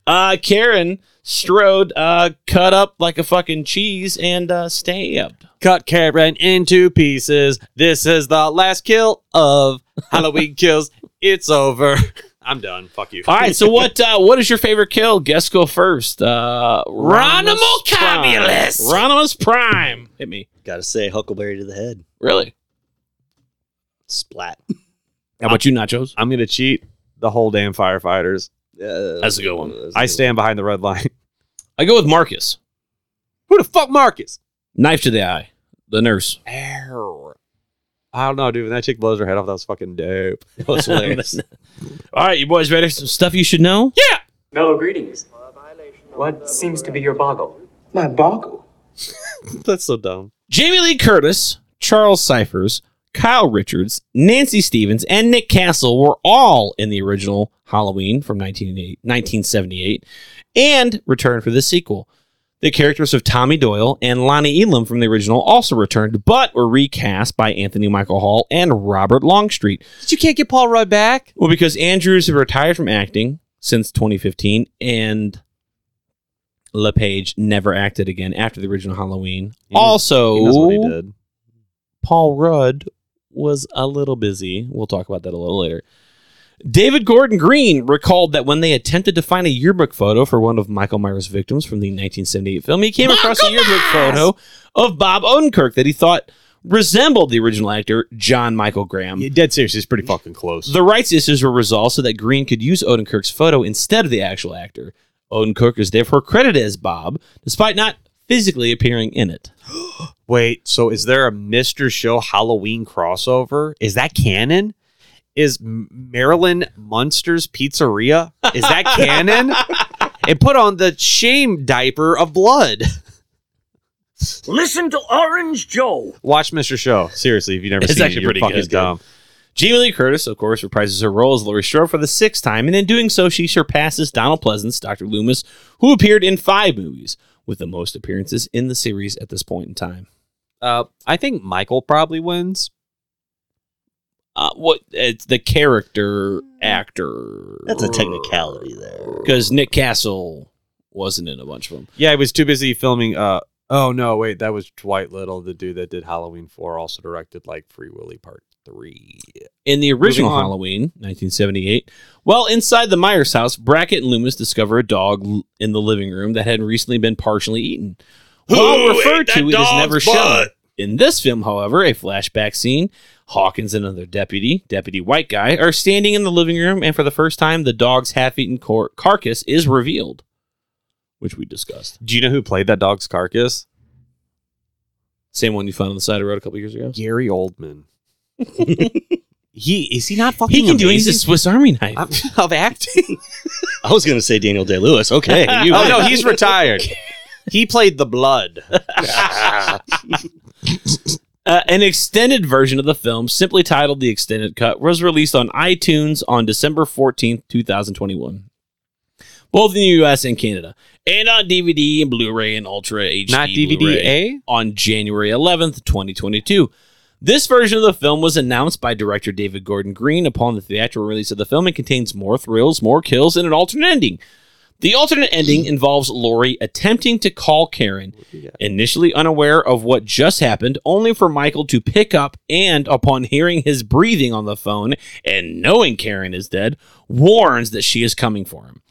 [SPEAKER 2] uh, Karen Strode uh, cut up like a fucking cheese and uh,
[SPEAKER 1] <laughs>
[SPEAKER 2] stabbed.
[SPEAKER 18] Cut Karen into pieces. This is the last kill of Halloween Kills. It's over.
[SPEAKER 1] <laughs> I'm done. Fuck you.
[SPEAKER 2] All right, so what uh, what is your favorite kill? Guess go first. Uh,
[SPEAKER 18] Ronimo
[SPEAKER 2] Comulus. Ronimus Prime. Hit me.
[SPEAKER 3] Gotta say, Huckleberry to the head.
[SPEAKER 2] Really?
[SPEAKER 3] Splat.
[SPEAKER 2] How about you, Nachos?
[SPEAKER 1] <laughs> I'm gonna cheat the whole damn firefighters.
[SPEAKER 3] Uh,
[SPEAKER 2] That's a good one.
[SPEAKER 1] I stand behind the red line. <laughs>
[SPEAKER 2] I go with Marcus.
[SPEAKER 1] Who the fuck, Marcus?
[SPEAKER 2] Knife to the eye. The nurse.
[SPEAKER 1] I don't know, dude. When that chick blows her head off, that was fucking dope. <laughs> That was hilarious.
[SPEAKER 2] All right, you boys ready for some stuff you should know? Yeah.
[SPEAKER 19] Mellow greetings. What seems to be your boggle?
[SPEAKER 2] My boggle.
[SPEAKER 1] That's so dumb.
[SPEAKER 2] Jamie Lee Curtis, Charles Cyphers, Kyle Richards, Nancy Stevens, and Nick Castle were all in the original Halloween from 1988 1978 and returned for this sequel. The characters of Tommy Doyle and Lonnie Elam from the original also returned, but were recast by Anthony Michael Hall and Robert Longstreet. But you can't get Paul Rudd back? Well, because Andrews had retired from acting since 2015, and LePage never acted again after the original Halloween. also,
[SPEAKER 1] He knows what he did.
[SPEAKER 2] Paul Rudd was a little busy. We'll talk about that a little later. David Gordon Green recalled that when they attempted to find a yearbook photo for one of Michael Myers' victims from the 1978 film, he came across a yearbook photo of Bob Odenkirk that he thought resembled the original actor, John Michael Graham.
[SPEAKER 1] dead serious. He's pretty fucking close.
[SPEAKER 2] The rights issues were resolved so that Green could use Odenkirk's photo instead of the actual actor. Odenkirk is therefore credited as Bob, despite not physically appearing in it.
[SPEAKER 1] Wait, so is there a Mr. Show Halloween crossover? Is that canon? Is M- Marilyn Munster's Pizzeria? Is that <laughs> canon? and put on the shame diaper of blood.
[SPEAKER 16] Listen to Orange Joe.
[SPEAKER 1] Watch Mr. Show. Seriously, if you never
[SPEAKER 2] It's
[SPEAKER 1] seen
[SPEAKER 2] actually
[SPEAKER 1] it, you're
[SPEAKER 2] pretty
[SPEAKER 1] fucking
[SPEAKER 2] good.
[SPEAKER 1] dumb.
[SPEAKER 2] Jamie Lee Curtis, of course, reprises her role as Laurie Strode for the sixth time, and in doing so, she surpasses Donald Pleasance, Dr. Loomis, who appeared in five movies, with the most appearances in the series at this point in time.
[SPEAKER 1] Uh, I think Michael probably wins.
[SPEAKER 2] Uh, what it's the character actor?
[SPEAKER 3] Mm. That's a technicality there.
[SPEAKER 2] because Nick Castle wasn't in a bunch of them.
[SPEAKER 1] Yeah, I was too busy filming. Uh, oh no, wait, that was Dwight Little, the dude that did Halloween Four, also directed like Free Willy Part Three.
[SPEAKER 2] In the original
[SPEAKER 1] Moving on.
[SPEAKER 2] Halloween, 1978, while inside the Myers house, Brackett and Loomis discover a dog l- in the living room that had recently been partially eaten.
[SPEAKER 17] Who
[SPEAKER 2] While
[SPEAKER 17] ate
[SPEAKER 2] referred
[SPEAKER 17] that
[SPEAKER 2] to, it is
[SPEAKER 17] dog's
[SPEAKER 2] never shown.
[SPEAKER 17] butt?
[SPEAKER 2] In this film, however, a flashback scene, Hawkins and another deputy, Deputy White Guy, are standing in the living room, and for the first time, the dog's half eaten cor- carcass is revealed, which we discussed.
[SPEAKER 1] Do you know who played that dog's carcass?
[SPEAKER 2] Same one you found on the side of the road a couple years ago?
[SPEAKER 1] Gary Oldman. he is he not fucking?
[SPEAKER 2] He can do it. He's a
[SPEAKER 1] amazing?
[SPEAKER 2] Swiss Army knife.
[SPEAKER 1] of <laughs> acting.
[SPEAKER 3] <laughs> I was gonna say Daniel Day Lewis. Okay.
[SPEAKER 1] <laughs>
[SPEAKER 3] you
[SPEAKER 1] oh
[SPEAKER 3] win.
[SPEAKER 1] no, he's
[SPEAKER 3] <laughs>
[SPEAKER 1] retired. He played the blood.
[SPEAKER 2] Uh, an extended version of the film, simply titled The Extended Cut, was released on iTunes on December 14th, 2021. Both in the US and Canada. And on DVD and Blu ray and Ultra HD.
[SPEAKER 1] Not DVD,
[SPEAKER 2] Blu-ray
[SPEAKER 1] eh?
[SPEAKER 2] On January 11th, 2022. This version of the film was announced by director David Gordon Green upon the theatrical release of the film and contains more thrills, more kills, and an alternate ending. The alternate ending involves Lori attempting to call Karen, initially unaware of what just happened, only for Michael to pick up and, upon hearing his breathing on the phone and knowing Karen is dead, warns that she is coming for him.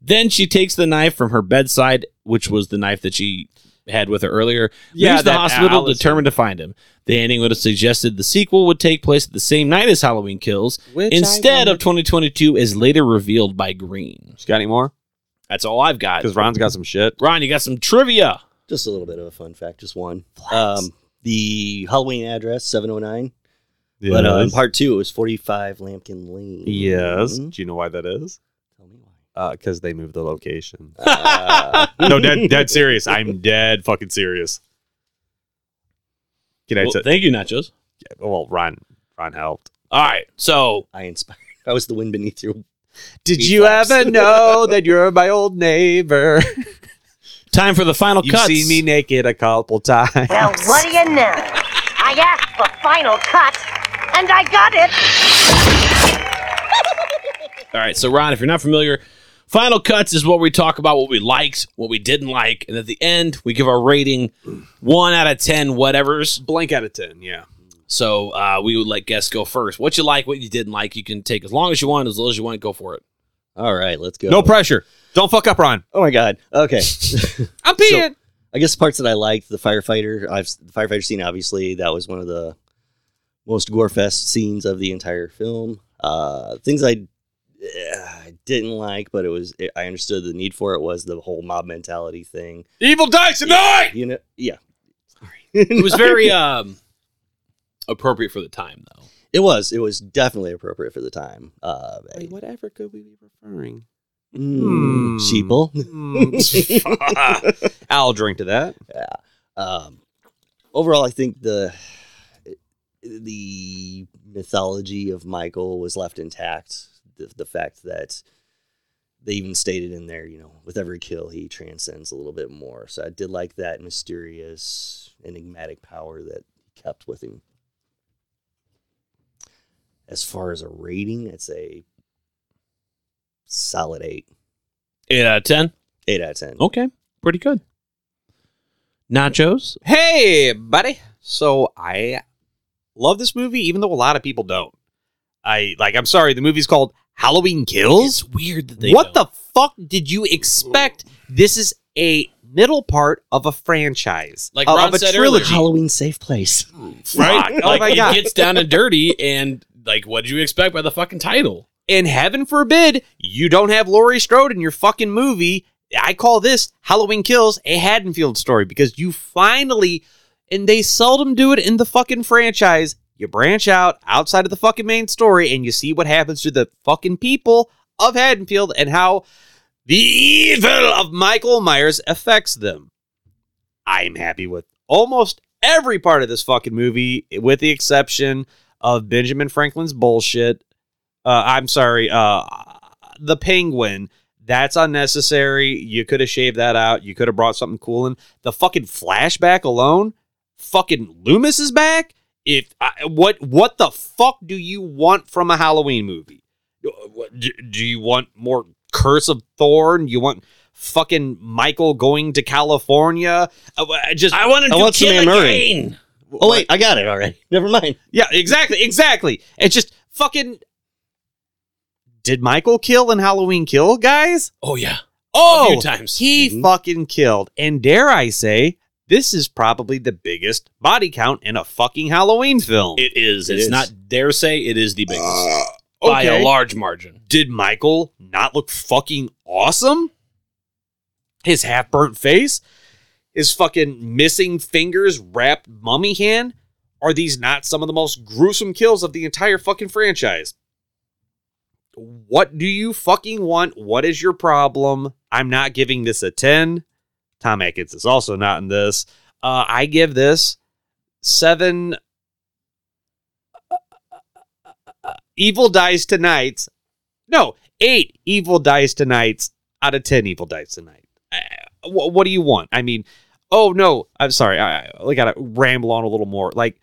[SPEAKER 2] Then she takes the knife from her bedside, which was the knife that she had with her earlier,
[SPEAKER 18] Yeah,
[SPEAKER 2] leaves the
[SPEAKER 18] that
[SPEAKER 2] hospital
[SPEAKER 18] Allison.
[SPEAKER 2] determined to find him. The ending would have suggested the sequel would take place the same night as Halloween Kills,
[SPEAKER 18] Which I
[SPEAKER 2] instead of 2022, as later revealed by Green.
[SPEAKER 1] Got any more?
[SPEAKER 2] That's all I've got.
[SPEAKER 1] Because Ron's got some shit.
[SPEAKER 2] Ron, you got some trivia.
[SPEAKER 3] Just a little bit of a fun fact, just one. Um, the Halloween address, 709. But uh, in
[SPEAKER 1] Yes.
[SPEAKER 3] part two, it was 45 Lampkin Lane.
[SPEAKER 1] Yes.
[SPEAKER 3] Mm-hmm.
[SPEAKER 1] Do you know why that is? Tell me why. Because they moved the location. <laughs>
[SPEAKER 3] Uh,
[SPEAKER 1] no, dead, dead serious. I'm dead fucking serious. Can I
[SPEAKER 2] Well,
[SPEAKER 1] tell-
[SPEAKER 2] thank you, Nachos.
[SPEAKER 1] Yeah, well, Ron, Ron helped.
[SPEAKER 2] All right, so
[SPEAKER 3] <laughs> I inspired. I was the wind beneath your.
[SPEAKER 1] Did you <laughs> ever know that you're my old neighbor?
[SPEAKER 2] Time for the final
[SPEAKER 1] You've
[SPEAKER 2] Oh, cuts.
[SPEAKER 1] seen me naked a couple times.
[SPEAKER 20] Well, what do you know? I asked for final cut, and I got it.
[SPEAKER 2] All right, so Ron, if you're not familiar, Final Cuts is what we talk about what we liked, what we didn't like, and at the end we give our rating one out of ten, whatever's
[SPEAKER 1] blank out of ten, <laughs> yeah.
[SPEAKER 2] So uh, we would let guests go first. What you like, what you didn't like, you can take as long as you want, as little as you want, go for it.
[SPEAKER 3] All right, let's go.
[SPEAKER 2] No pressure.
[SPEAKER 1] Don't fuck up, Ron.
[SPEAKER 3] Oh my God. Okay.
[SPEAKER 2] I'm
[SPEAKER 3] peeing. I guess parts that I liked the firefighter. I've the firefighter scene. Obviously, that was one of the most gore fest scenes of the entire film. Uh, things I eh, I didn't like, but it was I understood the need for it was the whole mob mentality thing.
[SPEAKER 2] Evil dies tonight.
[SPEAKER 3] You know, yeah. <laughs>
[SPEAKER 2] It was
[SPEAKER 1] <laughs>
[SPEAKER 2] very um, appropriate for the time, though.
[SPEAKER 3] It was. It was definitely appropriate for the time. Uh,
[SPEAKER 1] Wait, whatever could we be referring?
[SPEAKER 3] mm, sheeple.
[SPEAKER 1] Hmm, <laughs> I'll drink to that.
[SPEAKER 3] Yeah. Um, overall, I think the the mythology of Michael was left intact. The, the fact that they even stated in there, you know, with every kill, he transcends a little bit more. So I did like that mysterious, enigmatic power that he kept with him. As far as a rating, it's a solid eight.
[SPEAKER 2] Eight out of ten.
[SPEAKER 3] Eight out of ten.
[SPEAKER 2] Okay, pretty good. Nachos.
[SPEAKER 1] Hey, buddy. So I love this movie, even though a lot of people don't. I like. I'm sorry. The movie's called Halloween Kills.
[SPEAKER 2] It's weird that they
[SPEAKER 1] What the fuck did you expect? This is a middle part of a franchise,
[SPEAKER 2] Like
[SPEAKER 1] of,
[SPEAKER 2] Ron
[SPEAKER 1] of a
[SPEAKER 2] said
[SPEAKER 1] trilogy.
[SPEAKER 3] Halloween safe place.
[SPEAKER 1] Right?
[SPEAKER 2] Fuck.
[SPEAKER 1] Oh
[SPEAKER 2] like,
[SPEAKER 1] my
[SPEAKER 2] it
[SPEAKER 1] God.
[SPEAKER 2] gets down and dirty, and like, what did you expect by the fucking title?
[SPEAKER 1] And heaven forbid you don't have Laurie Strode in your fucking movie. I call this Halloween Kills a Haddonfield story because you finally, and they seldom do it in the fucking franchise. You branch out outside of the fucking main story and you see what happens to the fucking people of Haddonfield and how the evil of Michael Myers affects them. I'm happy with almost every part of this fucking movie, with the exception of Benjamin Franklin's bullshit. Uh, I'm sorry, uh, the penguin. That's unnecessary. You could have shaved that out. You could have brought something cool in. The fucking flashback alone. Fucking Loomis is back. If I, what what the fuck do you want from a Halloween movie? What- Do, do you want more Curse of Thorn? You want fucking Michael going to California? Uh, I just
[SPEAKER 2] I want
[SPEAKER 3] I want Sam Murray. Oh wait, I got it already. Never mind.
[SPEAKER 1] Yeah, exactly, exactly. It's just fucking. Did Michael kill in Halloween Kill, guys?
[SPEAKER 2] Oh yeah.
[SPEAKER 1] Oh,
[SPEAKER 2] A few times.
[SPEAKER 1] he fucking killed. And dare I say, this is probably the biggest body count in a fucking Halloween film.
[SPEAKER 2] It is.
[SPEAKER 1] It
[SPEAKER 2] it's
[SPEAKER 1] is. Uh,
[SPEAKER 2] not dare say it is the biggest by a
[SPEAKER 1] okay.
[SPEAKER 2] large margin.
[SPEAKER 1] Did Michael not look fucking awesome? His half burnt face, his fucking missing fingers wrapped mummy hand. Are these not some of the most gruesome kills of the entire fucking franchise? What do you fucking want? What is your problem? I'm not giving this a 10. Tom Atkins is also not in this. Uh, I give this seven uh, evil dies tonight's no eight evil dies tonight's out of ten evil dies tonight Uh, wh- what do you want i mean oh no i'm sorry i, I gotta ramble on a little more like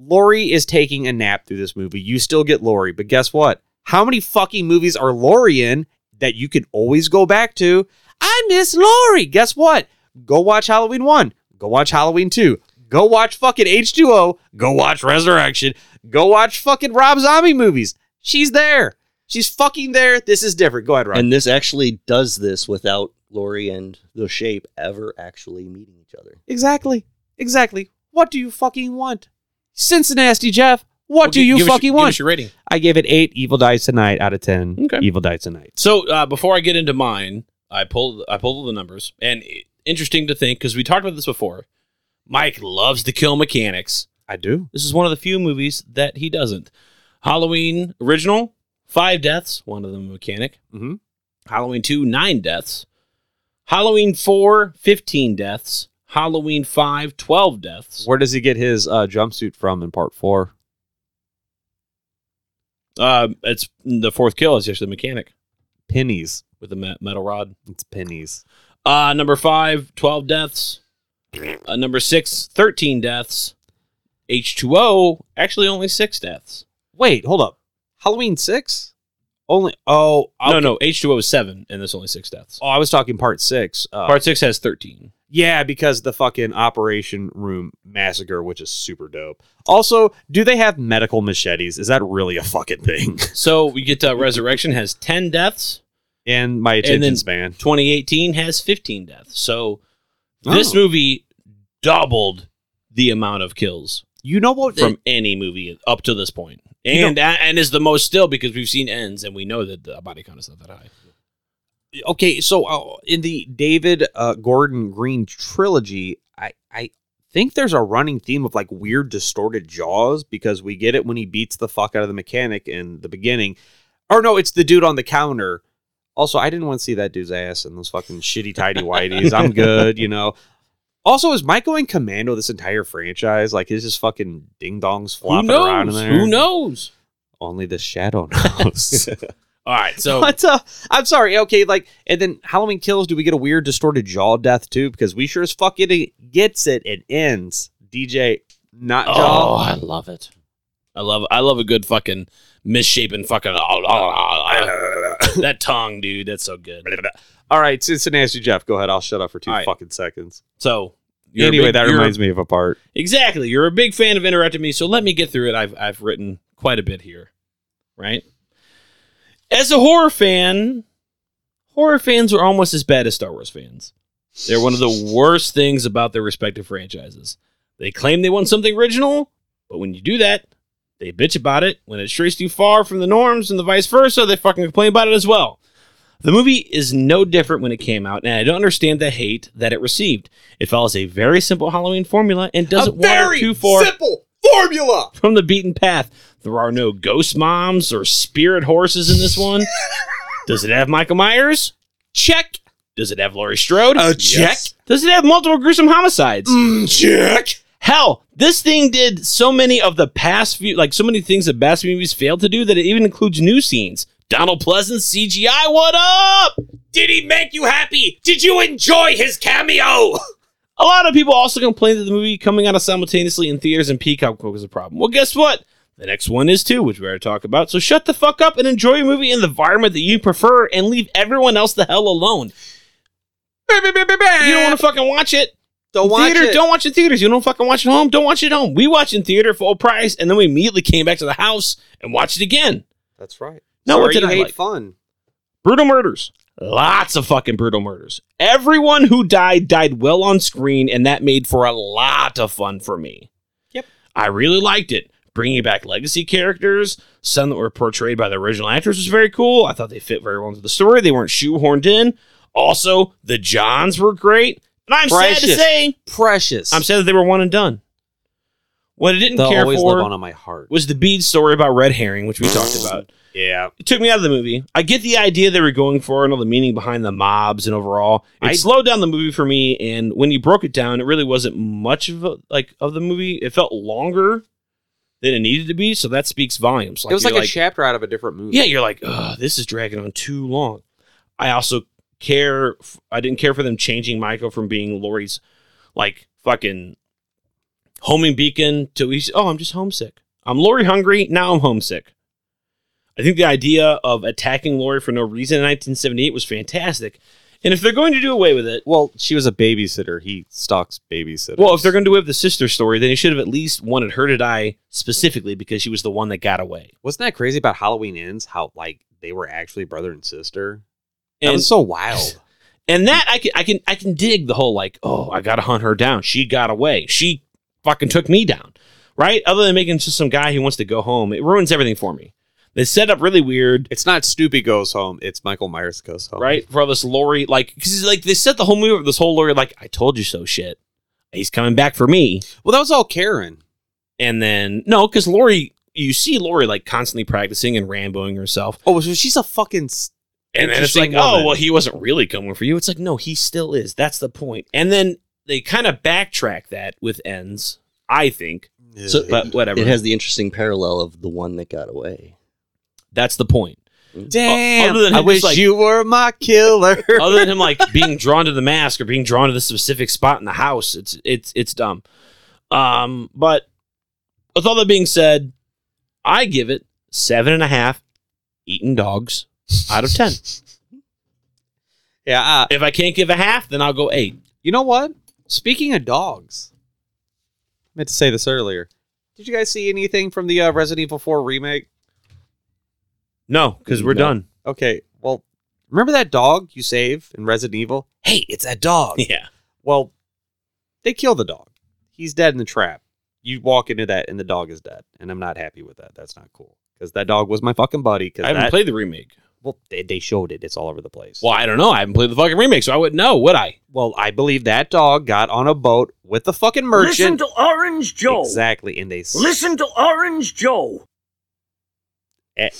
[SPEAKER 1] Lori is taking a nap through this movie. You still get Lori, but guess what? How many fucking movies are Lori in that you can always go back to? I miss Lori. Guess what? Go watch Halloween 1. Go watch Halloween 2. Go watch fucking H2O. Go watch Resurrection. Go watch fucking Rob Zombie movies. She's there. She's fucking there. This is different. Go ahead, Rob.
[SPEAKER 3] And this actually does this without Lori and the Shape ever actually meeting each other.
[SPEAKER 1] Exactly. Exactly. What do you fucking want? Cincinnati Jeff, what
[SPEAKER 2] Well,
[SPEAKER 1] do
[SPEAKER 2] gi-
[SPEAKER 1] you
[SPEAKER 2] give us your-
[SPEAKER 1] fucking
[SPEAKER 2] give us
[SPEAKER 1] want?
[SPEAKER 2] your rating.
[SPEAKER 1] I gave it eight evil dice tonight out of ten. Evil dice tonight.
[SPEAKER 2] So uh, before I get into mine, I pulled I pulled the numbers, and it- interesting to think because we talked about this before. Mike loves to kill mechanics.
[SPEAKER 1] I do.
[SPEAKER 2] This is one of the few movies that he doesn't. Halloween original five deaths, one of them a mechanic.
[SPEAKER 1] Mm-hmm.
[SPEAKER 2] Halloween two nine deaths. Halloween 4, 15 deaths. Halloween 5, 12 deaths.
[SPEAKER 1] Where does he get his uh, jumpsuit from in part four?
[SPEAKER 2] Uh, it's the fourth kill is just the mechanic
[SPEAKER 1] Pennies.
[SPEAKER 2] with the me- metal rod.
[SPEAKER 1] It's pennies.
[SPEAKER 2] Uh, number five, 12 deaths. Uh, number six, 13 deaths. H2O, actually only six deaths.
[SPEAKER 1] Wait, hold up. Halloween six? Only oh
[SPEAKER 2] No,
[SPEAKER 1] okay.
[SPEAKER 2] no, H2O is seven, and there's only six deaths.
[SPEAKER 1] Oh, I was talking part six. Uh,
[SPEAKER 2] Part six has 13.
[SPEAKER 1] Yeah, because the fucking Operation Room Massacre, which is super dope. Also, do they have medical machetes? Is that really a fucking thing? <laughs>
[SPEAKER 2] So we get to Resurrection has 10 deaths.
[SPEAKER 1] And my attention
[SPEAKER 2] And then
[SPEAKER 1] span.
[SPEAKER 2] 2018 has 15 deaths. So this
[SPEAKER 1] Oh.
[SPEAKER 2] movie doubled the amount of kills
[SPEAKER 1] You know what?
[SPEAKER 2] from any movie up to this point.
[SPEAKER 1] You
[SPEAKER 2] And uh, and is the most still because we've seen ends and we know that the body count is not that high.
[SPEAKER 1] okay, so uh, in the David uh, Gordon Green trilogy, I I think there's a running theme of like weird distorted jaws because we get it when he beats the fuck out of the mechanic in the beginning. Or no, it's the dude on the counter. Also, I didn't want to see that dude's ass and those fucking
[SPEAKER 2] <laughs>
[SPEAKER 1] shitty tidy whities. I'm good, you know. Also, is Mike going commando this entire franchise? Like, is his fucking ding dongs flopping around
[SPEAKER 2] knows?
[SPEAKER 1] in there?
[SPEAKER 2] Who knows?
[SPEAKER 1] Only the shadow <laughs> knows.
[SPEAKER 2] All right,
[SPEAKER 1] <laughs>
[SPEAKER 2] so
[SPEAKER 1] What the- uh, I'm sorry. Okay, like, and then Halloween Kills. Do we get a weird distorted jaw death too? Because we sure as fuck get it gets it and ends. DJ not
[SPEAKER 2] oh,
[SPEAKER 1] jaw. <laughs>
[SPEAKER 2] I love it. I love I love a good fucking misshapen fucking oh, that tongue, dude. That's so good.
[SPEAKER 1] All right, Cincinnati Jeff, go ahead. I'll shut up for two
[SPEAKER 2] All right.
[SPEAKER 1] fucking seconds.
[SPEAKER 2] So you're a
[SPEAKER 1] Anyway,
[SPEAKER 2] big-
[SPEAKER 1] that
[SPEAKER 2] you're a-
[SPEAKER 1] reminds me of a part.
[SPEAKER 2] Exactly. You're a big fan of interrupting me, so let me get through it. I've I've written quite a bit here, right? As a horror fan, horror fans are almost as bad as Star Wars fans. They're one of the worst things about their respective franchises. They claim they want something original, but when you do that, they bitch about it. When it strays too far from the norms and the vice versa, they fucking complain about it as well. The movie is no different when it came out, and I don't understand the hate that it received. It follows a very simple Halloween formula and doesn't wander too far
[SPEAKER 21] simple formula.
[SPEAKER 2] <laughs> from the beaten path. There are no ghost moms or spirit horses in this one. Does it have Michael Myers? Check. Does it have Laurie Strode?
[SPEAKER 21] Uh, check.
[SPEAKER 2] Does it have multiple gruesome homicides?
[SPEAKER 21] check.
[SPEAKER 2] Hell, this thing did so many of the past few, like so many things that past movies failed to do that it even includes new scenes. Donald Pleasant CGI, what up?
[SPEAKER 22] Did he make you happy? Did you enjoy his cameo?
[SPEAKER 2] A lot of people also complained that the movie coming out simultaneously in theaters and Peacock was a problem. Well, guess what? The next one is too, which we're going to talk about. So shut the fuck up and enjoy your movie in the environment that you prefer and leave everyone else the hell alone. You don't want to fucking watch it.
[SPEAKER 1] Don't
[SPEAKER 2] in
[SPEAKER 1] watch
[SPEAKER 2] theater,
[SPEAKER 1] it.
[SPEAKER 2] Don't watch it in theaters. You don't fucking watch it at home. Don't watch it at home. We watch in theater full price, and then we immediately came back to the house and watched it again.
[SPEAKER 1] That's right.
[SPEAKER 2] No,
[SPEAKER 1] Sorry
[SPEAKER 2] what did
[SPEAKER 1] you
[SPEAKER 2] I
[SPEAKER 1] hate
[SPEAKER 2] like?
[SPEAKER 1] fun?
[SPEAKER 2] Brutal murders. Lots of fucking brutal murders. Everyone who died died well on screen, and that made for a lot of fun for me.
[SPEAKER 1] Yep.
[SPEAKER 2] I really liked it. Bringing back legacy characters, some that were portrayed by the original actors, was very cool. I thought they fit very well into the story. They weren't shoehorned in. Also, the Johns were great. And I'm sad to
[SPEAKER 1] Precious.
[SPEAKER 2] say,
[SPEAKER 1] Precious.
[SPEAKER 2] I'm sad that they were one and done. What I didn't
[SPEAKER 1] They'll
[SPEAKER 2] care
[SPEAKER 1] always
[SPEAKER 2] for
[SPEAKER 1] live on Mm. in my heart.
[SPEAKER 2] was the bead story about red herring, which we talked about.
[SPEAKER 1] Yeah.
[SPEAKER 2] It took me out of the movie. I get the idea they were going for and all the meaning behind the mobs and overall. It
[SPEAKER 1] I-
[SPEAKER 2] slowed down the movie for me, and when you broke it down, it really wasn't much of a, like of the movie. It felt longer than it needed to be, so that speaks volumes.
[SPEAKER 1] it was
[SPEAKER 2] you're
[SPEAKER 1] like, a chapter out of a different movie.
[SPEAKER 2] yeah, you're like, Ugh, this is dragging on too long. I also care. I didn't care for them changing Michael from being Lori's, like fucking homing beacon to he's. Oh, I'm just homesick. I'm Lori hungry. Now I'm homesick. I think the idea of attacking Lori for no reason in 1978 was fantastic. And if they're going to do away with it,
[SPEAKER 1] Well, she was a babysitter. He stalks babysitters.
[SPEAKER 2] well, if they're going to do away with the sister story, then you should have at least wanted her to die specifically because she was the one that got away.
[SPEAKER 1] wasn't that crazy about Halloween ends? How like they were actually brother and sister. That
[SPEAKER 2] And <laughs>
[SPEAKER 1] was so wild.
[SPEAKER 2] And that I can I can I can dig the whole like, oh, I gotta hunt her down. She got away. She fucking took me down. Right? Other than making just some guy who wants to go home, it ruins everything for me. They set up really weird.
[SPEAKER 1] It's not Snoopy goes home. It's Michael Myers goes home.
[SPEAKER 2] Right? For all this Lori, like, because like they set the whole movie up with this whole Lori, like, I told you so shit. He's coming back for me.
[SPEAKER 1] Well, that was all Karen.
[SPEAKER 2] And then, no, because Lori, you see Lori like constantly practicing and ramboing herself.
[SPEAKER 1] Oh, so she's a fucking. s-
[SPEAKER 2] And then it's like,
[SPEAKER 1] interesting
[SPEAKER 2] oh,
[SPEAKER 1] woman.
[SPEAKER 2] well, he wasn't really coming for you. It's like, no, he still is. That's the point. And then they kind of backtrack that with ends, I think.
[SPEAKER 3] So
[SPEAKER 2] but whatever.
[SPEAKER 3] It has the interesting parallel of the one that got away.
[SPEAKER 2] That's the point.
[SPEAKER 1] Damn.
[SPEAKER 2] other than
[SPEAKER 1] I
[SPEAKER 2] him just
[SPEAKER 1] wish
[SPEAKER 2] like-
[SPEAKER 1] you were my killer.
[SPEAKER 2] <laughs> Other than him like being drawn to the mask or being drawn to the specific spot in the house, it's it's it's dumb. Um, but with all that being said, I give it seven and a half eaten dogs out of ten.
[SPEAKER 1] <laughs> yeah. Uh,
[SPEAKER 2] if I can't give a half, then I'll go eight.
[SPEAKER 1] you know what? Speaking of dogs, I meant to say this earlier. Did you guys see anything from the uh, Resident Evil 4 remake?
[SPEAKER 2] No, because we're
[SPEAKER 1] No.
[SPEAKER 2] done.
[SPEAKER 1] Okay. Well, remember that dog you save in Resident Evil? Hey, it's that dog.
[SPEAKER 2] Yeah.
[SPEAKER 1] Well, they kill the dog. He's dead in the trap. You walk into that and the dog is dead, and I'm not happy with that. That's not cool because that dog was my fucking buddy. Because
[SPEAKER 2] I haven't played the remake.
[SPEAKER 1] Well, they, they showed it. It's all over the place.
[SPEAKER 2] Well, I don't know. I haven't played the fucking remake, so I wouldn't know, would I?
[SPEAKER 1] Well, I believe that dog got on a boat with the fucking
[SPEAKER 10] Listen
[SPEAKER 1] merchant.
[SPEAKER 10] to Orange Joe.
[SPEAKER 1] exactly, and they s-
[SPEAKER 10] Listen to Orange Joe.
[SPEAKER 1] eh,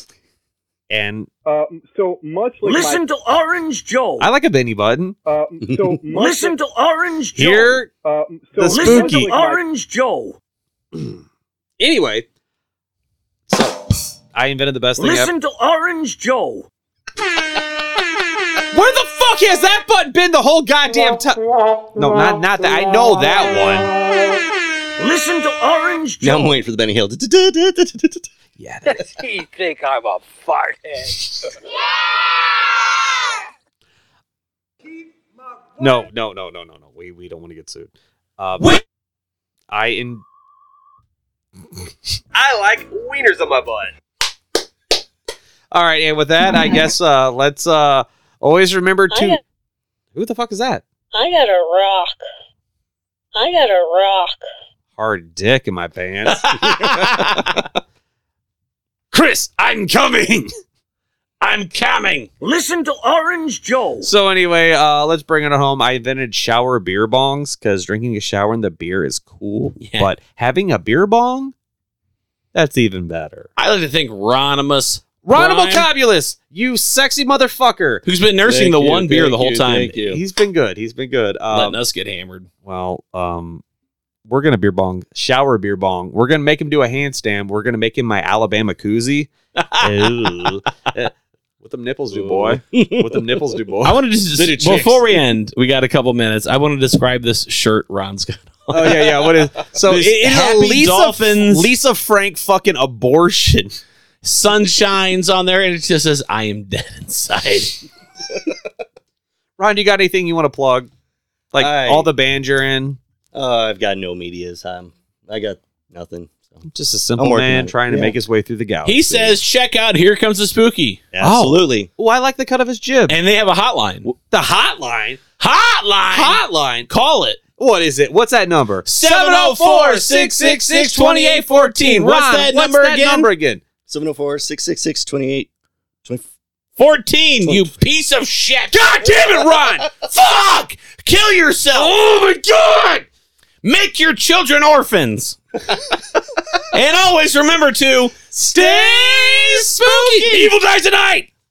[SPEAKER 1] and
[SPEAKER 23] Uh, so much like
[SPEAKER 10] Listen
[SPEAKER 23] my,
[SPEAKER 10] to Orange Joe.
[SPEAKER 1] I like a Benny Button.
[SPEAKER 23] uh,
[SPEAKER 1] <laughs>
[SPEAKER 23] so much
[SPEAKER 10] Listen to Orange Joe.
[SPEAKER 1] Here,
[SPEAKER 23] uh, so
[SPEAKER 1] the
[SPEAKER 23] much
[SPEAKER 10] Listen
[SPEAKER 1] spooky.
[SPEAKER 10] to
[SPEAKER 23] like my-
[SPEAKER 10] Orange Joe.
[SPEAKER 1] anyway, so I invented the best thing ever.
[SPEAKER 10] Listen to Orange Joe.
[SPEAKER 1] Where the fuck has that button been the whole goddamn time? No, not not that. I know that one.
[SPEAKER 10] Listen to Orange
[SPEAKER 3] Now
[SPEAKER 10] Joe.
[SPEAKER 3] I'm waiting for the Benny Hill. <laughs> That
[SPEAKER 24] <laughs>
[SPEAKER 25] Does he think I'm a farthead?
[SPEAKER 1] <laughs> No, no, no, no, no, no. We we don't want to get sued. Uh,
[SPEAKER 2] Wait.
[SPEAKER 1] I in
[SPEAKER 26] I like wieners on my butt.
[SPEAKER 1] All right, and with that, I guess uh let's uh always remember to Who the fuck is that?
[SPEAKER 24] I got a rock. I got a rock.
[SPEAKER 1] Hard dick in my pants.
[SPEAKER 2] <laughs> Chris, I'm coming. I'm coming.
[SPEAKER 10] Listen to Orange Joe.
[SPEAKER 1] so anyway, uh let's bring it home. I invented shower beer bongs cuz drinking a shower in the beer is cool,
[SPEAKER 2] Yeah.
[SPEAKER 1] but having a beer bong that's even better.
[SPEAKER 2] I like to think Ronimus,
[SPEAKER 1] Ronald
[SPEAKER 2] Brian,
[SPEAKER 1] Cobulus, you sexy motherfucker.
[SPEAKER 2] who's been nursing the one beer the whole time,
[SPEAKER 1] He's been good. He's been good. Um,
[SPEAKER 2] letting us get hammered.
[SPEAKER 1] well, um, we're gonna beer bong, shower beer bong. We're gonna make him do a handstand. We're gonna make him my
[SPEAKER 2] <laughs>
[SPEAKER 1] Alabama koozie. Ew. What them nipples do, boy? what them nipples do, boy?
[SPEAKER 2] I want to just
[SPEAKER 1] Little chicks.
[SPEAKER 2] before we end, we got a couple minutes. I want to describe this shirt Ron's got.
[SPEAKER 1] <laughs> oh yeah, yeah. What is so? It,
[SPEAKER 2] This
[SPEAKER 1] it is a
[SPEAKER 2] happy
[SPEAKER 1] Lisa,
[SPEAKER 2] dolphins.
[SPEAKER 1] Lisa Frank fucking abortion.
[SPEAKER 2] Sunshine's on there, and it just says, "I am dead inside."
[SPEAKER 1] Ron, you got anything you want to plug? Like
[SPEAKER 3] I-
[SPEAKER 1] all the bands you're in.
[SPEAKER 3] Uh, I've got no medias. Um, I got nothing. So.
[SPEAKER 1] Just a simple
[SPEAKER 3] working
[SPEAKER 1] man
[SPEAKER 3] on it.
[SPEAKER 1] trying to
[SPEAKER 3] Yeah.
[SPEAKER 1] make his way through the galaxy.
[SPEAKER 2] He says, "Check out, here comes the spooky,"
[SPEAKER 3] Absolutely.
[SPEAKER 1] "Oh, I like the cut of his jib."
[SPEAKER 2] and they have a hotline.
[SPEAKER 1] The hotline.
[SPEAKER 2] Hotline,
[SPEAKER 1] Hotline.
[SPEAKER 2] call it
[SPEAKER 1] What is it? What's that number?
[SPEAKER 2] 704-666-2814. What's
[SPEAKER 1] Ron,
[SPEAKER 2] that
[SPEAKER 1] what's
[SPEAKER 2] number
[SPEAKER 1] that
[SPEAKER 2] again?
[SPEAKER 1] number again?
[SPEAKER 3] 704 666 28.
[SPEAKER 2] fourteen. You piece of shit! God damn it, Ron! <laughs> Fuck! Kill yourself! Oh my god! Make your children <laughs> orphans. and always remember to stay spooky. Evil dies tonight.